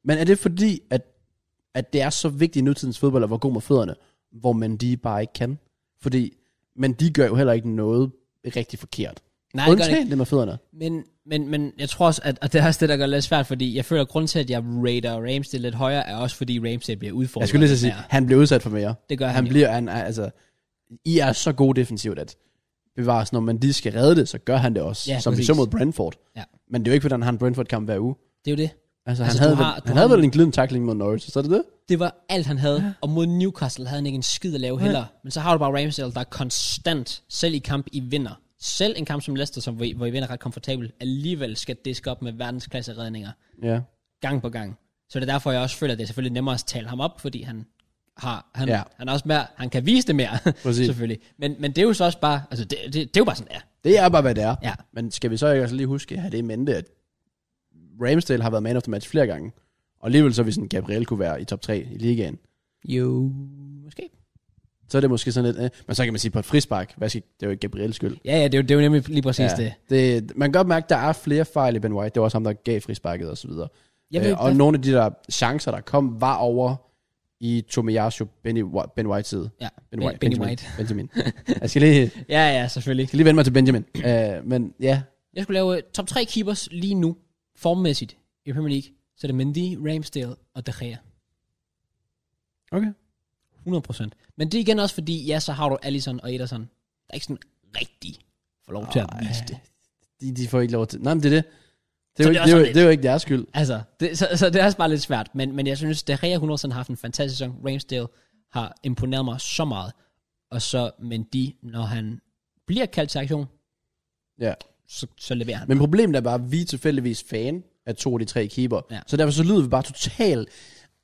[SPEAKER 2] Men er det fordi, at, at det er så vigtigt i nutidens fodbold at være god med fødderne, hvor man de bare ikke kan? Fordi, men de gør jo heller ikke noget rigtig forkert.
[SPEAKER 1] Nej, det gør han ikke.
[SPEAKER 2] Undtagen det med fødderne.
[SPEAKER 1] Men, men, men jeg tror også, at og det er også det, der gør det lidt svært, fordi jeg føler, at grunden til, at jeg rater Ramsdale lidt højere, er også fordi Ramsdale bliver udfordret.
[SPEAKER 2] Jeg skulle lige så sige,
[SPEAKER 1] mere.
[SPEAKER 2] han bliver udsat for mere.
[SPEAKER 1] Det gør han,
[SPEAKER 2] Han
[SPEAKER 1] jo.
[SPEAKER 2] bliver, han, er- altså, I er så gode defensivt, at bevares, når man de skal redde det, så gør han det også.
[SPEAKER 1] Ja,
[SPEAKER 2] Ja, som
[SPEAKER 1] præcis.
[SPEAKER 2] vi så mod Brentford.
[SPEAKER 1] Ja.
[SPEAKER 2] Men det er jo ikke, fordi han har en Brentford-kamp hver uge.
[SPEAKER 1] Det er jo det. Altså,
[SPEAKER 2] Altså, altså
[SPEAKER 1] du
[SPEAKER 2] han havde,
[SPEAKER 1] har-
[SPEAKER 2] har,
[SPEAKER 1] du
[SPEAKER 2] vel, han
[SPEAKER 1] har
[SPEAKER 2] havde
[SPEAKER 1] en-
[SPEAKER 2] vel en glidende tackling mod Norwich, så er det det?
[SPEAKER 1] Det var alt, han havde. Ja. Og mod Newcastle havde han ikke en skid at lave heller. Men så har du bare Ramsdale, der er konstant, selv i kamp, I vinder. Selv en kamp som Leicester, som, hvor, I, hvor I vinder ret komfortabelt, alligevel skal diske op med verdensklasse redninger.
[SPEAKER 2] Ja.
[SPEAKER 1] Gang på gang. Så det er derfor, jeg også føler, at det er selvfølgelig nemmere at tale ham op, fordi han har. Han,
[SPEAKER 2] Ja.
[SPEAKER 1] ja. han er også mere, han kan vise det mere,
[SPEAKER 2] Præcis.
[SPEAKER 1] selvfølgelig. Men, men det er jo så også bare, altså det, det, det er jo bare sådan, ja.
[SPEAKER 2] Det er bare, hvad det er.
[SPEAKER 1] Ja.
[SPEAKER 2] Men skal vi så ikke også lige huske at have det i mente, at Ramsdale har været man of the match flere gange. Og alligevel så, hvis en Gabriel kunne være i top 3 i ligaen,
[SPEAKER 1] Jo, måske.
[SPEAKER 2] så er det måske sådan lidt... Øh. Men så kan man sige på et frispark, hvad skal, det er jo ikke Gabriels skyld.
[SPEAKER 1] Ja, ja, det er jo, det er jo nemlig lige præcis ja. det.
[SPEAKER 2] det. Man kan godt mærke, at der er flere fejl i Ben White. Det var også ham, der gav frisparket og så videre.
[SPEAKER 1] Jeg ved,
[SPEAKER 2] øh, og
[SPEAKER 1] der-
[SPEAKER 2] nogle af de der chancer, der kom, var over i Tomiyasu, Benny, Wh- ben White side.
[SPEAKER 1] Ja,
[SPEAKER 2] Ben
[SPEAKER 1] Ben-
[SPEAKER 2] White,
[SPEAKER 1] Benny
[SPEAKER 2] Benjamin.
[SPEAKER 1] White.
[SPEAKER 2] Benjamin. jeg skal lige, jeg
[SPEAKER 1] Ja, ja, selvfølgelig.
[SPEAKER 2] skal lige vende mig til Benjamin. Øh, men ja,
[SPEAKER 1] Jeg skulle lave øh, top 3 keepers lige nu, formmæssigt, i Premier League. Så er det Mendy, Ramsdale og De Gea.
[SPEAKER 2] okay.
[SPEAKER 1] 100%. Men det er igen også fordi, ja, så har du Allison og Ederson. Der er ikke sådan rigtig for lov til at
[SPEAKER 2] Ej.
[SPEAKER 1] vise det.
[SPEAKER 2] De, de får ikke lov til... Nej, men det er det. Det er,
[SPEAKER 1] Så
[SPEAKER 2] jo,
[SPEAKER 1] det
[SPEAKER 2] ikke,
[SPEAKER 1] er
[SPEAKER 2] det, er jo,
[SPEAKER 1] sådan
[SPEAKER 2] det er jo ikke deres skyld.
[SPEAKER 1] Altså, det, så, så det er også bare lidt svært. Men, men jeg synes, at Rea 100 har haft en fantastisk sæson. Ramsdale har imponeret mig så meget. Og så Mendy, når han bliver kaldt til aktion,
[SPEAKER 2] Ja.
[SPEAKER 1] så, så leverer han.
[SPEAKER 2] Men problemet er bare, at vi er tilfældigvis fan af to af de tre keeper.
[SPEAKER 1] Ja.
[SPEAKER 2] Så derfor så lyder vi bare totalt...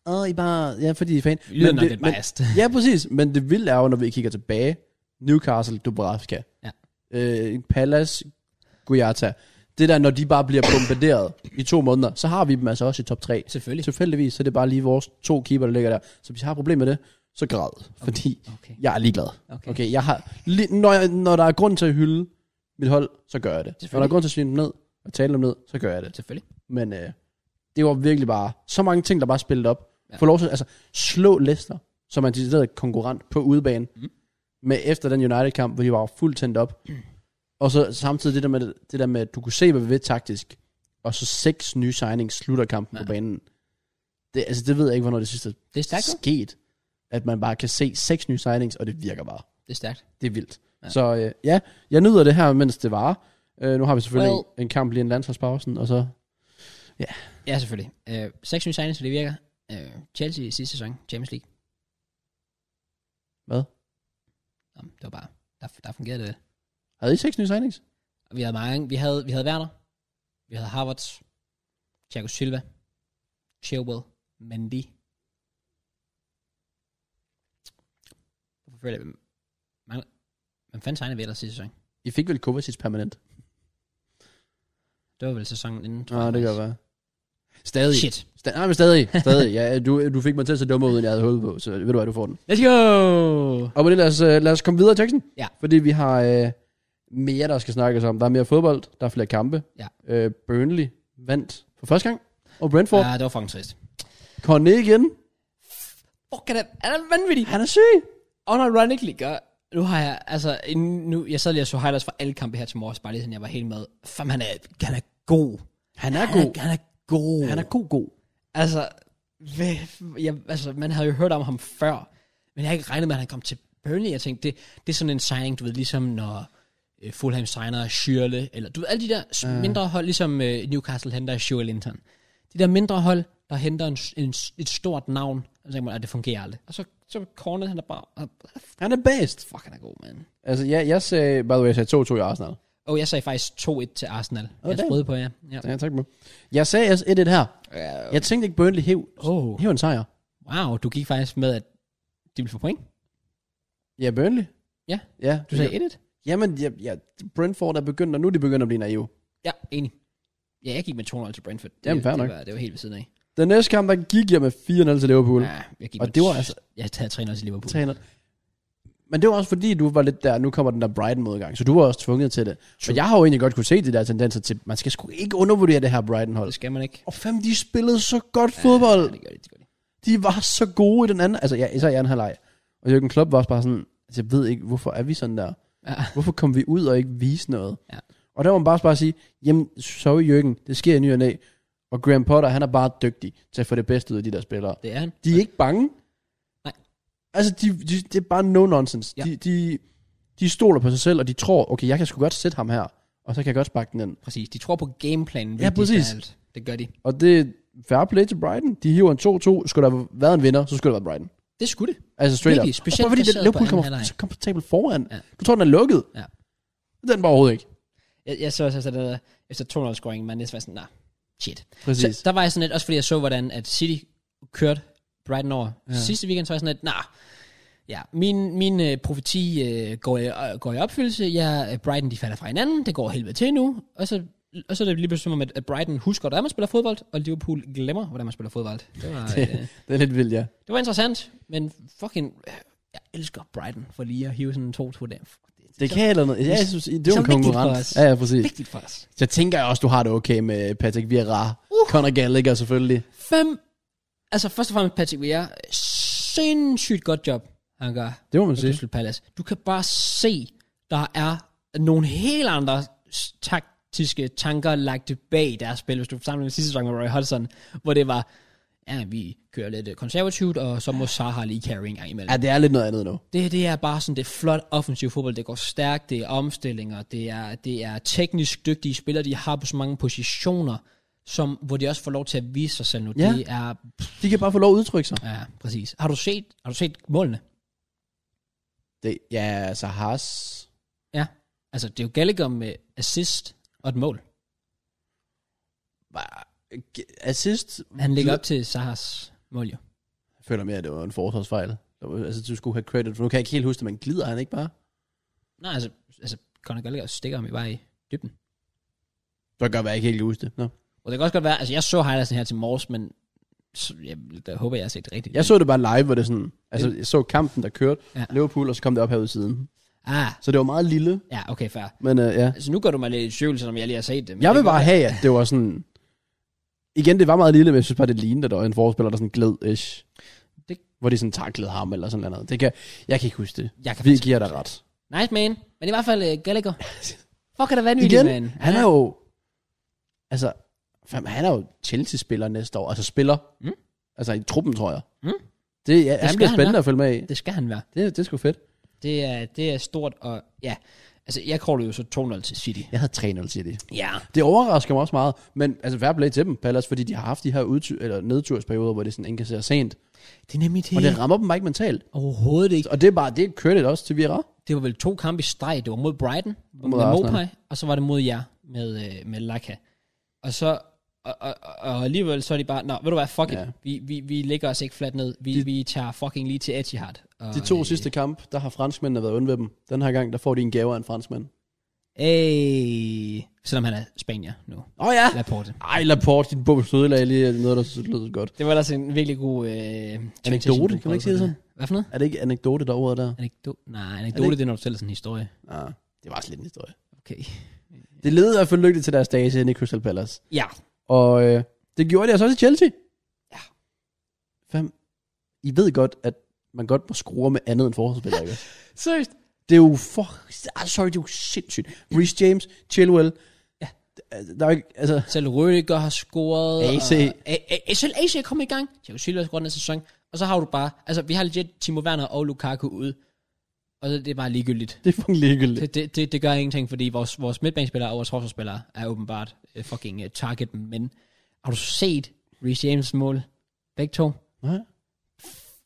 [SPEAKER 2] Åh, I bare... Ja, fordi I er fan.
[SPEAKER 1] Vi lyder nok lidt
[SPEAKER 2] men,
[SPEAKER 1] biased.
[SPEAKER 2] Ja, præcis. Men det vilde er jo, når vi kigger tilbage. Newcastle, Dubravka.
[SPEAKER 1] Ja.
[SPEAKER 2] Øh, Palace, Guyata. Det der, når de bare bliver bombarderet i to måneder, så har vi dem altså også i top 3.
[SPEAKER 1] Selvfølgelig.
[SPEAKER 2] Tilfældigvis, så er det bare lige vores to keeper, der ligger der. Så hvis I har problemer med det, så græd. Fordi
[SPEAKER 1] Okay.
[SPEAKER 2] jeg er ligeglad.
[SPEAKER 1] Okay.
[SPEAKER 2] Okay, jeg har, li- når, jeg, når der er grund til at hylde mit hold, så gør jeg det. Når der er
[SPEAKER 1] Selvfølgelig.
[SPEAKER 2] grund til at sige dem ned og tale dem ned, så gør jeg det.
[SPEAKER 1] Selvfølgelig.
[SPEAKER 2] Men øh, det var virkelig bare så mange ting, der bare spillede op. Ja.
[SPEAKER 1] Ja.
[SPEAKER 2] For lov til, altså slå Leicester, som er en decideret konkurrent på udebane, mm.
[SPEAKER 1] Mm.
[SPEAKER 2] med efter den United-kamp, hvor de var fuldt tændt op. Mm. Og så samtidig det der med, det der med at du kunne se, hvad vi ved taktisk, og så seks nye signings slutter kampen ja.
[SPEAKER 1] Ja.
[SPEAKER 2] på banen. Det, altså det ved jeg ikke, hvornår det sidste
[SPEAKER 1] Det er
[SPEAKER 2] er
[SPEAKER 1] stærkt, jo.
[SPEAKER 2] sket, at man bare kan se seks nye signings, og det virker bare.
[SPEAKER 1] Det er stærkt.
[SPEAKER 2] Det er vildt. Ja.
[SPEAKER 1] Ja.
[SPEAKER 2] Så øh, ja, jeg nyder det her, mens det varer. Øh, nu har vi selvfølgelig well.
[SPEAKER 1] Well.
[SPEAKER 2] en kamp lige en landsholdspausen, og så...
[SPEAKER 1] Ja, selvfølgelig. Øh, seks nye signings, så det virker. Øh, Chelsea i sidste sæson, Champions League.
[SPEAKER 2] Hvad?
[SPEAKER 1] Nå, men det var bare, der, der fungerede det. vel.
[SPEAKER 2] Havde I seks nye signings?
[SPEAKER 1] Og vi havde mange. Vi havde, vi havde Werner. Vi havde Harvards. Thiago Silva. Chilwell. Mandy. Hvorfor føler jeg, man, man fandt tegnede vi ellers sidste sæson?
[SPEAKER 2] I fik vel Kovacic permanent?
[SPEAKER 1] Det var vel sæsonen inden, tror
[SPEAKER 2] Nej,
[SPEAKER 1] jeg.
[SPEAKER 2] det gør
[SPEAKER 1] faktisk.
[SPEAKER 2] være. Stadig.
[SPEAKER 1] Shit.
[SPEAKER 2] Sta- nej, men stadig. stadig. Ja, du, du fik mig til at se dummere ud, end jeg havde håbet på, så ved du hvad, du får den.
[SPEAKER 1] Let's go!
[SPEAKER 2] Og med det, lad os, øh, lad os komme videre i teksten.
[SPEAKER 1] Ja.
[SPEAKER 2] Fordi vi har øh, mere, der skal snakkes om. Der er mere fodbold, der er flere kampe.
[SPEAKER 1] Ja.
[SPEAKER 2] Øh, Burnley vandt for første gang. Og Brentford, ja.
[SPEAKER 1] Ja, det var fucking trist.
[SPEAKER 2] Corné igen.
[SPEAKER 1] Fuck, er det, er det vanvittigt?
[SPEAKER 2] Han er syg.
[SPEAKER 1] unironically gør, nu har jeg, altså, en- nu, jeg sad lige og så highlights fra alle kampe her til morges, bare lige sådan, jeg var helt med. Fam, han er, han er god.
[SPEAKER 2] Han er
[SPEAKER 1] Han
[SPEAKER 2] god.
[SPEAKER 1] er, han er god.
[SPEAKER 2] Han er god, god.
[SPEAKER 1] altså, hvad, jeg, altså, man havde jo hørt om ham før, men jeg havde ikke regnet med, at han kom til Burnley. Jeg tænkte, det, det er sådan en signing, du ved, ligesom når øh, Fulham signer Shirley, eller du ved, alle de der s- mindre hold, ligesom øh, Newcastle henter Shirlington. De der mindre hold, der henter en, s- en, s- et stort navn, og så tænker man, at det fungerer aldrig. Og så, så cornede han der bare, og,
[SPEAKER 2] Han er bedst.
[SPEAKER 1] fuck, han er god, mand.
[SPEAKER 2] Altså, ja, jeg sagde, by the way, jeg sagde 2-2 i Arsenal.
[SPEAKER 1] Og jeg sagde faktisk 2-1 til Arsenal.
[SPEAKER 2] Oh,
[SPEAKER 1] Oh, jeg
[SPEAKER 2] damn.
[SPEAKER 1] troede på jer. Ja.
[SPEAKER 2] Ja, tak med. Jeg sagde altså 1-1 her.
[SPEAKER 1] Ja.
[SPEAKER 2] Jeg tænkte ikke, Burnley hæv,
[SPEAKER 1] Oh,
[SPEAKER 2] hæv en sejr.
[SPEAKER 1] wow, du gik faktisk med, at de ville få point.
[SPEAKER 2] Ja, Burnley.
[SPEAKER 1] Ja.
[SPEAKER 2] Ja.
[SPEAKER 1] Du sagde 1-1.
[SPEAKER 2] Jamen, ja, ja, Brentford er begyndt, og nu er de begyndt at blive naive.
[SPEAKER 1] Ja, enig. Ja, jeg gik med 2-0 til Brentford. Det,
[SPEAKER 2] Jamen, fair
[SPEAKER 1] det,
[SPEAKER 2] nok.
[SPEAKER 1] Var, det var helt ved siden af.
[SPEAKER 2] Den næste kamp, der gik jeg med 4-0 til Liverpool. Ja.
[SPEAKER 1] Ja, jeg gik
[SPEAKER 2] Og
[SPEAKER 1] med
[SPEAKER 2] det var
[SPEAKER 1] t-
[SPEAKER 2] altså-
[SPEAKER 1] Jeg havde 3-0 til Liverpool.
[SPEAKER 2] Men det var også fordi, du var lidt der, nu kommer den der Brighton-modgang, så du var også tvunget til det. True. Men jeg har jo egentlig godt kunne se de der tendenser til, man skal sgu ikke undervurdere det her Brighton-hold.
[SPEAKER 1] Det skal man ikke.
[SPEAKER 2] Og fem, de spillede så godt
[SPEAKER 1] Ja,
[SPEAKER 2] fodbold.
[SPEAKER 1] det gør det, det gør det.
[SPEAKER 2] de var så gode i den anden, altså ja, især i anden halvleg. Og Jürgen Klopp var også bare sådan, altså jeg ved ikke, hvorfor er vi sådan der?
[SPEAKER 1] Ja.
[SPEAKER 2] Hvorfor kom vi ud og ikke vise noget?
[SPEAKER 1] Ja.
[SPEAKER 2] Og der må man bare, bare sige, jamen sorry Jürgen, det sker i ny og næ. Og Graham Potter, han er bare dygtig til at få det bedste ud af de der spillere.
[SPEAKER 1] Det er han.
[SPEAKER 2] De er ikke bange.
[SPEAKER 1] Nej.
[SPEAKER 2] Altså, de, de, det er bare no-nonsense.
[SPEAKER 1] Ja.
[SPEAKER 2] De, de, de stoler på sig selv, og de tror, okay, jeg kan sgu godt sætte ham her, og så kan jeg godt sparke den ind.
[SPEAKER 1] Præcis. De tror på gameplanen.
[SPEAKER 2] Ja,
[SPEAKER 1] vigtigst af
[SPEAKER 2] præcis.
[SPEAKER 1] alt. Det gør de.
[SPEAKER 2] Og det er fair play til Brighton. De hiver en 2-2. Skulle der have været en vinder, så skulle der have været Brighton.
[SPEAKER 1] Det skulle det.
[SPEAKER 2] Altså straight
[SPEAKER 1] Virkelig,
[SPEAKER 2] up.
[SPEAKER 1] specielt
[SPEAKER 2] og bare fordi
[SPEAKER 1] baseret
[SPEAKER 2] den Liverpool
[SPEAKER 1] på anden
[SPEAKER 2] kommer
[SPEAKER 1] halvleg.
[SPEAKER 2] så komfortabelt foran. Ja.
[SPEAKER 1] Ja.
[SPEAKER 2] Du tror, den er lukket.
[SPEAKER 1] Ja.
[SPEAKER 2] Den var overhovedet ikke.
[SPEAKER 1] Jeg, jeg så også altså, det der, efter 2-0-scoring, man næsten var sådan, nej, nah, shit.
[SPEAKER 2] Præcis.
[SPEAKER 1] Så der var jeg sådan lidt, også fordi jeg så, hvordan at City kørte Brighton over. Ja. Sidste weekend, så var jeg sådan lidt, nah, ja, min, min øh, profeti øh, går, i, øh, går i opfyldelse. Jeg, øh, Brighton, de falder fra hinanden. Det går helvede til nu. Og så, og så er det lige pludselig som om, at at Brighton husker, hvordan man spiller fodbold, og Liverpool glemmer, hvordan man spiller fodbold. Det var, øh,
[SPEAKER 2] Det er lidt vildt, ja.
[SPEAKER 1] det var interessant, men fucking... øh, Jeg elsker Brighton for lige at hive sådan to to der. Fuck,
[SPEAKER 2] Det kan eller noget. Jeg synes, det er
[SPEAKER 1] så
[SPEAKER 2] jo
[SPEAKER 1] vigtigt
[SPEAKER 2] en
[SPEAKER 1] for
[SPEAKER 2] konkurrent.
[SPEAKER 1] os.
[SPEAKER 2] Ja, ja, præcis.
[SPEAKER 1] vigtigt for os.
[SPEAKER 2] Så tænker jeg også, du har det okay med Patrick Vieira. Uh. Conor Gallagher selvfølgelig.
[SPEAKER 1] Fem... Altså, først og fremmest Patrick Vieira. Sindssygt godt job, han gør.
[SPEAKER 2] Det må man
[SPEAKER 1] med
[SPEAKER 2] sige.
[SPEAKER 1] Crystal Palace. Du kan bare se, der er nogle helt andre s- taktiske tanker lagt bag deres spil, hvis du sammenligner sidste sæson med Roy Hodgson, hvor det var, ja, vi kører lidt øh, konservativt, og så må Zaha lige carry en gang imellem.
[SPEAKER 2] Ja, det er lidt noget andet nu.
[SPEAKER 1] Det, det er bare sådan, det er flot offensiv fodbold, det går stærkt, det er omstillinger, det er, det er teknisk dygtige spillere, de har på så mange positioner, som, hvor de også får lov til at vise sig selv nu.
[SPEAKER 2] Ja.
[SPEAKER 1] Det er,
[SPEAKER 2] De kan bare få lov at udtrykke sig.
[SPEAKER 1] ja, præcis. Har du set, har du set målene?
[SPEAKER 2] Det, ja, altså Haas.
[SPEAKER 1] Ja. Altså, det er jo Gallagher med assist og et mål.
[SPEAKER 2] var- Assist.
[SPEAKER 1] Han ligger op til Sahas mål, jo.
[SPEAKER 2] Jeg føler mere, at det var en forsvarsfejl. Det var- Altså, du skulle have credit, for nu kan jeg ikke helt huske, at man glider han ikke bare.
[SPEAKER 1] Nej, altså, altså Conor Gallagher stikker ham i bare i dybden.
[SPEAKER 2] Så gør jeg ikke helt kan huske det. Nå.
[SPEAKER 1] Og det kan også godt være, altså jeg så highlightsen her til morges, men så, jeg, der håber jeg, jeg har set det rigtigt.
[SPEAKER 2] Jeg så det bare live, hvor det sådan... Altså, jeg så kampen, der kørte
[SPEAKER 1] Ja.
[SPEAKER 2] ja. Liverpool, og så kom det op herude siden.
[SPEAKER 1] Ah,
[SPEAKER 2] Så det var meget lille,
[SPEAKER 1] ja, okay, fair.
[SPEAKER 2] men øh, ja.
[SPEAKER 1] Altså nu gør du mig lidt i tvivl, selvom jeg lige har set det. men
[SPEAKER 2] Jeg
[SPEAKER 1] det
[SPEAKER 2] vil
[SPEAKER 1] kan
[SPEAKER 2] bare
[SPEAKER 1] godt
[SPEAKER 2] have, at det var sådan... Igen, det var meget lille, men jeg synes bare, det lignede, at der var en forspiller, der sådan gled ish.
[SPEAKER 1] Det-
[SPEAKER 2] Det... Hvor de sådan taklede ham eller sådan noget. Det kan... Jeg kan ikke huske det.
[SPEAKER 1] være- Jeg kan
[SPEAKER 2] Vi
[SPEAKER 1] faktisk-
[SPEAKER 2] giver dig ret.
[SPEAKER 1] Nice, man. Men i hvert fald uh, Gallagher. Fuck, er det vanvittigt,
[SPEAKER 2] Igen,
[SPEAKER 1] man.
[SPEAKER 2] han er jo... Altså, fam, han er jo Chelsea-spiller næste år. Altså spiller.
[SPEAKER 1] Mm.
[SPEAKER 2] Altså i truppen, tror jeg.
[SPEAKER 1] Mm.
[SPEAKER 2] Det, ja, det han
[SPEAKER 1] skal
[SPEAKER 2] bliver
[SPEAKER 1] han
[SPEAKER 2] spændende
[SPEAKER 1] være.
[SPEAKER 2] at følge med i.
[SPEAKER 1] Det skal han være.
[SPEAKER 2] Det, det er sgu fedt.
[SPEAKER 1] Det er, det er stort, og ja. Altså, jeg crawler jo så 2-0 til City.
[SPEAKER 2] Jeg havde 3-0 til det.
[SPEAKER 1] Ja.
[SPEAKER 2] Det overrasker mig også meget, men altså fair play til dem, Palace, fordi de har haft de her udtu- eller nedtursperioder, hvor det sådan indkasserer sent.
[SPEAKER 1] Det er nemlig det.
[SPEAKER 2] Og det rammer dem bare ikke mentalt.
[SPEAKER 1] Overhovedet ikke.
[SPEAKER 2] Og det er bare, det er et credit også til Vieira.
[SPEAKER 1] Det var vel to kampe i streg. Det var mod Brighton
[SPEAKER 2] Og mod
[SPEAKER 1] med
[SPEAKER 2] Arsenal.
[SPEAKER 1] Mopai, og så var det mod jer med, øh, med Laka. Og så... Og, og, og- og, alligevel så er de bare, nå, ved du hvad, fuck
[SPEAKER 2] Ja.
[SPEAKER 1] it. Vi, vi, vi lægger os ikke fladt ned. Vi,
[SPEAKER 2] De-
[SPEAKER 1] vi tager fucking lige til Etihad. Og, øh,
[SPEAKER 2] De to sidste kamp, der har franskmændene været onde ved dem. Den her gang, der får de en gave af en franskmand.
[SPEAKER 1] Øh, selvom han er Spanier nu.
[SPEAKER 2] Åh oh, ja!
[SPEAKER 1] Laporte.
[SPEAKER 2] Ej, Laporte, din bums ødelagde lige øh, noget, der lød så godt.
[SPEAKER 1] Det var ellers en virkelig god... Øh,
[SPEAKER 2] Anekdote,
[SPEAKER 1] transition
[SPEAKER 2] kan man ikke sige det sådan?
[SPEAKER 1] Hvad for noget?
[SPEAKER 2] Er det ikke anekdote, der er ordet der?
[SPEAKER 1] Anekdote? Nej, anekdote
[SPEAKER 2] Er det
[SPEAKER 1] det,
[SPEAKER 2] ikke-
[SPEAKER 1] det er, når du fortæller sådan en historie.
[SPEAKER 2] Ah, det var også lidt en historie.
[SPEAKER 1] Okay.
[SPEAKER 2] Det led i hvert fald lykkeligt til deres dage inde i Crystal Palace.
[SPEAKER 1] Ja.
[SPEAKER 2] Og øh, det gjorde det altså også i Chelsea.
[SPEAKER 1] Ja.
[SPEAKER 2] Fem. I ved godt, at man godt må skrue med andet end forholdsspillere, ikke?
[SPEAKER 1] Seriøst?
[SPEAKER 2] Det er jo for... Ah, sorry, det er jo sindssygt. Reece James, Chilwell. Ja. Der er jo ikke... Altså,
[SPEAKER 1] Selv Rødiger har scoret.
[SPEAKER 2] AC.
[SPEAKER 1] Og, A, A, A, selv AC er kommet i gang. Thiago Silva har scoret den her sæson. Og så har du bare... Altså, vi har legit Timo Werner og Lukaku ude. Og det det er bare ligegyldigt.
[SPEAKER 2] det er fucking ligegyldigt.
[SPEAKER 1] Det, det, det, det gør ingenting, fordi vores, vores midtbanespillere og vores forsvarsspillere er åbenbart uh, fucking uh, target, men har du set Reece James mål? Begge to?
[SPEAKER 2] Nej.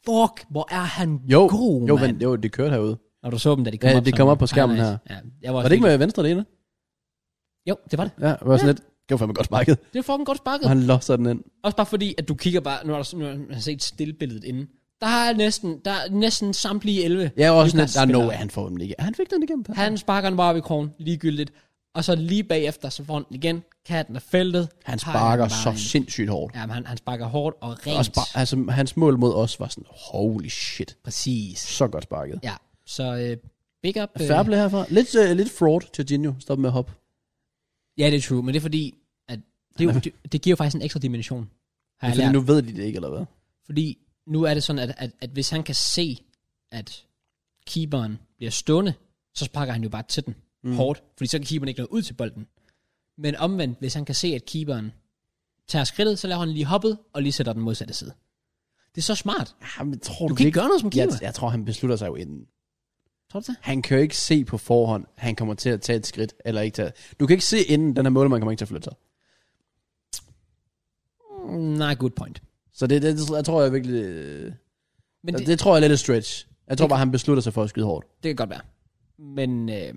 [SPEAKER 1] Fuck, hvor er han
[SPEAKER 2] Jo,
[SPEAKER 1] god,
[SPEAKER 2] jo,
[SPEAKER 1] mand.
[SPEAKER 2] men jo, det kørte herude.
[SPEAKER 1] Når du så dem, da de kom
[SPEAKER 2] Ja,
[SPEAKER 1] op.
[SPEAKER 2] de kom
[SPEAKER 1] sådan.
[SPEAKER 2] op på skærmen
[SPEAKER 1] Highlights.
[SPEAKER 2] her.
[SPEAKER 1] Ja, jeg var,
[SPEAKER 2] Var
[SPEAKER 1] også
[SPEAKER 2] det ikke med venstre det ene?
[SPEAKER 1] virkelig- Jo, det var det.
[SPEAKER 2] Ja, det var sådan lidt... Det var fandme godt sparket.
[SPEAKER 1] Det var fucking godt sparket.
[SPEAKER 2] Og han losser den ind.
[SPEAKER 1] Også bare fordi, at du kigger bare, nu har du nu har jeg set stillbilledet inden. Der er næsten, der er næsten samtlige 11.
[SPEAKER 2] Ja, og også sådan lidt... Der er no
[SPEAKER 1] Newcastle-spillere.
[SPEAKER 2] way, han får den ikke. Han fik den igennem.
[SPEAKER 1] Han sparker den bare op i krogen, ligegyldigt. Og så lige bagefter, så får han den igen. Katten er feltet.
[SPEAKER 2] Han
[SPEAKER 1] Har
[SPEAKER 2] sparker
[SPEAKER 1] den bare
[SPEAKER 2] så
[SPEAKER 1] ind.
[SPEAKER 2] sindssygt hårdt.
[SPEAKER 1] Ja, men han, han sparker hårdt og rent.
[SPEAKER 2] Og spar- altså, hans mål mod os var sådan, holy shit,
[SPEAKER 1] Præcis.
[SPEAKER 2] så godt sparket.
[SPEAKER 1] Ja, så øh, big up. Øh,
[SPEAKER 2] Fair play herfra. Lidt, uh, lidt fraud til Gino. Stop med at hoppe.
[SPEAKER 1] ja, det er true, men det er fordi, at det, er jo, det, det giver jo faktisk en ekstra dimension. Har jeg
[SPEAKER 2] Fordi
[SPEAKER 1] lært.
[SPEAKER 2] nu ved de det ikke, eller hvad?
[SPEAKER 1] Fordi nu er det sådan, at, at, at hvis han kan se, at keeperen bliver stående, så sparker han jo bare til den mm. hårdt, fordi så kan keeperen ikke nå ud til bolden. Men omvendt, hvis han kan se, at keeperen tager skridtet, så laver han lige hoppet, og lige sætter den modsatte side. Det er så smart.
[SPEAKER 2] Ja, men tror
[SPEAKER 1] Du kan ikke gøre noget som
[SPEAKER 2] jeg,
[SPEAKER 1] keeper.
[SPEAKER 2] jeg tror, han beslutter sig jo inden.
[SPEAKER 1] Tror du det?
[SPEAKER 2] Han kan jo ikke se på forhånd, han kommer til at tage et skridt, eller ikke tage... Du kan ikke se inden, den her målmand kommer ikke til at flytte sig.
[SPEAKER 1] Mm, Nej, good point.
[SPEAKER 2] Så det, det, det jeg tror jeg virkelig... øh,
[SPEAKER 1] Men
[SPEAKER 2] det, det, tror jeg er lidt et stretch. Jeg tror bare, han beslutter sig for at skyde hårdt.
[SPEAKER 1] Det kan godt være. Men øh,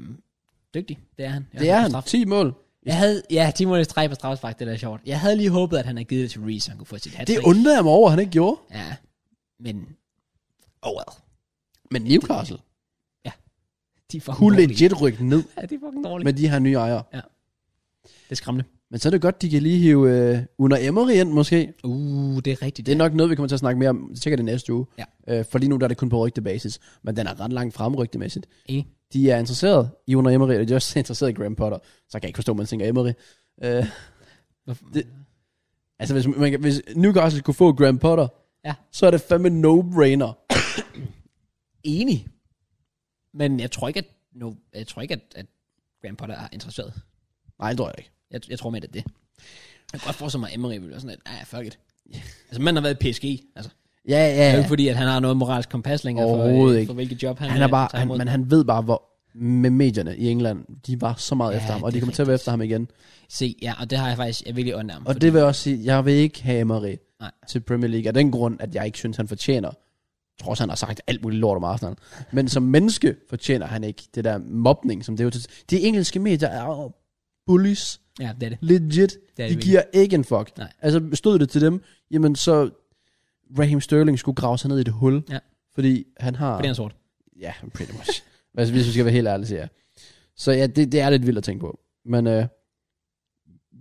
[SPEAKER 1] dygtig, det er han. Jeg
[SPEAKER 2] Det er han. 10 mål.
[SPEAKER 1] Jeg havde, ja, Timon i streg på straffespark, det er da sjovt. Jeg havde lige håbet, at han havde givet det til Reese, han kunne få sit hat
[SPEAKER 2] Det undrer jeg mig over, han ikke gjorde.
[SPEAKER 1] Ja, Men, oh well.
[SPEAKER 2] Men Newcastle
[SPEAKER 1] De er fucking
[SPEAKER 2] kunne
[SPEAKER 1] dårlige.
[SPEAKER 2] legit rykke ned
[SPEAKER 1] Ja, de er fucking dårlige. Men,
[SPEAKER 2] med de her nye ejere.
[SPEAKER 1] det er skræmmende.
[SPEAKER 2] Men så er det godt, de kan lige hive øh, under Emery ind måske.
[SPEAKER 1] Uh, det er rigtigt.
[SPEAKER 2] Det er nok noget, vi kommer til at snakke mere om. Det tænker jeg, det er næste uge.
[SPEAKER 1] Ja.
[SPEAKER 2] Øh, for lige nu der er det kun på rygtebasis. Men den er ret langt frem rygtemæssigt.
[SPEAKER 1] Enig.
[SPEAKER 2] De er interesseret i Under Emery, og de er også interesseret i Graham Potter. Så kan jeg ikke forstå, at man tænker Emery. Øh,
[SPEAKER 1] Hvorfor-
[SPEAKER 2] det- altså, hvis, man, kan- hvis Newcastle kunne få Graham Potter,
[SPEAKER 1] Ja.
[SPEAKER 2] så er det fandme no-brainer.
[SPEAKER 1] Enig. Men jeg tror ikke, at, no, jeg tror ikke, at, at Graham Potter er interesseret.
[SPEAKER 2] Nej, det tror jeg ikke.
[SPEAKER 1] Jeg, jeg tror mere, det er det. Jeg kan godt forestille mig, at Emery ville være sådan lidt, ah, fuck it. Altså, manden har været i PSG. Altså,
[SPEAKER 2] Ja,
[SPEAKER 1] det
[SPEAKER 2] ja,
[SPEAKER 1] er jo
[SPEAKER 2] ja.
[SPEAKER 1] ikke fordi, at han har noget moralsk kompas længere for,
[SPEAKER 2] Overhovedet
[SPEAKER 1] øh,
[SPEAKER 2] ikke.
[SPEAKER 1] for hvilket job han,
[SPEAKER 2] Han er bare,
[SPEAKER 1] tager
[SPEAKER 2] han,
[SPEAKER 1] imod.
[SPEAKER 2] men han ved bare, hvor med medierne i England, de var så meget
[SPEAKER 1] Ja,
[SPEAKER 2] ja, efter ham, og
[SPEAKER 1] det
[SPEAKER 2] de
[SPEAKER 1] er
[SPEAKER 2] kommer til at være efter ham igen.
[SPEAKER 1] Se, ja, og det har jeg faktisk jeg er virkelig åndnærmet.
[SPEAKER 2] Og det vil jeg også sige, jeg vil ikke have Emery
[SPEAKER 1] Nej.
[SPEAKER 2] til Premier League, af den grund, at jeg ikke synes, han fortjener, trods han har sagt alt muligt lort om Arsenal, men som menneske fortjener han ikke det der mobning, som det er jo til. De engelske medier er jo bullies,
[SPEAKER 1] Ja, det er det.
[SPEAKER 2] legit,
[SPEAKER 1] Det er
[SPEAKER 2] de
[SPEAKER 1] det
[SPEAKER 2] giver ikke en fuck.
[SPEAKER 1] Nej.
[SPEAKER 2] Altså stod det til dem, jamen så Raheem Sterling skulle grave sig ned i det hul,
[SPEAKER 1] Ja.
[SPEAKER 2] fordi han har...
[SPEAKER 1] Fordi han er sort.
[SPEAKER 2] Ja, pretty much. altså, hvis vi skal være helt ærlige, siger jeg. Så ja, det, det er lidt vildt at tænke på. Men øh,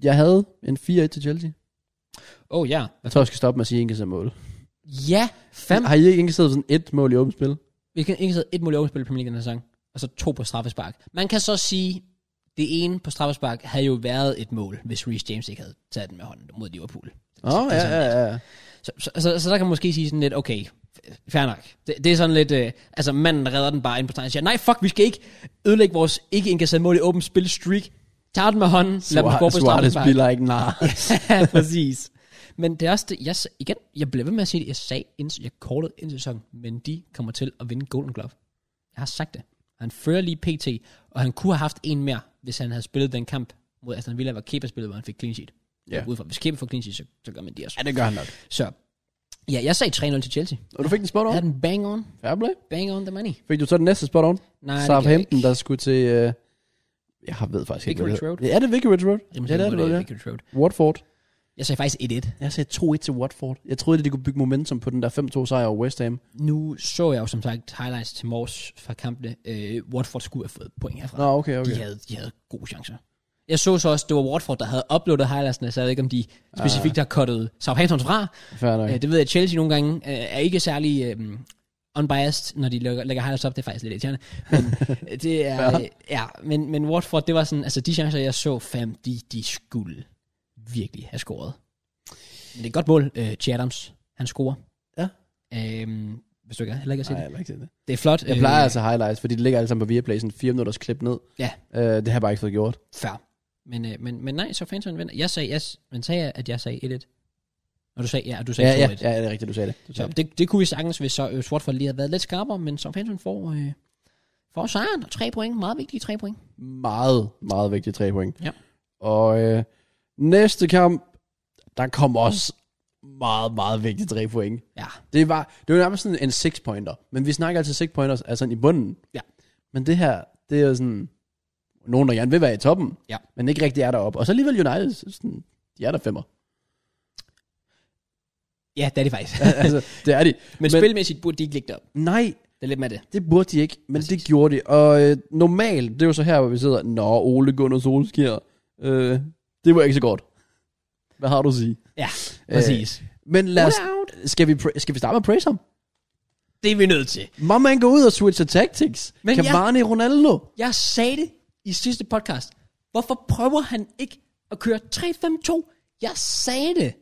[SPEAKER 2] jeg havde en 4-1 til Chelsea.
[SPEAKER 1] Oh ja.
[SPEAKER 2] Jeg tror, jeg skal stoppe med at sige, at I ikke kan se mål.
[SPEAKER 1] Ja, fem.
[SPEAKER 2] Har I ikke indkasseret sådan et mål i åbent spil?
[SPEAKER 1] Vi kan ikke sidde et mål i overspil i Premier League i den her sæson, og så to på straffespark. Man kan så sige, det ene på straffespark havde jo været et mål, hvis Reece James ikke havde taget den med hånden mod Liverpool.
[SPEAKER 2] Åh, oh,
[SPEAKER 1] det er
[SPEAKER 2] ja,
[SPEAKER 1] sådan
[SPEAKER 2] ja, ja.
[SPEAKER 1] Så, så, så, så der kan man måske sige sådan lidt, okay, f- fair nok. Det, det er sådan lidt, øh, altså manden redder den bare ind på stregen og siger, nej fuck, vi skal ikke ødelægge vores ikke indkasseret mål i åbent spil streak. Tag den med hånden, lad dem gå på
[SPEAKER 2] Suarez- Suarez
[SPEAKER 1] straffespark.
[SPEAKER 2] spiller ikke, nej.
[SPEAKER 1] ja, præcis. Men det er også det, jeg, s- igen, jeg blev ved med at sige det, jeg sagde, inden, jeg callede ind til sæsonen, men de kommer til at vinde Golden Glove. Jeg har sagt det. Han fører lige PT, og han kunne have haft en mere, hvis han havde spillet den kamp mod Aston Villa, hvor Kepa spillede, hvor han fik clean sheet.
[SPEAKER 2] Ja.
[SPEAKER 1] Ja. Udefra. Hvis Kepa får clean sheet, så, så gør man det også.
[SPEAKER 2] Ja, det gør han nok.
[SPEAKER 1] Så ja, jeg sagde 3-0 til Chelsea.
[SPEAKER 2] Og du fik den spot
[SPEAKER 1] Jeg
[SPEAKER 2] on?
[SPEAKER 1] havde den bang on,
[SPEAKER 2] Fair play.
[SPEAKER 1] bang on the money.
[SPEAKER 2] Fik du så den næste spot on?
[SPEAKER 1] Nej, det
[SPEAKER 2] Southampton, der skulle til... Øh, jeg har- ved faktisk ikke, hvad det
[SPEAKER 1] Vicarage
[SPEAKER 2] hedder. Ja, det er Vicarage Road.
[SPEAKER 1] Jamen,
[SPEAKER 2] Ja, det er det, det er.
[SPEAKER 1] Vicarage Road.
[SPEAKER 2] Watford.
[SPEAKER 1] Jeg sagde faktisk 1-1.
[SPEAKER 2] Jeg sagde 2-1 til Watford. Jeg troede, at de kunne bygge momentum på den der 5-2 sejr over West Ham.
[SPEAKER 1] Nu så jeg jo som sagt highlights til morges fra kampene. Øh, Watford skulle have fået point herfra.
[SPEAKER 2] Nå, okay, okay.
[SPEAKER 1] De, havde, de havde gode chancer. Jeg så så også, det var Watford, der havde uploadet highlightsene, så jeg ved ikke, om de
[SPEAKER 2] Ah.
[SPEAKER 1] specifikt har cuttet Southampton fra.
[SPEAKER 2] Fair nok.
[SPEAKER 1] Okay. Øh, Det ved jeg, at Chelsea nogle gange øh, er ikke særlig øh, unbiased, når de lægger, lægger highlights op. Det er faktisk lidt irriterende. Men, det er, øh, ja, men, men Watford, det var sådan, altså de chancer, jeg så fem, de, de skulle virkelig have scoret. Men det er et godt mål, øh, J. Adams, han scorer.
[SPEAKER 2] Ja.
[SPEAKER 1] Øhm, hvis du ikke heller ikke har set
[SPEAKER 2] Nej,
[SPEAKER 1] det.
[SPEAKER 2] jeg har ikke set det.
[SPEAKER 1] Det er flot.
[SPEAKER 2] Jeg plejer altså highlights, fordi det ligger alle sammen på Viaplay, sådan fire minutters klip ned.
[SPEAKER 1] Øh. Ja.
[SPEAKER 2] Øh, det har jeg bare ikke fået gjort.
[SPEAKER 1] Fair. Men, øh, men, men nej, så Southampton vinder. Jeg sagde, yes, men sagde jeg, at jeg sagde 1-1? Og du sagde, ja, og du sagde
[SPEAKER 2] Ja, ja,
[SPEAKER 1] 2-1.
[SPEAKER 2] ja, det er rigtigt, du sagde det. Du
[SPEAKER 1] Så
[SPEAKER 2] sagde det.
[SPEAKER 1] det, det kunne vi sagtens, hvis så øh, Watford lige havde været lidt skarpere, men Southampton får, øh, får sejren og tre point. Meget vigtige tre point.
[SPEAKER 2] Meget, meget vigtige tre point.
[SPEAKER 1] Ja.
[SPEAKER 2] Og øh, næste kamp, der kom også meget, meget vigtige tre point.
[SPEAKER 1] Ja.
[SPEAKER 2] Det var, det var nærmest sådan en six pointer, men vi snakker altid six pointers, altså i bunden.
[SPEAKER 1] Ja.
[SPEAKER 2] Men det her, det er jo sådan, nogen der gerne vil være i toppen,
[SPEAKER 1] Ja.
[SPEAKER 2] men ikke rigtig er deroppe. Og så alligevel United, sådan, de er der femmer.
[SPEAKER 1] Ja, det er det faktisk.
[SPEAKER 2] altså, det er de.
[SPEAKER 1] men, men spilmæssigt burde de ikke ligge derop.
[SPEAKER 2] Nej,
[SPEAKER 1] Det er lidt med det.
[SPEAKER 2] Det burde de ikke, men det gjorde de. Og øh, normalt, det er jo så her, hvor vi sidder, Nå, Ole Gunnar Solskjaer, øh, det var ikke så godt. Hvad har du at sige?
[SPEAKER 1] Ja,
[SPEAKER 2] Øh,
[SPEAKER 1] præcis. Øh,
[SPEAKER 2] Men lad os,
[SPEAKER 1] out.
[SPEAKER 2] skal, vi pra- skal vi starte med at praise ham?
[SPEAKER 1] Det er vi nødt til.
[SPEAKER 2] Må man gå ud og switche tactics?
[SPEAKER 1] Men
[SPEAKER 2] Men
[SPEAKER 1] jeg-
[SPEAKER 2] Cavani ja. Ronaldo?
[SPEAKER 1] Jeg sagde det i sidste podcast. Hvorfor prøver han ikke at køre 3-5-2? Jeg sagde det.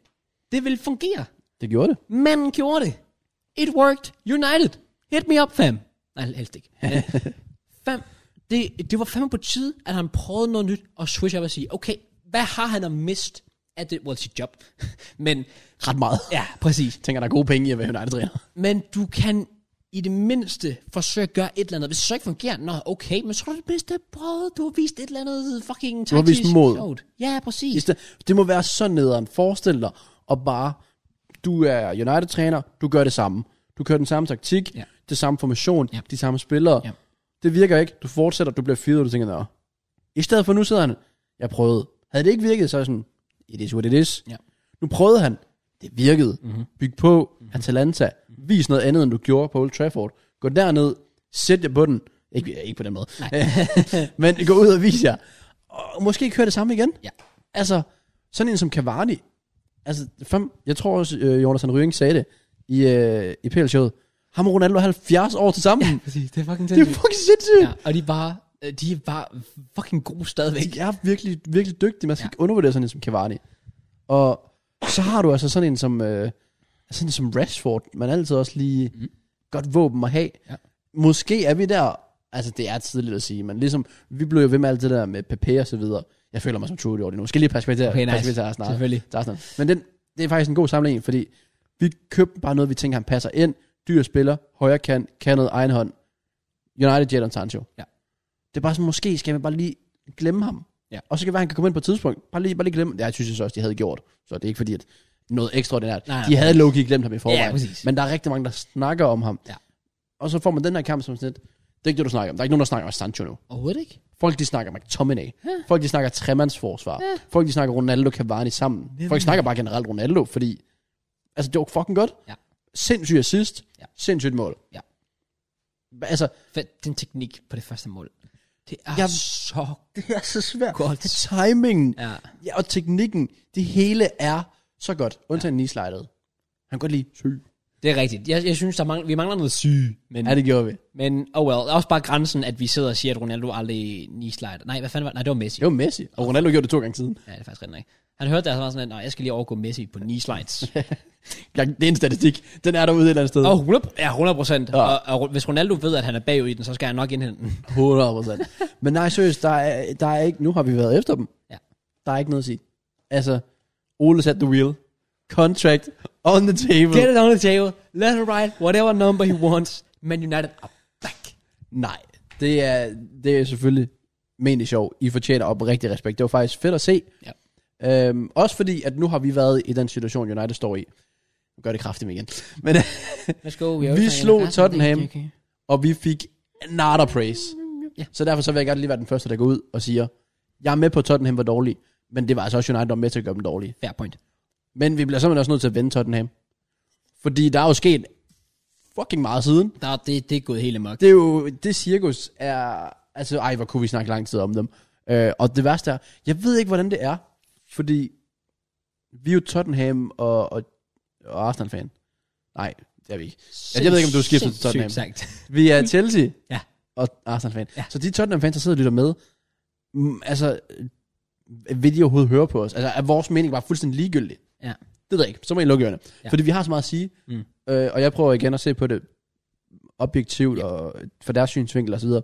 [SPEAKER 1] Det vil fungere.
[SPEAKER 2] Det gjorde det.
[SPEAKER 1] Manden gjorde det. It worked. United. Hit me up, fam. Nej, helst ikke. Men, fam, det, det var fandme på tide, at han prøvede noget nyt og switch op og sige, okay, hvad har han at miste af det, well, sit job. Men,
[SPEAKER 2] Ret meget.
[SPEAKER 1] ja, præcis.
[SPEAKER 2] Jeg tænker, der er gode penge i at være United-træner.
[SPEAKER 1] Men du kan i det mindste forsøge at gøre et eller andet. Hvis det så ikke fungerer, nå, okay, men så har du det mindste prøvet. Du har vist et eller andet fucking
[SPEAKER 2] Du har vist
[SPEAKER 1] taktisk
[SPEAKER 2] mod.
[SPEAKER 1] klogt. Ja, præcis.
[SPEAKER 2] I stedet- Det må være så nederen. Forestil dig og bare, du er United-træner, du gør det samme. Du kører den samme taktik,
[SPEAKER 1] Ja.
[SPEAKER 2] ja. det samme formation,
[SPEAKER 1] Ja.
[SPEAKER 2] ja. de samme spillere.
[SPEAKER 1] Ja.
[SPEAKER 2] Ja. Det virker ikke. Du fortsætter, du bliver fyret, og du tænker, nå. I stedet for nu sidder han, jeg prøvede. Havde det ikke virket, så er jeg sådan, it is what it is.
[SPEAKER 1] Ja. Mhm.
[SPEAKER 2] Nu prøvede han, det virkede. Mm-hmm. Byg på, mm-hmm. Atalanta, Vis noget andet, end du gjorde på Old Trafford. Gå derned, sæt jer på den. Ikke, øh, ikke på den måde. Men gå ud og vis jer. Og måske ikke høre det samme igen.
[SPEAKER 1] Ja.
[SPEAKER 2] Altså, sådan en som Cavani. Altså, fem, jeg tror også, øh, Jonathan Røring sagde det i, øh, i PL-showet. Ham og Ronaldo er 70 år til sammen. Ja.
[SPEAKER 1] Præcis, det er fucking
[SPEAKER 2] Det er fucking sindssygt.
[SPEAKER 1] Ja, og de var, øh, de var fucking gode stadigvæk.
[SPEAKER 2] De Altså, er virkelig, virkelig dygtige. Man skal ja. ikke undervurdere sådan en som Cavani. Og så har du altså sådan en som, øh, sådan en som Rashford. Man er altid også lige mm. godt våben at have.
[SPEAKER 1] Mhm. Ja.
[SPEAKER 2] Måske er vi der. Altså, det er tidligt at sige, men ligesom, vi blev jo ved med alt det der med Pepe og så videre. Jeg føler mig som Trudy over det nu. Skal lige passe på det
[SPEAKER 1] Okay, nice.
[SPEAKER 2] Passe på det snart.
[SPEAKER 1] Selvfølgelig.
[SPEAKER 2] til Arsenal. Men den, det er faktisk en god sammenligning, fordi vi købte bare noget, vi tænker, han passer ind. Dyr spiller, højre kant, kan noget egen hånd. United, Jadon Sancho.
[SPEAKER 1] Ja.
[SPEAKER 2] Det er bare sådan, måske skal vi bare lige glemme ham.
[SPEAKER 1] Ja.
[SPEAKER 2] Og så kan det være, han kan komme ind på et tidspunkt. Bare lige, bare lige glemme. Ja, jeg synes jeg så også, de havde gjort. Så det er ikke fordi, at noget ekstraordinært.
[SPEAKER 1] Nej, nej,
[SPEAKER 2] de havde low glemt ham i forvejen.
[SPEAKER 1] Ja, præcis.
[SPEAKER 2] Men der er rigtig mange, der snakker om ham.
[SPEAKER 1] Ja.
[SPEAKER 2] Og så får man den her kamp som sådan lidt. Det er ikke det, du snakker om. Der er ikke nogen, der snakker om Sancho nu.
[SPEAKER 1] Overhovedet ikke.
[SPEAKER 2] Folk, de snakker McTominay. Ja. Folk, de snakker tremandsforsvar. Ja. Folk, de snakker Ronaldo Cavani sammen.
[SPEAKER 1] Nemlig.
[SPEAKER 2] Folk snakker bare generelt Ronaldo, fordi... Altså, det var fucking godt.
[SPEAKER 1] Ja.
[SPEAKER 2] Sindssyg assist.
[SPEAKER 1] Ja.
[SPEAKER 2] Sindssygt mål.
[SPEAKER 1] Ja.
[SPEAKER 2] Altså,
[SPEAKER 1] Fedt, den teknik på det første mål. Det er
[SPEAKER 2] Jeg-
[SPEAKER 1] så...
[SPEAKER 2] det er så svært.
[SPEAKER 1] Godt.
[SPEAKER 2] Timingen.
[SPEAKER 1] Ja.
[SPEAKER 2] Ja, og teknikken, det hele er så godt. Undtagen ja. knee-slidet. Han kan godt lide syg.
[SPEAKER 1] Det er rigtigt. Jeg, jeg synes, der mangler, vi mangler noget syge. Men,
[SPEAKER 2] Ja, det gjorde vi.
[SPEAKER 1] men oh well. Der er også bare grænsen, at vi sidder og siger, at Ronaldo aldrig nislider. Nej, hvad fanden var det? Nej, det var Messi.
[SPEAKER 2] Det var Messi. Og Ronaldo gjorde det to gange siden.
[SPEAKER 1] Ja, det er faktisk rigtigt. nok. Han hørte der, så var han sådan, at "Nå, jeg skal lige overgå Messi på knee slides.
[SPEAKER 2] Ja, Det er en statistik. Den er derude et eller andet sted.
[SPEAKER 1] Og 100, oh, ja, 100 procent.
[SPEAKER 2] Ja.
[SPEAKER 1] Og, og, hvis Ronaldo ved, at han er bagud i den, så skal han nok indhente den.
[SPEAKER 2] 100 procent. Men nej, seriøst, der er, der er ikke... Nu har vi været efter dem.
[SPEAKER 1] Ja.
[SPEAKER 2] Der er ikke noget at sige. Altså, Ole sat the wheel. Contract on the table.
[SPEAKER 1] Get it on the table. Let him ride whatever number he wants. Man United ah, are back.
[SPEAKER 2] Nej, det er, det er selvfølgelig ment i sjov. I fortjener op rigtig respekt. Det var faktisk fedt at se.
[SPEAKER 1] Ja.
[SPEAKER 2] Øhm, også fordi, at nu har vi været i den situation, United står i. Nu gør det kraftigt igen. Men,
[SPEAKER 1] Let's go.
[SPEAKER 2] Vi slog Tottenham. og vi fik nada praise.
[SPEAKER 1] Ja.
[SPEAKER 2] Så derfor så vil jeg gerne lige være den første, der går ud og siger, jeg er med på, at Tottenham var dårlig, men det var altså også United, der var med til at gøre dem dårlige.
[SPEAKER 1] Fair point.
[SPEAKER 2] Men vi bliver simpelthen også nødt til at vende Tottenham. Fordi der er jo sket fucking meget siden.
[SPEAKER 1] Der, er- det, det er gået helt amok.
[SPEAKER 2] Det er jo, det cirkus er, altså ej, hvor kunne vi snakke lang tid om dem. Øh, og det værste er, jeg ved ikke, hvordan det er, fordi vi er jo Tottenham og, og, og Arsenal-fan. Nej, det er vi ikke. Ja, jeg ved ikke, om du har skiftet til Tottenham.
[SPEAKER 1] Sindssygt sagt.
[SPEAKER 2] Vi er Chelsea
[SPEAKER 1] Ja.
[SPEAKER 2] og Arsenal-fan.
[SPEAKER 1] Ja.
[SPEAKER 2] Ja. Så de Tottenham-fans, der sidder og lytter med, mm, altså, øh, vil de overhovedet høre på os? Altså, er vores mening bare fuldstændig ligegyldig?
[SPEAKER 1] Ja.
[SPEAKER 2] Det ved jeg ikke. Så må I lukke ørerne.
[SPEAKER 1] Ja.
[SPEAKER 2] Ja. Fordi vi har så meget at sige,
[SPEAKER 1] Mm.
[SPEAKER 2] mm. øh, og jeg prøver igen at se på det objektivt ja. og fra deres synsvinkel og så videre.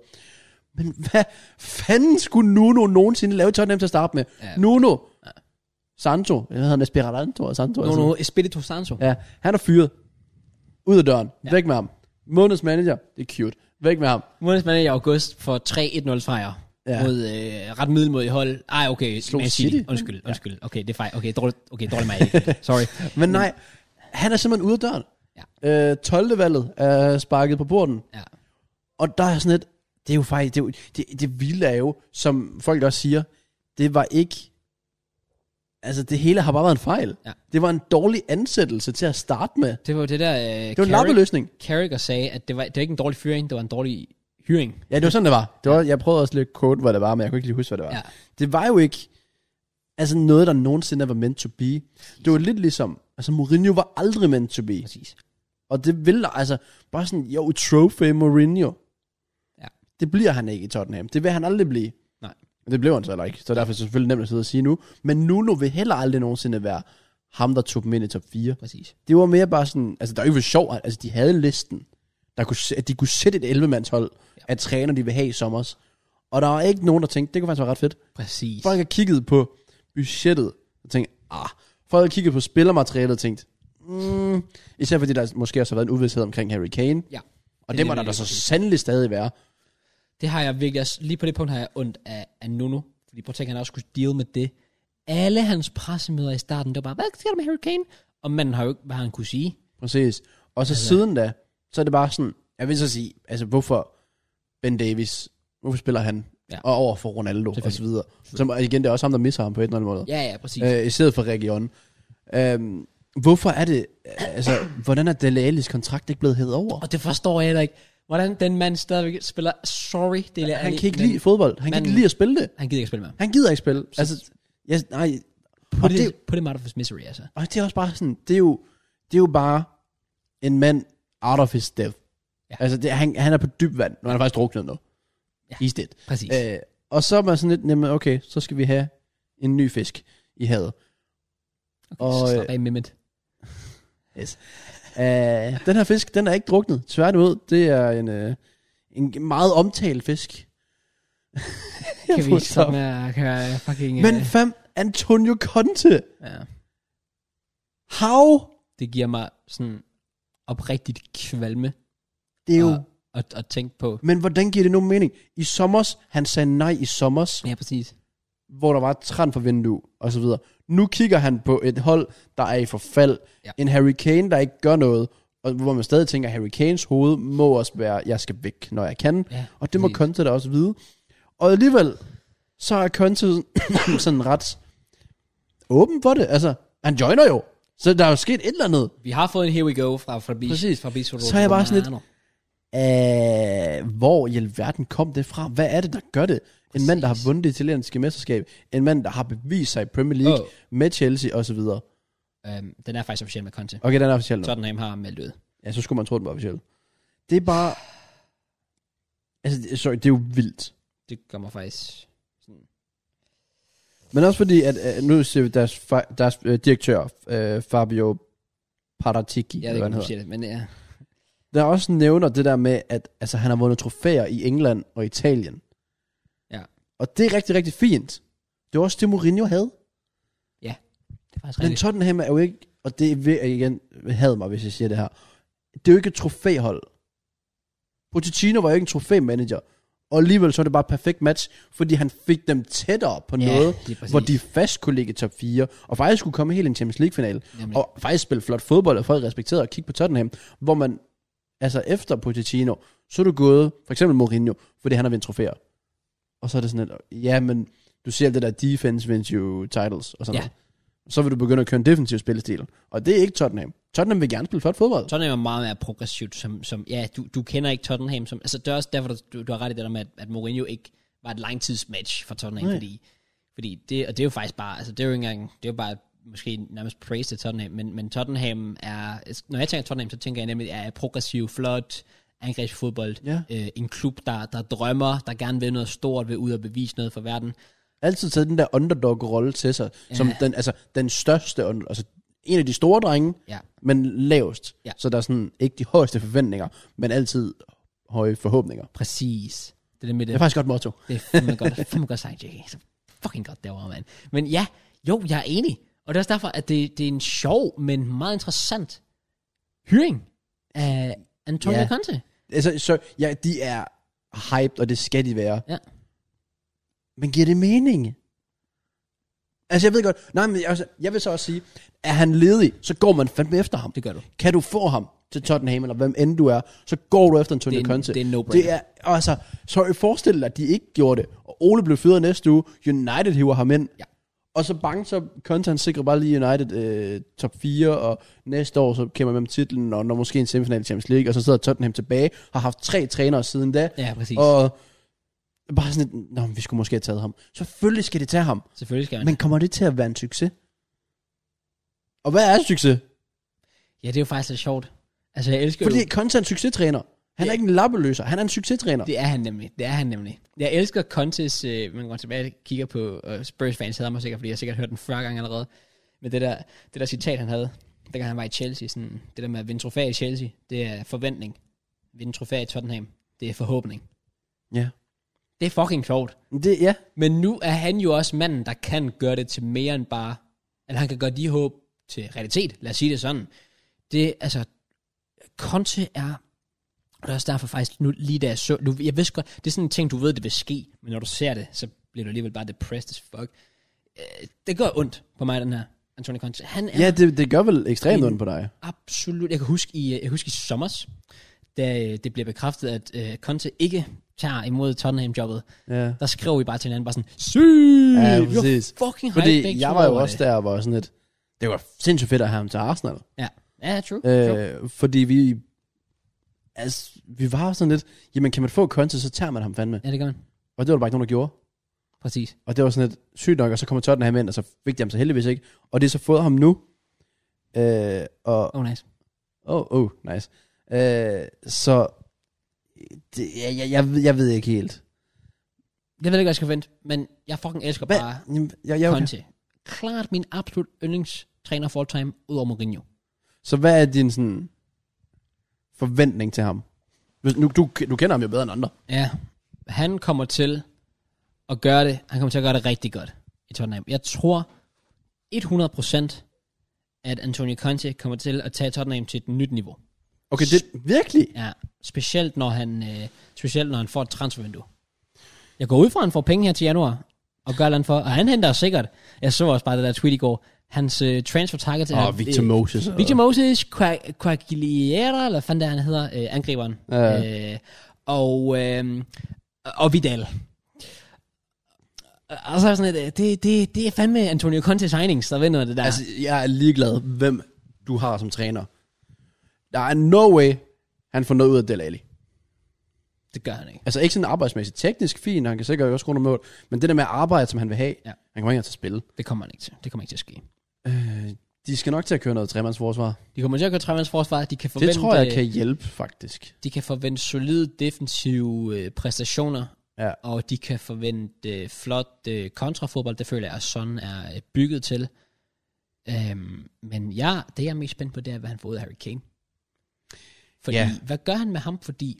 [SPEAKER 2] Men hvad fanden skulle Nuno nogensinde lave i Tottenham til at starte med?
[SPEAKER 1] Ja.
[SPEAKER 2] Ja. Nuno, ja. Santo, hvad hedder han, Esperanto og Santo?
[SPEAKER 1] No,
[SPEAKER 2] altså.
[SPEAKER 1] no, Espirito Santo.
[SPEAKER 2] Ja, han er fyret. Ud af døren.
[SPEAKER 1] Ja.
[SPEAKER 2] Ja. Væk med ham. Måneds manager, det er cute. Væk med ham.
[SPEAKER 1] Måneds mand i august for 3-1-0 sejre. Ja.
[SPEAKER 2] Ja.
[SPEAKER 1] Mod øh, ret middelmodige hold. Ej, okay.
[SPEAKER 2] Slog
[SPEAKER 1] Man
[SPEAKER 2] City.
[SPEAKER 1] Undskyld, undskyld. Okay, det er fejl. Okay, dårligt, okay, dårligt mig. ikke. Sorry.
[SPEAKER 2] Men nej, han er simpelthen ude af døren. Ja. Øh, 12. valget er sparket på borden.
[SPEAKER 1] Ja.
[SPEAKER 2] Og der er sådan et, det er jo faktisk, det, er jo, det, det vilde er jo, som folk også siger, det var ikke, altså det hele har bare været en fejl.
[SPEAKER 1] Ja.
[SPEAKER 2] Det var en dårlig ansættelse til at starte med.
[SPEAKER 1] Det var jo det der... Øh,
[SPEAKER 2] Det var en lappeløsning.
[SPEAKER 1] Carragher sagde, at det var, det var ikke en dårlig fyring, det var en dårlig hyring.
[SPEAKER 2] Ja, det var sådan, det var. Det var jeg prøvede også lige at quote, hvad det var, men jeg kunne ikke lige huske, hvad det var.
[SPEAKER 1] Ja.
[SPEAKER 2] Det var jo ikke altså noget, der nogensinde var meant to be. Det var lidt ligesom, altså Mourinho var aldrig meant to be.
[SPEAKER 1] Præcis.
[SPEAKER 2] Og det vil der, altså, bare sådan, jo, trophy Mourinho.
[SPEAKER 1] Ja.
[SPEAKER 2] Det bliver han ikke i Tottenham. Det vil han aldrig blive.
[SPEAKER 1] Nej.
[SPEAKER 2] Men det blev han så heller ikke. Så derfor er det selvfølgelig nemt at sidde og sige nu. Men Nuno vil heller aldrig nogensinde være ham, der tog dem ind i top 4.
[SPEAKER 1] Præcis.
[SPEAKER 2] Det var mere bare sådan, altså der er jo ikke sjov, altså de havde listen, der kunne, sæ- at de kunne sætte et 11-mandshold
[SPEAKER 1] Ja.
[SPEAKER 2] af træner, de vil have i sommer. Og der var ikke nogen, der tænkte, det kunne faktisk være ret fedt.
[SPEAKER 1] Præcis.
[SPEAKER 2] Folk har kigget på budgettet og tænkt, ah. Folk har kigget på spillermaterialet og tænkt, mm. især fordi der måske også har været en uvidshed omkring Harry Kane.
[SPEAKER 1] Ja.
[SPEAKER 2] Og
[SPEAKER 1] Det
[SPEAKER 2] det
[SPEAKER 1] er
[SPEAKER 2] må der
[SPEAKER 1] nemlig
[SPEAKER 2] da så
[SPEAKER 1] præcis.
[SPEAKER 2] sandelig stadig være.
[SPEAKER 1] Det har jeg virkelig også, lige på det punkt har jeg ondt af, af Nuno, fordi prøv at tænke, han også skulle deal med det. Alle hans pressemøder i starten, det var bare, hvad sker der med Hurricane? Og manden har jo ikke, hvad han kunne sige.
[SPEAKER 2] Præcis. Og så altså. siden da, så er det bare sådan, jeg vil så sige, altså hvorfor Ben Davis, hvorfor spiller han?
[SPEAKER 1] Ja.
[SPEAKER 2] Ja. Og over for Ronaldo og så
[SPEAKER 1] Selvfølgelig.
[SPEAKER 2] videre. Som og igen, det er også ham, der misser ham på et eller andet måde.
[SPEAKER 1] Ja, ja, præcis. Øh,
[SPEAKER 2] Øh, I stedet for regionen. Øhm, Hvorfor er det, altså, hvordan er Dele Allis kontrakt ikke blevet hævet over?
[SPEAKER 1] Og det forstår jeg heller ikke. Hvordan den mand stadigvæk spiller, sorry, det er
[SPEAKER 2] Han kan ikke lide fodbold. Han kan ikke lide at spille det.
[SPEAKER 1] Han gider ikke spille med.
[SPEAKER 2] Han gider ikke spille. Altså, jeg, nej.
[SPEAKER 1] På
[SPEAKER 2] Og det,
[SPEAKER 1] det, på det Mouth of Misery, altså.
[SPEAKER 2] og det er også bare sådan, det er jo, det er jo bare en mand out of his depth.
[SPEAKER 1] Ja.
[SPEAKER 2] Ja. Altså, det, han, han er på dyb vand. Nu er han faktisk druknet nu.
[SPEAKER 1] Ja.
[SPEAKER 2] Ja. He's dead.
[SPEAKER 1] Præcis. Øh,
[SPEAKER 2] Øh, og så er man sådan lidt, jamen okay, så skal vi have en ny fisk i havet.
[SPEAKER 1] og,
[SPEAKER 2] og,
[SPEAKER 1] så
[SPEAKER 2] øh,
[SPEAKER 1] slap af med mit.
[SPEAKER 2] Yes. Uh, den her fisk, den er ikke druknet. Tværtimod, det er en, uh, en meget omtalt fisk. Jeg
[SPEAKER 1] Kan vi
[SPEAKER 2] får
[SPEAKER 1] stoppe
[SPEAKER 2] stop.
[SPEAKER 1] med at køre fucking...
[SPEAKER 2] Men
[SPEAKER 1] øh,
[SPEAKER 2] fam, Antonio Conte.
[SPEAKER 1] ja.
[SPEAKER 2] How?
[SPEAKER 1] Det giver mig sådan oprigtigt kvalme
[SPEAKER 2] Det er jo...
[SPEAKER 1] og, og, og tænke på.
[SPEAKER 2] Men hvordan giver det nu mening? I sommers, han sagde nej i sommers,
[SPEAKER 1] Ja, præcis.
[SPEAKER 2] hvor der var et trend for vindue, og så videre. Nu kigger han på et hold, der er i forfald.
[SPEAKER 1] Ja.
[SPEAKER 2] Ja. En Harry Kane, der ikke gør noget, og hvor man stadig tænker, Harry Kanes hoved må også være, jeg skal væk, når jeg kan.
[SPEAKER 1] Ja,
[SPEAKER 2] Og det må
[SPEAKER 1] præcis.
[SPEAKER 2] Conte da også vide. Og alligevel, så er Conte sådan- sådan ret åben for det. Altså, han joiner jo. Så der er jo sket et eller andet.
[SPEAKER 1] Vi har fået en here we go fra Fabrice.
[SPEAKER 2] Præcis.
[SPEAKER 1] Fabrice
[SPEAKER 2] Så er jeg bare sådan lidt-
[SPEAKER 1] Romano.
[SPEAKER 2] Æh, Øh, hvor i alverden kom det fra? Hvad er det, der gør det? En mand, der har
[SPEAKER 1] Præcis.
[SPEAKER 2] vundet det italienske mesterskab. En mand, der har bevist sig i Premier League
[SPEAKER 1] Åh.
[SPEAKER 2] oh. med Chelsea osv.
[SPEAKER 1] Øhm, den er faktisk officiel med Conte.
[SPEAKER 2] Okay, den er officiel nu.
[SPEAKER 1] Tottenham har meldt ud.
[SPEAKER 2] Ja, så skulle man tro, den var officiel. Det er bare... Altså, det- sorry, det er jo vildt.
[SPEAKER 1] Det kommer faktisk...
[SPEAKER 2] Men også fordi, at øh, nu ser vi deres, fa- deres øh, direktør, øh, Fabio Paratici,
[SPEAKER 1] Jeg
[SPEAKER 2] ja,
[SPEAKER 1] ved ikke,
[SPEAKER 2] eller hvad han
[SPEAKER 1] om du
[SPEAKER 2] hedder,
[SPEAKER 1] siger det, men ja.
[SPEAKER 2] der også nævner det der med, at altså, han har vundet trofæer i England og Italien.
[SPEAKER 1] Ja.
[SPEAKER 2] Og det er rigtig, rigtig fint. Det var også det, Mourinho havde.
[SPEAKER 1] Det er faktisk
[SPEAKER 2] Men
[SPEAKER 1] rigtigt.
[SPEAKER 2] Tottenham er jo ikke, og det er vir- igen, had mig, hvis jeg siger det her, det er jo ikke et trofæhold. Pochettino var jo ikke en trofæmanager, og alligevel så er det bare et perfekt match, fordi han fik dem tættere på
[SPEAKER 1] Ja,
[SPEAKER 2] noget,
[SPEAKER 1] det er præcis.
[SPEAKER 2] hvor de fast kunne ligge i top 4, og faktisk kunne komme helt i en Champions League-finale,
[SPEAKER 1] Jamen.
[SPEAKER 2] og faktisk spille flot fodbold, og folk respekterede og kigge på Tottenham, hvor man, altså efter Pochettino, så er du gået, for eksempel Mourinho, fordi han har vundet trofæer. Og så er det sådan lidt, ja, men du ser alt det der defense wins you titles, og sådan
[SPEAKER 1] Ja.
[SPEAKER 2] ja. noget så vil du begynde at køre en defensiv spillestil. Og det er ikke Tottenham. Tottenham vil gerne spille flot fodbold.
[SPEAKER 1] Tottenham er meget mere progressivt, som, som ja, du, du kender ikke Tottenham som, altså det er også derfor, du- du, du har ret i det der med, at, at Mourinho ikke var et langtidsmatch for Tottenham,
[SPEAKER 2] Nej.
[SPEAKER 1] fordi, fordi det, og det er jo faktisk bare, altså det er jo ikke engang, det er jo bare måske nærmest praise til Tottenham, men, men Tottenham er, når jeg tænker Tottenham, så tænker jeg nemlig, at er progressiv, flot, angrebsfodbold,
[SPEAKER 2] Ja.
[SPEAKER 1] øh, en klub, der, der drømmer, der gerne vil noget stort, vil ud og bevise noget for verden,
[SPEAKER 2] Altid taget den der underdog-rolle til sig, ja. som den, altså, den største, under- altså en af de store drenge,
[SPEAKER 1] ja.
[SPEAKER 2] men lavest.
[SPEAKER 1] Ja.
[SPEAKER 2] Så der er sådan ikke de højeste forventninger, men altid høje forhåbninger.
[SPEAKER 1] Præcis. Det er det med
[SPEAKER 2] Det
[SPEAKER 1] det.
[SPEAKER 2] er faktisk godt motto.
[SPEAKER 1] Det er fandme godt, fandme godt sagt, JK. Så fucking godt derovre, mand. Men ja, jo, jeg er enig. Og det er også derfor, at det, det er en sjov, men meget interessant hyring af Antonio
[SPEAKER 2] Ja.
[SPEAKER 1] Conte.
[SPEAKER 2] Altså, så, ja, de er hyped, og det skal de være.
[SPEAKER 1] Ja.
[SPEAKER 2] Men giver det mening? Altså, jeg ved godt, nej, men jeg, altså, jeg vil så også sige, er han ledig, så går man fandme efter ham.
[SPEAKER 1] Det gør du.
[SPEAKER 2] Kan du få ham til Tottenham, eller hvem end du er, så går du efter Antonio
[SPEAKER 1] Det er en-
[SPEAKER 2] Conte.
[SPEAKER 1] det er en no-brainer.
[SPEAKER 2] det er, og altså, sorry, forestil dig, at de ikke gjorde det. Og Ole blev fyret næste uge, United hiver ham ind.
[SPEAKER 1] Ja.
[SPEAKER 2] Og så bange, så Conte han sikrer bare lige United øh, top 4, og næste år så kæmper man med titlen, og når måske en semifinal i Champions League, og så sidder Tottenham tilbage, har haft tre trænere siden da,
[SPEAKER 1] Ja, præcis. Og
[SPEAKER 2] og bare sådan lidt, Nå, men vi skulle måske have taget ham. Selvfølgelig skal de tage ham,
[SPEAKER 1] Selvfølgelig skal han. Men,
[SPEAKER 2] men kommer det til at være en succes? Og hvad er succes?
[SPEAKER 1] ja, det er jo faktisk lidt sjovt. Altså, jeg elsker
[SPEAKER 2] Fordi
[SPEAKER 1] jo...
[SPEAKER 2] Conte er en succestræner. Han
[SPEAKER 1] Ja.
[SPEAKER 2] er ikke en lappeløser, han er en succestræner.
[SPEAKER 1] Det er han nemlig. Det er han nemlig. Jeg elsker Contes... Øh, man går tilbage og kigger på øh, Spurs fans, havde mig sikkert, fordi jeg har sikkert hørt den 40 gange allerede. Men det der, det der citat, han havde, dengang han var i Chelsea, sådan, det der med at vinde trofæer i Chelsea, det er forventning. Vinde trofæer i Tottenham, det er forhåbning.
[SPEAKER 2] Ja.
[SPEAKER 1] Det er fucking sjovt.
[SPEAKER 2] Det, ja.
[SPEAKER 1] Men nu er han jo også manden, der kan gøre det til mere end bare... Eller han kan gøre de håb til realitet. Lad os sige det sådan. Det, altså... Conte er... Og det er også derfor faktisk, nu, lige da jeg så... Nu, jeg vidste godt, det er sådan en ting, du ved, det vil ske. Men når du ser det, så bliver du alligevel bare depressed as fuck. Øh, Det gør ondt på mig, den her Antonio Conte. Han er
[SPEAKER 2] Ja, det, det gør vel ekstremt
[SPEAKER 1] En-
[SPEAKER 2] ondt på dig.
[SPEAKER 1] absolut... Jeg kan huske i, jeg husker i sommers, da øh, det blev bekræftet, at uh, Conte ikke tager imod Tottenham-jobbet
[SPEAKER 2] Ja.
[SPEAKER 1] der skrev vi bare til hinanden, bare sådan, syg,
[SPEAKER 2] Ja,
[SPEAKER 1] vi var
[SPEAKER 2] præcis.
[SPEAKER 1] fucking hype
[SPEAKER 2] Fordi
[SPEAKER 1] Mm, begge
[SPEAKER 2] jeg
[SPEAKER 1] to
[SPEAKER 2] var jo
[SPEAKER 1] over
[SPEAKER 2] også
[SPEAKER 1] det.
[SPEAKER 2] der, hvor jeg sådan lidt, Det var sindssygt fedt at have ham til Arsenal.
[SPEAKER 1] Ja. Ja, true. true.
[SPEAKER 2] Øh, fordi vi... Altså, vi var sådan lidt... Jamen, kan man få Conte, så tager man ham fandme.
[SPEAKER 1] Ja, det gør man.
[SPEAKER 2] Og det var der bare ikke nogen, der gjorde.
[SPEAKER 1] Præcis.
[SPEAKER 2] Og det var sådan lidt sygt nok, og så kommer Tottenham ind, og så fik de ham så heldigvis ikke. Og det har så fået ham nu. Øh, og...
[SPEAKER 1] Oh, nice.
[SPEAKER 2] Oh, oh, nice. Øh, så... Det, jeg, jeg, jeg, ved- jeg ved ikke helt.
[SPEAKER 1] Jeg ved ikke, hvad jeg skal vente, men jeg fucking elsker
[SPEAKER 2] Hvad?
[SPEAKER 1] bare
[SPEAKER 2] Jamen, Jeg, jeg,
[SPEAKER 1] Conte. Klart min absolut yndlingstræner for all time, ud over Mourinho.
[SPEAKER 2] Så hvad er din sådan forventning til ham? Hvis, nu, du, du kender ham jo bedre end andre.
[SPEAKER 1] Ja, han kommer til at gøre det. Han kommer til at gøre det rigtig godt i Tottenham. Jeg tror 100% at Antonio Conte kommer til at tage Tottenham til et nyt niveau.
[SPEAKER 2] Okay, det virkelig?
[SPEAKER 1] Ja, specielt når han, øh, specielt når han får et transfervindue. Jeg går ud fra, at han får penge her til januar, og gør noget for, og han henter sikkert. Jeg så også bare det der tweet i går. Hans øh, transfer target
[SPEAKER 2] Åh,
[SPEAKER 1] er...
[SPEAKER 2] oh, Victor
[SPEAKER 1] øh,
[SPEAKER 2] Moses. og-
[SPEAKER 1] Victor Moses, Qua- Quagliera, eller hvad fanden det er, han hedder, øh, angriberen.
[SPEAKER 2] Ja.
[SPEAKER 1] Øh, og, øh, og Vidal. Og så er jeg sådan lidt, øh, det, det, det er fandme Antonio Conte signings, der vinder det der.
[SPEAKER 2] Altså, jeg er ligeglad, hvem du har som træner. Der er no way, han får noget ud af Del Alli.
[SPEAKER 1] det gør han ikke.
[SPEAKER 2] Altså ikke sådan arbejdsmæssigt. Teknisk fint, han kan sikkert også runde mål. Men det der med at arbejde, som han vil have,
[SPEAKER 1] Ja.
[SPEAKER 2] ja. han kommer ikke til at spille.
[SPEAKER 1] Det kommer han ikke til. Det kommer ikke til at ske.
[SPEAKER 2] De skal nok til at køre noget tremandsforsvar.
[SPEAKER 1] De kommer til at gøre tremandsforsvar, de kan forvente...
[SPEAKER 2] Det tror jeg
[SPEAKER 1] øh,
[SPEAKER 2] kan hjælpe, faktisk.
[SPEAKER 1] de kan forvente solide defensive øh, præstationer,
[SPEAKER 2] Ja.
[SPEAKER 1] og de kan forvente øh, flot øh, kontrafodbold. Det føler jeg, at sådan er øh, bygget til. Øhm, men ja, det jeg er mest spændt på, det er, hvad han får ud af Harry Kane. Fordi,
[SPEAKER 2] Ja.
[SPEAKER 1] hvad gør han med ham? Fordi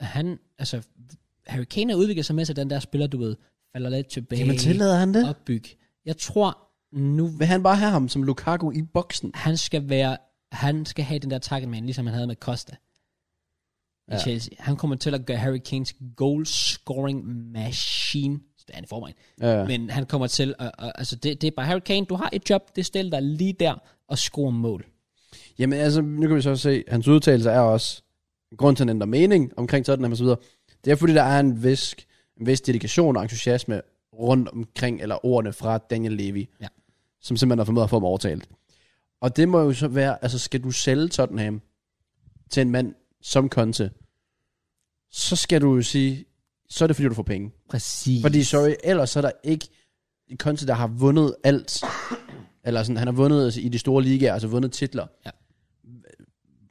[SPEAKER 1] han, altså, Harry Kane har udviklet sig med sig, den der spiller, du ved, falder lidt tilbage,
[SPEAKER 2] Jamen tillader han det?
[SPEAKER 1] opbyg. Jeg tror, nu
[SPEAKER 2] Vil han bare have ham som Lukaku i boksen?
[SPEAKER 1] han skal være, han skal have den der target man, ligesom han havde med Costa i
[SPEAKER 2] Ja.
[SPEAKER 1] Chelsea. Han kommer til at gøre Harry Kane's goal scoring machine, Så det er han i forvejen,
[SPEAKER 2] Ja.
[SPEAKER 1] men han kommer til, at, at, altså det, det er bare Harry Kane, du har et job, det stiller dig lige der og score mål.
[SPEAKER 2] Jamen altså, nu kan vi så se, hans udtalelser er også, grund til, at han ændrer mening omkring Tottenham og så videre, det er fordi, der er en vis, en vis dedikation og entusiasme rundt omkring, eller ordene fra Daniel Levy,
[SPEAKER 1] Ja.
[SPEAKER 2] som simpelthen har formået at få ham overtalt. Og det må jo så være, altså skal du sælge Tottenham til en mand som Conte, så skal du jo sige, så er det fordi, du får penge.
[SPEAKER 1] Præcis.
[SPEAKER 2] Fordi sorry, ellers så er der ikke en Conte, der har vundet alt. Eller sådan, han har vundet altså, i de store ligaer, altså vundet titler.
[SPEAKER 1] Ja.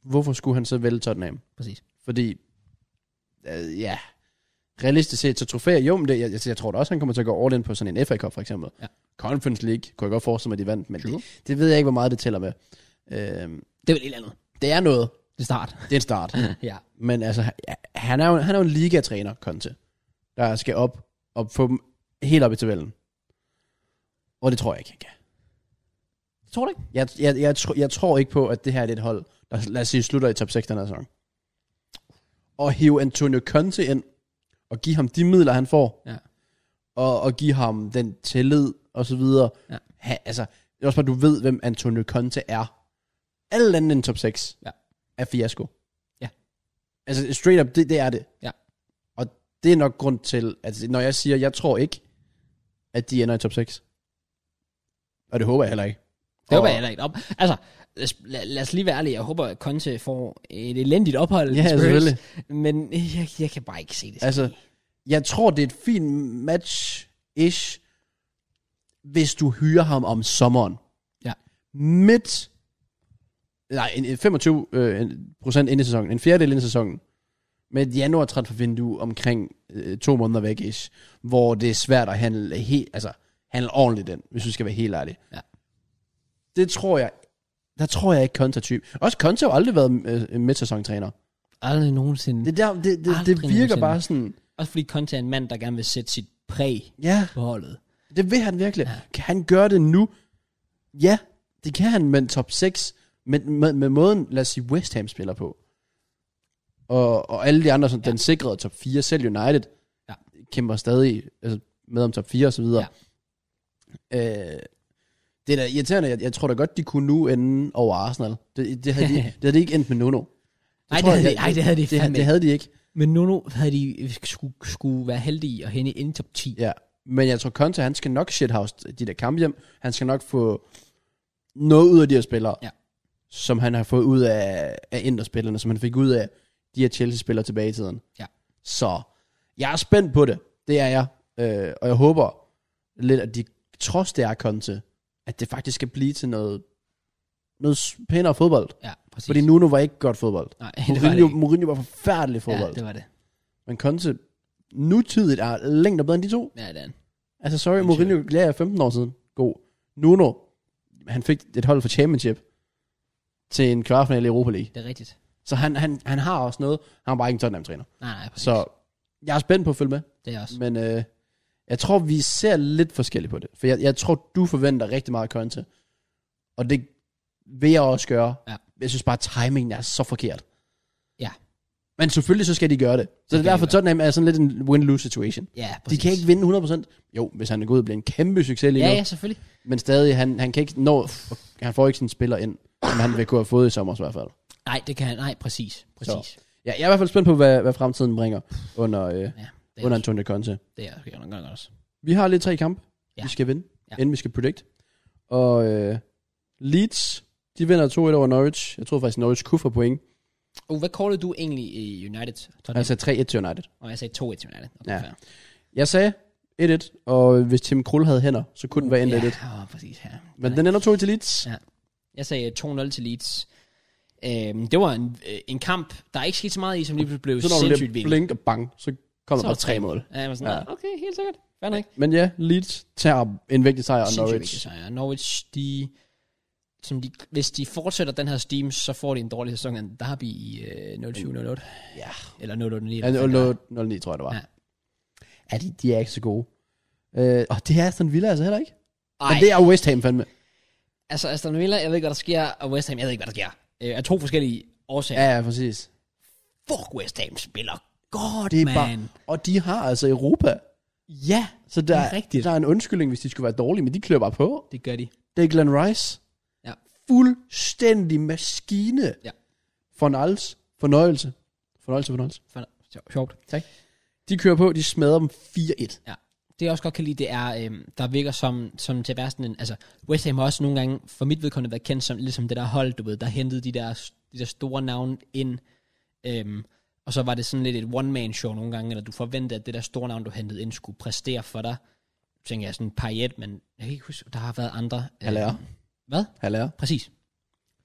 [SPEAKER 2] Hvorfor skulle han så vælge Tottenham?
[SPEAKER 1] Præcis.
[SPEAKER 2] Fordi, øh, ja, realistisk set, så trofæer, jo, men det, jeg, jeg, jeg tror da også, han kommer til at gå all in på sådan en FA Cup, for eksempel.
[SPEAKER 1] Ja.
[SPEAKER 2] Conference League, kunne jeg godt forestille mig, de vandt, men
[SPEAKER 1] True.
[SPEAKER 2] det, det, ved jeg ikke, hvor meget det tæller med. Øh,
[SPEAKER 1] Det er vel et eller andet.
[SPEAKER 2] det er noget.
[SPEAKER 1] Det er start.
[SPEAKER 2] Det er en start.
[SPEAKER 1] ja.
[SPEAKER 2] Men altså, ja, han er jo, han er jo en ligatræner, Conte, der skal op og få dem helt op i tabellen. Og det tror jeg ikke, han kan.
[SPEAKER 1] Tror du ikke?
[SPEAKER 2] Jeg, jeg, jeg, tr- jeg tror ikke på, at det her er et hold, der lad os sige, slutter i top 6 den her sæson. Og hive Antonio Conte ind, og give ham de midler, han får,
[SPEAKER 1] Ja.
[SPEAKER 2] og, og give ham den tillid, og så videre.
[SPEAKER 1] Ja.
[SPEAKER 2] Ha, altså, det er også bare, du ved, hvem Antonio Conte er. Alt andet end top 6
[SPEAKER 1] Ja.
[SPEAKER 2] er fiasko.
[SPEAKER 1] Ja.
[SPEAKER 2] Altså, straight up, det, det er det.
[SPEAKER 1] Ja.
[SPEAKER 2] Og det er nok grund til, at når jeg siger, jeg tror ikke, at de ender i top 6. Og det håber jeg heller ikke.
[SPEAKER 1] Det håber
[SPEAKER 2] Og-
[SPEAKER 1] jeg heller ikke op. Altså, lad os, lad, lad os lige være ærlige. Jeg håber, at Conte får et elendigt ophold. i
[SPEAKER 2] Ja,
[SPEAKER 1] Spurs,
[SPEAKER 2] selvfølgelig.
[SPEAKER 1] Men jeg, jeg kan bare ikke se det.
[SPEAKER 2] Altså, jeg tror, det er et fint match-ish, hvis du hyrer ham om sommeren.
[SPEAKER 1] Ja.
[SPEAKER 2] Midt, nej, en- en 25 øh, en- procent ind i sæsonen, en fjerdedel ind i sæsonen, med et januar transfervindue omkring øh, to måneder væk ish, hvor det er svært at handle, helt, altså, handle ordentligt den, hvis vi skal være helt ærlige.
[SPEAKER 1] Ja.
[SPEAKER 2] Det tror jeg, der tror jeg ikke Konta type. Også Konta har jo aldrig været øh, midsæsontræner.
[SPEAKER 1] Aldrig nogensinde.
[SPEAKER 2] Det, der, det, det,
[SPEAKER 1] Aldrig
[SPEAKER 2] det virker
[SPEAKER 1] nogensinde.
[SPEAKER 2] bare sådan,
[SPEAKER 1] Også fordi Conte er en mand, der gerne vil sætte sit præg
[SPEAKER 2] ja,
[SPEAKER 1] på holdet.
[SPEAKER 2] Det vil han virkelig. Ja. Kan han gøre det nu? Ja, det kan han med en top 6. Med, med, med måden, lad os sige, West Ham spiller på. Og, og alle de andre, sådan,
[SPEAKER 1] Ja.
[SPEAKER 2] ja. den sikrede top 4, selv United,
[SPEAKER 1] Ja.
[SPEAKER 2] ja. kæmper stadig altså, med om top 4 og så videre. Ja. Øh, det er da irriterende. Jeg, jeg tror da godt, de kunne nu ende over Arsenal. Det, det, havde, de, det havde de ikke endt med Nuno.
[SPEAKER 1] Nej,
[SPEAKER 2] tror
[SPEAKER 1] det, havde
[SPEAKER 2] jeg-
[SPEAKER 1] de, nej, det havde de
[SPEAKER 2] Det,
[SPEAKER 1] fandme
[SPEAKER 2] det havde de ikke.
[SPEAKER 1] ikke. Men nu, nu havde de skulle, skulle være heldige og hende inden top 10. Ja.
[SPEAKER 2] Ja, men jeg tror Conte, han skal nok shithouse de der kampe hjem. Han skal nok få noget ud af de her spillere,
[SPEAKER 1] Ja.
[SPEAKER 2] som han har fået ud af, af inderspillerne, som han fik ud af de her Chelsea-spillere tilbage i tiden.
[SPEAKER 1] Ja.
[SPEAKER 2] Så jeg er spændt på det. Det er jeg. Øh, og jeg håber lidt, at de trods det er kommet til, at det faktisk skal blive til noget, noget s- pænere fodbold.
[SPEAKER 1] Ja, præcis.
[SPEAKER 2] Fordi Nuno var ikke godt fodbold.
[SPEAKER 1] Nej, det var det
[SPEAKER 2] Mourinho,
[SPEAKER 1] ikke.
[SPEAKER 2] Mourinho var forfærdelig
[SPEAKER 1] Ja,
[SPEAKER 2] fodbold.
[SPEAKER 1] det var det.
[SPEAKER 2] Men Conte nutidigt er længder bedre end de to.
[SPEAKER 1] Ja, det er den.
[SPEAKER 2] Altså, sorry, Mourinho lærer jeg 15 år siden. God. Nuno, han fik et hold for championship til en kvartfinale i Europa League.
[SPEAKER 1] Det er rigtigt.
[SPEAKER 2] Så han, han, han har også noget. Han var bare ikke en Tottenham-træner.
[SPEAKER 1] Nej, nej, præcis.
[SPEAKER 2] Så jeg er spændt på at følge med.
[SPEAKER 1] Det er også.
[SPEAKER 2] Men øh, jeg tror, vi ser lidt forskelligt på det. For jeg, jeg tror, du forventer rigtig meget af Conte. Og det vil jeg også gøre.
[SPEAKER 1] Ja.
[SPEAKER 2] Jeg synes bare, at timingen er så forkert.
[SPEAKER 1] Ja.
[SPEAKER 2] Men selvfølgelig så skal de gøre det. Så det,
[SPEAKER 1] skal
[SPEAKER 2] det er derfor,
[SPEAKER 1] de gøre.
[SPEAKER 2] Tottenham er sådan lidt en win-lose situation.
[SPEAKER 1] Ja, præcis.
[SPEAKER 2] De kan ikke vinde 100%. Jo, hvis han er gået og bliver en kæmpe succes lige
[SPEAKER 1] Ja,
[SPEAKER 2] nu.
[SPEAKER 1] ja, selvfølgelig.
[SPEAKER 2] Men stadig, han, han kan ikke nå... Han får ikke sin spiller ind, som han vil kunne have fået i sommer i hvert fald.
[SPEAKER 1] Nej, det kan han. Nej, præcis. Præcis.
[SPEAKER 2] Ja, jeg er i hvert fald spændt på, hvad, hvad fremtiden bringer under,
[SPEAKER 1] Ja,
[SPEAKER 2] øh,
[SPEAKER 1] det er
[SPEAKER 2] under
[SPEAKER 1] også.
[SPEAKER 2] Antonio Conte.
[SPEAKER 1] Det er også godt nok også.
[SPEAKER 2] Vi har lige tre kampe,
[SPEAKER 1] Ja.
[SPEAKER 2] ja. vi skal vinde,
[SPEAKER 1] Ja.
[SPEAKER 2] ja. inden vi skal predict. Og øh, Leeds, de vinder 2-1 over Norwich. Jeg tror faktisk, Norwich kunne få point.
[SPEAKER 1] Oh, hvad callede du egentlig i United? Tottenham?
[SPEAKER 2] Altså 3-1 til United.
[SPEAKER 1] Og jeg sagde 2-1 til United. Okay,
[SPEAKER 2] Ja.
[SPEAKER 1] fair.
[SPEAKER 2] Jeg sagde 1-1, og hvis Tim Krul havde hænder, så kunne den være endt 1-1.
[SPEAKER 1] Uh, Ja, åh, præcis. Ja.
[SPEAKER 2] Men den ender 2-1 til Leeds.
[SPEAKER 1] Ja. Jeg sagde 2-0 til Leeds. Øhm, det var en, øh, en kamp, der ikke skete så meget i, som lige pludselig blev
[SPEAKER 2] Så når du
[SPEAKER 1] sindssygt
[SPEAKER 2] lidt
[SPEAKER 1] vild.
[SPEAKER 2] blink og bang, så kommer
[SPEAKER 1] Så
[SPEAKER 2] der
[SPEAKER 1] var
[SPEAKER 2] bare tre mål.
[SPEAKER 1] Ja, jeg var sådan,
[SPEAKER 2] Ja.
[SPEAKER 1] ja. okay, helt sikkert. Fair nok.
[SPEAKER 2] Men ja, Leeds tager en vigtig sejr af
[SPEAKER 1] Sindssygt
[SPEAKER 2] Norwich.
[SPEAKER 1] vigtig sejr. Norwich, de, som de, hvis de fortsætter den her steam, så får de en dårlig sæson af Derby i øh, 07-08.
[SPEAKER 2] Ja.
[SPEAKER 1] Eller 08
[SPEAKER 2] Ja, 0-9, tror jeg, det var.
[SPEAKER 1] Ja.
[SPEAKER 2] Ja, ja de, de er ikke så gode. Øh, og det er Aston Villa altså heller ikke. Ej. Men
[SPEAKER 1] Ej,
[SPEAKER 2] det er West Ham fandme.
[SPEAKER 1] altså Aston Villa, jeg ved ikke, hvad der sker, og West Ham, jeg ved ikke, hvad der sker. Øh, af to forskellige årsager.
[SPEAKER 2] Ja,
[SPEAKER 1] Ja.
[SPEAKER 2] ja, præcis.
[SPEAKER 1] Fuck, West Ham spiller godt,
[SPEAKER 2] Det er
[SPEAKER 1] man.
[SPEAKER 2] bare, og de har altså Europa.
[SPEAKER 1] Ja,
[SPEAKER 2] Så der,
[SPEAKER 1] Det er rigtigt.
[SPEAKER 2] der er en undskyldning, hvis de skulle være dårlige, men de klør bare på.
[SPEAKER 1] det gør de.
[SPEAKER 2] Det er Glenn Rice.
[SPEAKER 1] Ja.
[SPEAKER 2] Fuldstændig maskine.
[SPEAKER 1] Ja.
[SPEAKER 2] Fornals. Fornøjelse. Fornøjelse, fornøjelse.
[SPEAKER 1] Fair- Sjovt.
[SPEAKER 2] De kører på, de smadrer dem 4-1.
[SPEAKER 1] det jeg også godt kan lide, det er, øhm, der virker som, som til værsten en, altså West Ham har også nogle gange, for mit vedkommende, været kendt som, ligesom det der hold, du ved, der hentede de der, de der store navne ind, øhm, og så var det sådan lidt et one-man-show nogle gange, eller du forventede, at det der store navn, du hentede ind, skulle præstere for dig. Så tænker jeg sådan, Payet, men jeg kan ikke huske, der har været andre. øhm,
[SPEAKER 2] Haller.
[SPEAKER 1] Hvad?
[SPEAKER 2] Haller.
[SPEAKER 1] Præcis.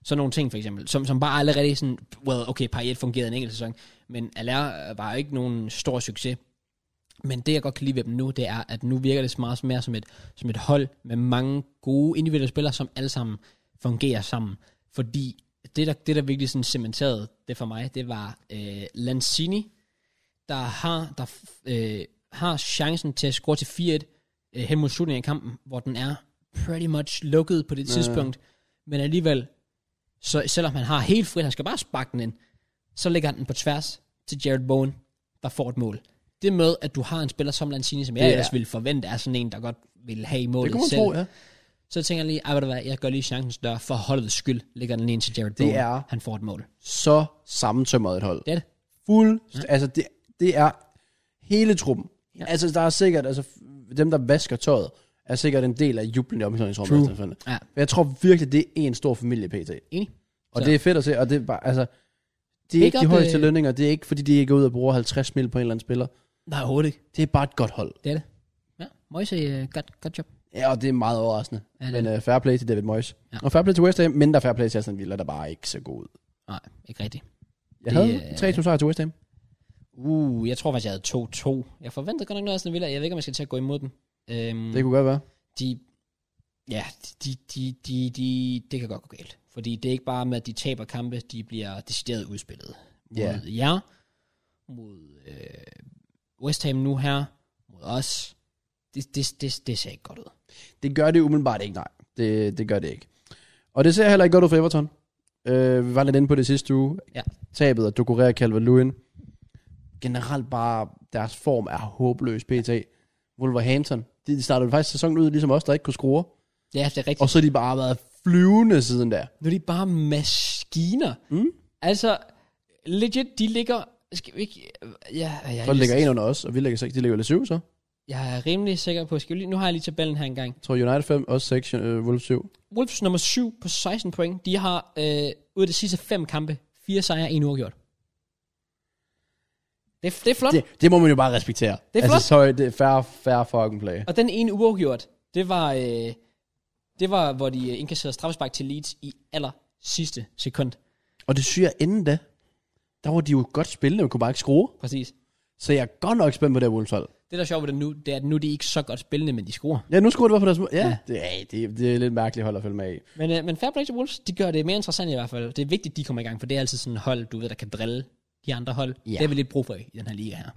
[SPEAKER 1] Sådan nogle ting for eksempel, som, som bare aldrig rigtig sådan, well, okay, Payet fungerede en enkelt sæson, men Allaire øh, var jo ikke nogen stor succes. Men det, jeg godt kan lide ved dem nu, det er, at nu virker det så meget mere som et, som et hold med mange gode individuelle spillere, som alle sammen fungerer sammen. Fordi det, der, det, der virkelig sådan cementerede det for mig, det var øh, Lanzini, der har, der, f- øh, har chancen til at score til 4-1 øh, hen mod slutningen af kampen, hvor den er pretty much lukket på det tidspunkt. Men alligevel, så selvom han har helt frit, han skal bare sparke den ind, så lægger han den på tværs til Jared Bowen, der får et mål. Det med, at du har en spiller som Lanzini, som jeg
[SPEAKER 2] Det er-
[SPEAKER 1] ellers ville forvente, er sådan en, der godt vil have i
[SPEAKER 2] Det
[SPEAKER 1] målet
[SPEAKER 2] kunne man
[SPEAKER 1] selv.
[SPEAKER 2] tro, ja.
[SPEAKER 1] Så tænker jeg lige, ej, ved du hvad, jeg gør lige chancen større for holdets skyld, lægger den lige ind til Jared
[SPEAKER 2] Det
[SPEAKER 1] Bowen.
[SPEAKER 2] er-
[SPEAKER 1] Han får et mål.
[SPEAKER 2] så sammentømret et hold.
[SPEAKER 1] Det er det.
[SPEAKER 2] Fuld, altså det, det er hele truppen. Ja. Altså der er sikkert, altså f- dem der vasker tøjet, er sikkert en del af jublen i
[SPEAKER 1] True.
[SPEAKER 2] omklædningsrummet. True.
[SPEAKER 1] Ja,
[SPEAKER 2] Jeg tror virkelig, det er en stor familie, PT.
[SPEAKER 1] enig.
[SPEAKER 2] Og
[SPEAKER 1] Så-
[SPEAKER 2] det er fedt at se, og det er bare, altså, det
[SPEAKER 1] Big
[SPEAKER 2] er ikke de
[SPEAKER 1] up,
[SPEAKER 2] højeste
[SPEAKER 1] øh,
[SPEAKER 2] lønninger, det er ikke fordi, de ikke går ud og bruger 50 mil på en eller anden spiller.
[SPEAKER 1] Nej, overhovedet ikke.
[SPEAKER 2] Det er bare et godt hold.
[SPEAKER 1] Det er det. Ja, Moise, øh, godt, godt job.
[SPEAKER 2] Ja, og det er meget overraskende.
[SPEAKER 1] Ja, det er
[SPEAKER 2] Men uh, fair play til David Moyes.
[SPEAKER 1] Ja.
[SPEAKER 2] Ja. Og fair play til West Ham, mindre fair play til Aston Villa, der bare er ikke så god ud.
[SPEAKER 1] Nej, ikke rigtigt.
[SPEAKER 2] Jeg
[SPEAKER 1] Det,
[SPEAKER 2] havde
[SPEAKER 1] øh,
[SPEAKER 2] 3-2 sejre til West Ham.
[SPEAKER 1] Uh, jeg tror faktisk, jeg havde 2-2. Jeg forventede godt nok noget af sådan Villa. Jeg ved ikke, om jeg skal til at gå imod dem. Øhm,
[SPEAKER 2] Det kunne godt være.
[SPEAKER 1] de, ja, de, de, de, de, det kan godt gå galt. Fordi det er ikke bare med, at de taber kampe, de bliver decideret udspillet. Mod
[SPEAKER 2] Ja.
[SPEAKER 1] jer, mod øh, West Ham nu her, mod os. Det, det, det, det ser ikke godt ud.
[SPEAKER 2] Det gør det umiddelbart ikke, nej. Det, det gør det ikke. Og det ser heller ikke godt ud for Everton. Øh, vi var lidt inde på det sidste uge.
[SPEAKER 1] Ja.
[SPEAKER 2] Tabet af Ducorea og Calvert-Lewin. Generelt bare, deres form er håbløs pt. Wolverhampton, de de startede faktisk sæsonen ud, ligesom os, der ikke kunne score.
[SPEAKER 1] Ja, det er rigtigt.
[SPEAKER 2] Og så har de bare været flyvende siden der.
[SPEAKER 1] Nu er de bare maskiner.
[SPEAKER 2] Mm.
[SPEAKER 1] Altså, legit, de ligger... Skal vi ikke... Ja, jeg,
[SPEAKER 2] Så ligger en under os, og vi ligger 6, de ligger 7 så.
[SPEAKER 1] jeg er rimelig sikker på... Skal vi lige, nu har jeg lige tabellen her engang.
[SPEAKER 2] Jeg tror United 5, også 6, øh, Wolves 7.
[SPEAKER 1] Wolves nummer 7 på 16 point. De har øh, ud af de sidste fem kampe, fire sejre, en uafgjort. Det, er- det er flot. Det.
[SPEAKER 2] Det, det må man jo bare respektere.
[SPEAKER 1] Det er flot.
[SPEAKER 2] Altså, så det er fair, fair fucking play.
[SPEAKER 1] Og den ene uafgjort, det var, øh, det var hvor de øh, indkasserede straffespark til Leeds i aller sidste sekund.
[SPEAKER 2] Og det syge er inden da, der var de jo godt spillende, men kunne bare ikke skrue.
[SPEAKER 1] Præcis.
[SPEAKER 2] Så jeg er godt nok spændt på det her Wolves hold.
[SPEAKER 1] Det, der er sjovt ved det nu, det er, at nu er de ikke så godt spillende, men de scorer.
[SPEAKER 2] Ja, nu skulle det være på deres måde. Ja, Det, ej, det, det, er lidt mærkeligt hold at følge med i.
[SPEAKER 1] Men, øh, men fair play til Wolves, de gør det mere interessant i hvert fald. Det er vigtigt, de kommer i gang, for det er altid sådan et hold, du ved, der kan drille de andre hold. Ja. Det har vi lidt brug for i den her liga her.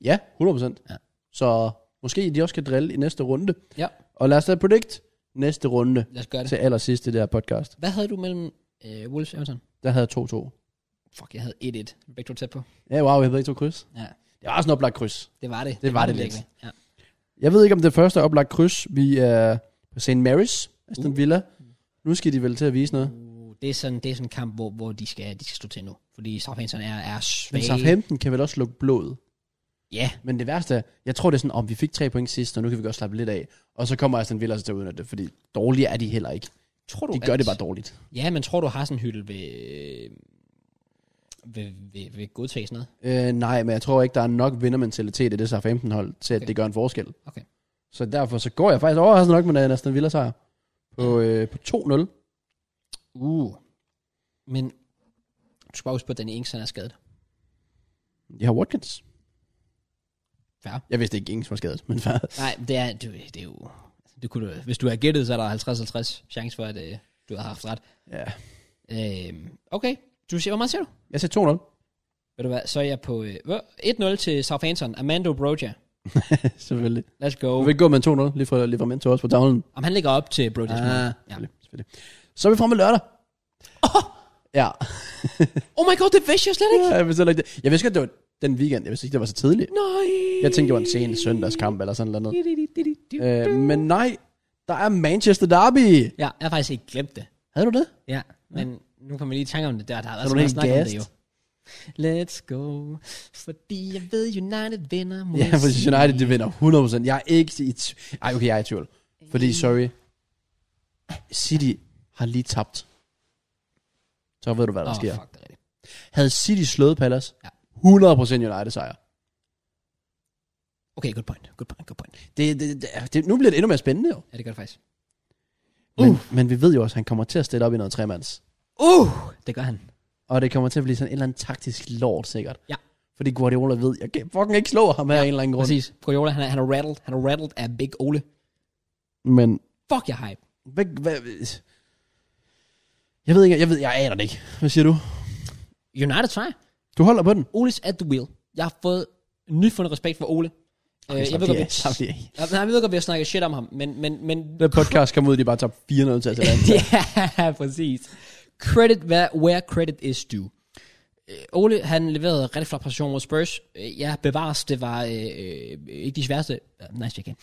[SPEAKER 2] Ja, 100%.
[SPEAKER 1] Ja.
[SPEAKER 2] Så måske de også kan drille i næste runde.
[SPEAKER 1] Ja,
[SPEAKER 2] Og lad os da predict næste runde
[SPEAKER 1] lad os gøre det.
[SPEAKER 2] til allersidst i det her podcast.
[SPEAKER 1] Hvad havde du mellem øh, Wolves og Everton?
[SPEAKER 2] Der havde jeg 2-2.
[SPEAKER 1] Fuck, jeg havde 1-1. Begge to tæt på.
[SPEAKER 2] Ja, wow, jeg havde ikke to kryds.
[SPEAKER 1] Ja,
[SPEAKER 2] Det var også en oplagt kryds.
[SPEAKER 1] det var det.
[SPEAKER 2] Det var det
[SPEAKER 1] virkelig. Ja.
[SPEAKER 2] Jeg ved ikke, om det første er oplagt kryds. Vi er på St. Mary's, Aston Villa. Nu skal de vel til at vise noget.
[SPEAKER 1] Uh, det, er sådan, det er sådan en kamp, hvor, hvor de, skal, de skal stå til nu. Fordi Southampton er, er
[SPEAKER 2] Men
[SPEAKER 1] svage.
[SPEAKER 2] Southampton kan vel også lukke blod.
[SPEAKER 1] Ja,
[SPEAKER 2] Men det værste er, jeg tror det er sådan, om vi fik tre point sidst, og nu kan vi godt slappe lidt af. Og så kommer Aston Villa så til at udnytte det, fordi dårlige er de heller ikke.
[SPEAKER 1] tror du,
[SPEAKER 2] De gør
[SPEAKER 1] at-
[SPEAKER 2] det bare dårligt.
[SPEAKER 1] Ja, men tror du, Hassenhyttel vil, vil, vil, vil godtage sådan noget?
[SPEAKER 2] Øh, nej, men jeg tror ikke, der er nok vindermentalitet i det Southampton-hold, til at okay. det gør en forskel.
[SPEAKER 1] Okay.
[SPEAKER 2] Så derfor så går jeg faktisk overraskende nok med en Aston Villa sejr på, øh, på 2-0.
[SPEAKER 1] Uh. Men du skal bare huske på, at Danny Ings han er skadet.
[SPEAKER 2] De har Watkins.
[SPEAKER 1] Fair.
[SPEAKER 2] Jeg vidste ikke, ingen var skadet, men fair.
[SPEAKER 1] Nej, det er, det, det er jo... altså, Det kunne du, hvis du har gættet, så er der 50-50 chance for, at øh, du har haft ret.
[SPEAKER 2] Ja.
[SPEAKER 1] Øh, okay, du siger, hvor meget siger du?
[SPEAKER 2] Jeg siger 2-0.
[SPEAKER 1] Ved du hvad, så er jeg på øh, hvad? 1-0 til Southampton. Amando Broja.
[SPEAKER 2] Selvfølgelig.
[SPEAKER 1] Let's
[SPEAKER 2] Du
[SPEAKER 1] go.
[SPEAKER 2] vil gå med en 2-0, lige fra Livermore til os på tavlen.
[SPEAKER 1] Om han ligger op til Broja.
[SPEAKER 2] Ah,
[SPEAKER 1] Ah. Ja.
[SPEAKER 2] selvfølgelig, selvfølgelig. Så er vi fremme lørdag. Ja.
[SPEAKER 1] Oh my god, det vidste jeg slet ikke.
[SPEAKER 2] Ja, jeg vidste heller ikke det. Jeg vidste godt, det var den weekend. Jeg vidste ikke, det var så tidligt.
[SPEAKER 1] Nej.
[SPEAKER 2] Jeg tænkte, det var en sen søndagskamp eller sådan noget. Øh, men nej, der er Manchester Derby.
[SPEAKER 1] Ja, jeg har faktisk ikke glemt det.
[SPEAKER 2] Havde du det?
[SPEAKER 1] Ja, men nu kommer jeg lige i tanke om det der. Der har været
[SPEAKER 2] du
[SPEAKER 1] så meget
[SPEAKER 2] helt
[SPEAKER 1] snak om det
[SPEAKER 2] gassed?
[SPEAKER 1] jo. Let's go. Fordi jeg ved, United vinder mod
[SPEAKER 2] Ja, for United, de vinder 100%. Jeg er ikke i tvivl. Ej, okay, jeg er i tvivl.
[SPEAKER 1] Øh.
[SPEAKER 2] Fordi, sorry, City har lige tabt. Så ved du, hvad der
[SPEAKER 1] Åh,
[SPEAKER 2] oh, sker.
[SPEAKER 1] fuck, det er rigtigt.
[SPEAKER 2] Havde City slået Palace,
[SPEAKER 1] Ja.
[SPEAKER 2] 100% United sejr.
[SPEAKER 1] Okay, good point. Good point, good point.
[SPEAKER 2] Det, det, det, det, nu bliver det endnu mere spændende jo.
[SPEAKER 1] Ja, det gør det faktisk.
[SPEAKER 2] Men, uh. men vi ved jo også, at han kommer til at stille op i noget tremands.
[SPEAKER 1] Uh! Det gør han.
[SPEAKER 2] Og det kommer til at blive sådan en eller anden taktisk lort, sikkert.
[SPEAKER 1] Ja.
[SPEAKER 2] Fordi Guardiola ved, jeg kan fucking ikke slå ham her ja, en eller anden grund.
[SPEAKER 1] Præcis. Guardiola, han er, han er rattled. Han er rattled af Big Ole.
[SPEAKER 2] Men
[SPEAKER 1] Fuck, jeg er hype.
[SPEAKER 2] Hvad, hvad, jeg ved ikke, jeg ved, jeg aner det ikke. Hvad siger du?
[SPEAKER 1] United try.
[SPEAKER 2] Du holder på den?
[SPEAKER 1] Ole's at the wheel. Jeg har fået nyfundet respekt for Ole. Øh, jeg, ved godt, vi,
[SPEAKER 2] godt,
[SPEAKER 1] Ja, nej, jeg ved godt, vi har snakket shit om ham, men, men, men
[SPEAKER 2] Den podcast kom ud, de bare tager 400 til at tage
[SPEAKER 1] ja, præcis. Credit where, where credit is due. Øh, Ole, han leverede rigtig flot præstation mod Spurs. Øh, Ja, bevares, det var øh, øh, ikke de sværeste... øh, Nej, jeg kan.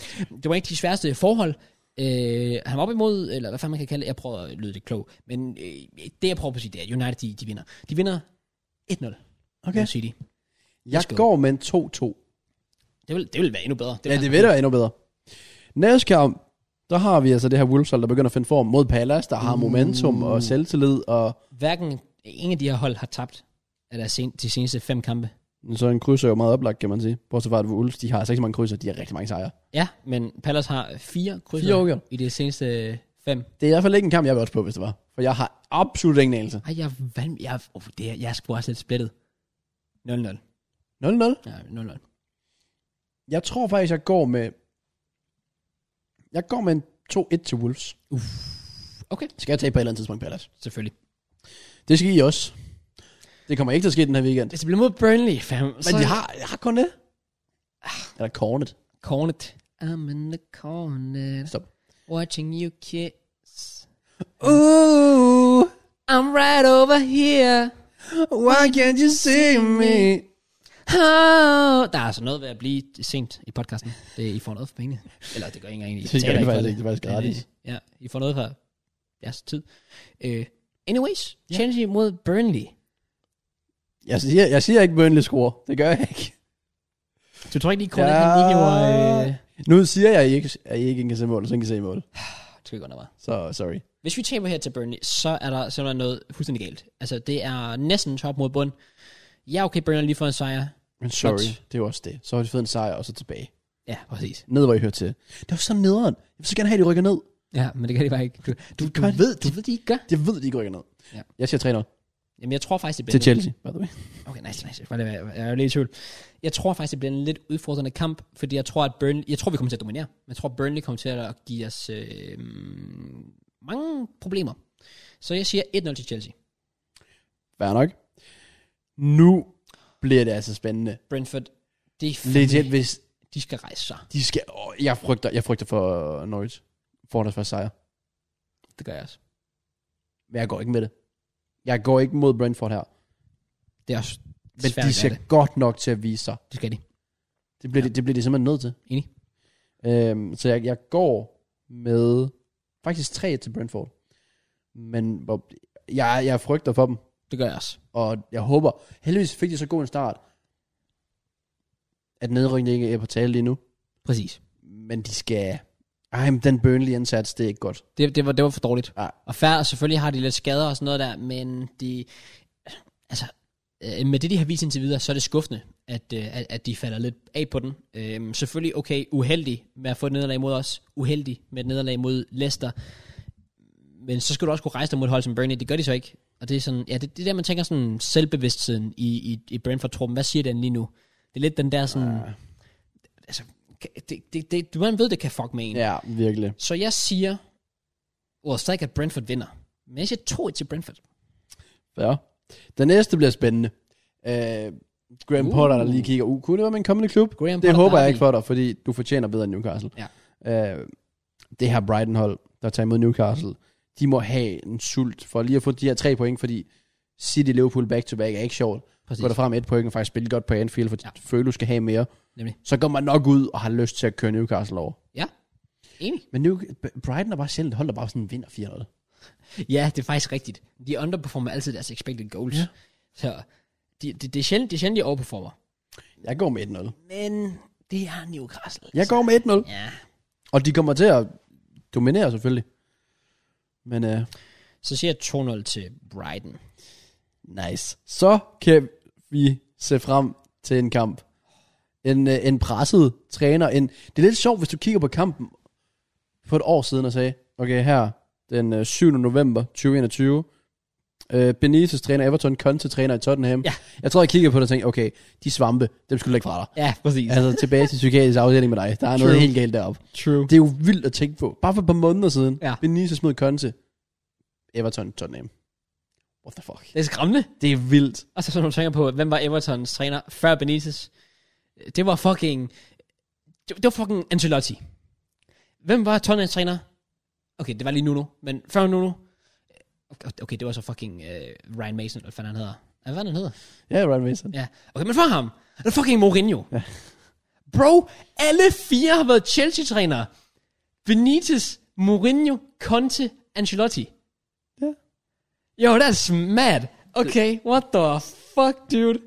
[SPEAKER 1] Det var ikke de sværeste forhold. Øh, han var op imod, eller hvad fanden man kan kalde det. Jeg prøver at lyde lidt klog. Men øh, det, jeg prøver på at sige, det er, at United, de, de vinder. De vinder 1-0.
[SPEAKER 2] Okay.
[SPEAKER 1] mod City.
[SPEAKER 2] Jeg
[SPEAKER 1] Let's go.
[SPEAKER 2] går med en 2-2.
[SPEAKER 1] Det vil, det vil være endnu bedre.
[SPEAKER 2] Ja,
[SPEAKER 1] vil
[SPEAKER 2] det
[SPEAKER 1] jeg-
[SPEAKER 2] ved du endnu bedre. Næste kamp, der har vi altså det her Wolves, hold, der begynder at finde form mod Palace, der har
[SPEAKER 1] Mm.
[SPEAKER 2] momentum og selvtillid, og
[SPEAKER 1] Hverken ingen af de her hold har tabt af deres sen, de seneste fem kampe.
[SPEAKER 2] så en kryds er jo meget oplagt, kan man sige. Bortset fra, at Wolves, de har altså ikke så mange krydser, de har rigtig mange sejre.
[SPEAKER 1] Ja, men Palace har fire krydser
[SPEAKER 2] Fire uger.
[SPEAKER 1] i de seneste fem.
[SPEAKER 2] Det er i hvert fald ikke en kamp, jeg vil også på, hvis det var. For jeg har absolut ingen anelse.
[SPEAKER 1] Ej, jeg, er vanv- jeg, oh, det er, jeg er sgu også lidt splittet. 0-0.
[SPEAKER 2] 0-0.
[SPEAKER 1] Ja, 0-0.
[SPEAKER 2] Jeg tror faktisk, jeg går med... Jeg går med en 2-1 til Wolves.
[SPEAKER 1] Okay,
[SPEAKER 2] Skal jeg tage på et eller andet tidspunkt, Palace?
[SPEAKER 1] selvfølgelig.
[SPEAKER 2] Det skal I også. Det kommer ikke til at ske den her weekend.
[SPEAKER 1] Hvis det bliver mod Burnley, fam,
[SPEAKER 2] Men jeg har, jeg har kun det. Eller cornet.
[SPEAKER 1] Cornet. I'm in the corner.
[SPEAKER 2] Stop.
[SPEAKER 1] Watching you kiss.
[SPEAKER 2] Ooh,
[SPEAKER 1] I'm right over here.
[SPEAKER 2] why can't you see me?
[SPEAKER 1] Oh. Der er altså noget ved at blive sent i podcasten. Det, I får noget for pengene. Eller det gør ingen egentlig. I
[SPEAKER 2] Det gør
[SPEAKER 1] betaler
[SPEAKER 2] I
[SPEAKER 1] ikke for
[SPEAKER 2] faktisk ikke. Det er faktisk
[SPEAKER 1] Men, øh,
[SPEAKER 2] gratis.
[SPEAKER 1] Ja, I får noget for jeres tid. Uh, anyways, Chelsea mod Burnley.
[SPEAKER 2] Jeg siger, jeg siger ikke Burnley score. Det gør jeg ikke.
[SPEAKER 1] Du tror ikke lige, Cornet ja. han lige gjorde... Øh,
[SPEAKER 2] Nu siger jeg, at I ikke, at I ikke kan se mål, så I kan se mål.
[SPEAKER 1] skal vi godt nok være.
[SPEAKER 2] Så sorry.
[SPEAKER 1] Hvis vi taber her til Burnley, så er der simpelthen noget fuldstændig galt. Altså, det er næsten top mod bund. Ja, okay, Burnley lige får en sejr.
[SPEAKER 2] Men sorry, det er jo også det. Så har de fået en sejr, og så tilbage.
[SPEAKER 1] Ja, præcis.
[SPEAKER 2] Ned, hvor I hører til. Det er jo så nederen. Jeg vil så gerne have, at de rykker ned.
[SPEAKER 1] Ja, men det kan de bare ikke. Du, du,
[SPEAKER 2] De
[SPEAKER 1] du
[SPEAKER 2] gør det.
[SPEAKER 1] ved, du ved, de ikke gør.
[SPEAKER 2] Jeg ved, at de ikke rykker ned.
[SPEAKER 1] Ja.
[SPEAKER 2] Jeg siger 3-0
[SPEAKER 1] Jamen, jeg tror faktisk, det bliver...
[SPEAKER 2] til Chelsea, by the way.
[SPEAKER 1] Okay, nice, nice. Var det- Jeg er jo lidt i tvivl. Jeg tror faktisk, det bliver en lidt udfordrende kamp, fordi jeg tror, at Burnley... Jeg tror, vi kommer til at dominere. Men jeg tror, Burnley kommer til at give os øh, mange problemer. Så jeg siger 1-0 til Chelsea.
[SPEAKER 2] Fair nok. Nu bliver det altså spændende.
[SPEAKER 1] Brentford, det er
[SPEAKER 2] Legit,
[SPEAKER 1] fandme,
[SPEAKER 2] hvis
[SPEAKER 1] de skal rejse sig.
[SPEAKER 2] de skal... Åh, jeg, frygter, jeg frygter for Norwich. For deres første sejr.
[SPEAKER 1] Det gør jeg også.
[SPEAKER 2] Men jeg går ikke med det. Jeg går ikke mod Brentford her.
[SPEAKER 1] Det er også
[SPEAKER 2] Men
[SPEAKER 1] svært
[SPEAKER 2] de
[SPEAKER 1] at gøre
[SPEAKER 2] skal
[SPEAKER 1] det.
[SPEAKER 2] godt nok til at vise sig.
[SPEAKER 1] det skal de.
[SPEAKER 2] Det bliver, ja. de, det bliver de simpelthen nødt til.
[SPEAKER 1] Enig.
[SPEAKER 2] Øhm, så jeg, jeg går med faktisk 3 til Brentford. Men hvor- jeg, jeg frygter for dem,
[SPEAKER 1] Det gør jeg også.
[SPEAKER 2] og jeg håber, heldigvis fik de så god en start, at nedrykningen ikke er på tale lige nu.
[SPEAKER 1] Præcis.
[SPEAKER 2] Men de skal... Ej, men den Burnley indsats, det er ikke godt.
[SPEAKER 1] Det, det, var, det var for dårligt.
[SPEAKER 2] Ja.
[SPEAKER 1] Og færre, selvfølgelig har de lidt skader og sådan noget der, men de, altså, øh, med det, de har vist indtil videre, så er det skuffende, at, øh, at, at de falder lidt af på den. Øhm, selvfølgelig, okay, uheldig med at få et nederlag mod os, uheldig med et nederlag mod Leicester, men så skal du også kunne rejse dig mod et hold som Burnley, det gør de så ikke. Og det er sådan, ja, det, det er der, man tænker sådan selvbevidstheden i, i, i Brentford-truppen. Hvad siger den lige nu? Det er lidt den der sådan,
[SPEAKER 2] Ja.
[SPEAKER 1] altså, kan- det, det, det, du man ved, det kan fuck med en.
[SPEAKER 2] Ja, virkelig.
[SPEAKER 1] Så jeg siger, well, stadig at Brentford vinder. Men jeg siger 2-1 til Brentford.
[SPEAKER 2] Ja. Den næste bliver spændende. Øh, Graham
[SPEAKER 1] Uh.
[SPEAKER 2] uh. Potter, der lige kigger, uh, kunne det være min kommende klub?
[SPEAKER 1] Graham
[SPEAKER 2] Det
[SPEAKER 1] Potter
[SPEAKER 2] håber jeg
[SPEAKER 1] Derby.
[SPEAKER 2] ikke for dig, fordi du fortjener bedre end Newcastle. Ja. Øh, det her Brighton-hold, der tager imod Newcastle, de må have en sult for lige at få de her tre point, fordi City Liverpool back-to-back er ikke sjovt.
[SPEAKER 1] Præcis.
[SPEAKER 2] Går der frem med et point og faktisk spille godt på Anfield, for
[SPEAKER 1] Ja.
[SPEAKER 2] ja. føler, du skal have mere.
[SPEAKER 1] Nemlig.
[SPEAKER 2] Så går man nok ud og har lyst til at køre Newcastle over.
[SPEAKER 1] Enig.
[SPEAKER 2] Men New- B- Brighton er bare sjældent et hold, der bare sådan vinder 4-0.
[SPEAKER 1] Ja, det er faktisk rigtigt. De underperformer altid deres expected goals. Ja.
[SPEAKER 2] Ja.
[SPEAKER 1] Så de, de, det, er sjældent, det er sjældent, de overperformer.
[SPEAKER 2] Jeg går med 1-0.
[SPEAKER 1] Men det er Newcastle. altså.
[SPEAKER 2] Jeg går med 1-0.
[SPEAKER 1] Ja.
[SPEAKER 2] Og de kommer til at dominere selvfølgelig. Men øh,
[SPEAKER 1] Så siger jeg 2-0 til Brighton.
[SPEAKER 2] nice. Så kan vi se frem til en kamp. En, øh, en presset træner. En, det er lidt sjovt, hvis du kigger på kampen for et år siden og sagde, okay her, den øh, 7. november 2021, øh, Benitez træner Everton, Conte træner i Tottenham.
[SPEAKER 1] Ja.
[SPEAKER 2] Jeg tror, jeg kiggede på det og tænkte, okay, de svampe, dem skulle du lægge fra dig.
[SPEAKER 1] Ja, præcis. Ja.
[SPEAKER 2] Altså tilbage til psykiatrisk afdeling med dig. Der er noget
[SPEAKER 1] True.
[SPEAKER 2] helt galt deroppe.
[SPEAKER 1] True.
[SPEAKER 2] Det er jo vildt at tænke på. Bare for et par måneder siden,
[SPEAKER 1] Ja.
[SPEAKER 2] ja. Benitez mod Conte, Everton, Tottenham. What the fuck?
[SPEAKER 1] Det er skræmmende.
[SPEAKER 2] Det er vildt.
[SPEAKER 1] Og så så nogle tænker på, hvem var Evertons træner før Benitez? Det var fucking... Det det var fucking Ancelotti. Hvem var Tottenhams træner? Okay, det var lige Nuno, men før Nuno... Okay, okay, det var så fucking uh, Ryan Mason, eller hvad fanden han hedder. Ja, Hvad fanden han hedder?
[SPEAKER 2] Ja, Ryan Mason.
[SPEAKER 1] Ja. Okay, men før ham, det var fucking Mourinho. Ja. Bro, alle fire har været Chelsea-trænere. Benitez, Mourinho, Conte, Ancelotti.
[SPEAKER 2] Ja.
[SPEAKER 1] Jo, that's mad. Okay, what the fuck, dude?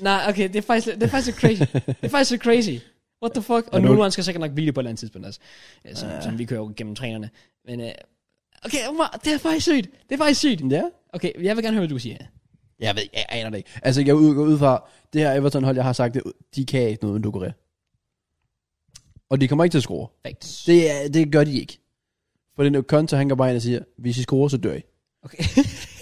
[SPEAKER 1] Nej, okay, det er faktisk, det er faktisk lidt crazy. det er faktisk lidt crazy. What the fuck? Og
[SPEAKER 2] Er du-
[SPEAKER 1] nu han skal sikkert nok blive det på et eller andet tidspunkt også. Øh, Som, som vi kører jo gennem trænerne. Men øh, okay, hvor- det er faktisk sygt. Det er faktisk sygt.
[SPEAKER 2] Ja.
[SPEAKER 1] Okay, jeg vil gerne høre, hvad du siger.
[SPEAKER 2] Jeg ved, jeg aner det ikke. Altså, jeg ud- går ud fra, det her Everton-hold, jeg har sagt, det, de kan ikke noget uden Ducoré. Og de kommer ikke til at score.
[SPEAKER 1] Facts.
[SPEAKER 2] Det, er- det gør de ikke. For den Conte, han går bare ind og siger, hvis I scorer, så dør I.
[SPEAKER 1] Okay.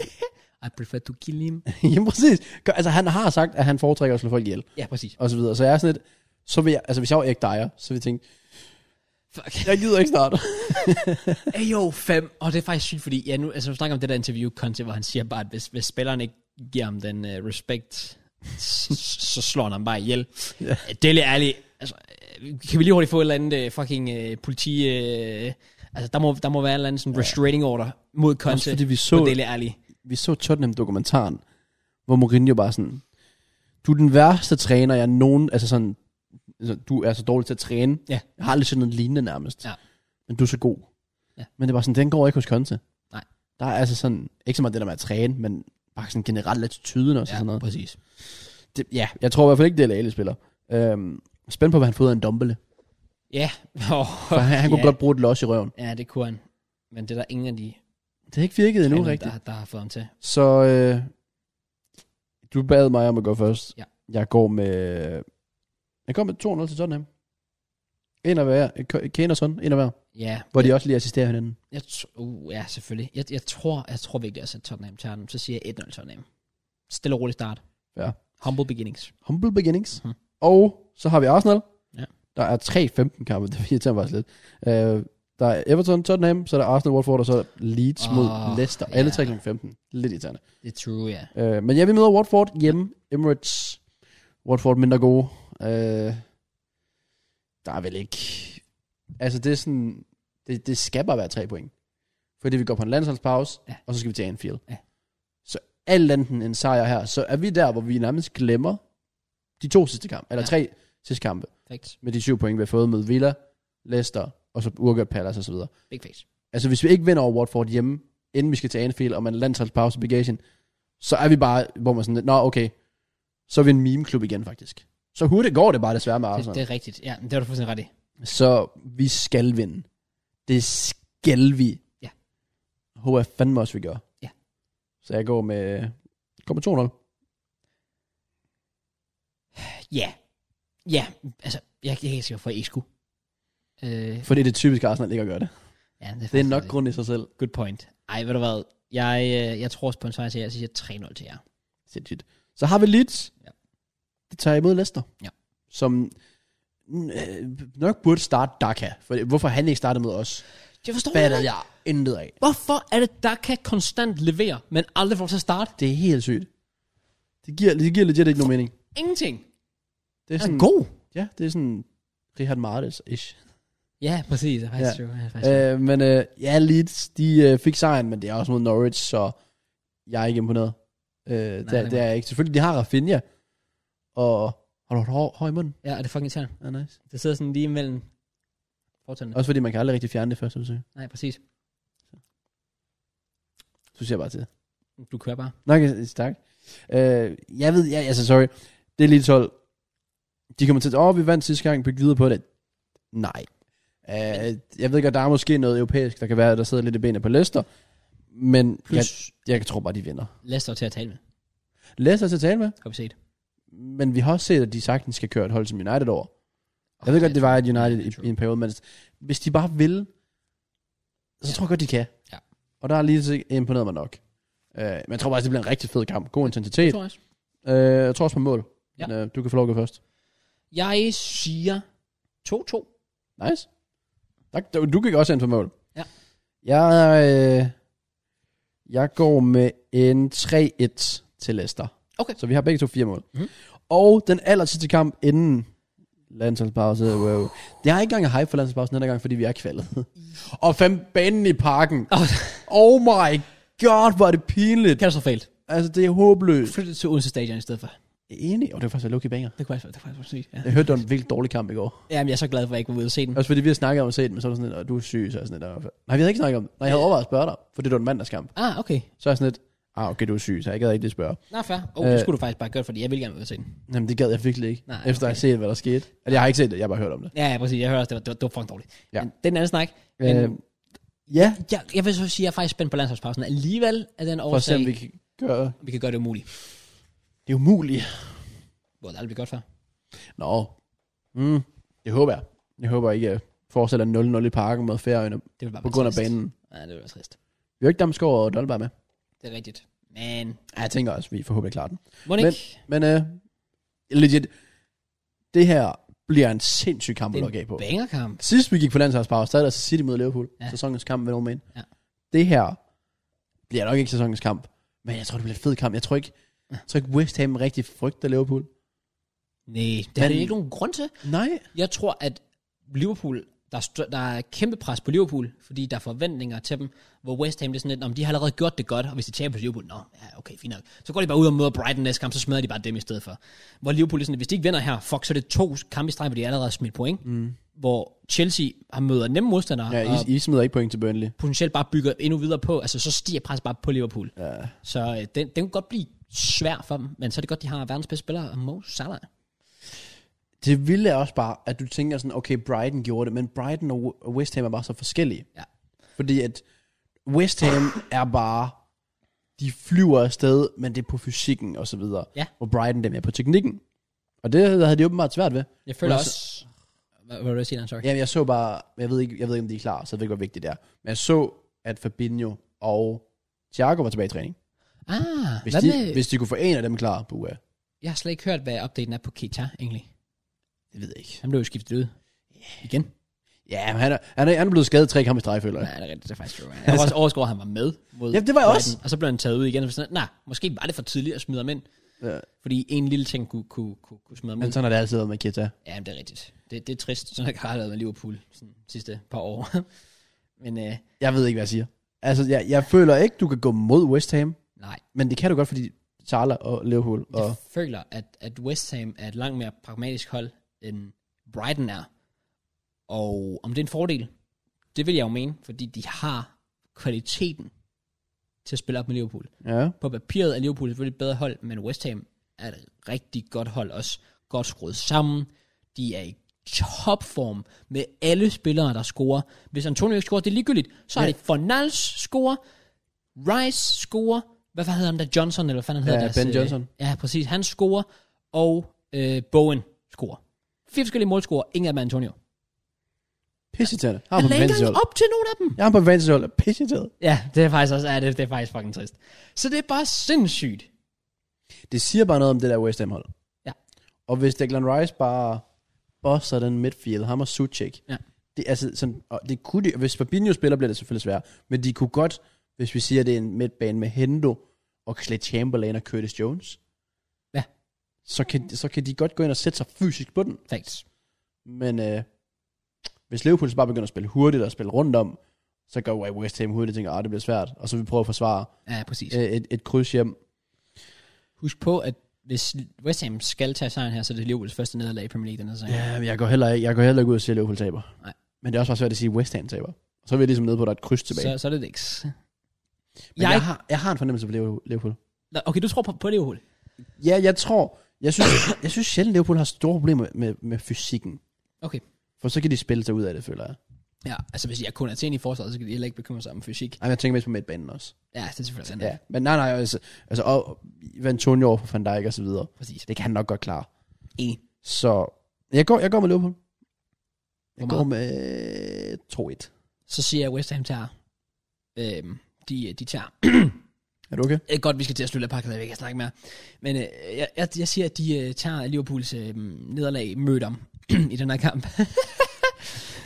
[SPEAKER 1] I prefer to kill him.
[SPEAKER 2] Jamen præcis. Gør- Altså, han har sagt, at han foretrækker at slå folk ihjel.
[SPEAKER 1] Ja, præcis.
[SPEAKER 2] Og så videre. Så jeg er sådan lidt, så vil jeg, altså hvis jeg var Erik Dyer, så ville jeg tænke,
[SPEAKER 1] Fuck.
[SPEAKER 2] jeg gider ikke starte.
[SPEAKER 1] Ayo, fem. Og det er faktisk sygt, fordi ja, nu, altså, vi snakker om det der interview, Conte, hvor han siger bare, at hvis, hvis spilleren ikke giver ham den uh, respekt, s- s- så slår han ham bare ihjel. Øh,
[SPEAKER 2] Ja.
[SPEAKER 1] Det er lidt ærligt. Altså, øh, kan vi lige hurtigt få et eller andet uh, fucking uh, politi... Uh, altså, der må, der må være en eller anden sådan restraining order mod
[SPEAKER 2] Også
[SPEAKER 1] Conte.
[SPEAKER 2] fordi vi
[SPEAKER 1] Så...
[SPEAKER 2] så,
[SPEAKER 1] Det er lidt ærligt.
[SPEAKER 2] vi så Tottenham-dokumentaren, hvor Mourinho bare sådan, du er den værste træner, jeg nogen, altså sådan, altså, du er så dårlig til at træne.
[SPEAKER 1] Ja.
[SPEAKER 2] Jeg har aldrig set noget lignende nærmest.
[SPEAKER 1] Ja.
[SPEAKER 2] Men du er så god.
[SPEAKER 1] Ja.
[SPEAKER 2] Men det var sådan, den går ikke hos Conte.
[SPEAKER 1] Nej.
[SPEAKER 2] Der er altså sådan, ikke så meget det der med at træne, men bare sådan generelt attituden og ja. sådan noget.
[SPEAKER 1] præcis.
[SPEAKER 2] Det, ja, jeg tror i hvert fald ikke, det er Lale spiller. Øhm, spændt på, hvad han får ud af en dumbbell.
[SPEAKER 1] Ja.
[SPEAKER 2] For han, han kunne
[SPEAKER 1] ja.
[SPEAKER 2] blot bruge et los i røven.
[SPEAKER 1] Ja, det kunne han. Men det er der ingen af de
[SPEAKER 2] Det har ikke virket endnu
[SPEAKER 1] kvinder,
[SPEAKER 2] rigtigt.
[SPEAKER 1] der, der har fået ham til.
[SPEAKER 2] Så øh, du bad mig om at gå først.
[SPEAKER 1] Ja.
[SPEAKER 2] Jeg går med... Jeg går med 2-0 til Tottenham. En af hver. Kane og sådan. En af hver.
[SPEAKER 1] Ja,
[SPEAKER 2] Hvor de også lige assisterer hinanden.
[SPEAKER 1] jeg tr- uh, ja selvfølgelig. Jeg, jeg, tror, jeg tror virkelig også, at Tottenham tager den. Så siger jeg 1-0 Tottenham. Stille og rolig start.
[SPEAKER 2] Ja.
[SPEAKER 1] Humble beginnings.
[SPEAKER 2] Humble beginnings.
[SPEAKER 1] Mhm.
[SPEAKER 2] Mm-hmm. Og så har vi Arsenal.
[SPEAKER 1] Ja.
[SPEAKER 2] Der er 3-15 kampe. Det irriterer mig også lidt. Øh, der er Everton, Tottenham, så er der Arsenal, Watford, og så er der Leeds oh,
[SPEAKER 1] Åh,
[SPEAKER 2] mod Leicester. Alle
[SPEAKER 1] Ah, ja.
[SPEAKER 2] 3 klokken 15. Lidt irriterende.
[SPEAKER 1] Det er true, ja.
[SPEAKER 2] Øh, men ja, vi møder Watford hjemme. Emirates. Watford mindre gode. Øh, der er vel ikke... Altså, det er sådan... Det, det skal bare være tre point. Fordi vi går på en landsholdspause,
[SPEAKER 1] Ja.
[SPEAKER 2] ja. og så skal vi til Anfield.
[SPEAKER 1] Ja.
[SPEAKER 2] Så alt andet end en sejr her, så er vi der, hvor vi nærmest glemmer de to sidste kampe, eller
[SPEAKER 1] Ja.
[SPEAKER 2] ja. tre sidste kampe,
[SPEAKER 1] Facts.
[SPEAKER 2] med de syv point, vi har fået mod Villa, Leicester, og så Urgert Palace osv.
[SPEAKER 1] Big facts.
[SPEAKER 2] Altså, hvis vi ikke vinder over Watford hjemme, inden vi skal til Anfield, og man landsholdspause i bagagen, så er vi bare, hvor man sådan lidt, nå, okay, så er vi en meme-klub igen, faktisk. Så hurtigt går det bare desværre med
[SPEAKER 1] Det,
[SPEAKER 2] Arsenal.
[SPEAKER 1] det, er rigtigt. Ja, det har du fuldstændig ret i.
[SPEAKER 2] Så vi skal vinde. Det skal vi.
[SPEAKER 1] Ja.
[SPEAKER 2] Håber jeg fandme også, vi gør.
[SPEAKER 1] Ja.
[SPEAKER 2] Så jeg går med, går med 2-0.
[SPEAKER 1] Ja. Ja, altså, jeg, jeg kan ikke sige, hvorfor jeg ikke skulle. Øh,
[SPEAKER 2] Fordi det er typisk Arsenal ikke at gøre det.
[SPEAKER 1] ja,
[SPEAKER 2] Det er
[SPEAKER 1] faktisk
[SPEAKER 2] nok
[SPEAKER 1] rigtigt.
[SPEAKER 2] grund i sig selv.
[SPEAKER 1] Good point. Ej, ved du hvad? Jeg, øh, jeg tror også på en sejr, så jeg siger 3-0 til jer.
[SPEAKER 2] Sindssygt. Så har vi Leeds.
[SPEAKER 1] Ja.
[SPEAKER 2] Det tager imod Leicester.
[SPEAKER 1] Ja.
[SPEAKER 2] Som n- øh, nok burde starte Daka. For, hvorfor han ikke startede med os,
[SPEAKER 1] Jeg forstår
[SPEAKER 2] fattede jeg intet af.
[SPEAKER 1] Hvorfor er det, der kan konstant levere, men aldrig får til at starte?
[SPEAKER 2] Det er helt sygt. Det giver, det giver legit ikke nogen mening.
[SPEAKER 1] Ingenting. Altså,
[SPEAKER 2] Det er
[SPEAKER 1] Han
[SPEAKER 2] sådan,
[SPEAKER 1] er god.
[SPEAKER 2] Ja, det er sådan Richard Martes-ish.
[SPEAKER 1] Ja, præcis. Det er faktisk ja. true. Det er faktisk true.
[SPEAKER 2] Øh, men øh, ja, Leeds, de øh, fik sejren, men det er også mod Norwich, så jeg er ikke imponeret. Øh, det,
[SPEAKER 1] det er
[SPEAKER 2] er, det er jeg ikke. Selvfølgelig, de har Rafinha, og har du et hår, hår i munden?
[SPEAKER 1] ja, og det er fucking irriterende.
[SPEAKER 2] Ja, nice.
[SPEAKER 1] Det sidder sådan lige imellem fortændene.
[SPEAKER 2] Også fordi man kan aldrig rigtig fjerne det første forsøg.
[SPEAKER 1] Nej, præcis.
[SPEAKER 2] Du siger bare til.
[SPEAKER 1] Du kører bare.
[SPEAKER 2] Nok tak. Øh, jeg ved, jeg, altså sorry, det er lige 12. De kommer til at, åh, oh, vi vandt sidste gang, bygge videre på det. Nej. Øh, jeg ved godt, der er måske noget europæisk, der kan være, der sidder lidt i benene på Leicester. Men jeg,
[SPEAKER 1] Plus,
[SPEAKER 2] jeg tror bare, de vinder.
[SPEAKER 1] ja. Lester til at tale med.
[SPEAKER 2] Leicester er til at tale med,
[SPEAKER 1] Har vi set.
[SPEAKER 2] men vi har også set, at de sagtens skal køre et hold som United over. Jeg ved godt, det var et United i, i en periode, men hvis de bare vil, så
[SPEAKER 1] Ja.
[SPEAKER 2] tror jeg godt, de kan.
[SPEAKER 1] Ja.
[SPEAKER 2] Og der er lige så imponeret mig nok. Øh, men jeg tror bare, det bliver en rigtig fed kamp. God intensitet.
[SPEAKER 1] Jeg tror også.
[SPEAKER 2] Øh, jeg tror også på mål.
[SPEAKER 1] Ja.
[SPEAKER 2] Ja. Men, øh, du kan få lov at gå først.
[SPEAKER 1] Jeg siger 2-2.
[SPEAKER 2] Nice. Tak. Du, du gik også ind for mål.
[SPEAKER 1] Ja.
[SPEAKER 2] Jeg, øh, jeg går med en 3-1 til Leicester.
[SPEAKER 1] Okay.
[SPEAKER 2] Så vi har begge to fire mål.
[SPEAKER 1] Mhm.
[SPEAKER 2] Og den aller sidste kamp inden landsholdspause. øh, Wow. Det har ikke engang hype for landsholdspausen den her gang, fordi vi er kvaldet. Og fem banen i parken.
[SPEAKER 1] Oh,
[SPEAKER 2] Oh my god, hvor er det pinligt.
[SPEAKER 1] katastrofalt.
[SPEAKER 2] Altså, det er håbløst.
[SPEAKER 1] Flyttet til Odense Stadion i stedet for.
[SPEAKER 2] Enig. Og oh, det var faktisk en lucky banger.
[SPEAKER 1] Det kunne jeg, det kunne jeg faktisk sygt. Ja.
[SPEAKER 2] Jeg hørte, det var en virkelig dårlig kamp i går.
[SPEAKER 1] Jamen, jeg er så glad for, at jeg ikke var ude og se den.
[SPEAKER 2] Mm-hmm. Også fordi vi har snakket om at se den, men så var det sådan lidt, og du er syg, så er jeg sådan lidt, "Åh, nej, vi havde ikke snakket om det. Nej, jeg havde overvejet at spørge dig, for det var en mandagskamp.
[SPEAKER 1] Ah, okay.
[SPEAKER 2] Så er jeg sådan lidt, ah, okay, du er syg, så jeg gad ikke det spørge.
[SPEAKER 1] Nå, fair. Oh, det
[SPEAKER 2] Øh.
[SPEAKER 1] skulle du faktisk bare gøre, fordi jeg vil gerne ud og se den.
[SPEAKER 2] Jamen, det gad jeg virkelig ikke,
[SPEAKER 1] Nej,
[SPEAKER 2] nej, efter okay. jeg
[SPEAKER 1] okay.
[SPEAKER 2] har set, hvad der skete. Altså, jeg har ikke set det, jeg har bare hørt om det.
[SPEAKER 1] Ja, ja, præcis. Jeg hører også, det var, det var, det var fucking dårligt.
[SPEAKER 2] Ja.
[SPEAKER 1] Men det er en anden snak. Men
[SPEAKER 2] Øh, ja,
[SPEAKER 1] jeg, jeg vil så sige, at jeg er faktisk spændt på landsholdspausen. Alligevel er den
[SPEAKER 2] for at se,
[SPEAKER 1] årsag, vi...
[SPEAKER 2] om vi kan gøre
[SPEAKER 1] vi kan gøre det umuligt.
[SPEAKER 2] det umulige.
[SPEAKER 1] Hvor det aldrig bliver godt for.
[SPEAKER 2] Nå, mm, det håber jeg. Jeg håber ikke, at fortsætter 0-0 i parken mod færøerne
[SPEAKER 1] Det vil bare
[SPEAKER 2] på
[SPEAKER 1] være
[SPEAKER 2] grund af
[SPEAKER 1] trist.
[SPEAKER 2] banen.
[SPEAKER 1] Ja, det vil være trist.
[SPEAKER 2] Vi har ikke Damsgaard og Dolberg med.
[SPEAKER 1] Det er rigtigt. Men,
[SPEAKER 2] Ja, jeg tænker også, vi forhåbentlig klarer den.
[SPEAKER 1] Monik,
[SPEAKER 2] Men- Men øh, legit, det her bliver en sindssyg kamp
[SPEAKER 1] det
[SPEAKER 2] at
[SPEAKER 1] er
[SPEAKER 2] logge af på.
[SPEAKER 1] en bangerkamp.
[SPEAKER 2] Sidst vi gik på landsholdspause, der er der City mod Liverpool.
[SPEAKER 1] Ja.
[SPEAKER 2] Ja. Sæsonens kamp, vil nogen mene.
[SPEAKER 1] Ja.
[SPEAKER 2] Det her bliver nok ikke sæsonens kamp, men jeg tror, det bliver et fed kamp. Jeg tror ikke, jeg tror ikke West Ham rigtig frygter Liverpool.
[SPEAKER 1] Nej, det har
[SPEAKER 2] Men-
[SPEAKER 1] det ikke nogen grund til.
[SPEAKER 2] Nej.
[SPEAKER 1] Jeg tror, at Liverpool, der, er stø- der er kæmpe pres på Liverpool, fordi der er forventninger til dem, hvor West Ham det er sådan lidt, om de har allerede gjort det godt, og hvis de taber til Liverpool, nå, ja, okay, fint nok. Så går de bare ud og møder Brighton næste kamp, så smadrer de bare dem i stedet for. Hvor Liverpool er sådan, hvis de ikke vinder her, fuck, så er det to kampe i streg, hvor de allerede har smidt point. Mm. Hvor Chelsea har møder nemme modstandere,
[SPEAKER 2] Ja,
[SPEAKER 1] ja, og
[SPEAKER 2] I, I smider ikke point til Burnley.
[SPEAKER 1] potentielt bare bygger endnu videre på, altså så stiger presset bare på Liverpool. Ja. Så øh, den, den kan godt blive svær for dem, men så er det godt, de har verdens bedste spiller, Mo Salah.
[SPEAKER 2] Det vilde er også bare, at du tænker sådan, okay, Brighton gjorde det, men Brighton og og West Ham er bare så forskellige.
[SPEAKER 1] Ja.
[SPEAKER 2] Fordi at West Ham er bare, de flyver afsted, men det er på fysikken og så videre.
[SPEAKER 1] Ja.
[SPEAKER 2] Og Brighton dem er på teknikken. Og det havde de åbenbart svært ved.
[SPEAKER 1] Jeg føler
[SPEAKER 2] Men
[SPEAKER 1] også... Hvad, hvad vil du sige, Dan? Sorry.
[SPEAKER 2] Jamen, jeg så bare, jeg ved ikke, jeg ved ikke om de er klar, så jeg ved ikke, hvor vigtigt det er. Men jeg så, at Fabinho og Thiago var tilbage i træning.
[SPEAKER 1] Ah,
[SPEAKER 2] Hvis,
[SPEAKER 1] hvad
[SPEAKER 2] de,
[SPEAKER 1] med...
[SPEAKER 2] hvis de kunne få en af dem klar på UA.
[SPEAKER 1] Jeg har slet ikke hørt, hvad opdateringen er på Keita, egentlig.
[SPEAKER 2] Det ved jeg ikke.
[SPEAKER 1] Han blev jo skiftet ud. Igen.
[SPEAKER 2] Ja, men han er, han er, han er blevet skadet tre kampe i streg, føler jeg.
[SPEAKER 1] Nej, det er rigtigt. Det er faktisk true. Jeg var også overskåret, at han var med. Mod
[SPEAKER 2] Ja, det var jeg
[SPEAKER 1] Brighton, Og så blev han taget ud igen. Og sådan, nej, måske var det for tidligt at smide ham ind.
[SPEAKER 2] Ja.
[SPEAKER 1] Fordi en lille ting kunne, kunne, kunne, kunne smide ham
[SPEAKER 2] Men
[SPEAKER 1] ind.
[SPEAKER 2] sådan har det altid været med Kita.
[SPEAKER 1] Ja, men det er rigtigt. Det, det er trist. Sådan har jeg har det været med Liverpool sådan, de sidste par år. men øh,
[SPEAKER 2] Jeg ved ikke, hvad jeg siger. Altså, jeg, jeg føler ikke, du kan gå mod West Ham,
[SPEAKER 1] nej,
[SPEAKER 2] men det kan du godt, fordi Charla og Liverpool og...
[SPEAKER 1] jeg føler, at, at West Ham er et langt mere pragmatisk hold, end Brighton er. Og om det er en fordel, det vil jeg jo mene, fordi de har kvaliteten til at spille op med Liverpool.
[SPEAKER 2] Ja.
[SPEAKER 1] På papiret er Liverpool selvfølgelig et bedre hold, men West Ham er et rigtig godt hold også. Godt skruet sammen. De er i topform med alle spillere, der scorer. Hvis Antonio ikke scorer, det er ligegyldigt. Så er
[SPEAKER 2] Ja.
[SPEAKER 1] det Fornals scorer, Rice scorer, hvad fanden hedder han der, Johnson, eller hvad fanden han
[SPEAKER 2] Ja,
[SPEAKER 1] hedder deres,
[SPEAKER 2] Ben
[SPEAKER 1] øh,
[SPEAKER 2] Johnson.
[SPEAKER 1] Ja, præcis. Han scorer, og øh, Bowen scorer. Fire forskellige målscorer, ingen af dem er Antonio.
[SPEAKER 2] Pissetætte. Har
[SPEAKER 1] Han
[SPEAKER 2] ham på
[SPEAKER 1] lagde ikke engang
[SPEAKER 2] fantasyhold.
[SPEAKER 1] op til nogen af dem.
[SPEAKER 2] Jeg har ham på fantasyhold. Pissetætte.
[SPEAKER 1] Ja, det er faktisk også, ja, det, det er faktisk fucking trist. Så det er bare sindssygt.
[SPEAKER 2] Det siger bare noget om det der West Ham hold.
[SPEAKER 1] Ja.
[SPEAKER 2] Og hvis Declan Rice bare bosser den midfield, ham og Suchek.
[SPEAKER 1] Ja.
[SPEAKER 2] Det, altså, sådan, og det kunne de, og hvis Fabinho spiller, bliver det selvfølgelig svært. Men de kunne godt, hvis vi siger, at det er en midtbane med Hendo og Clay Chamberlain og Curtis Jones.
[SPEAKER 1] Ja.
[SPEAKER 2] Så kan, så kan de godt gå ind og sætte sig fysisk på den.
[SPEAKER 1] Facts.
[SPEAKER 2] Men øh, hvis Liverpool så bare begynder at spille hurtigt og spille rundt om, så går West Ham hurtigt og tænker, at det bliver svært. Og så vil vi prøve at forsvare
[SPEAKER 1] Ja, præcis.
[SPEAKER 2] øh, et, et kryds hjem.
[SPEAKER 1] Husk på, at hvis West Ham skal tage sejren her, så er det Liverpools første nederlag i Premier League den her sæson.
[SPEAKER 2] Ja, men jeg går heller ikke, jeg går heller ikke ud og siger, at Liverpool taber.
[SPEAKER 1] Nej.
[SPEAKER 2] Men det er også bare svært at sige, at West Ham taber. Så er vi ligesom nede på, at der er et kryds tilbage. Så,
[SPEAKER 1] så, så er det Dix.
[SPEAKER 2] Men jeg,
[SPEAKER 1] jeg-
[SPEAKER 2] jeg, har, jeg har en fornemmelse på Liverpool- Liverpool.
[SPEAKER 1] Nå, Okay, du tror på, på Liverpool?
[SPEAKER 2] Ja, jeg tror, jeg synes, jeg synes sjældent, Liverpool har store problemer med, med fysikken.
[SPEAKER 1] Okay.
[SPEAKER 2] For så kan de spille sig ud af det, føler jeg.
[SPEAKER 1] Ja, altså hvis jeg kun er til i forsvaret, så kan de heller ikke bekymre sig om fysik.
[SPEAKER 2] Ej, men jeg tænker mest på midtbanen også.
[SPEAKER 1] Ja, det er selvfølgelig sandt.
[SPEAKER 2] Ja, men nej, nej, altså, altså og, Antonio over for Van Dijk og så videre.
[SPEAKER 1] Præcis.
[SPEAKER 2] Det kan han nok godt klare.
[SPEAKER 1] Enig.
[SPEAKER 2] Så jeg går, jeg går med Liverpool. Jeg
[SPEAKER 1] Hvor
[SPEAKER 2] går med 2-1.
[SPEAKER 1] Så siger jeg, at West Ham tager. Øhm, de, de tager.
[SPEAKER 2] Er du okay?
[SPEAKER 1] Det er godt, vi skal til at slutte af pakket, jeg vil ikke snakke mere. Men øh, jeg, jeg, jeg siger, at de øh, tager Liverpools øh, nederlag mødt om i den her kamp.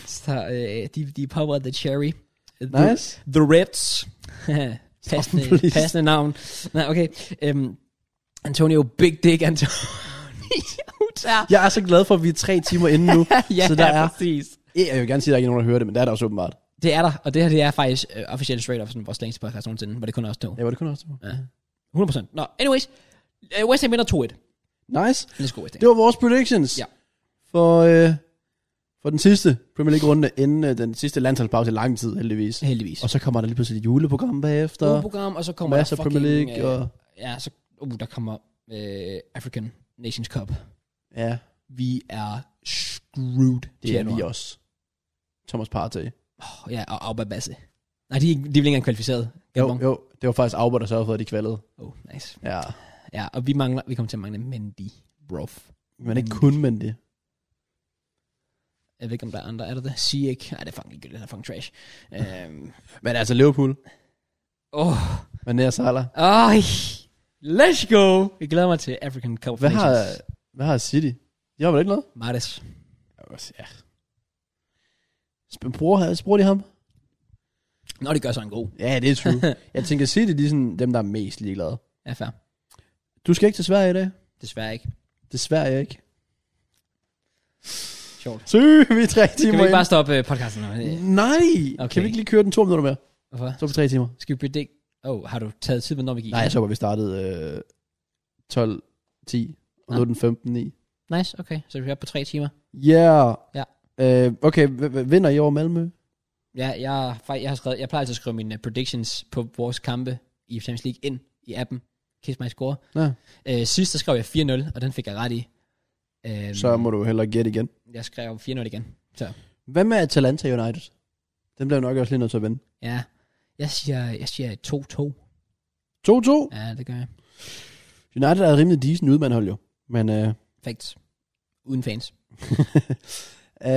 [SPEAKER 1] så øh, de, de popper the cherry. The-
[SPEAKER 2] Nice.
[SPEAKER 1] The Reds. passende,
[SPEAKER 2] please.
[SPEAKER 1] passende navn. Nej, okay. Um, Antonio Big Dick Antonio. ja,
[SPEAKER 2] Jeg er så glad for, at vi er tre timer inde nu.
[SPEAKER 1] ja,
[SPEAKER 2] så der er,
[SPEAKER 1] præcis.
[SPEAKER 2] jeg vil gerne sige, at der ikke er nogen, der hører det, men der er der også åbenbart.
[SPEAKER 1] Det er der, og det her det er faktisk øh, officielt straight up sådan vores længste podcast nogensinde, hvor det kun er os to.
[SPEAKER 2] Ja, var det kun også.
[SPEAKER 1] 100%. Nå, anyways. øh, West Ham vinder 2-1.
[SPEAKER 2] Nice.
[SPEAKER 1] Let's go, West Ham.
[SPEAKER 2] Det var vores predictions.
[SPEAKER 1] Ja.
[SPEAKER 2] For, øh, for den sidste Premier League-runde, inden øh, den sidste landsholdspause i lang tid, heldigvis.
[SPEAKER 1] Heldigvis.
[SPEAKER 2] Og så kommer der lige pludselig et juleprogram bagefter.
[SPEAKER 1] Og program, og så kommer
[SPEAKER 2] Masser
[SPEAKER 1] der
[SPEAKER 2] af
[SPEAKER 1] fucking...
[SPEAKER 2] Premier League.
[SPEAKER 1] øh,
[SPEAKER 2] Og,
[SPEAKER 1] Ja, så, uh, der kommer øh, African Nations Cup.
[SPEAKER 2] ja,
[SPEAKER 1] Vi er screwed.
[SPEAKER 2] det
[SPEAKER 1] til
[SPEAKER 2] er vi
[SPEAKER 1] januar.
[SPEAKER 2] også. Thomas Partey.
[SPEAKER 1] Åh, Ja, og Abba Basse. Nej, de, er ikke- de er vel ikke engang kvalificeret.
[SPEAKER 2] Jo, jo, det var faktisk Auber, der sørgede for, at de kvaldede.
[SPEAKER 1] Oh, nice.
[SPEAKER 2] Ja.
[SPEAKER 1] Ja, og vi mangler, vi kommer til at mangle Mendy. Brof.
[SPEAKER 2] Men ikke kun men det.
[SPEAKER 1] Jeg ved ikke, om der er andre. Er der det? Sige ikke. Nej, det er fucking ligegyldigt. Han er fucking trash. Øhm,
[SPEAKER 2] Men altså Liverpool.
[SPEAKER 1] Åh.
[SPEAKER 2] Men nær Salah.
[SPEAKER 1] Øj. Let's go. Jeg glæder mig til African Cup of
[SPEAKER 2] Hvad har,
[SPEAKER 1] Nations.
[SPEAKER 2] hvad har City? De har vel ikke noget?
[SPEAKER 1] Martes.
[SPEAKER 2] Ja. Sp- Bruger, bruger de ham?
[SPEAKER 1] Nå, det gør så en god.
[SPEAKER 2] Ja, det er true. jeg tænker City, de er sådan dem, der er mest ligeglade.
[SPEAKER 1] Ja, fair.
[SPEAKER 2] Du skal ikke til Sverige i dag?
[SPEAKER 1] Desværre ikke.
[SPEAKER 2] Desværre ikke.
[SPEAKER 1] Sjovt.
[SPEAKER 2] Sø, vi er tre timer
[SPEAKER 1] Kan vi ikke
[SPEAKER 2] ind.
[SPEAKER 1] bare stoppe øh, podcasten nu? Øh,
[SPEAKER 2] Nej!
[SPEAKER 1] Okay.
[SPEAKER 2] Okay. Kan vi ikke lige køre den to minutter mere?
[SPEAKER 1] Hvorfor?
[SPEAKER 2] Så er vi tre timer.
[SPEAKER 1] Skal vi predict? Åh, oh, har du taget tid, hvornår vi gik?
[SPEAKER 2] Nej, jeg så var vi startede øh, 12, 10, og nu er den 15, 9.
[SPEAKER 1] Nice, okay. Så er vi er oppe på tre timer.
[SPEAKER 2] Yeah.
[SPEAKER 1] Ja.
[SPEAKER 2] Øh, okay, h- h- vinder I over Malmø?
[SPEAKER 1] Ja, jeg, har fakt- jeg, har skrevet, jeg plejer altid at skrive mine øh, predictions på vores kampe i Champions League ind i appen. Kiss my score. Uh,
[SPEAKER 2] Ja.
[SPEAKER 1] Øh, sidst, der skrev jeg 4-0, og den fik jeg ret i. Øhm,
[SPEAKER 2] Så må du hellere gætte igen.
[SPEAKER 1] Jeg skrev 4-0 igen. Så,
[SPEAKER 2] Hvad med Atalanta United? Den bliver nok også lige nødt til at vinde.
[SPEAKER 1] ja. Jeg siger, jeg siger 2-2.
[SPEAKER 2] 2-2.
[SPEAKER 1] Ja, det gør jeg.
[SPEAKER 2] United er et rimelig decent udmandhold jo. Men øh,
[SPEAKER 1] Facts. Uden fans.
[SPEAKER 2] øh,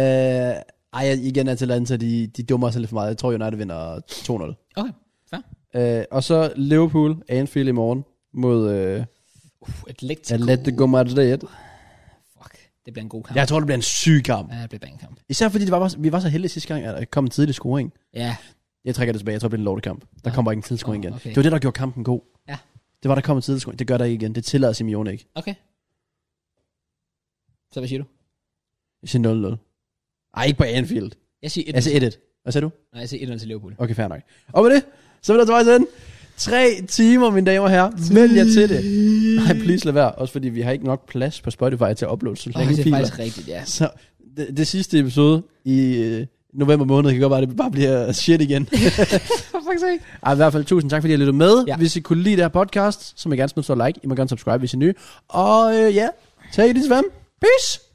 [SPEAKER 2] ej, igen Atalanta, de, de dummer sig lidt for meget. Jeg tror United vinder 2-0.
[SPEAKER 1] Okay.
[SPEAKER 2] Øh, og så Liverpool, Anfield i morgen mod øh,
[SPEAKER 1] Uh, Atletico.
[SPEAKER 2] Atletico Madrid.
[SPEAKER 1] Fuck. Det bliver en god kamp.
[SPEAKER 2] Jeg tror, det bliver en syg kamp.
[SPEAKER 1] Ja, det bliver bare en kamp.
[SPEAKER 2] Især fordi det var, vi var så heldige sidste gang, at der kom en tidlig scoring.
[SPEAKER 1] Ja,
[SPEAKER 2] Jeg trækker det tilbage. Jeg tror, det bliver en lortekamp. Der
[SPEAKER 1] Ja.
[SPEAKER 2] kommer ikke en tidlig scoring
[SPEAKER 1] Åh,
[SPEAKER 2] igen.
[SPEAKER 1] okay.
[SPEAKER 2] Det var det, der gjorde kampen god.
[SPEAKER 1] Ja.
[SPEAKER 2] Det var, der kom en tidlig scoring. Det gør der ikke igen. Det tillader Simeone ikke.
[SPEAKER 1] okay. Så hvad siger du?
[SPEAKER 2] Jeg siger 0-0. Ej, ikke på Anfield.
[SPEAKER 1] Jeg siger 1-0.
[SPEAKER 2] Jeg siger 1-1. Hvad sagde du?
[SPEAKER 1] Nej, jeg siger 1-0 til Liverpool.
[SPEAKER 2] Okay, fair nok. Og med det, så vil der tilbage til den. Tre timer, mine damer og herrer. Vælg jer til det. Nej, please lad være. Også fordi vi har ikke nok plads på Spotify til at uploade så
[SPEAKER 1] Åh,
[SPEAKER 2] længe
[SPEAKER 1] det er
[SPEAKER 2] filer.
[SPEAKER 1] faktisk rigtigt, ja.
[SPEAKER 2] Så det, det sidste episode i øh, november måned kan godt være, at det bare bliver shit igen.
[SPEAKER 1] For fuck's sake.
[SPEAKER 2] Ej, i hvert fald tusind tak, fordi I lyttede med.
[SPEAKER 1] Ja.
[SPEAKER 2] Ja. Hvis I kunne lide det her podcast, så må I gerne smide så like. I må gerne subscribe, hvis I er nye. Og øh, ja, tag i det til Peace!